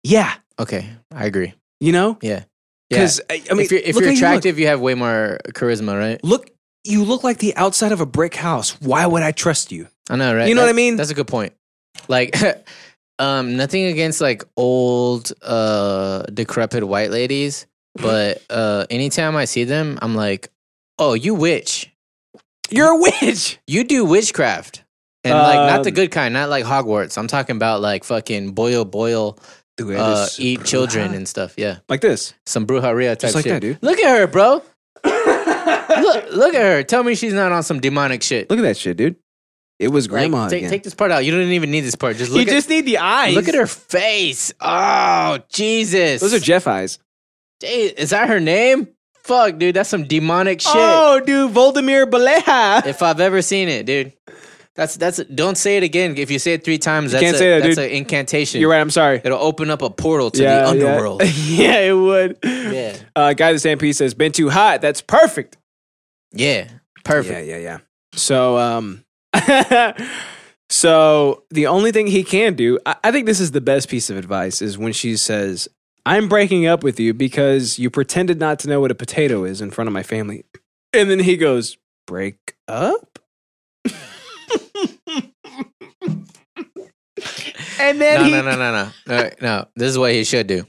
[SPEAKER 2] yeah.
[SPEAKER 1] Okay, I agree.
[SPEAKER 2] You know,
[SPEAKER 1] Yeah, yeah.
[SPEAKER 2] because I, I mean,
[SPEAKER 1] if you're, if
[SPEAKER 2] look
[SPEAKER 1] you're
[SPEAKER 2] how you
[SPEAKER 1] attractive, you, have way more charisma, right?
[SPEAKER 2] look. look, you look like the outside of a brick house. Why would I trust you?
[SPEAKER 1] I know, right?
[SPEAKER 2] You know what I
[SPEAKER 1] That's-
[SPEAKER 2] mean?
[SPEAKER 1] That's a good point. Like, um, nothing against like old, uh, decrepit white ladies, but uh, anytime I see them, I'm like, oh, you witch.
[SPEAKER 2] You're a witch.
[SPEAKER 1] You do witchcraft. And like not the
[SPEAKER 2] Um,
[SPEAKER 1] good kind, not like Hogwarts. I'm talking about like fucking boil boil uh,
[SPEAKER 2] e
[SPEAKER 1] eat children and stuff. Yeah.
[SPEAKER 2] like this.
[SPEAKER 1] Some brujeria type
[SPEAKER 2] Just like
[SPEAKER 1] shit.
[SPEAKER 2] that, dude.
[SPEAKER 1] Look at her, bro. look look at her. Tell me she's not on some demonic shit.
[SPEAKER 2] Look at that shit, dude. It was
[SPEAKER 1] Like,
[SPEAKER 2] grandma
[SPEAKER 1] take,
[SPEAKER 2] again.
[SPEAKER 1] take this part out. You don't even need this part. Just look at
[SPEAKER 2] need the eyes.
[SPEAKER 1] Look at her face. Oh, Jesus.
[SPEAKER 2] Those are Jeff eyes.
[SPEAKER 1] Hey, is that her name? Fuck, dude. That's some demonic shit.
[SPEAKER 2] Oh, dude, Voldemir Baleha.
[SPEAKER 1] If I've ever seen it, dude. That's that's don't say it again. If you say it three times, that's
[SPEAKER 2] can't
[SPEAKER 1] a,
[SPEAKER 2] say that,
[SPEAKER 1] that's
[SPEAKER 2] dude.
[SPEAKER 1] an incantation.
[SPEAKER 2] You're right. I'm sorry.
[SPEAKER 1] It'll open up a portal to the underworld.
[SPEAKER 2] Yeah. yeah, it would.
[SPEAKER 1] Yeah.
[SPEAKER 2] Uh, Guy the Stampede says, "Been too hot. That's perfect."
[SPEAKER 1] Yeah. Perfect.
[SPEAKER 2] Yeah, yeah, yeah. So, um, So the only thing he can do, I, I think this is the best piece of advice, is when she says, I'm breaking up with you because you pretended not to know what a potato is in front of my family. And then he goes, Break up? and then
[SPEAKER 1] No,
[SPEAKER 2] he,
[SPEAKER 1] no, no, no, no, no. No, this is what he should do.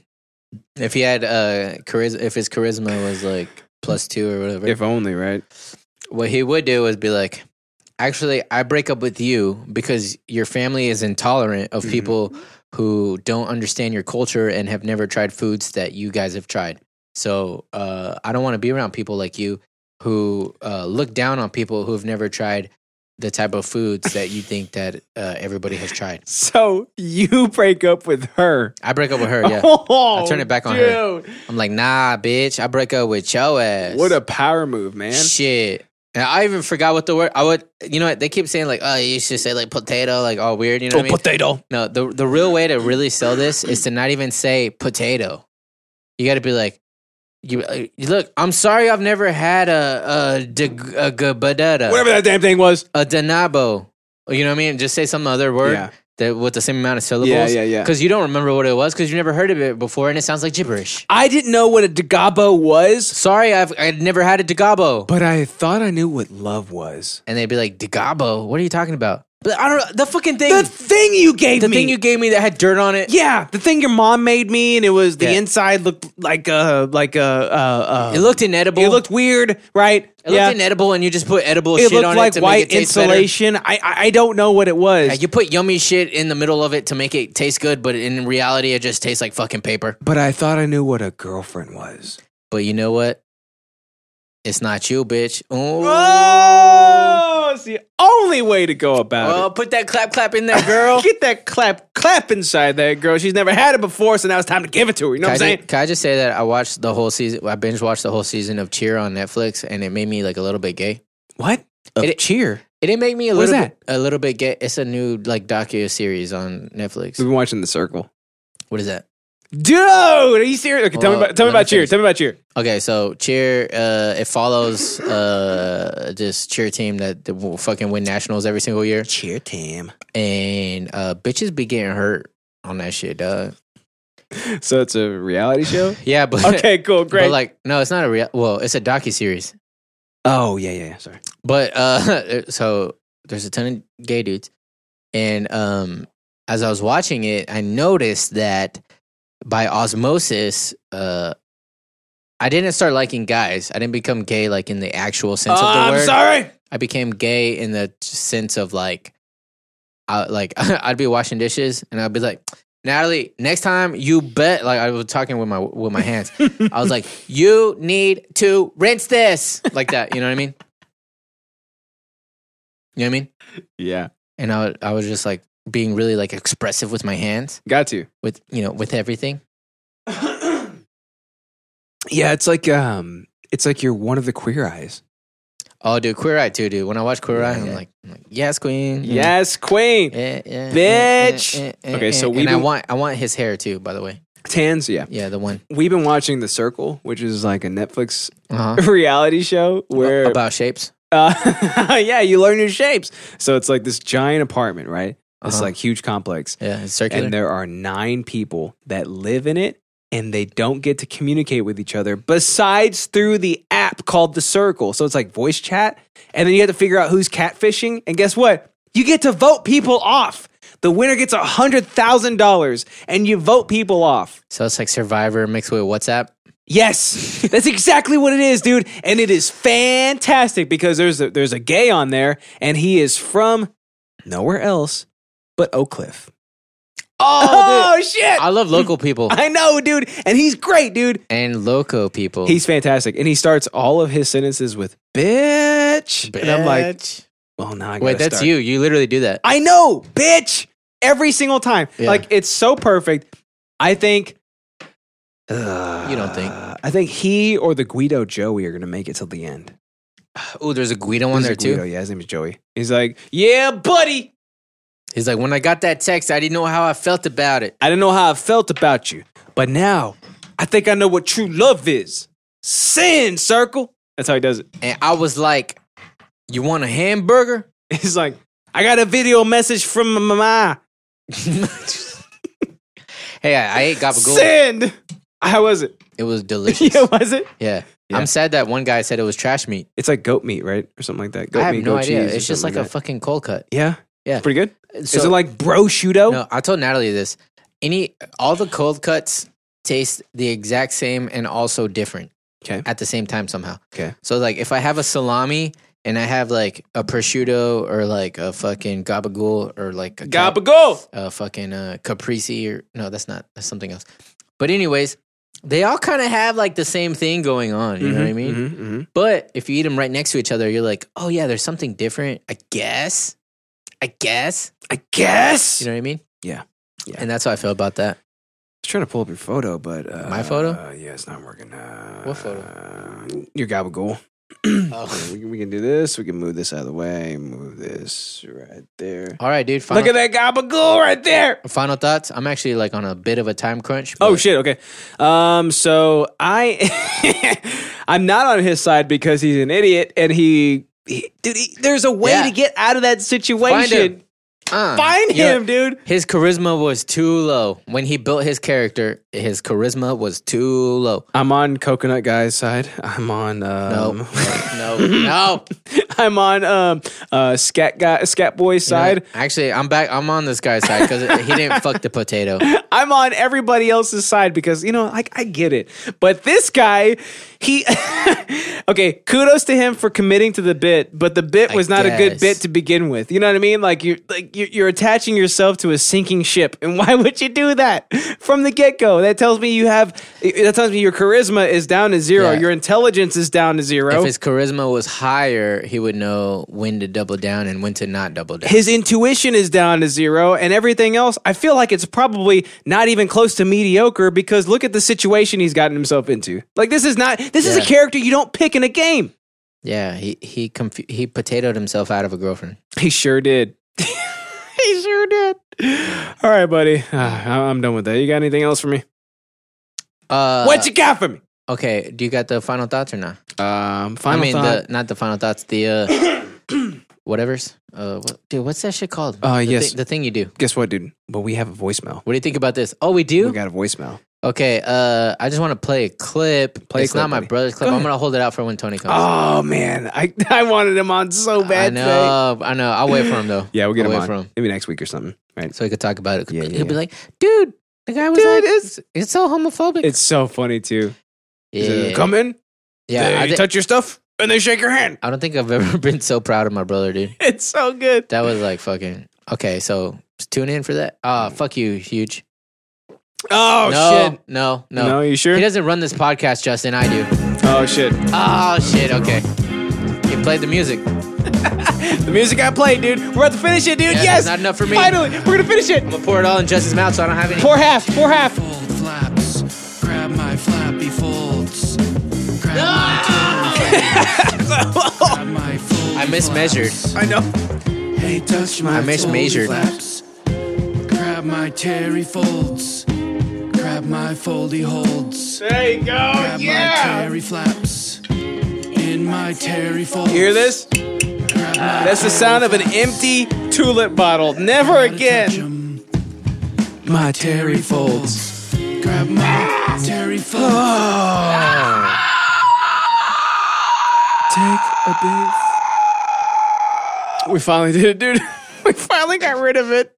[SPEAKER 1] If he had uh charisma, if his charisma was like plus two or whatever,
[SPEAKER 2] if only, right?
[SPEAKER 1] what he would do is be like, actually, I break up with you because your family is intolerant
[SPEAKER 2] Mm-hmm.
[SPEAKER 1] of people who don't understand your culture and have never tried foods that you guys have tried. So uh, I don't want to be around people like you who uh, look down on people who have never tried the type of foods that you think that uh, everybody has tried.
[SPEAKER 2] So you break up with her.
[SPEAKER 1] I break up with her, yeah.
[SPEAKER 2] Oh,
[SPEAKER 1] I turn it back on her.
[SPEAKER 2] dude.
[SPEAKER 1] I'm like, nah, bitch. I break up with your ass.
[SPEAKER 2] What a power move, man.
[SPEAKER 1] Shit. And I even forgot what the word I would you know what they keep saying like oh you should say like potato like all weird you know what I mean?
[SPEAKER 2] Oh, potato.
[SPEAKER 1] no the the real way to really sell this is to not even say potato you got to be like you, uh, you look I'm sorry I've never had a a dig- a gabadada
[SPEAKER 2] Whatever that damn thing was.
[SPEAKER 1] a danabo you know what I mean just say some other word
[SPEAKER 2] Yeah.
[SPEAKER 1] that with the same amount of syllables
[SPEAKER 2] yeah, yeah.
[SPEAKER 1] because you don't remember what it was because you never heard of it before and it sounds like gibberish
[SPEAKER 2] I didn't know what a dagabo was,
[SPEAKER 1] sorry I've I'd never had a dagabo
[SPEAKER 2] but I thought I knew what love was.
[SPEAKER 1] and they'd be like, "Dagabo, what are you talking about?" But I don't know the fucking thing.
[SPEAKER 2] The thing you gave
[SPEAKER 1] the
[SPEAKER 2] me.
[SPEAKER 1] thing you gave me that had dirt on it.
[SPEAKER 2] yeah, the thing your mom made me, and it was the
[SPEAKER 1] Yeah.
[SPEAKER 2] inside looked like a like a uh, uh,
[SPEAKER 1] It looked inedible.
[SPEAKER 2] it looked weird, right?
[SPEAKER 1] It looked inedible, and you just put edible
[SPEAKER 2] it
[SPEAKER 1] shit
[SPEAKER 2] looked
[SPEAKER 1] on
[SPEAKER 2] like
[SPEAKER 1] it to
[SPEAKER 2] white
[SPEAKER 1] make it taste
[SPEAKER 2] insulation. I, I I don't know what it was,
[SPEAKER 1] better. Yeah, you put yummy shit in the middle of it to make it taste good, but in reality, it just tastes like fucking paper.
[SPEAKER 2] but I thought I knew what a girlfriend was.
[SPEAKER 1] But you know what? It's not you, bitch. Ooh.
[SPEAKER 2] Oh, it's the only way to go about
[SPEAKER 1] Oh,
[SPEAKER 2] it.
[SPEAKER 1] put that clap clap in there, girl.
[SPEAKER 2] Get that clap clap inside that girl. She's never had it before, so now it's time to give it to her. You know
[SPEAKER 1] Can I,
[SPEAKER 2] what I'm saying?
[SPEAKER 1] just, can I just say that I watched the whole season? I binge watched the whole season of Cheer on Netflix, and it made me like a little bit gay.
[SPEAKER 2] What? Of
[SPEAKER 1] It-
[SPEAKER 2] cheer.
[SPEAKER 1] It didn't make me a
[SPEAKER 2] What is
[SPEAKER 1] little
[SPEAKER 2] that?
[SPEAKER 1] Bit, a little bit gay. It's a new like docu series on Netflix.
[SPEAKER 2] We've been watching The Circle.
[SPEAKER 1] What is that?
[SPEAKER 2] Dude, are you serious? Okay, tell me
[SPEAKER 1] Well,
[SPEAKER 2] about tell me
[SPEAKER 1] let me
[SPEAKER 2] about cheer.
[SPEAKER 1] finish.
[SPEAKER 2] Tell me about cheer.
[SPEAKER 1] Okay, so cheer. Uh, it follows uh, this cheer team that, that will fucking win nationals every single year,
[SPEAKER 9] Cheer Tam.
[SPEAKER 1] and uh, bitches be getting hurt on that shit, dog.
[SPEAKER 2] So it's a reality show.
[SPEAKER 1] Yeah, but
[SPEAKER 2] Okay, cool, great.
[SPEAKER 1] But like, no, it's not a real. Well, it's a docu series.
[SPEAKER 9] Oh, yeah, yeah, yeah, sorry.
[SPEAKER 1] But uh so there's a ton of gay dudes. And um as I was watching it, I noticed that by osmosis, uh I didn't start liking guys. I didn't become gay like in the actual sense of the
[SPEAKER 2] Uh, I'm
[SPEAKER 1] word.
[SPEAKER 2] sorry.
[SPEAKER 1] I became gay in the sense of like I like I'd be washing dishes and I'd be like Natalie, next time you bet like I was talking with my with my hands. I was like, "You need to rinse this." Like that, you know what I mean? You know what I mean?
[SPEAKER 2] Yeah,
[SPEAKER 1] And I, would- I was just like being really like expressive with my hands,
[SPEAKER 2] got you.
[SPEAKER 1] with you know, with everything.
[SPEAKER 2] Yeah, it's like um, it's like you're one of the queer eyes.
[SPEAKER 1] Oh, dude, Queer Eye too, dude. When I watch Queer Eye, I'm
[SPEAKER 2] Yeah.
[SPEAKER 1] like, I'm like, yes, queen.
[SPEAKER 2] Yes, queen.
[SPEAKER 1] Eh, eh, eh,
[SPEAKER 2] Bitch.
[SPEAKER 1] eh, eh,
[SPEAKER 2] Okay,
[SPEAKER 1] eh.
[SPEAKER 2] so we
[SPEAKER 1] and I
[SPEAKER 2] been-
[SPEAKER 1] want I want his hair too. By the way,
[SPEAKER 2] Tans. Yeah,
[SPEAKER 1] yeah, the one
[SPEAKER 2] we've been watching The Circle, which is like a Netflix
[SPEAKER 1] uh-huh.
[SPEAKER 2] reality show where
[SPEAKER 1] about shapes.
[SPEAKER 2] uh, yeah, you learn your shapes. So it's like this giant apartment, right? It's
[SPEAKER 1] Uh-huh.
[SPEAKER 2] like huge complex.
[SPEAKER 1] Yeah, it's circular.
[SPEAKER 2] and there are nine people that live in it and they don't get to communicate with each other besides through the app called the circle so it's like voice chat and then you have to figure out who's catfishing and guess what you get to vote people off the winner gets a hundred thousand dollars and you vote people off
[SPEAKER 1] so it's like Survivor mixed with WhatsApp.
[SPEAKER 2] Yes, that's exactly what it is, dude. And it is fantastic because there's a, there's a gay on there, and he is from nowhere else but Oak Cliff. Oh, shit!
[SPEAKER 1] I
[SPEAKER 2] I,
[SPEAKER 1] love local people
[SPEAKER 2] know, dude, and he's great, dude.
[SPEAKER 1] and loco people.
[SPEAKER 2] He's fantastic, and he starts all of his sentences with "bitch,", and I'm like,
[SPEAKER 1] Bitch.
[SPEAKER 2] "Well, now I gotta
[SPEAKER 1] wait, that's
[SPEAKER 2] start.
[SPEAKER 1] you. You literally do that.
[SPEAKER 2] I know, bitch. Every single time,
[SPEAKER 1] Yeah.
[SPEAKER 2] like it's so perfect. I think
[SPEAKER 1] you don't think?
[SPEAKER 2] uh, I think he or the Guido Joey are gonna make it till the end.
[SPEAKER 1] Oh, there's a Guido on
[SPEAKER 2] He's
[SPEAKER 1] there
[SPEAKER 2] Ah, a Guido,
[SPEAKER 1] too.
[SPEAKER 2] Yeah, his name is Joey. He's like, yeah, buddy.
[SPEAKER 1] He's like, when I got that text, I didn't know how I felt about it.
[SPEAKER 2] I didn't know how I felt about you, but now I think I know what true love is. Sin circle. That's how he does it.
[SPEAKER 1] And I was like, you want a hamburger?
[SPEAKER 2] He's like, I got a video message from my mama.
[SPEAKER 1] Hey, I, I ate gabagool.
[SPEAKER 2] Send. How was it?
[SPEAKER 1] It was delicious.
[SPEAKER 2] yeah, was it?
[SPEAKER 1] yeah.
[SPEAKER 2] Yeah.
[SPEAKER 1] I'm sad that one guy said it was trash meat.
[SPEAKER 2] It's like goat meat, right, or something like that. Goat
[SPEAKER 1] I have
[SPEAKER 2] meat,
[SPEAKER 1] no
[SPEAKER 2] goat
[SPEAKER 1] idea.
[SPEAKER 2] cheese or
[SPEAKER 1] It's just like
[SPEAKER 2] something
[SPEAKER 1] a
[SPEAKER 2] that.
[SPEAKER 1] fucking cold cut.
[SPEAKER 2] yeah,
[SPEAKER 1] Yeah.
[SPEAKER 2] It's pretty good.
[SPEAKER 1] So-
[SPEAKER 2] Is it like prosciutto?
[SPEAKER 1] No, I told Natalie this. Any all the cold cuts taste the exact same and also different.
[SPEAKER 2] Okay.
[SPEAKER 1] At the same time somehow.
[SPEAKER 2] Okay.
[SPEAKER 1] So like if I have a salami and I have like a prosciutto or like a fucking gabagool or like a cap-
[SPEAKER 2] Gabagool.
[SPEAKER 1] uh, fucking uh, caprese or no, that's not that's something else. But anyways, they all kind of have like the same thing going on. You know what I
[SPEAKER 2] Mhm,
[SPEAKER 1] mean?
[SPEAKER 2] mhm, mhm.
[SPEAKER 1] But if you eat them right next to each other, you're like, oh yeah, there's something different. I guess. I guess.
[SPEAKER 2] I guess.
[SPEAKER 1] You know what I mean?
[SPEAKER 2] Yeah. Yeah.
[SPEAKER 1] And that's how I feel about that.
[SPEAKER 2] I was trying to pull up your photo, but uh,
[SPEAKER 1] My photo?
[SPEAKER 2] Uh, yeah, it's not working. Uh,
[SPEAKER 1] What photo?
[SPEAKER 2] Uh, your gabagool.
[SPEAKER 1] Oh.
[SPEAKER 2] we, can, we can do this. We can move this out of the way. Move this right there.
[SPEAKER 1] All right, dude. Final,
[SPEAKER 2] Look at that gabagool right there.
[SPEAKER 1] final thoughts. I'm actually like on a bit of a time crunch.
[SPEAKER 2] Oh
[SPEAKER 1] but-
[SPEAKER 2] shit. Okay. Um. So I, I'm not on his side because he's an idiot and he, he dude. He, there's a way
[SPEAKER 1] Yeah.
[SPEAKER 2] to get out of that
[SPEAKER 1] Find him.
[SPEAKER 2] situation.
[SPEAKER 1] Uh,
[SPEAKER 2] Find
[SPEAKER 1] you know,
[SPEAKER 2] him, dude.
[SPEAKER 1] His charisma was too low. When he built his character, his charisma was too low.
[SPEAKER 2] I'm on coconut guy's side. I'm on.
[SPEAKER 1] No.
[SPEAKER 2] Um,
[SPEAKER 1] no. No.
[SPEAKER 2] I'm on um uh scat guy scat boy's side.
[SPEAKER 1] Actually, I'm back. I'm on this guy's side because he didn't fuck the potato.
[SPEAKER 2] I'm on everybody else's side because you know, like I get it. But this guy, he okay, kudos to him for committing to the bit, but the bit
[SPEAKER 1] I
[SPEAKER 2] was not a
[SPEAKER 1] guess.
[SPEAKER 2] good bit to begin with. You know what I mean? Like you're like you're, you're attaching yourself to a sinking ship, and why would you do that from the get go? That tells me you have that tells me your charisma is down to zero,
[SPEAKER 1] Yeah.
[SPEAKER 2] your intelligence is down to zero.
[SPEAKER 1] If his charisma was higher, he would know when to double down and when to not double down.
[SPEAKER 2] his intuition is down to zero and everything else i feel like it's probably not even close to mediocre because look at the situation he's gotten himself into like this is not this is a
[SPEAKER 1] Yeah.
[SPEAKER 2] character you don't pick in a game
[SPEAKER 1] Yeah, he he confu- he potatoed himself out of a girlfriend.
[SPEAKER 2] he sure did he sure did all right buddy uh, I- i'm done with that you got anything else for me
[SPEAKER 1] Uh,
[SPEAKER 2] what you got for me
[SPEAKER 1] Okay, do you got the final thoughts or not?
[SPEAKER 2] um final
[SPEAKER 1] I mean,
[SPEAKER 2] thought
[SPEAKER 1] the not the final thoughts. The uh, whatever's. Uh, what, dude, what's that shit called?
[SPEAKER 2] Uh,
[SPEAKER 1] the
[SPEAKER 2] yes.
[SPEAKER 1] thing, the thing you do.
[SPEAKER 2] guess what dude but we have a voicemail
[SPEAKER 1] What do you think about this? Oh, we do.
[SPEAKER 2] we got a voicemail
[SPEAKER 1] okay, uh, I just want to play a clip.
[SPEAKER 2] Play a
[SPEAKER 1] it's
[SPEAKER 2] clip,
[SPEAKER 1] not my
[SPEAKER 2] buddy.
[SPEAKER 1] brother's clip.
[SPEAKER 2] Go
[SPEAKER 1] I'm
[SPEAKER 2] ahead.
[SPEAKER 1] gonna hold it out for when Tony comes.
[SPEAKER 2] oh man i i wanted him on so bad
[SPEAKER 1] I
[SPEAKER 2] today.
[SPEAKER 1] know, I know. I'll wait for him though.
[SPEAKER 2] yeah we'll get
[SPEAKER 1] I'll
[SPEAKER 2] him
[SPEAKER 1] wait
[SPEAKER 2] on
[SPEAKER 1] for him
[SPEAKER 2] maybe next week or something right
[SPEAKER 1] so he could talk about it.
[SPEAKER 2] Yeah, yeah,
[SPEAKER 1] He'll be
[SPEAKER 2] yeah.
[SPEAKER 1] like, dude, the guy was
[SPEAKER 2] Dude,
[SPEAKER 1] like,
[SPEAKER 2] it's-
[SPEAKER 1] it's so homophobic.
[SPEAKER 2] it's so funny too
[SPEAKER 1] yeah,
[SPEAKER 2] Come in,
[SPEAKER 1] yeah. I, thi-
[SPEAKER 2] touch your stuff, and they shake your hand.
[SPEAKER 1] I don't think I've ever been so proud of my brother, dude.
[SPEAKER 2] It's so good.
[SPEAKER 1] That was like fucking okay. So just tune in for that. Ah, fuck you, huge.
[SPEAKER 2] Mm. Oh
[SPEAKER 1] no, no, no,
[SPEAKER 2] No, you sure?
[SPEAKER 1] He doesn't run this podcast, Justin. I do.
[SPEAKER 2] Oh shit!
[SPEAKER 1] Oh shit. Okay. He played the music.
[SPEAKER 2] The music I played, dude. We're about to finish it, dude.
[SPEAKER 1] Yeah,
[SPEAKER 2] yes,
[SPEAKER 1] not enough for me.
[SPEAKER 2] Finally, we're gonna finish it.
[SPEAKER 1] I'm gonna pour it all in Justin's mouth, so I don't have any.
[SPEAKER 2] Pour half, pour half.
[SPEAKER 6] Fold flaps. Grab my flappy folds. Grab my terry folds. Grab my fold
[SPEAKER 1] I mismeasured.
[SPEAKER 6] flaps.
[SPEAKER 2] I know.
[SPEAKER 6] Hey, touch my
[SPEAKER 1] I mismeasured.
[SPEAKER 6] foldy flaps. Grab my terry folds. Grab my foldy holds.
[SPEAKER 2] There you go.
[SPEAKER 6] Grab my terry flaps. In my terry folds.
[SPEAKER 2] Hear this?
[SPEAKER 6] Grab my
[SPEAKER 2] That's the sound of an empty tulip bottle. Never again.
[SPEAKER 6] My Terry folds. Grab my Terry folds.
[SPEAKER 2] Oh. Take a big. We finally did it, dude. we finally got rid of it.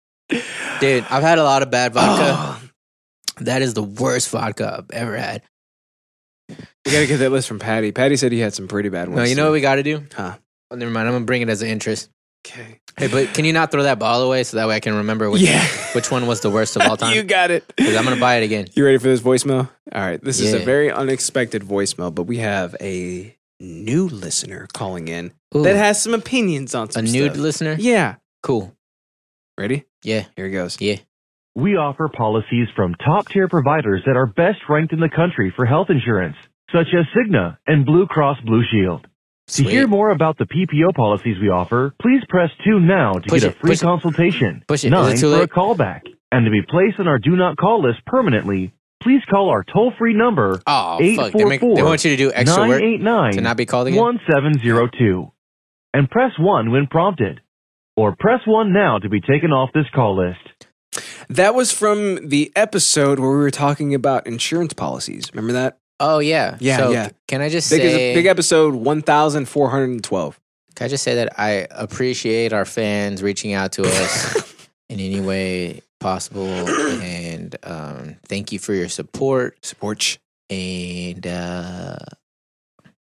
[SPEAKER 1] Dude, I've had a lot of bad
[SPEAKER 2] Ah.
[SPEAKER 1] vodka. That is the worst vodka I've ever had.
[SPEAKER 2] We gotta get that list from Patty. Patty said he had some pretty bad ones.
[SPEAKER 1] No, you know what we got to do?
[SPEAKER 2] Huh.
[SPEAKER 1] Oh, never mind. I'm gonna bring it as an interest.
[SPEAKER 2] Okay.
[SPEAKER 1] Hey, but can you not throw that ball away so that way I can remember which
[SPEAKER 2] Yeah.
[SPEAKER 1] which one was the worst of all time?
[SPEAKER 2] You got it.
[SPEAKER 1] 'Cause I'm gonna buy it again.
[SPEAKER 2] You ready for this voicemail? All right. This is a
[SPEAKER 1] Yeah.
[SPEAKER 2] very unexpected voicemail, but we have a new listener calling in
[SPEAKER 1] Ooh,
[SPEAKER 2] that has some opinions on
[SPEAKER 1] a
[SPEAKER 2] some
[SPEAKER 1] nude
[SPEAKER 2] stuff.
[SPEAKER 1] listener.
[SPEAKER 2] Yeah.
[SPEAKER 1] Cool.
[SPEAKER 2] Ready?
[SPEAKER 1] Yeah.
[SPEAKER 2] Here he goes.
[SPEAKER 1] Yeah.
[SPEAKER 10] We offer policies from top tier providers that are best ranked in the country for health insurance, such as Cigna and Blue Cross Blue Shield.
[SPEAKER 1] Sweet.
[SPEAKER 10] To hear more about the PPO policies we offer, please press 2 now to
[SPEAKER 1] Push
[SPEAKER 10] get
[SPEAKER 1] it,
[SPEAKER 10] a free
[SPEAKER 1] push it.
[SPEAKER 10] consultation,
[SPEAKER 1] Push it. Is
[SPEAKER 10] 9
[SPEAKER 1] it too
[SPEAKER 10] for a
[SPEAKER 1] late?
[SPEAKER 10] callback, and to be placed on our Do Not Call list permanently, please call our toll free number
[SPEAKER 1] Oh fuck! They, make,
[SPEAKER 10] 844
[SPEAKER 1] they want you to do extra work to
[SPEAKER 10] 989
[SPEAKER 1] not be called again.
[SPEAKER 10] 1702 and press 1 when prompted.
[SPEAKER 11] or press 1 now to be taken off this call list.
[SPEAKER 2] That was from the episode where we were talking about insurance policies. Remember that?
[SPEAKER 1] Oh yeah,
[SPEAKER 2] Yeah,
[SPEAKER 1] So
[SPEAKER 2] yeah.
[SPEAKER 1] c- Can I just
[SPEAKER 2] Big, is
[SPEAKER 1] say?
[SPEAKER 2] big episode 1412.
[SPEAKER 1] Can I just say that I appreciate our fans reaching out to us in any way possible, and um, thank you for your support.
[SPEAKER 2] Support.
[SPEAKER 1] And uh,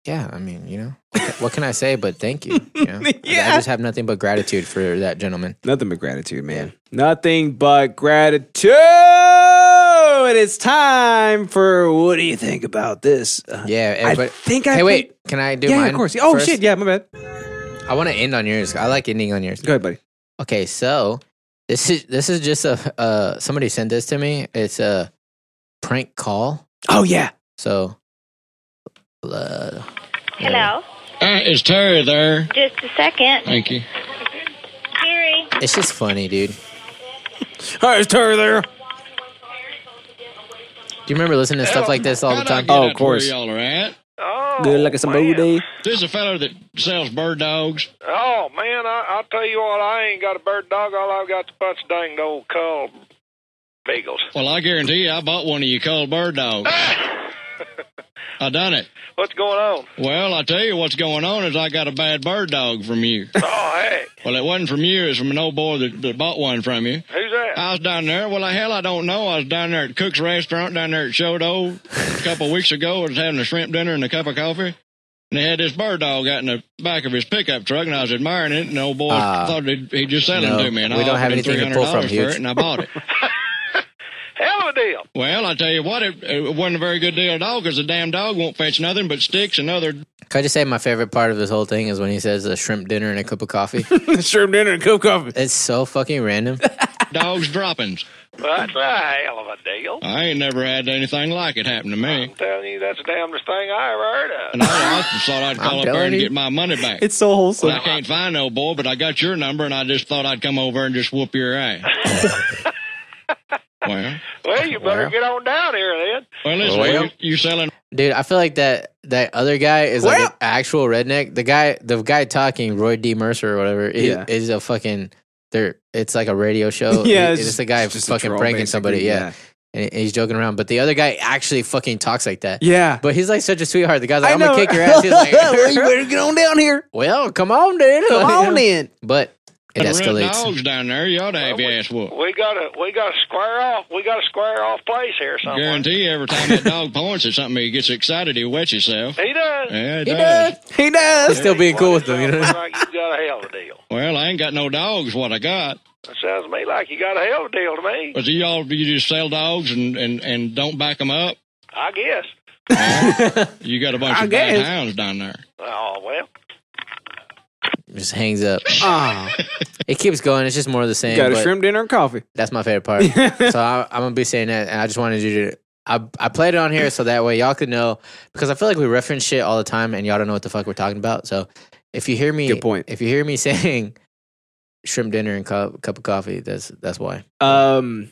[SPEAKER 1] yeah, I mean, you know, what can I say? But thank you. you know? I
[SPEAKER 2] Yeah.
[SPEAKER 1] just have nothing but gratitude for that gentleman.
[SPEAKER 2] Nothing but gratitude, man. Nothing but gratitude. And it's time for what do you think about this? Uh,
[SPEAKER 1] Yeah,
[SPEAKER 2] I
[SPEAKER 1] everybody.
[SPEAKER 2] think I
[SPEAKER 1] Hey,
[SPEAKER 2] think-
[SPEAKER 1] wait. Can I do
[SPEAKER 2] yeah,
[SPEAKER 1] mine?
[SPEAKER 2] of course. Oh
[SPEAKER 1] first?
[SPEAKER 2] shit! Yeah, my bad.
[SPEAKER 1] I want to end on yours. I like ending on yours.
[SPEAKER 2] Go ahead, buddy.
[SPEAKER 1] Okay, so this is this is just a uh, somebody sent this to me. It's a prank call.
[SPEAKER 2] Oh yeah.
[SPEAKER 1] So, uh,
[SPEAKER 4] Hello.
[SPEAKER 6] Uh, is Terry there?
[SPEAKER 4] Just a second.
[SPEAKER 6] Thank you.
[SPEAKER 4] Terry.
[SPEAKER 1] it's just funny, dude. Do
[SPEAKER 2] Hi, it's Terry there.
[SPEAKER 1] you remember listening to stuff like this all the time?
[SPEAKER 6] How'd
[SPEAKER 2] Oh,
[SPEAKER 6] I get out
[SPEAKER 2] of
[SPEAKER 6] to where
[SPEAKER 2] course.
[SPEAKER 6] Y'all are at.
[SPEAKER 2] Good luck, somebody.
[SPEAKER 6] This is a fella that sells bird dogs.
[SPEAKER 12] Oh man, I, I'll tell you what, I ain't got a bird dog. All I've got's a bunch of dang old cull beagles.
[SPEAKER 6] Well, I guarantee you, I bought one of you cold bird dogs. I done it.
[SPEAKER 12] Ah! What's going on?
[SPEAKER 6] Well, I tell you what's going on is I got a bad bird dog from you.
[SPEAKER 12] Oh hey,
[SPEAKER 6] Well, it wasn't from you. It's from an old boy that, that bought one from you.
[SPEAKER 12] who's that?
[SPEAKER 6] I was down there. Well, the hell, I don't know. I was down there at Cook's Restaurant down there at Shodo a couple of weeks ago. I was having a shrimp dinner and a cup of coffee. And they had this bird dog out in the back of his pickup truck, and I was admiring it. And the old boy
[SPEAKER 1] Ah.
[SPEAKER 6] thought he'd, he'd just sell
[SPEAKER 1] No,
[SPEAKER 6] him to me. And
[SPEAKER 1] we
[SPEAKER 6] I
[SPEAKER 1] don't
[SPEAKER 6] offered
[SPEAKER 1] have
[SPEAKER 6] him
[SPEAKER 1] anything to pull from,
[SPEAKER 6] $300 for
[SPEAKER 1] Huge.
[SPEAKER 6] it, and I bought it.
[SPEAKER 12] Hell of a deal.
[SPEAKER 6] well, I tell you what, it, it wasn't a very good deal at all because the damn dog won't fetch nothing but sticks and other
[SPEAKER 1] Oh, Can I just say my favorite part of this whole thing is when he says a shrimp dinner and a cup of coffee?
[SPEAKER 2] Shrimp dinner and cup of coffee.
[SPEAKER 1] it's so fucking random.
[SPEAKER 6] dog's droppings.
[SPEAKER 12] Well, that's a hell of a deal.
[SPEAKER 6] I ain't never had anything like it happen to me.
[SPEAKER 12] I'm telling you, that's the damnedest thing I ever heard of.
[SPEAKER 6] And I, I thought I'd
[SPEAKER 1] I'm
[SPEAKER 6] call up there
[SPEAKER 1] telling
[SPEAKER 6] and
[SPEAKER 1] you.
[SPEAKER 6] get my money back.
[SPEAKER 2] It's so wholesome.
[SPEAKER 6] Well, I can't find no boy, but I got your number, and I just thought I'd come over and just whoop your ass. well,
[SPEAKER 12] Well, you better
[SPEAKER 1] Well.
[SPEAKER 12] get on down here then.
[SPEAKER 6] well, listen,
[SPEAKER 1] Well.
[SPEAKER 6] you, you selling?
[SPEAKER 1] Dude, I feel like that that other guy is like an actual redneck. The guy, the guy talking, Roy D. Mercer or whatever, is,
[SPEAKER 2] Yeah.
[SPEAKER 1] is a fucking. They're it's like a radio show.
[SPEAKER 2] Yeah,
[SPEAKER 1] it's,
[SPEAKER 2] it's
[SPEAKER 1] just a guy
[SPEAKER 2] just a
[SPEAKER 1] fucking
[SPEAKER 2] troll,
[SPEAKER 1] pranking
[SPEAKER 2] basically,
[SPEAKER 1] somebody. Yeah,
[SPEAKER 2] yeah.
[SPEAKER 1] And, and he's joking around, but the other guy actually fucking talks like that.
[SPEAKER 2] Yeah.
[SPEAKER 1] But he's like such a sweetheart. The guy's like,
[SPEAKER 2] I
[SPEAKER 1] "I'm gonna
[SPEAKER 2] know.
[SPEAKER 1] kick your ass." He's like,
[SPEAKER 2] get on down here.
[SPEAKER 1] "Well, come on, dude,
[SPEAKER 2] in.
[SPEAKER 1] But it
[SPEAKER 6] Red
[SPEAKER 1] escalates.
[SPEAKER 6] dogs down there. You ought to have your ass whooped.
[SPEAKER 12] We got a we got a square off. We got a square off place here somewhere.
[SPEAKER 6] Guarantee you, every time that dog points at something, he gets excited. He wets himself.
[SPEAKER 12] He does.
[SPEAKER 6] Yeah, it
[SPEAKER 1] He
[SPEAKER 6] does.
[SPEAKER 1] does.
[SPEAKER 2] He does.
[SPEAKER 1] Still being cool with them, you
[SPEAKER 12] Sounds
[SPEAKER 1] know.
[SPEAKER 12] like you got a hell of a deal.
[SPEAKER 6] Well, I ain't got no dogs. What I got?
[SPEAKER 12] That sounds to me like you got a hell of a deal to me.
[SPEAKER 6] But do y'all, you just sell dogs and and and don't back them up.
[SPEAKER 12] I guess.
[SPEAKER 6] You got a bunch
[SPEAKER 2] I
[SPEAKER 6] of bad
[SPEAKER 2] guess.
[SPEAKER 6] hounds down there.
[SPEAKER 12] Oh well.
[SPEAKER 1] Just hangs up.
[SPEAKER 2] Ah,
[SPEAKER 1] It keeps going. It's just more of the same.
[SPEAKER 2] got a
[SPEAKER 1] but-
[SPEAKER 2] shrimp dinner and coffee.
[SPEAKER 1] That's my favorite part. so I, I'm gonna be saying that, and I just wanted you to. I, I played it on here so that way y'all could know because I feel like we reference shit all the time and y'all don't know what the fuck we're talking about. So if you hear me,
[SPEAKER 2] Good point.
[SPEAKER 1] If you hear me saying shrimp dinner and cup cup of coffee, that's that's why.
[SPEAKER 2] Um,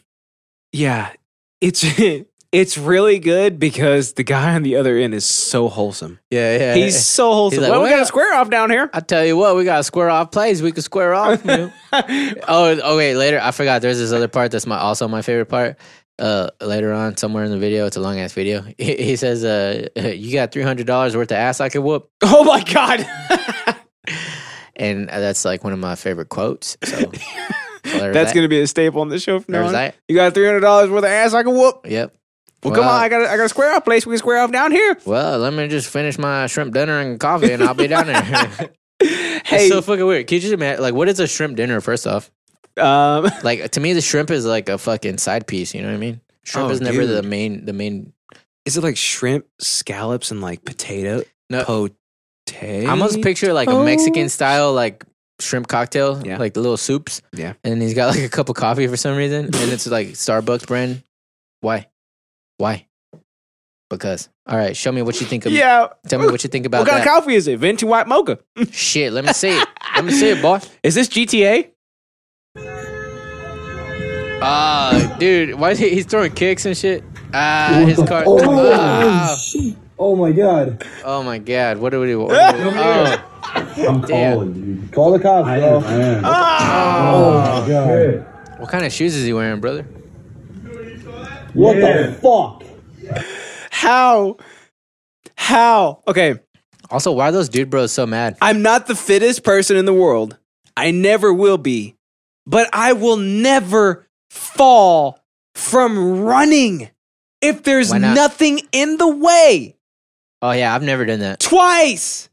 [SPEAKER 2] yeah, it's it's really good because the guy on the other end is so wholesome.
[SPEAKER 1] Yeah, yeah.
[SPEAKER 2] He's so wholesome.
[SPEAKER 1] like,
[SPEAKER 2] well, we got
[SPEAKER 1] "Well,
[SPEAKER 2] a square off down here.
[SPEAKER 1] I tell you what, we got to square off plays. We could square off. you know? oh, okay. Later, I forgot. There's this other part that's my also my favorite part. Uh, later on, somewhere in the video, it's a long ass video. He, he says, "Uh, you got three hundred dollars worth of ass I could whoop."
[SPEAKER 2] oh my god.
[SPEAKER 1] and that's like one of my favorite quotes. So well, there's
[SPEAKER 2] That's
[SPEAKER 1] that.
[SPEAKER 2] gonna be a staple on the show from now
[SPEAKER 1] There's
[SPEAKER 2] on.
[SPEAKER 1] that.
[SPEAKER 2] You got three hundred dollars worth of ass I can whoop.
[SPEAKER 1] Yep.
[SPEAKER 2] Well, come on, I got a, I got a square off place. We can square off down here.
[SPEAKER 1] Well, let me just finish my shrimp dinner and coffee, and I'll be down there.
[SPEAKER 2] Hey,
[SPEAKER 1] It's so fucking weird. Can you just imagine? Like, what is a shrimp dinner? First off,
[SPEAKER 2] um,
[SPEAKER 1] like to me, the shrimp is like a fucking side piece. You know what I mean? Shrimp
[SPEAKER 2] Oh,
[SPEAKER 1] is never the
[SPEAKER 2] dude.
[SPEAKER 1] main. The main.
[SPEAKER 2] is it like shrimp, scallops, and like potato?
[SPEAKER 1] No.
[SPEAKER 2] Uh, potato.
[SPEAKER 1] I almost picture like a Mexican style like shrimp cocktail,
[SPEAKER 2] Yeah.
[SPEAKER 1] like the little soups.
[SPEAKER 2] Yeah.
[SPEAKER 1] And he's got like a cup of coffee for some reason, and it's like Starbucks brand. Why? Why? Because. All right, show me what you think of.
[SPEAKER 2] Yeah.
[SPEAKER 1] Tell me what you think about
[SPEAKER 2] What kind
[SPEAKER 1] that.
[SPEAKER 2] of coffee is it? Venti white mocha.
[SPEAKER 1] Shit, let me see it. Let me see it, boy.
[SPEAKER 2] Is this GTA?
[SPEAKER 1] Ah, dude, why is he, he's throwing kicks and shit? Ah, his car. Ah. Oh, oh my god. Oh my god. What do we? What, oh,
[SPEAKER 13] I'm calling, dude. Call the cops, bro. I am. Oh, my god.
[SPEAKER 1] What kind of shoes is he wearing, brother?
[SPEAKER 13] What the fuck?
[SPEAKER 2] How? How? Okay.
[SPEAKER 1] Also, why are those dude bros so mad?
[SPEAKER 2] I'm not the fittest person in the world. I never will be. But I will never fall from running if there's
[SPEAKER 1] Why not?
[SPEAKER 2] nothing in the way.
[SPEAKER 1] Oh yeah, I've never done that.
[SPEAKER 2] Twice.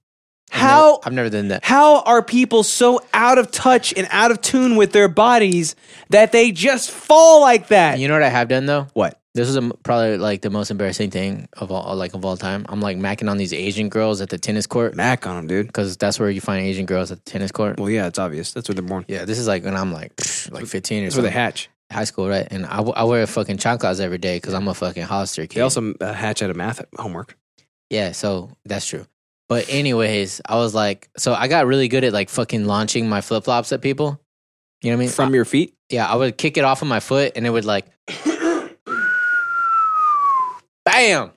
[SPEAKER 1] I've
[SPEAKER 2] How
[SPEAKER 1] never- I've never done that.
[SPEAKER 2] How are people so out of touch and out of tune with their bodies that they just fall like that?
[SPEAKER 1] You know what I have done though?
[SPEAKER 2] What?
[SPEAKER 1] This is a, m- probably like the most embarrassing thing of all uh, like of all time. I'm like macking on these Asian girls at the tennis court.
[SPEAKER 2] Mac on them, dude.
[SPEAKER 1] Because that's where you find Asian girls at the tennis court.
[SPEAKER 2] Well, yeah, it's obvious. That's where they're born.
[SPEAKER 1] Yeah, this is like when I'm like like 15 or
[SPEAKER 2] That's where
[SPEAKER 1] something.
[SPEAKER 2] they hatch.
[SPEAKER 1] High school, right? And I, w- I wear fucking chanclas every day because I'm a fucking Hollister kid.
[SPEAKER 2] They also uh, hatch out of math homework.
[SPEAKER 1] Yeah, so that's true. But anyways, I was like, so I got really good at like fucking launching my flip flops at people. You know what I mean?
[SPEAKER 2] From your feet?
[SPEAKER 1] Yeah, I would kick it off of my foot and it would like, bam.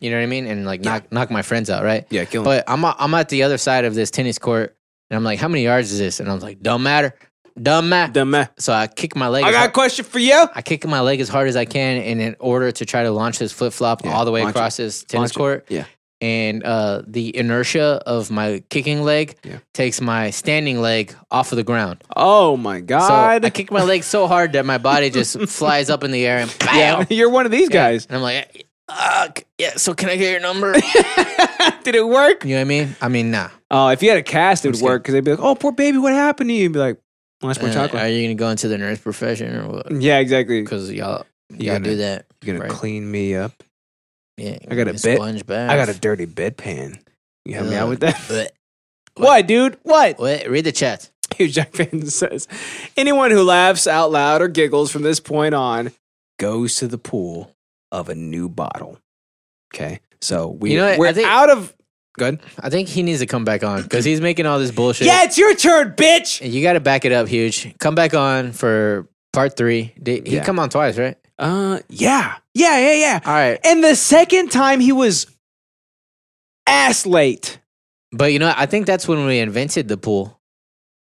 [SPEAKER 1] You know what I mean? And like knock knock my friends out, right?
[SPEAKER 2] Yeah, kill 'em.
[SPEAKER 1] But I'm I'm at the other side of this tennis court and I'm like, how many yards is this? And I'm like, don't matter, don't matter,
[SPEAKER 2] don't matter.
[SPEAKER 1] So I kick my leg.
[SPEAKER 2] I
[SPEAKER 1] as
[SPEAKER 2] got a
[SPEAKER 1] hard-
[SPEAKER 2] question for you.
[SPEAKER 1] I kick my leg as hard as I can in an order to try to launch this flip flop all the way
[SPEAKER 2] launch it.
[SPEAKER 1] across this tennis
[SPEAKER 2] Launch it.
[SPEAKER 1] court
[SPEAKER 2] Yeah.
[SPEAKER 1] and uh, the inertia of my kicking leg takes my standing leg off of the ground.
[SPEAKER 2] Oh
[SPEAKER 1] So
[SPEAKER 2] my
[SPEAKER 1] I
[SPEAKER 2] god.
[SPEAKER 1] Ah, kick my leg so hard that my body just flies up in the air and bam.
[SPEAKER 2] yeah, you're one of these guys.
[SPEAKER 1] And I'm like, Ugh, yeah. So can I get your number?
[SPEAKER 2] Did it work?
[SPEAKER 1] You know what I mean? I mean, nah.
[SPEAKER 2] Oh, if you had a cast, it would work because they'd be like, "Oh, poor baby, what happened to you?" And be like, "Last more
[SPEAKER 1] Uh,
[SPEAKER 2] chocolate."
[SPEAKER 1] are you gonna go into the nurse profession or what?
[SPEAKER 2] yeah, exactly.
[SPEAKER 1] Because y'all,
[SPEAKER 2] You
[SPEAKER 1] y'all
[SPEAKER 2] gotta-
[SPEAKER 1] do that.
[SPEAKER 2] You're gonna
[SPEAKER 1] right?
[SPEAKER 2] clean me up.
[SPEAKER 1] Yeah,
[SPEAKER 2] I got a
[SPEAKER 1] give me
[SPEAKER 2] bed-
[SPEAKER 1] sponge bath.
[SPEAKER 2] I got a dirty bedpan. You help me out
[SPEAKER 1] Ugh.
[SPEAKER 2] with that?
[SPEAKER 1] Blech.
[SPEAKER 2] What, dude? What?
[SPEAKER 1] Wait, read the chat.
[SPEAKER 2] Hugh Jackman says, "Anyone who laughs out loud or giggles from this point on goes to the pool of a new bottle." Okay, so we
[SPEAKER 1] You know what? I
[SPEAKER 2] we're
[SPEAKER 1] think-
[SPEAKER 2] out of. Good.
[SPEAKER 1] I think he needs to come back on because he's making all this bullshit.
[SPEAKER 2] Yeah, it's your turn, bitch.
[SPEAKER 1] You got to back it up, huge. Come back on for part three. Did he
[SPEAKER 2] Yeah.
[SPEAKER 1] come on twice, right?
[SPEAKER 2] Uh, yeah, yeah, yeah, yeah.
[SPEAKER 1] All right,
[SPEAKER 2] And the second time he was ass late.
[SPEAKER 1] but you know, I think that's when we invented the pool.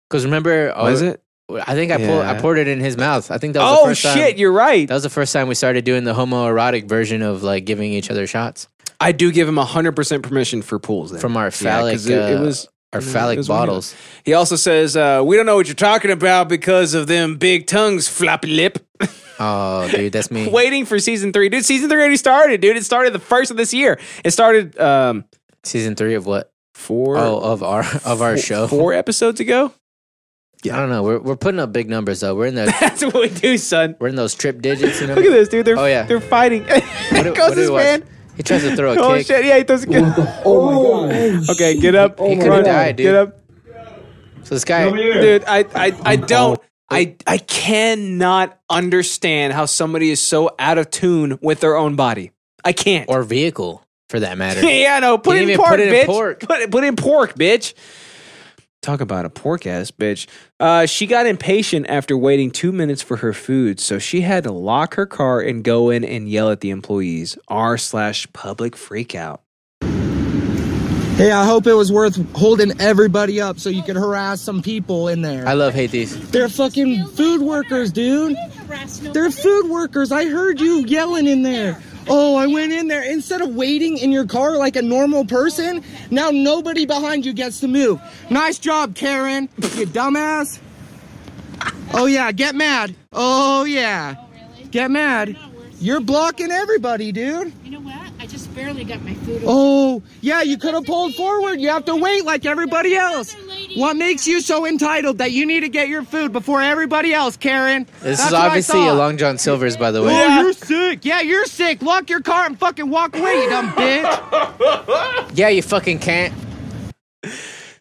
[SPEAKER 1] Because remember,
[SPEAKER 2] Oh, Was
[SPEAKER 1] or-
[SPEAKER 2] it?
[SPEAKER 1] I think I pulled, I
[SPEAKER 2] Yeah.
[SPEAKER 1] poured it in his mouth. I think that was the
[SPEAKER 2] Oh
[SPEAKER 1] first time.
[SPEAKER 2] shit, you're right.
[SPEAKER 1] That was the first time we started doing the homoerotic version of like giving each other shots
[SPEAKER 2] I do give him 100% permission for pools then.
[SPEAKER 1] from our
[SPEAKER 2] Yeah,
[SPEAKER 1] phallic.
[SPEAKER 2] 'cause it, it
[SPEAKER 1] uh,
[SPEAKER 2] was
[SPEAKER 1] our
[SPEAKER 2] it
[SPEAKER 1] phallic
[SPEAKER 2] was one of
[SPEAKER 1] bottles.
[SPEAKER 2] them. He also says, uh, "We don't know what you're talking about because of them big tongues, floppy lip."
[SPEAKER 1] Oh, dude, that's me.
[SPEAKER 2] Waiting for season three, dude. Season three already started, dude. It started the first of this year. It started um,
[SPEAKER 1] Season three of what?
[SPEAKER 2] four,
[SPEAKER 1] Oh, of our of our
[SPEAKER 2] four-
[SPEAKER 1] show.
[SPEAKER 2] four episodes ago.
[SPEAKER 1] I don't know. We're we're putting up big numbers though. We're in the
[SPEAKER 2] That's what we do, son.
[SPEAKER 1] we're in those trip digits. You know
[SPEAKER 2] Look at this, dude. They're
[SPEAKER 1] Oh, yeah.
[SPEAKER 2] they're fighting.
[SPEAKER 1] What do-
[SPEAKER 2] it
[SPEAKER 1] what
[SPEAKER 2] goes
[SPEAKER 1] do
[SPEAKER 2] this
[SPEAKER 1] we watch?
[SPEAKER 2] man.
[SPEAKER 1] He tries to throw a
[SPEAKER 2] Oh
[SPEAKER 1] kick.
[SPEAKER 2] shit! Yeah, he does.
[SPEAKER 13] Oh, my god.
[SPEAKER 2] Okay, get up.
[SPEAKER 1] He could have
[SPEAKER 2] Run.
[SPEAKER 1] died, dude.
[SPEAKER 2] Get up.
[SPEAKER 1] So this guy,
[SPEAKER 2] dude I, I i don't i i cannot understand how somebody is so out of tune with their own body i can't
[SPEAKER 1] or vehicle for that matter.
[SPEAKER 2] yeah no put
[SPEAKER 1] Didn't
[SPEAKER 2] it in
[SPEAKER 1] even
[SPEAKER 2] pork
[SPEAKER 1] put it in
[SPEAKER 2] bitch
[SPEAKER 1] pork.
[SPEAKER 2] Put, it, put it in pork bitch talk about a pork ass bitch uh, she got impatient after waiting two minutes for her food so she had to lock her car and go in and yell at the employees r slash public freakout
[SPEAKER 14] Hey, I hope it was worth holding everybody up so you could harass some people in there.
[SPEAKER 1] I love hate these.
[SPEAKER 14] They're fucking food workers, dude. They're food workers. I heard you yelling in there. Oh, I went in there. Instead of waiting in your car like a normal person, now nobody behind you gets to move. Nice job, Karen. You dumbass. Oh, yeah. Get mad. Oh, yeah. Get mad. You're blocking everybody, dude.
[SPEAKER 15] You know what? I just barely got my food.
[SPEAKER 14] Oh, yeah, you could have pulled forward. You have to wait like everybody else. What makes you so entitled that you need to get your food before everybody else, Karen?
[SPEAKER 1] This
[SPEAKER 14] That's
[SPEAKER 1] is
[SPEAKER 14] what I
[SPEAKER 1] obviously a
[SPEAKER 14] thought.
[SPEAKER 1] Long John Silver's, by the
[SPEAKER 14] Oh,
[SPEAKER 1] way.
[SPEAKER 14] you're sick. Yeah, you're sick. Lock your car and fucking walk away, you dumb bitch.
[SPEAKER 1] Yeah, you fucking can't.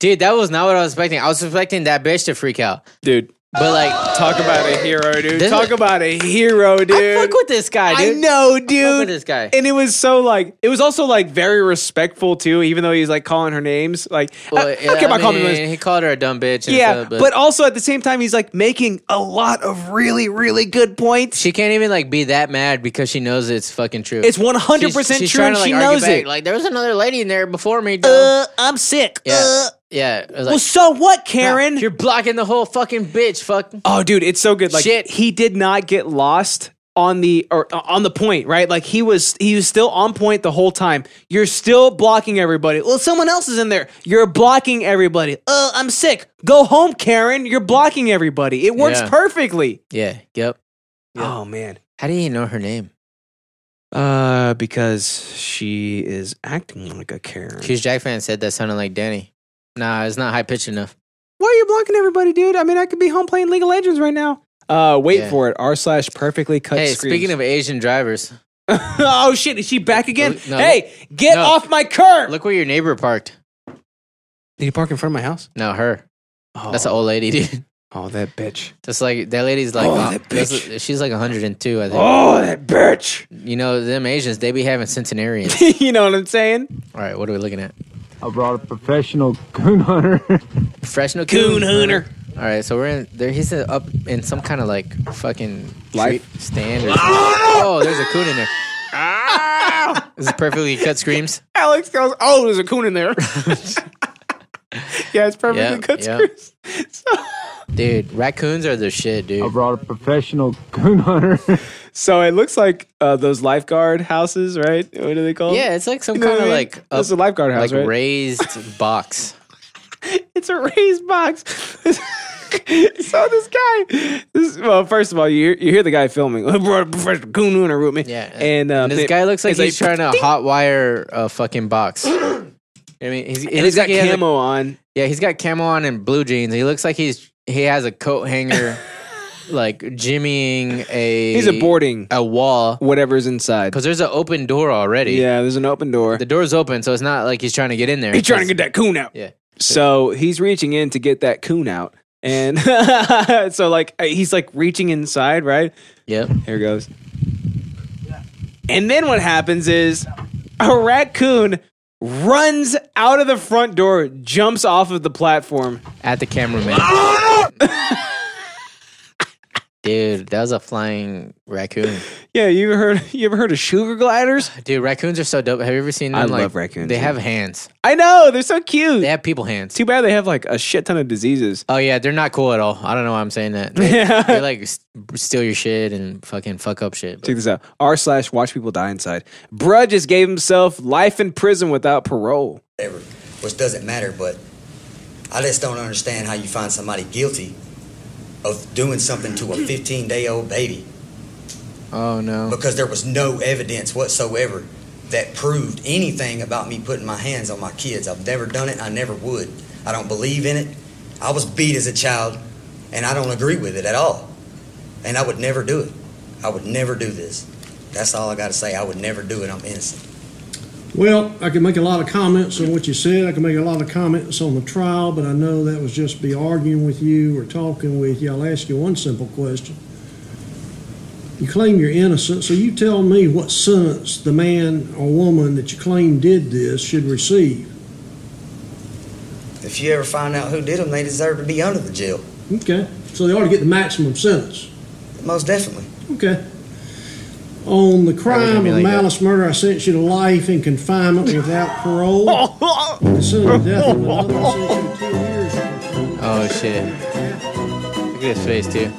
[SPEAKER 1] Dude, that was not what I was expecting. I was expecting that bitch to freak out.
[SPEAKER 2] dude
[SPEAKER 1] But like,
[SPEAKER 2] talk about a hero dude
[SPEAKER 1] This-
[SPEAKER 2] talk about a hero dude
[SPEAKER 1] I fuck with this guy,
[SPEAKER 2] I
[SPEAKER 1] dude.
[SPEAKER 2] know,
[SPEAKER 1] I fuck
[SPEAKER 2] dude.
[SPEAKER 1] with this guy.
[SPEAKER 2] And it was so like it was also like very respectful too, even though he's like calling her names. Like
[SPEAKER 1] Well,
[SPEAKER 2] I, I
[SPEAKER 1] yeah,
[SPEAKER 2] don't care about
[SPEAKER 1] I
[SPEAKER 2] calling
[SPEAKER 1] mean,
[SPEAKER 2] names.
[SPEAKER 1] He called her a dumb bitch. and
[SPEAKER 2] Yeah,
[SPEAKER 1] stuff,
[SPEAKER 2] but, also at the same time, he's like making a lot of really, really good points.
[SPEAKER 1] she can't even like be that mad because she knows it's fucking true.
[SPEAKER 2] It's 100%
[SPEAKER 1] She's- she's
[SPEAKER 2] true
[SPEAKER 1] trying
[SPEAKER 2] and
[SPEAKER 1] to,
[SPEAKER 2] she
[SPEAKER 1] like, argue
[SPEAKER 2] knows
[SPEAKER 1] back,
[SPEAKER 2] it.
[SPEAKER 1] Like there was another lady in there before me. Though.
[SPEAKER 2] Uh, I'm sick.
[SPEAKER 1] yeah,
[SPEAKER 2] Uh,
[SPEAKER 1] Yeah. It was
[SPEAKER 16] Well, so what, Karen?
[SPEAKER 1] You're blocking the whole fucking bitch. Fuck.
[SPEAKER 2] Oh, dude, it's so good. Like Shit. he did not get lost on the or uh, on the point, right? Like he was he was still on point the whole time. You're still blocking everybody. Well, someone else is in there. You're blocking everybody. Uh, I'm sick. Go home, Karen. You're blocking everybody. It works
[SPEAKER 1] Yeah.
[SPEAKER 2] perfectly.
[SPEAKER 1] Yeah. Yep.
[SPEAKER 2] Oh man.
[SPEAKER 1] How do you know her name?
[SPEAKER 2] Uh, because she is acting like a Karen.
[SPEAKER 1] Huge Jack fan said that sounded like Danny. Nah, it's not high pitched enough.
[SPEAKER 2] Why are you blocking everybody, dude? I mean, I could be home playing League of Legends right now. Uh, wait
[SPEAKER 1] Yeah.
[SPEAKER 2] for it. R slash perfectly cut.
[SPEAKER 1] hey, speaking of Asian drivers,
[SPEAKER 2] oh shit, is she back again?
[SPEAKER 1] No.
[SPEAKER 2] hey, get
[SPEAKER 1] No.
[SPEAKER 2] off my curb!
[SPEAKER 1] look where your neighbor parked.
[SPEAKER 2] Did he park in front of my house?
[SPEAKER 1] No, her. That's an old lady, dude.
[SPEAKER 2] Oh, that bitch.
[SPEAKER 1] That's like that lady's like,
[SPEAKER 2] Oh,
[SPEAKER 1] uh,
[SPEAKER 2] that
[SPEAKER 1] that's-
[SPEAKER 2] bitch.
[SPEAKER 1] she's like 102, I think.
[SPEAKER 2] Oh, that bitch.
[SPEAKER 1] You know them Asians, they be having centenarians.
[SPEAKER 2] you know what I'm saying?
[SPEAKER 1] All right, what are we looking at?
[SPEAKER 17] I brought a professional coon hunter.
[SPEAKER 1] Professional
[SPEAKER 17] Coon hunter.
[SPEAKER 1] All right, so we're in there. He's uh, up in some kind of like fucking
[SPEAKER 2] Life.
[SPEAKER 1] tree stand. Or oh, there's a coon in there. This is perfectly cut screams.
[SPEAKER 2] Alex goes, oh, there's a coon in there. yeah, it's perfectly
[SPEAKER 1] Yeah,
[SPEAKER 2] cut
[SPEAKER 1] yeah.
[SPEAKER 2] screws.
[SPEAKER 1] Dude, raccoons are the shit, dude. I
[SPEAKER 17] brought a professional coon hunter.
[SPEAKER 2] So it looks like uh, those lifeguard houses, right? What are they called?
[SPEAKER 1] Yeah, it's like some
[SPEAKER 2] You know
[SPEAKER 1] kind
[SPEAKER 2] what
[SPEAKER 1] of
[SPEAKER 2] I mean?
[SPEAKER 1] like up-
[SPEAKER 2] It's a lifeguard house,
[SPEAKER 1] like
[SPEAKER 2] right?
[SPEAKER 1] raised box.
[SPEAKER 2] it's a raised box. so this guy, this, well, first of all, you hear, you hear the guy filming. I brought a professional coon hunter with me. Yeah, and, um,
[SPEAKER 1] And this
[SPEAKER 2] it-
[SPEAKER 1] guy looks like
[SPEAKER 2] it's
[SPEAKER 1] he's trying to hotwire a fucking box. I mean, he's,
[SPEAKER 2] And he's got camo on.
[SPEAKER 1] Yeah, he's got camo on and blue jeans. He looks like he's he has a coat hanger, like jimmying a
[SPEAKER 2] He's boarding
[SPEAKER 1] a wall,
[SPEAKER 2] whatever's inside.
[SPEAKER 1] Because there's an open door already.
[SPEAKER 2] Yeah, there's an open door.
[SPEAKER 1] The door's open, so it's not like he's trying to get in there.
[SPEAKER 2] He's trying to get that coon out.
[SPEAKER 1] Yeah.
[SPEAKER 2] So he's reaching in to get that coon out. And so like uh, he's like reaching inside, right?
[SPEAKER 1] Yep.
[SPEAKER 2] Here it goes. And then what happens is a raccoon runs out of the front door, jumps off of the platform
[SPEAKER 1] at the cameraman. Dude, that was a flying raccoon.
[SPEAKER 2] yeah, you ever heard you ever heard of sugar gliders?
[SPEAKER 1] Dude, raccoons are so dope. Have you ever seen them?
[SPEAKER 2] I
[SPEAKER 1] like,
[SPEAKER 2] love raccoons,
[SPEAKER 1] They
[SPEAKER 2] yeah.
[SPEAKER 1] have hands.
[SPEAKER 2] I know, they're so cute. They
[SPEAKER 1] have people hands.
[SPEAKER 2] Too bad they have like a shit ton of diseases.
[SPEAKER 1] Oh yeah, they're not cool at all. I don't know why I'm saying that. They, they like s- steal your shit and fucking fuck up shit.
[SPEAKER 2] Check this out. R slash watch people die inside. Bruh just gave himself life in prison without parole.
[SPEAKER 12] whatever, which doesn't matter, but I just don't understand how you find somebody guilty of doing something to a 15 day old baby
[SPEAKER 1] Oh no.
[SPEAKER 12] because there was no evidence whatsoever that proved anything about me putting my hands on my kids. I've never done it, I never would. I don't believe in it. I was beat as a child, and I don't agree with it at all. And I would never do it. I would never do this. That's all I got to say. I would never do it. I'm innocent.
[SPEAKER 18] Well, I can make a lot of comments on what you said. I can make a lot of comments on the trial, but I know that was just be arguing with you or talking with you. I'll ask you one simple question. You claim you're innocent, so you tell me what sentence the man or woman that you claim did this should receive.
[SPEAKER 12] If you ever find out who did them, they deserve to be under the jail.
[SPEAKER 18] Okay, so they ought to get the maximum sentence.
[SPEAKER 12] Most definitely.
[SPEAKER 18] Okay. On the
[SPEAKER 12] Probably gonna
[SPEAKER 18] crime
[SPEAKER 12] be
[SPEAKER 18] of
[SPEAKER 12] like that.
[SPEAKER 18] malice murder, I sentence you to life in confinement without parole. The sentence of death of another, I sentence you to two years.
[SPEAKER 1] Oh shit. Look at his face too.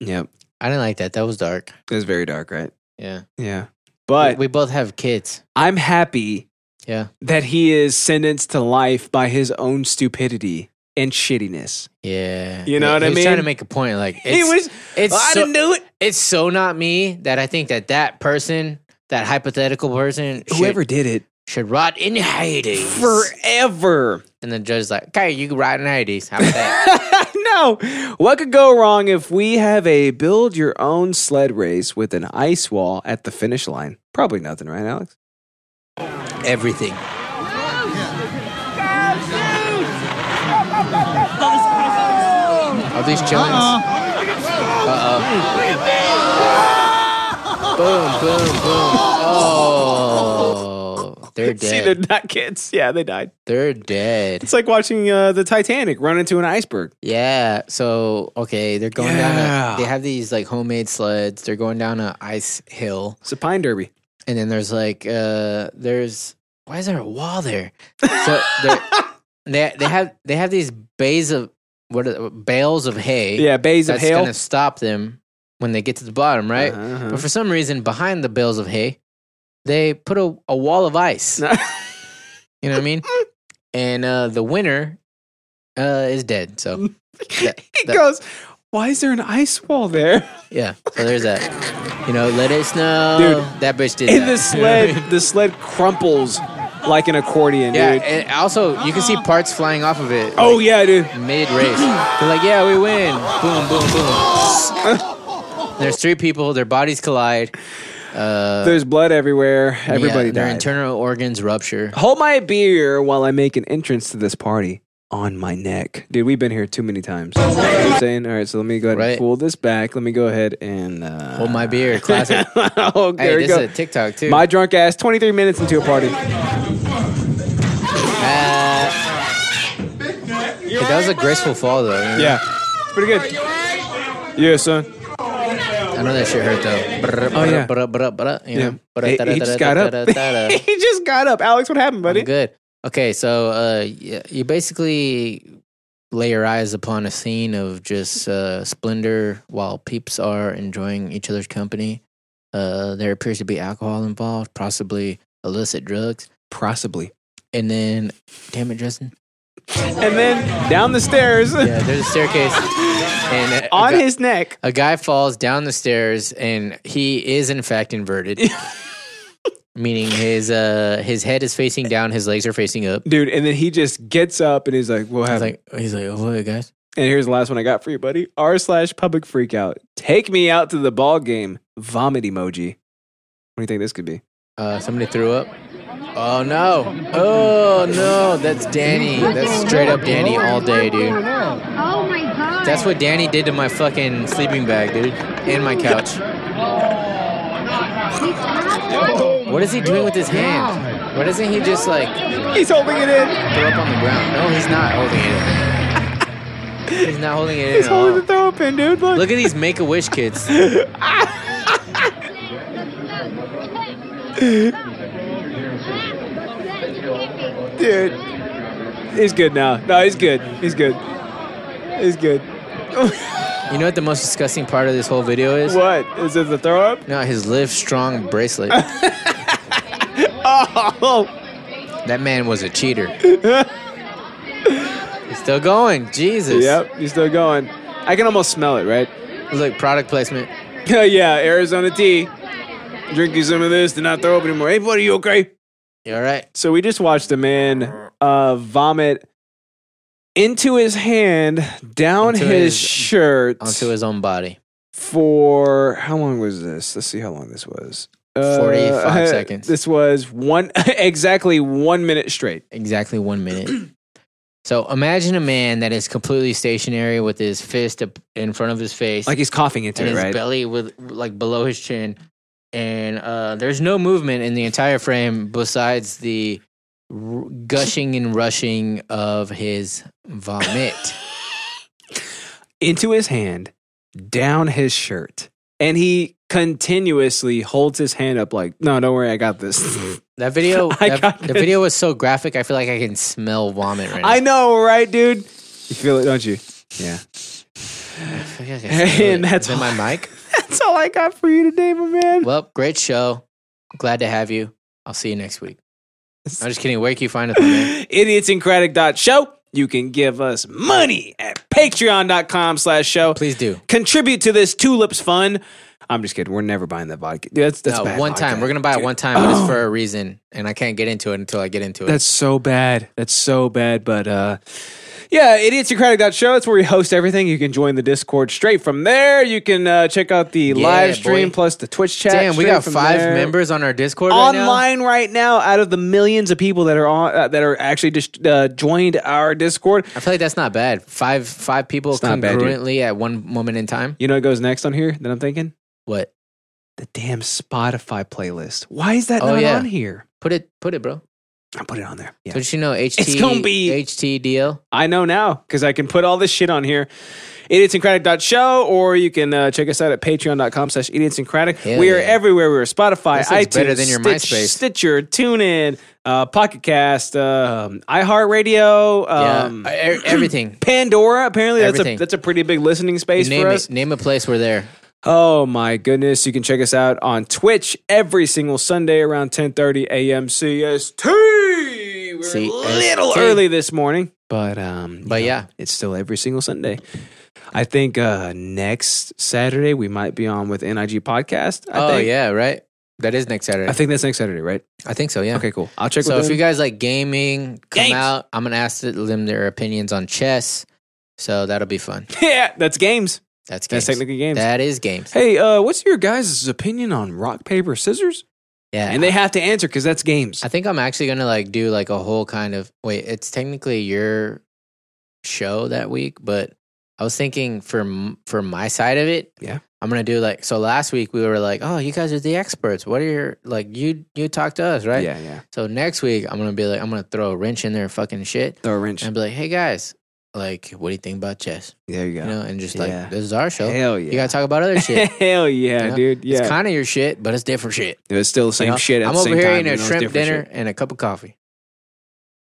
[SPEAKER 2] Yep.
[SPEAKER 1] I didn't like that. That was dark.
[SPEAKER 2] It was very dark, right?
[SPEAKER 1] Yeah.
[SPEAKER 2] Yeah. But
[SPEAKER 1] we, we both have kids.
[SPEAKER 2] I'm happy
[SPEAKER 1] Yeah.
[SPEAKER 2] that he is sentenced to life by his own stupidity and shittiness.
[SPEAKER 1] Yeah.
[SPEAKER 2] You know
[SPEAKER 1] He-
[SPEAKER 2] what
[SPEAKER 1] he
[SPEAKER 2] I
[SPEAKER 1] was
[SPEAKER 2] mean?
[SPEAKER 1] Trying to make a point, like
[SPEAKER 2] He was, "Well, I didn't
[SPEAKER 1] do it. It's so not me that I think that that person, that hypothetical person, should-
[SPEAKER 2] Whoever did it
[SPEAKER 1] should rot in Hades
[SPEAKER 2] forever.
[SPEAKER 1] And the judge's like, "Okay, you can rot in Hades. How about that?"
[SPEAKER 2] no. What could go wrong if we have a build your own sled race with an ice wall at the finish line? Probably nothing, right, Alex?
[SPEAKER 1] Everything. Are these chillings? Uh oh. Boom! Boom! Boom! Oh, they're
[SPEAKER 2] See,
[SPEAKER 1] dead.
[SPEAKER 2] they're not kids. Yeah, they died.
[SPEAKER 1] They're dead.
[SPEAKER 2] It's like watching uh, the Titanic run into an iceberg.
[SPEAKER 1] Yeah. So okay, they're going down.
[SPEAKER 2] Yeah.
[SPEAKER 1] A, they have these like homemade sleds. They're going down a ice hill.
[SPEAKER 2] It's a pine derby.
[SPEAKER 1] And then there's like uh there's why is there a wall there? So they're- they they have they have these bays of what are, bales of hay.
[SPEAKER 2] Yeah, bays of
[SPEAKER 1] that's
[SPEAKER 2] hail. Uh-huh.
[SPEAKER 1] gonna stop them when they get to the bottom, right? But for some reason, behind the bales of hay, they put a, a wall of ice. you know what I mean? And uh, the winner uh, is dead. So
[SPEAKER 2] he goes, "Why is there an ice wall there?"
[SPEAKER 1] Yeah. So there's that. You know, let it snow.
[SPEAKER 2] Dude,
[SPEAKER 1] that bitch did.
[SPEAKER 2] And
[SPEAKER 1] that.
[SPEAKER 2] the sled, the sled crumples like an accordion,
[SPEAKER 1] Yeah,
[SPEAKER 2] dude.
[SPEAKER 1] and also you can see parts flying off of it.
[SPEAKER 2] oh yeah, dude.
[SPEAKER 1] Mid race, they're like, "Yeah, we win!" Boom, boom, boom. There's three people. Their bodies collide. Uh,
[SPEAKER 2] There's blood everywhere.
[SPEAKER 1] yeah,
[SPEAKER 2] Everybody
[SPEAKER 1] Their
[SPEAKER 2] died.
[SPEAKER 1] internal organs rupture.
[SPEAKER 2] Hold my beer while I make an entrance to this party on my neck. Dude, we've been here too many times. You know what I'm saying? All right, so let me go ahead and
[SPEAKER 1] Right.
[SPEAKER 2] pull this back. Let me go ahead and. Uh,
[SPEAKER 1] Hold my beer, classic.
[SPEAKER 2] oh, there
[SPEAKER 1] hey,
[SPEAKER 2] we
[SPEAKER 1] this
[SPEAKER 2] go.
[SPEAKER 1] is a TikTok too.
[SPEAKER 2] My drunk ass, 23 minutes into a party.
[SPEAKER 1] Hey, that was a graceful fall though. you know?
[SPEAKER 2] Yeah. It's pretty good. Yeah, son.
[SPEAKER 1] I know that shit hurt though.
[SPEAKER 2] Oh, yeah.
[SPEAKER 1] Brr, brr, brr, you know.
[SPEAKER 2] Yeah. He- he just got up. he just got up. Alex, what happened, buddy?
[SPEAKER 1] I'm good. Okay, so uh, y- you basically lay your eyes upon a scene of just uh, splendor while peeps are enjoying each other's company. Uh, there appears to be alcohol involved, possibly illicit drugs.
[SPEAKER 2] Possibly.
[SPEAKER 1] And then, damn it, Justin.
[SPEAKER 2] And then down the stairs.
[SPEAKER 1] Yeah, there's a staircase. And uh,
[SPEAKER 2] on
[SPEAKER 1] a guy-
[SPEAKER 2] his neck.
[SPEAKER 1] A guy falls down the stairs, and he is in fact inverted, meaning his uh his head is facing down, his legs are facing up.
[SPEAKER 2] Dude, and then he just gets up and he's like, what
[SPEAKER 1] He's
[SPEAKER 2] happened?
[SPEAKER 1] like, he's like, oh, hey, guys.
[SPEAKER 2] and here's the last one I got for you, buddy. R slash public freakout. Take me out to the ball game. Vomit emoji. What do you think this could be?
[SPEAKER 1] Uh, somebody threw up. Oh no! Oh no! That's Danny. That's straight up Danny all day, dude.
[SPEAKER 7] Oh my god.
[SPEAKER 1] That's what Danny did to my fucking sleeping bag, dude, and my couch. What is he doing with his hand? Why doesn't he just like
[SPEAKER 2] He's holding it in.
[SPEAKER 1] throw up on the ground? No, he's not holding it. in. He's not holding it. in
[SPEAKER 2] He's
[SPEAKER 1] at all.
[SPEAKER 2] holding the throw up in, dude. Look.
[SPEAKER 1] Look at these Make a Wish kids.
[SPEAKER 2] Dude. He's good now. No, he's good. He's good. He's good.
[SPEAKER 1] You know what the most disgusting part of this whole video is?
[SPEAKER 2] What? Is it the throw up?
[SPEAKER 1] No, his Live Strong bracelet.
[SPEAKER 2] Oh!
[SPEAKER 1] That man was a cheater. He's still going. Jesus.
[SPEAKER 2] Yep, he's still going. I can almost smell it, right?
[SPEAKER 1] Look, product placement.
[SPEAKER 2] yeah, Arizona tea. Drink you some of this, then not throw up anymore. Hey, buddy, you okay?
[SPEAKER 1] You all right?
[SPEAKER 2] So we just watched a man uh, vomit into his hand, down
[SPEAKER 1] Onto
[SPEAKER 2] his,
[SPEAKER 1] his-
[SPEAKER 2] shirt
[SPEAKER 1] Onto his own body.
[SPEAKER 2] for how long was this? Let's see how long this was. Uh,
[SPEAKER 1] 45 seconds.
[SPEAKER 2] This was one exactly one minute straight.
[SPEAKER 1] Exactly one minute. So imagine a man that is completely stationary with his fist up in front of his face.
[SPEAKER 2] Like he's coughing into
[SPEAKER 1] and
[SPEAKER 2] it,
[SPEAKER 1] his
[SPEAKER 2] right?
[SPEAKER 1] belly with like below his chin. And uh, there's no movement in the entire frame besides the r- gushing and rushing of his vomit.
[SPEAKER 2] into his hand, down his shirt, and he continuously holds his hand up like, "No, don't worry, I got this."
[SPEAKER 1] That video,
[SPEAKER 2] I got
[SPEAKER 1] that, the
[SPEAKER 2] this.
[SPEAKER 1] video was so graphic. I feel like I can smell vomit right now.
[SPEAKER 2] I know, right, dude? You feel it, don't you? Yeah.
[SPEAKER 1] I feel like I can smell
[SPEAKER 2] And
[SPEAKER 1] it.
[SPEAKER 2] that's
[SPEAKER 1] Is it
[SPEAKER 2] all,
[SPEAKER 1] my mic.
[SPEAKER 2] that's all I got for you today, my man.
[SPEAKER 1] Well, great show. Glad to have you. I'll see you next week. I'm just kidding. Where can you find us, man?
[SPEAKER 2] Idiotsyncratic.show. You can give us money at patreon.com slash show.
[SPEAKER 1] Please do.
[SPEAKER 2] Contribute to this tulips fund. I'm just kidding. We're never buying that vodka. Dude, that's that's
[SPEAKER 1] no,
[SPEAKER 2] bad
[SPEAKER 1] one time.
[SPEAKER 2] vodka.
[SPEAKER 1] We're gonna buy it
[SPEAKER 2] Dude.
[SPEAKER 1] one time, but
[SPEAKER 2] Oh.
[SPEAKER 1] it's for a reason, and I can't get into it until I get into it.
[SPEAKER 2] That's so bad. That's so bad. But uh yeah, idiotsyncratic.show. That's where we host everything. You can join the Discord straight from there. You can uh, check out the
[SPEAKER 1] Yeah,
[SPEAKER 2] live stream
[SPEAKER 1] boy.
[SPEAKER 2] plus the Twitch chat.
[SPEAKER 1] Damn, we
[SPEAKER 2] straight
[SPEAKER 1] got
[SPEAKER 2] from
[SPEAKER 1] five
[SPEAKER 2] there.
[SPEAKER 1] members on our Discord right now?
[SPEAKER 2] online right now. Out of the millions of people that are on uh, that are actually just uh, joined our Discord.
[SPEAKER 1] I feel like that's not bad. Five five people
[SPEAKER 2] not bad, dude.
[SPEAKER 1] congruently at one moment in time.
[SPEAKER 2] You know what goes next on here? That I'm thinking
[SPEAKER 1] What?
[SPEAKER 2] the damn Spotify playlist. Why is that
[SPEAKER 1] Oh,
[SPEAKER 2] not
[SPEAKER 1] yeah.
[SPEAKER 2] on here?
[SPEAKER 1] Put it put it, bro.
[SPEAKER 2] I put it on there. Yeah.
[SPEAKER 1] Don't you know HT
[SPEAKER 2] It's gonna be-
[SPEAKER 1] HTDL?
[SPEAKER 2] I know now because I can put all this shit on here. Idiotsyncratic.show, or you can uh, check us out at patreon.com slash idiotsyncratic.
[SPEAKER 1] Hell
[SPEAKER 2] we are
[SPEAKER 1] yeah.
[SPEAKER 2] everywhere. We are Spotify,
[SPEAKER 1] This
[SPEAKER 2] iTunes,
[SPEAKER 1] looks better than your
[SPEAKER 2] Stitch-
[SPEAKER 1] MySpace.
[SPEAKER 2] Stitcher, TuneIn, uh, Pocket Cast, um, iHeartRadio, um,
[SPEAKER 1] yeah, everything.
[SPEAKER 2] Pandora. Apparently, that's
[SPEAKER 1] Everything.
[SPEAKER 2] a that's a pretty big listening space
[SPEAKER 1] name
[SPEAKER 2] for
[SPEAKER 1] it-
[SPEAKER 2] us.
[SPEAKER 1] name a place we're there.
[SPEAKER 2] Oh my goodness! You can check us out on Twitch every single Sunday around 10:30 a.m. CST. We're
[SPEAKER 1] See,
[SPEAKER 2] a little early this morning, but um, but
[SPEAKER 1] yeah,
[SPEAKER 2] it's still every single Sunday. I think uh next Saturday we might be on with NIG podcast. I
[SPEAKER 1] oh
[SPEAKER 2] think.
[SPEAKER 1] yeah, right. That is next Saturday.
[SPEAKER 2] I think that's next Saturday, right?
[SPEAKER 1] I think so. Yeah.
[SPEAKER 2] Okay, cool. I'll check.
[SPEAKER 1] so
[SPEAKER 2] with
[SPEAKER 1] if
[SPEAKER 2] them.
[SPEAKER 1] you guys like gaming, come out. I'm gonna ask them their opinions on chess. So that'll be fun.
[SPEAKER 2] yeah, that's games.
[SPEAKER 1] That's games.
[SPEAKER 2] That's technically games.
[SPEAKER 1] That is games.
[SPEAKER 2] Hey, uh, what's your guys' opinion on rock paper scissors?
[SPEAKER 1] Yeah,
[SPEAKER 2] and they have to answer because that's games.
[SPEAKER 1] I think I'm actually gonna like do like a whole kind of wait. It's technically your show that week, but I was thinking for m- for my side of it,
[SPEAKER 2] yeah,
[SPEAKER 1] I'm gonna do like so. Last week we were like, oh, you guys are the experts. What are your like you you talk to us, right?
[SPEAKER 2] Yeah, yeah.
[SPEAKER 1] So next week I'm gonna be like, I'm gonna throw a wrench in their fucking shit.
[SPEAKER 2] Throw a wrench
[SPEAKER 1] and be like, hey guys, like, what do you think about chess?
[SPEAKER 2] There you go.
[SPEAKER 1] You know, and just
[SPEAKER 2] Yeah.
[SPEAKER 1] like this is our show.
[SPEAKER 2] Hell
[SPEAKER 1] You
[SPEAKER 2] yeah.
[SPEAKER 1] gotta talk about other shit.
[SPEAKER 2] Hell yeah,
[SPEAKER 1] You know?
[SPEAKER 2] dude. Yeah,
[SPEAKER 1] It's kind of your shit, but it's different shit.
[SPEAKER 2] It's still the same
[SPEAKER 1] You know?
[SPEAKER 2] shit. At
[SPEAKER 1] I'm
[SPEAKER 2] the
[SPEAKER 1] over
[SPEAKER 2] same
[SPEAKER 1] here
[SPEAKER 2] time,
[SPEAKER 1] eating
[SPEAKER 2] you
[SPEAKER 1] a
[SPEAKER 2] know, it's
[SPEAKER 1] shrimp
[SPEAKER 2] different
[SPEAKER 1] dinner
[SPEAKER 2] shit.
[SPEAKER 1] and a cup of coffee.